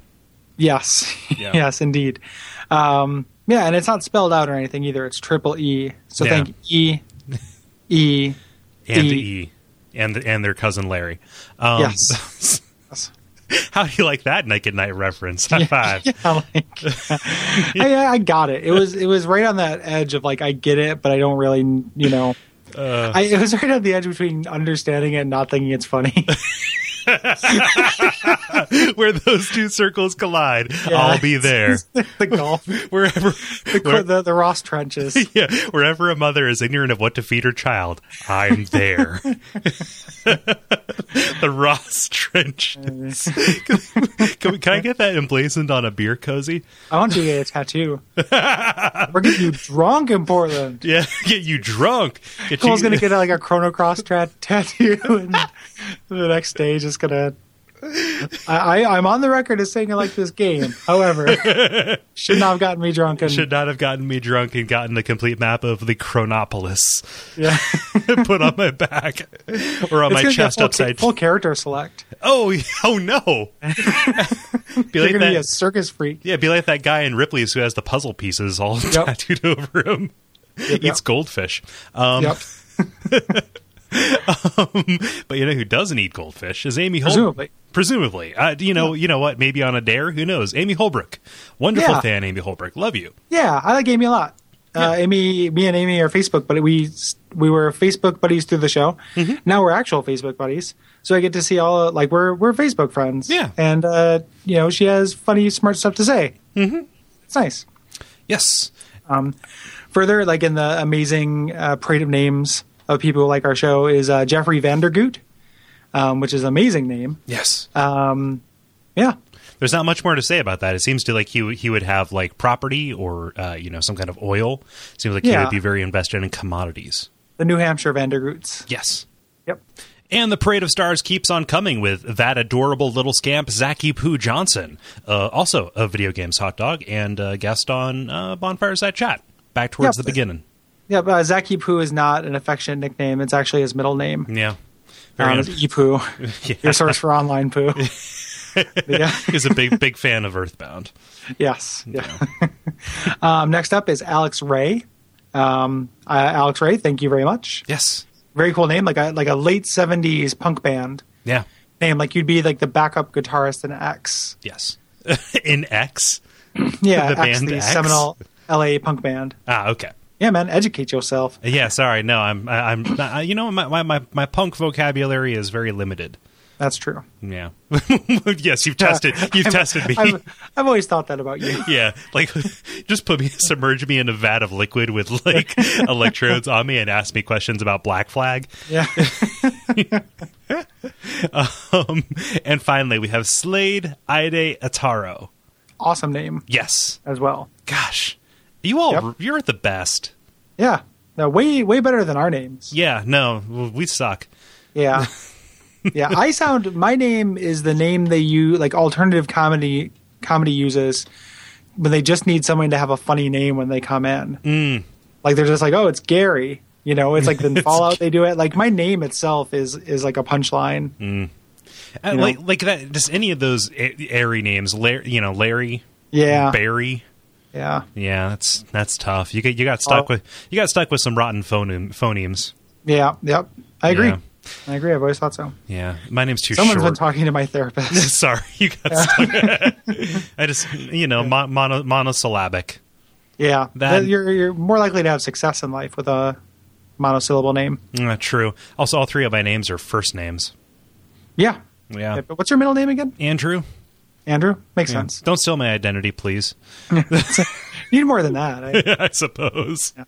Speaker 2: Yes.
Speaker 1: Yeah.
Speaker 2: *laughs* yes, indeed. Um, yeah, and it's not spelled out or anything either. It's Triple E. So
Speaker 1: Yeah.
Speaker 2: thank E. E.
Speaker 1: and the
Speaker 2: E.
Speaker 1: E, and and their cousin Larry. *laughs* Um,
Speaker 2: Yes. Yes.
Speaker 1: *laughs* How do you like that Naked Night reference? High five. *laughs*
Speaker 2: I'm like, *laughs* I, I got it. It was it was right on that edge of like I get it, but I don't really, you know.
Speaker 1: Uh.
Speaker 2: I, it was right on the edge between understanding it and not thinking it's funny. *laughs*
Speaker 1: Where those two circles collide,
Speaker 2: Yeah.
Speaker 1: I'll be there.
Speaker 2: *laughs*
Speaker 1: *laughs*
Speaker 2: the golf,
Speaker 1: Wherever,
Speaker 2: the, the, the Ross trenches.
Speaker 1: where- yeah, wherever a mother is ignorant of what to feed her child, I'm
Speaker 2: *laughs*
Speaker 1: there. *laughs* the Ross trenches. *laughs* can, we- can I get that emblazoned on a beer cozy?
Speaker 2: I want you to get
Speaker 1: *laughs*
Speaker 2: a tattoo. We're getting you drunk in Portland.
Speaker 1: Yeah, *laughs* get you drunk. Get
Speaker 2: Cole's
Speaker 1: you, *laughs*
Speaker 2: gonna get like a Chrono Cross tra- tattoo, and the next stage is gonna I, I, I'm on the record as saying I like this game. However,
Speaker 1: *laughs*
Speaker 2: should not have gotten me drunk. And,
Speaker 1: Should not have gotten me drunk and gotten the complete map of the Chronopolis *laughs*
Speaker 2: yeah.
Speaker 1: put on my back or on
Speaker 2: It's gonna
Speaker 1: my
Speaker 2: be a
Speaker 1: chest
Speaker 2: full,
Speaker 1: upside.
Speaker 2: Full character select.
Speaker 1: *laughs* oh, yeah. oh
Speaker 2: *laughs*
Speaker 1: no! be
Speaker 2: You're
Speaker 1: like
Speaker 2: going to be a
Speaker 1: that.
Speaker 2: circus freak.
Speaker 1: Yeah, be like that guy in Ripley's who has the puzzle pieces all *laughs*
Speaker 2: Yep.
Speaker 1: tattooed over him. Eats
Speaker 2: yep.
Speaker 1: goldfish. Um,
Speaker 2: yep.
Speaker 1: But you know who doesn't eat goldfish is Amy Holbrook.
Speaker 2: Presumably.
Speaker 1: Presumably. Uh, you know, you know what? Maybe on a dare. Who knows? Amy Holbrook, wonderful
Speaker 2: Yeah.
Speaker 1: fan. Amy Holbrook, love you.
Speaker 2: Yeah, I like Amy a lot. Uh, Amy, me and Amy are Facebook, but we we were Facebook buddies through the show. Now we're actual Facebook buddies, so I get to see all like we're we're Facebook friends.
Speaker 1: Yeah.
Speaker 2: and uh, you know she has funny, smart stuff to say. Mm-hmm. It's nice.
Speaker 1: Yes.
Speaker 2: Further, like in the amazing uh, parade of names of people who like our show is uh, Jeffrey Vandergoot, um, which is an amazing name.
Speaker 1: Yes.
Speaker 2: Yeah,
Speaker 1: There's not much more to say about that. It seems to like he he would have like property or uh, you know some kind of oil. Seems like he
Speaker 2: Yeah.
Speaker 1: would be very invested in commodities.
Speaker 2: the New Hampshire Vandergoots.
Speaker 1: Yes.
Speaker 2: Yep.
Speaker 1: And the parade of stars keeps on coming with that adorable little scamp, Zaki Poo Johnson, uh, also of Video Games Hot Dog and uh, guest on uh, Bonfireside Chat back towards
Speaker 2: Yep.
Speaker 1: the beginning.
Speaker 2: Yeah, but uh, Zaki Poo is not an affectionate nickname. It's actually his middle name.
Speaker 1: Yeah. Very un-
Speaker 2: Um, it's
Speaker 1: *laughs*
Speaker 2: ePoo, your source for online poo. yeah.
Speaker 1: He's a big, big fan of Earthbound.
Speaker 2: Yes. Yeah. *laughs* um, next up is Alex Ray. Um, uh, Alex Ray, thank you very much.
Speaker 1: Yes.
Speaker 2: Very cool name, like a like a late '70s punk band
Speaker 1: Yeah.
Speaker 2: name. Like you'd be like the backup guitarist
Speaker 1: *laughs*
Speaker 2: in X.
Speaker 1: Yes. In X.
Speaker 2: Yeah,
Speaker 1: The
Speaker 2: X,
Speaker 1: band
Speaker 2: the
Speaker 1: X?
Speaker 2: seminal LA punk band.
Speaker 1: Ah, okay.
Speaker 2: Yeah, man, educate yourself.
Speaker 1: Yeah, sorry. No, I'm, I, I'm, I, you know, my, my, my, my punk vocabulary is very limited. *laughs*
Speaker 2: That's true.
Speaker 1: Yeah. yes, you've
Speaker 2: *laughs*
Speaker 1: tested, you've tested me.
Speaker 2: I've, I've always thought that about you.
Speaker 1: *laughs* Yeah, like *laughs* just put me submerge me in a vat of liquid with
Speaker 2: *laughs*
Speaker 1: like electrodes on me and ask me questions about Black Flag. *laughs*
Speaker 2: Yeah.
Speaker 1: Um, and finally, we have Slade Ide Ataro.
Speaker 2: *laughs* awesome name
Speaker 1: Yes,
Speaker 2: as well.
Speaker 1: gosh, you all
Speaker 2: Yep.
Speaker 1: you're the best.
Speaker 2: Yeah. No, way way better than our names.
Speaker 1: Yeah, no, we suck. *laughs*
Speaker 2: Yeah. yeah. I sound my name is the name they use like alternative comedy comedy uses when they just need someone to have a funny name when they come in.
Speaker 1: Mm.
Speaker 2: Like they're just like, Oh, it's Gary. You
Speaker 1: *laughs*
Speaker 2: know, it's like the Fallout they do it. Like my name itself is is like a punchline.
Speaker 1: Mm. Uh,
Speaker 2: know?
Speaker 1: like like that. Just any of those a- airy names, Larry, you know, Larry,
Speaker 2: Yeah.
Speaker 1: Barry.
Speaker 2: Yeah.
Speaker 1: Yeah, that's that's tough. You get you got stuck
Speaker 2: Oh.
Speaker 1: with you got stuck with some rotten phonem, phonemes.
Speaker 2: Yeah. Yep. I agree.
Speaker 1: Yeah.
Speaker 2: I agree. I've always thought so.
Speaker 1: Yeah, my name's too
Speaker 2: Someone's
Speaker 1: short.
Speaker 2: been talking to
Speaker 1: *laughs*
Speaker 2: my therapist.
Speaker 1: Sorry, you got stuck.
Speaker 2: *laughs*
Speaker 1: I just, you know, mon- mono- monosyllabic.
Speaker 2: yeah.
Speaker 1: That-
Speaker 2: you're you're more likely to have success in life with a monosyllable name.
Speaker 1: Mm, true. Also, all three of my names are first names.
Speaker 2: Yeah.
Speaker 1: Yeah.
Speaker 2: But what's your middle name again?
Speaker 1: Andrew.
Speaker 2: Andrew? Makes
Speaker 1: Yeah.
Speaker 2: sense.
Speaker 1: Don't steal my identity, please. *laughs*
Speaker 2: You need more than that. I,
Speaker 1: I suppose. Oh.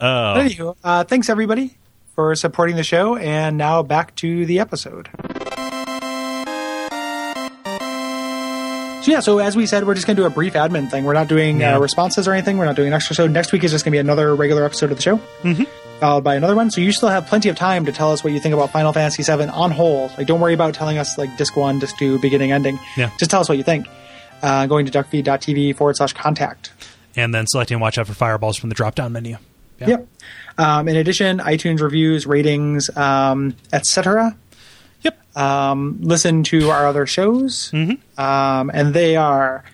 Speaker 2: But anywho, uh, thanks everybody for supporting the show. And now back to the episode. So yeah, so as we said, we're just going to do a brief admin thing. We're not doing
Speaker 1: Yeah.
Speaker 2: uh, responses or anything. We're not doing an extra. So next week is just going to be another regular episode of the show, mm-hmm. followed by another one. So you still have plenty of time to tell us what you think about Final Fantasy VII on whole. Like, don't worry about telling us like disc one, disc two, beginning, ending.
Speaker 1: Yeah.
Speaker 2: Just tell us what you think. Uh, going to duckfeed.tv forward slash contact.
Speaker 1: And then selecting watch out for fireballs from the drop down menu. Yeah.
Speaker 2: Yep. Um, in addition, iTunes reviews, ratings, um, etc.
Speaker 1: Yep. Mm-hmm.
Speaker 2: Um, listen to our other shows, um, and they are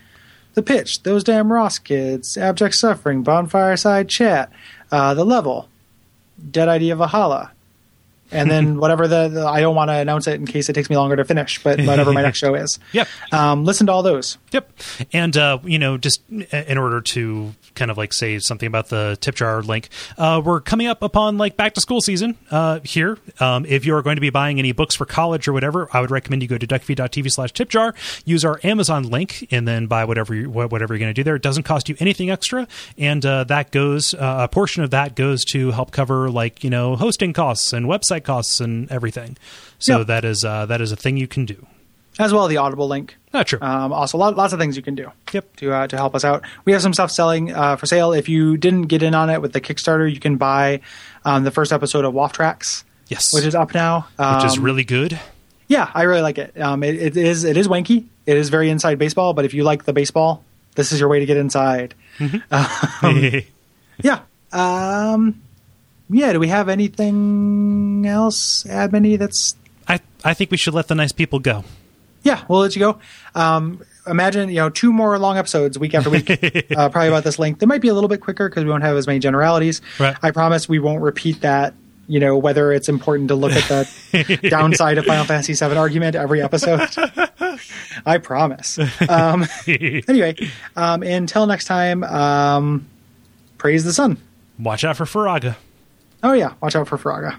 Speaker 2: the pitch, those damn Ross kids, abject suffering, bonfireside chat, uh, the level, dead idea Valhalla,
Speaker 1: *laughs*
Speaker 2: and then whatever the, the I don't want to announce it in case it takes me longer to finish, but
Speaker 1: *laughs*
Speaker 2: whatever my next show is.
Speaker 1: Yep.
Speaker 2: Um, listen to all those.
Speaker 1: Yep. And, uh, you know, just in order to kind of like say something about the tip jar link, uh, we're coming up upon like back to school season uh, here. Um, if you're going to be buying any books for college or whatever, I would recommend you go to duckfeed.tv slash tip jar, use our Amazon link, and then buy whatever, you, wha- whatever you're going to do there. It doesn't cost you anything extra. And uh, that goes, uh, a portion of that goes to help cover like, you know, hosting costs and website costs and everything. So
Speaker 2: Yep.
Speaker 1: that is uh, that is a thing you can do.
Speaker 2: as well as the Audible link.
Speaker 1: Ah, true.
Speaker 2: Um, also, lot, lots of things you can do.
Speaker 1: Yep.
Speaker 2: To uh, to help us out, we have some stuff selling uh, for sale. If you didn't get in on it with the Kickstarter, you can buy um, the first episode of Waff Tracks,
Speaker 1: Yes.
Speaker 2: which is up now. Um,
Speaker 1: Which is really good.
Speaker 2: Yeah, I really like it. Um, it, it is it is wanky. It is very inside baseball. But if you like the baseball, this is your way to get inside. Yeah. Um, yeah. Do we have anything else, Ebony? That's
Speaker 1: *laughs* I I think we should let the nice people *laughs* go.
Speaker 2: yeah. We'll let you go. Um, imagine you know two more long episodes week after week, uh, probably about this length. They might be a little bit quicker because we won't have as many generalities.
Speaker 1: Right.
Speaker 2: I promise we won't repeat that. You know whether it's important to look at the downside of Final Fantasy VII argument every episode. I promise. Um, anyway, um, until next time, um, praise the sun.
Speaker 1: Watch out for Faraga.
Speaker 2: Oh yeah, watch out for Fraga.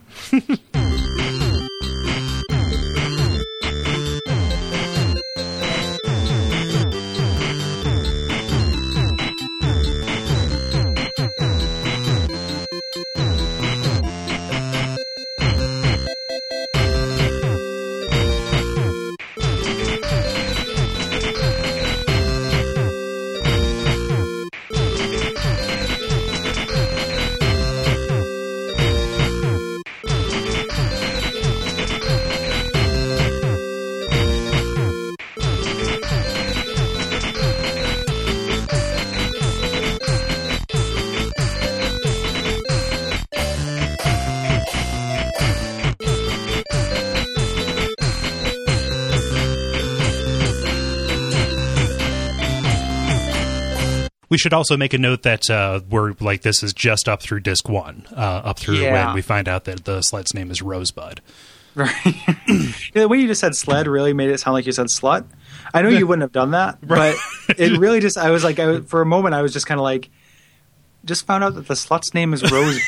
Speaker 1: We should also make a note that uh, we're like this is just up through disc one, uh, up through
Speaker 2: Yeah.
Speaker 1: when we find out that the sled's name is *laughs* Rosebud.
Speaker 2: The way you just said sled really made it sound like you said slut. I know you wouldn't have done that, but it really just, I was like, I, was- for a moment, I was just kind of like, just found out that the slut's name is Rose.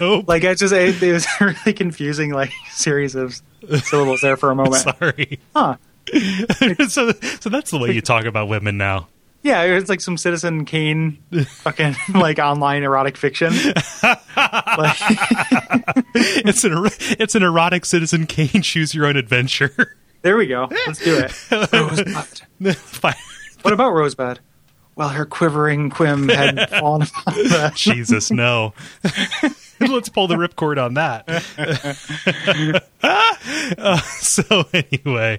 Speaker 1: nope.
Speaker 2: like, I just, it, it was *laughs* a really confusing, like, series of syllables there for a moment.
Speaker 1: Sorry.
Speaker 2: Huh.
Speaker 1: *laughs* so, so that's the way you talk about women
Speaker 2: *laughs*
Speaker 1: now.
Speaker 2: Yeah, it was like some Citizen Kane fucking, *laughs* like, online erotic fiction. like,
Speaker 1: It's an er- it's an erotic Citizen Kane choose your own adventure. *laughs*
Speaker 2: there we go. Let's do it. Rosebud.
Speaker 1: Fine.
Speaker 2: What about Rosebud? Well, her quivering quim had fallen upon the
Speaker 1: Jesus, no. *laughs* Let's pull the *laughs* ripcord on that. Uh, so anyway,